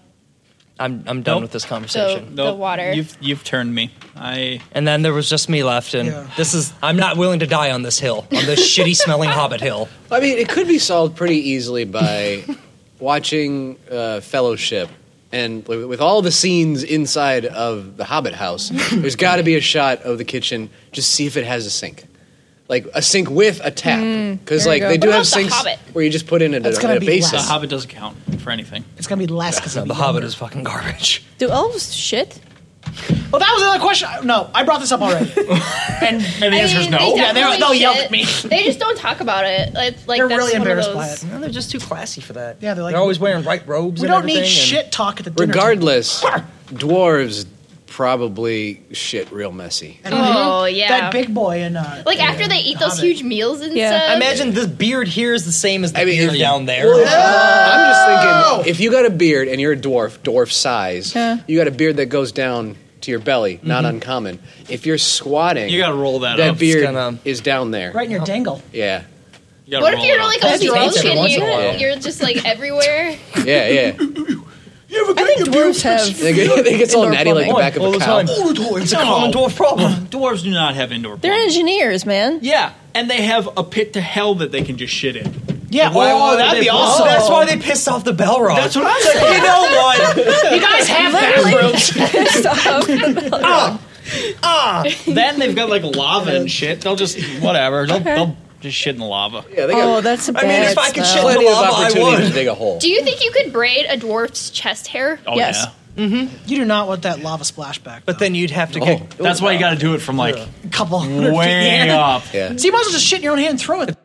Speaker 12: I'm I'm done with this conversation.
Speaker 11: The- the Nope. water.
Speaker 12: You've you've turned me. I and then there was just me left, and this is I'm not willing to die on this hill, on this shitty smelling Hobbit hill.
Speaker 1: I mean, it could be solved pretty easily by watching uh, Fellowship. And with with all the scenes inside of the Hobbit house, there's got to be a shot of the kitchen. Just see if it has a sink, like a sink with a tap,
Speaker 8: Mm,
Speaker 1: because
Speaker 8: there you
Speaker 1: like
Speaker 8: go.
Speaker 1: they do
Speaker 8: What
Speaker 1: have
Speaker 8: about The
Speaker 1: sinks
Speaker 8: Hobbit?
Speaker 1: where you just put in a,
Speaker 8: That's
Speaker 1: a,
Speaker 8: gotta
Speaker 1: a
Speaker 8: be
Speaker 1: basin.
Speaker 8: The Hobbit doesn't count for anything.
Speaker 4: It's gonna be less because
Speaker 12: the Hobbit is fucking garbage.
Speaker 3: Do elves shit?
Speaker 4: Well, that was another question. No, I brought this up already. and
Speaker 11: I mean, They
Speaker 4: yeah, they,
Speaker 11: definitely
Speaker 4: they'll yell at
Speaker 11: should.
Speaker 4: me.
Speaker 11: They just don't talk about it. It's like
Speaker 4: they're
Speaker 11: that's
Speaker 4: really
Speaker 11: one
Speaker 4: embarrassed
Speaker 11: of
Speaker 4: by
Speaker 11: those.
Speaker 4: it. No,
Speaker 12: they're just too classy for that.
Speaker 4: Yeah, they're like
Speaker 12: They're always wearing right robes.
Speaker 4: We
Speaker 12: and
Speaker 4: don't need
Speaker 12: everything, and-
Speaker 4: shit talk at the dinner.
Speaker 1: Regardless, dwarves probably shit real messy.
Speaker 4: table.
Speaker 11: Oh, yeah.
Speaker 4: that big boy and uh,
Speaker 11: Like after they eat those huge meals and
Speaker 12: I
Speaker 11: stuff.
Speaker 12: imagine this beard here is the same as the beard down there.
Speaker 1: I'm just thinking if you got a beard and you're a dwarf, dwarf size,
Speaker 12: Yeah.
Speaker 1: you got a beard that goes down to your belly, not uncommon. If you're squatting, you got to roll
Speaker 8: that
Speaker 1: That
Speaker 8: up.
Speaker 1: beard
Speaker 8: It's gonna-
Speaker 1: is down there.
Speaker 4: right in your dangle.
Speaker 1: Yeah.
Speaker 11: What if you're like a
Speaker 1: That's
Speaker 11: drunk
Speaker 1: right.
Speaker 11: and
Speaker 1: Once in a while.
Speaker 11: you, you're just like everywhere?
Speaker 1: Yeah, yeah.
Speaker 3: I think dwarves have.
Speaker 1: They get- they get all
Speaker 3: indoor
Speaker 1: natty like the
Speaker 3: plumbing.
Speaker 1: back of a cow.
Speaker 8: It's
Speaker 3: a common
Speaker 8: dwarf problem. Dwarves do not have indoor
Speaker 3: They're engineers, man.
Speaker 8: Yeah, and they have a pit to hell that they can just shit in.
Speaker 4: Yeah,
Speaker 8: Why
Speaker 12: oh,
Speaker 8: would
Speaker 12: that'd
Speaker 8: they
Speaker 12: be
Speaker 8: blow
Speaker 12: awesome.
Speaker 8: it?
Speaker 12: That's why they pissed off the Belrog.
Speaker 8: That's what I'm saying.
Speaker 12: you know what?
Speaker 4: You guys have
Speaker 3: bathrooms.
Speaker 8: ah, ah. Then they've got like lava and shit. They'll just whatever. They'll, they'll just shit in the lava.
Speaker 1: Yeah,
Speaker 3: they got- Oh, that's a I mean, bad if I could smell. shit
Speaker 8: Plenty
Speaker 3: in the
Speaker 8: of
Speaker 1: lava, I
Speaker 8: opportunity
Speaker 1: would.
Speaker 8: to dig a hole.
Speaker 11: Do you think you could braid a dwarf's chest hair?
Speaker 8: Oh, Yes.
Speaker 4: Mm-hmm. You do not want that lava splashback.
Speaker 12: But then you'd have to
Speaker 8: Oh,
Speaker 12: get.
Speaker 8: that's why you got to do it from like
Speaker 4: couple
Speaker 8: way
Speaker 4: yeah.
Speaker 8: up.
Speaker 4: So you might as well just shit in your own hand and throw it.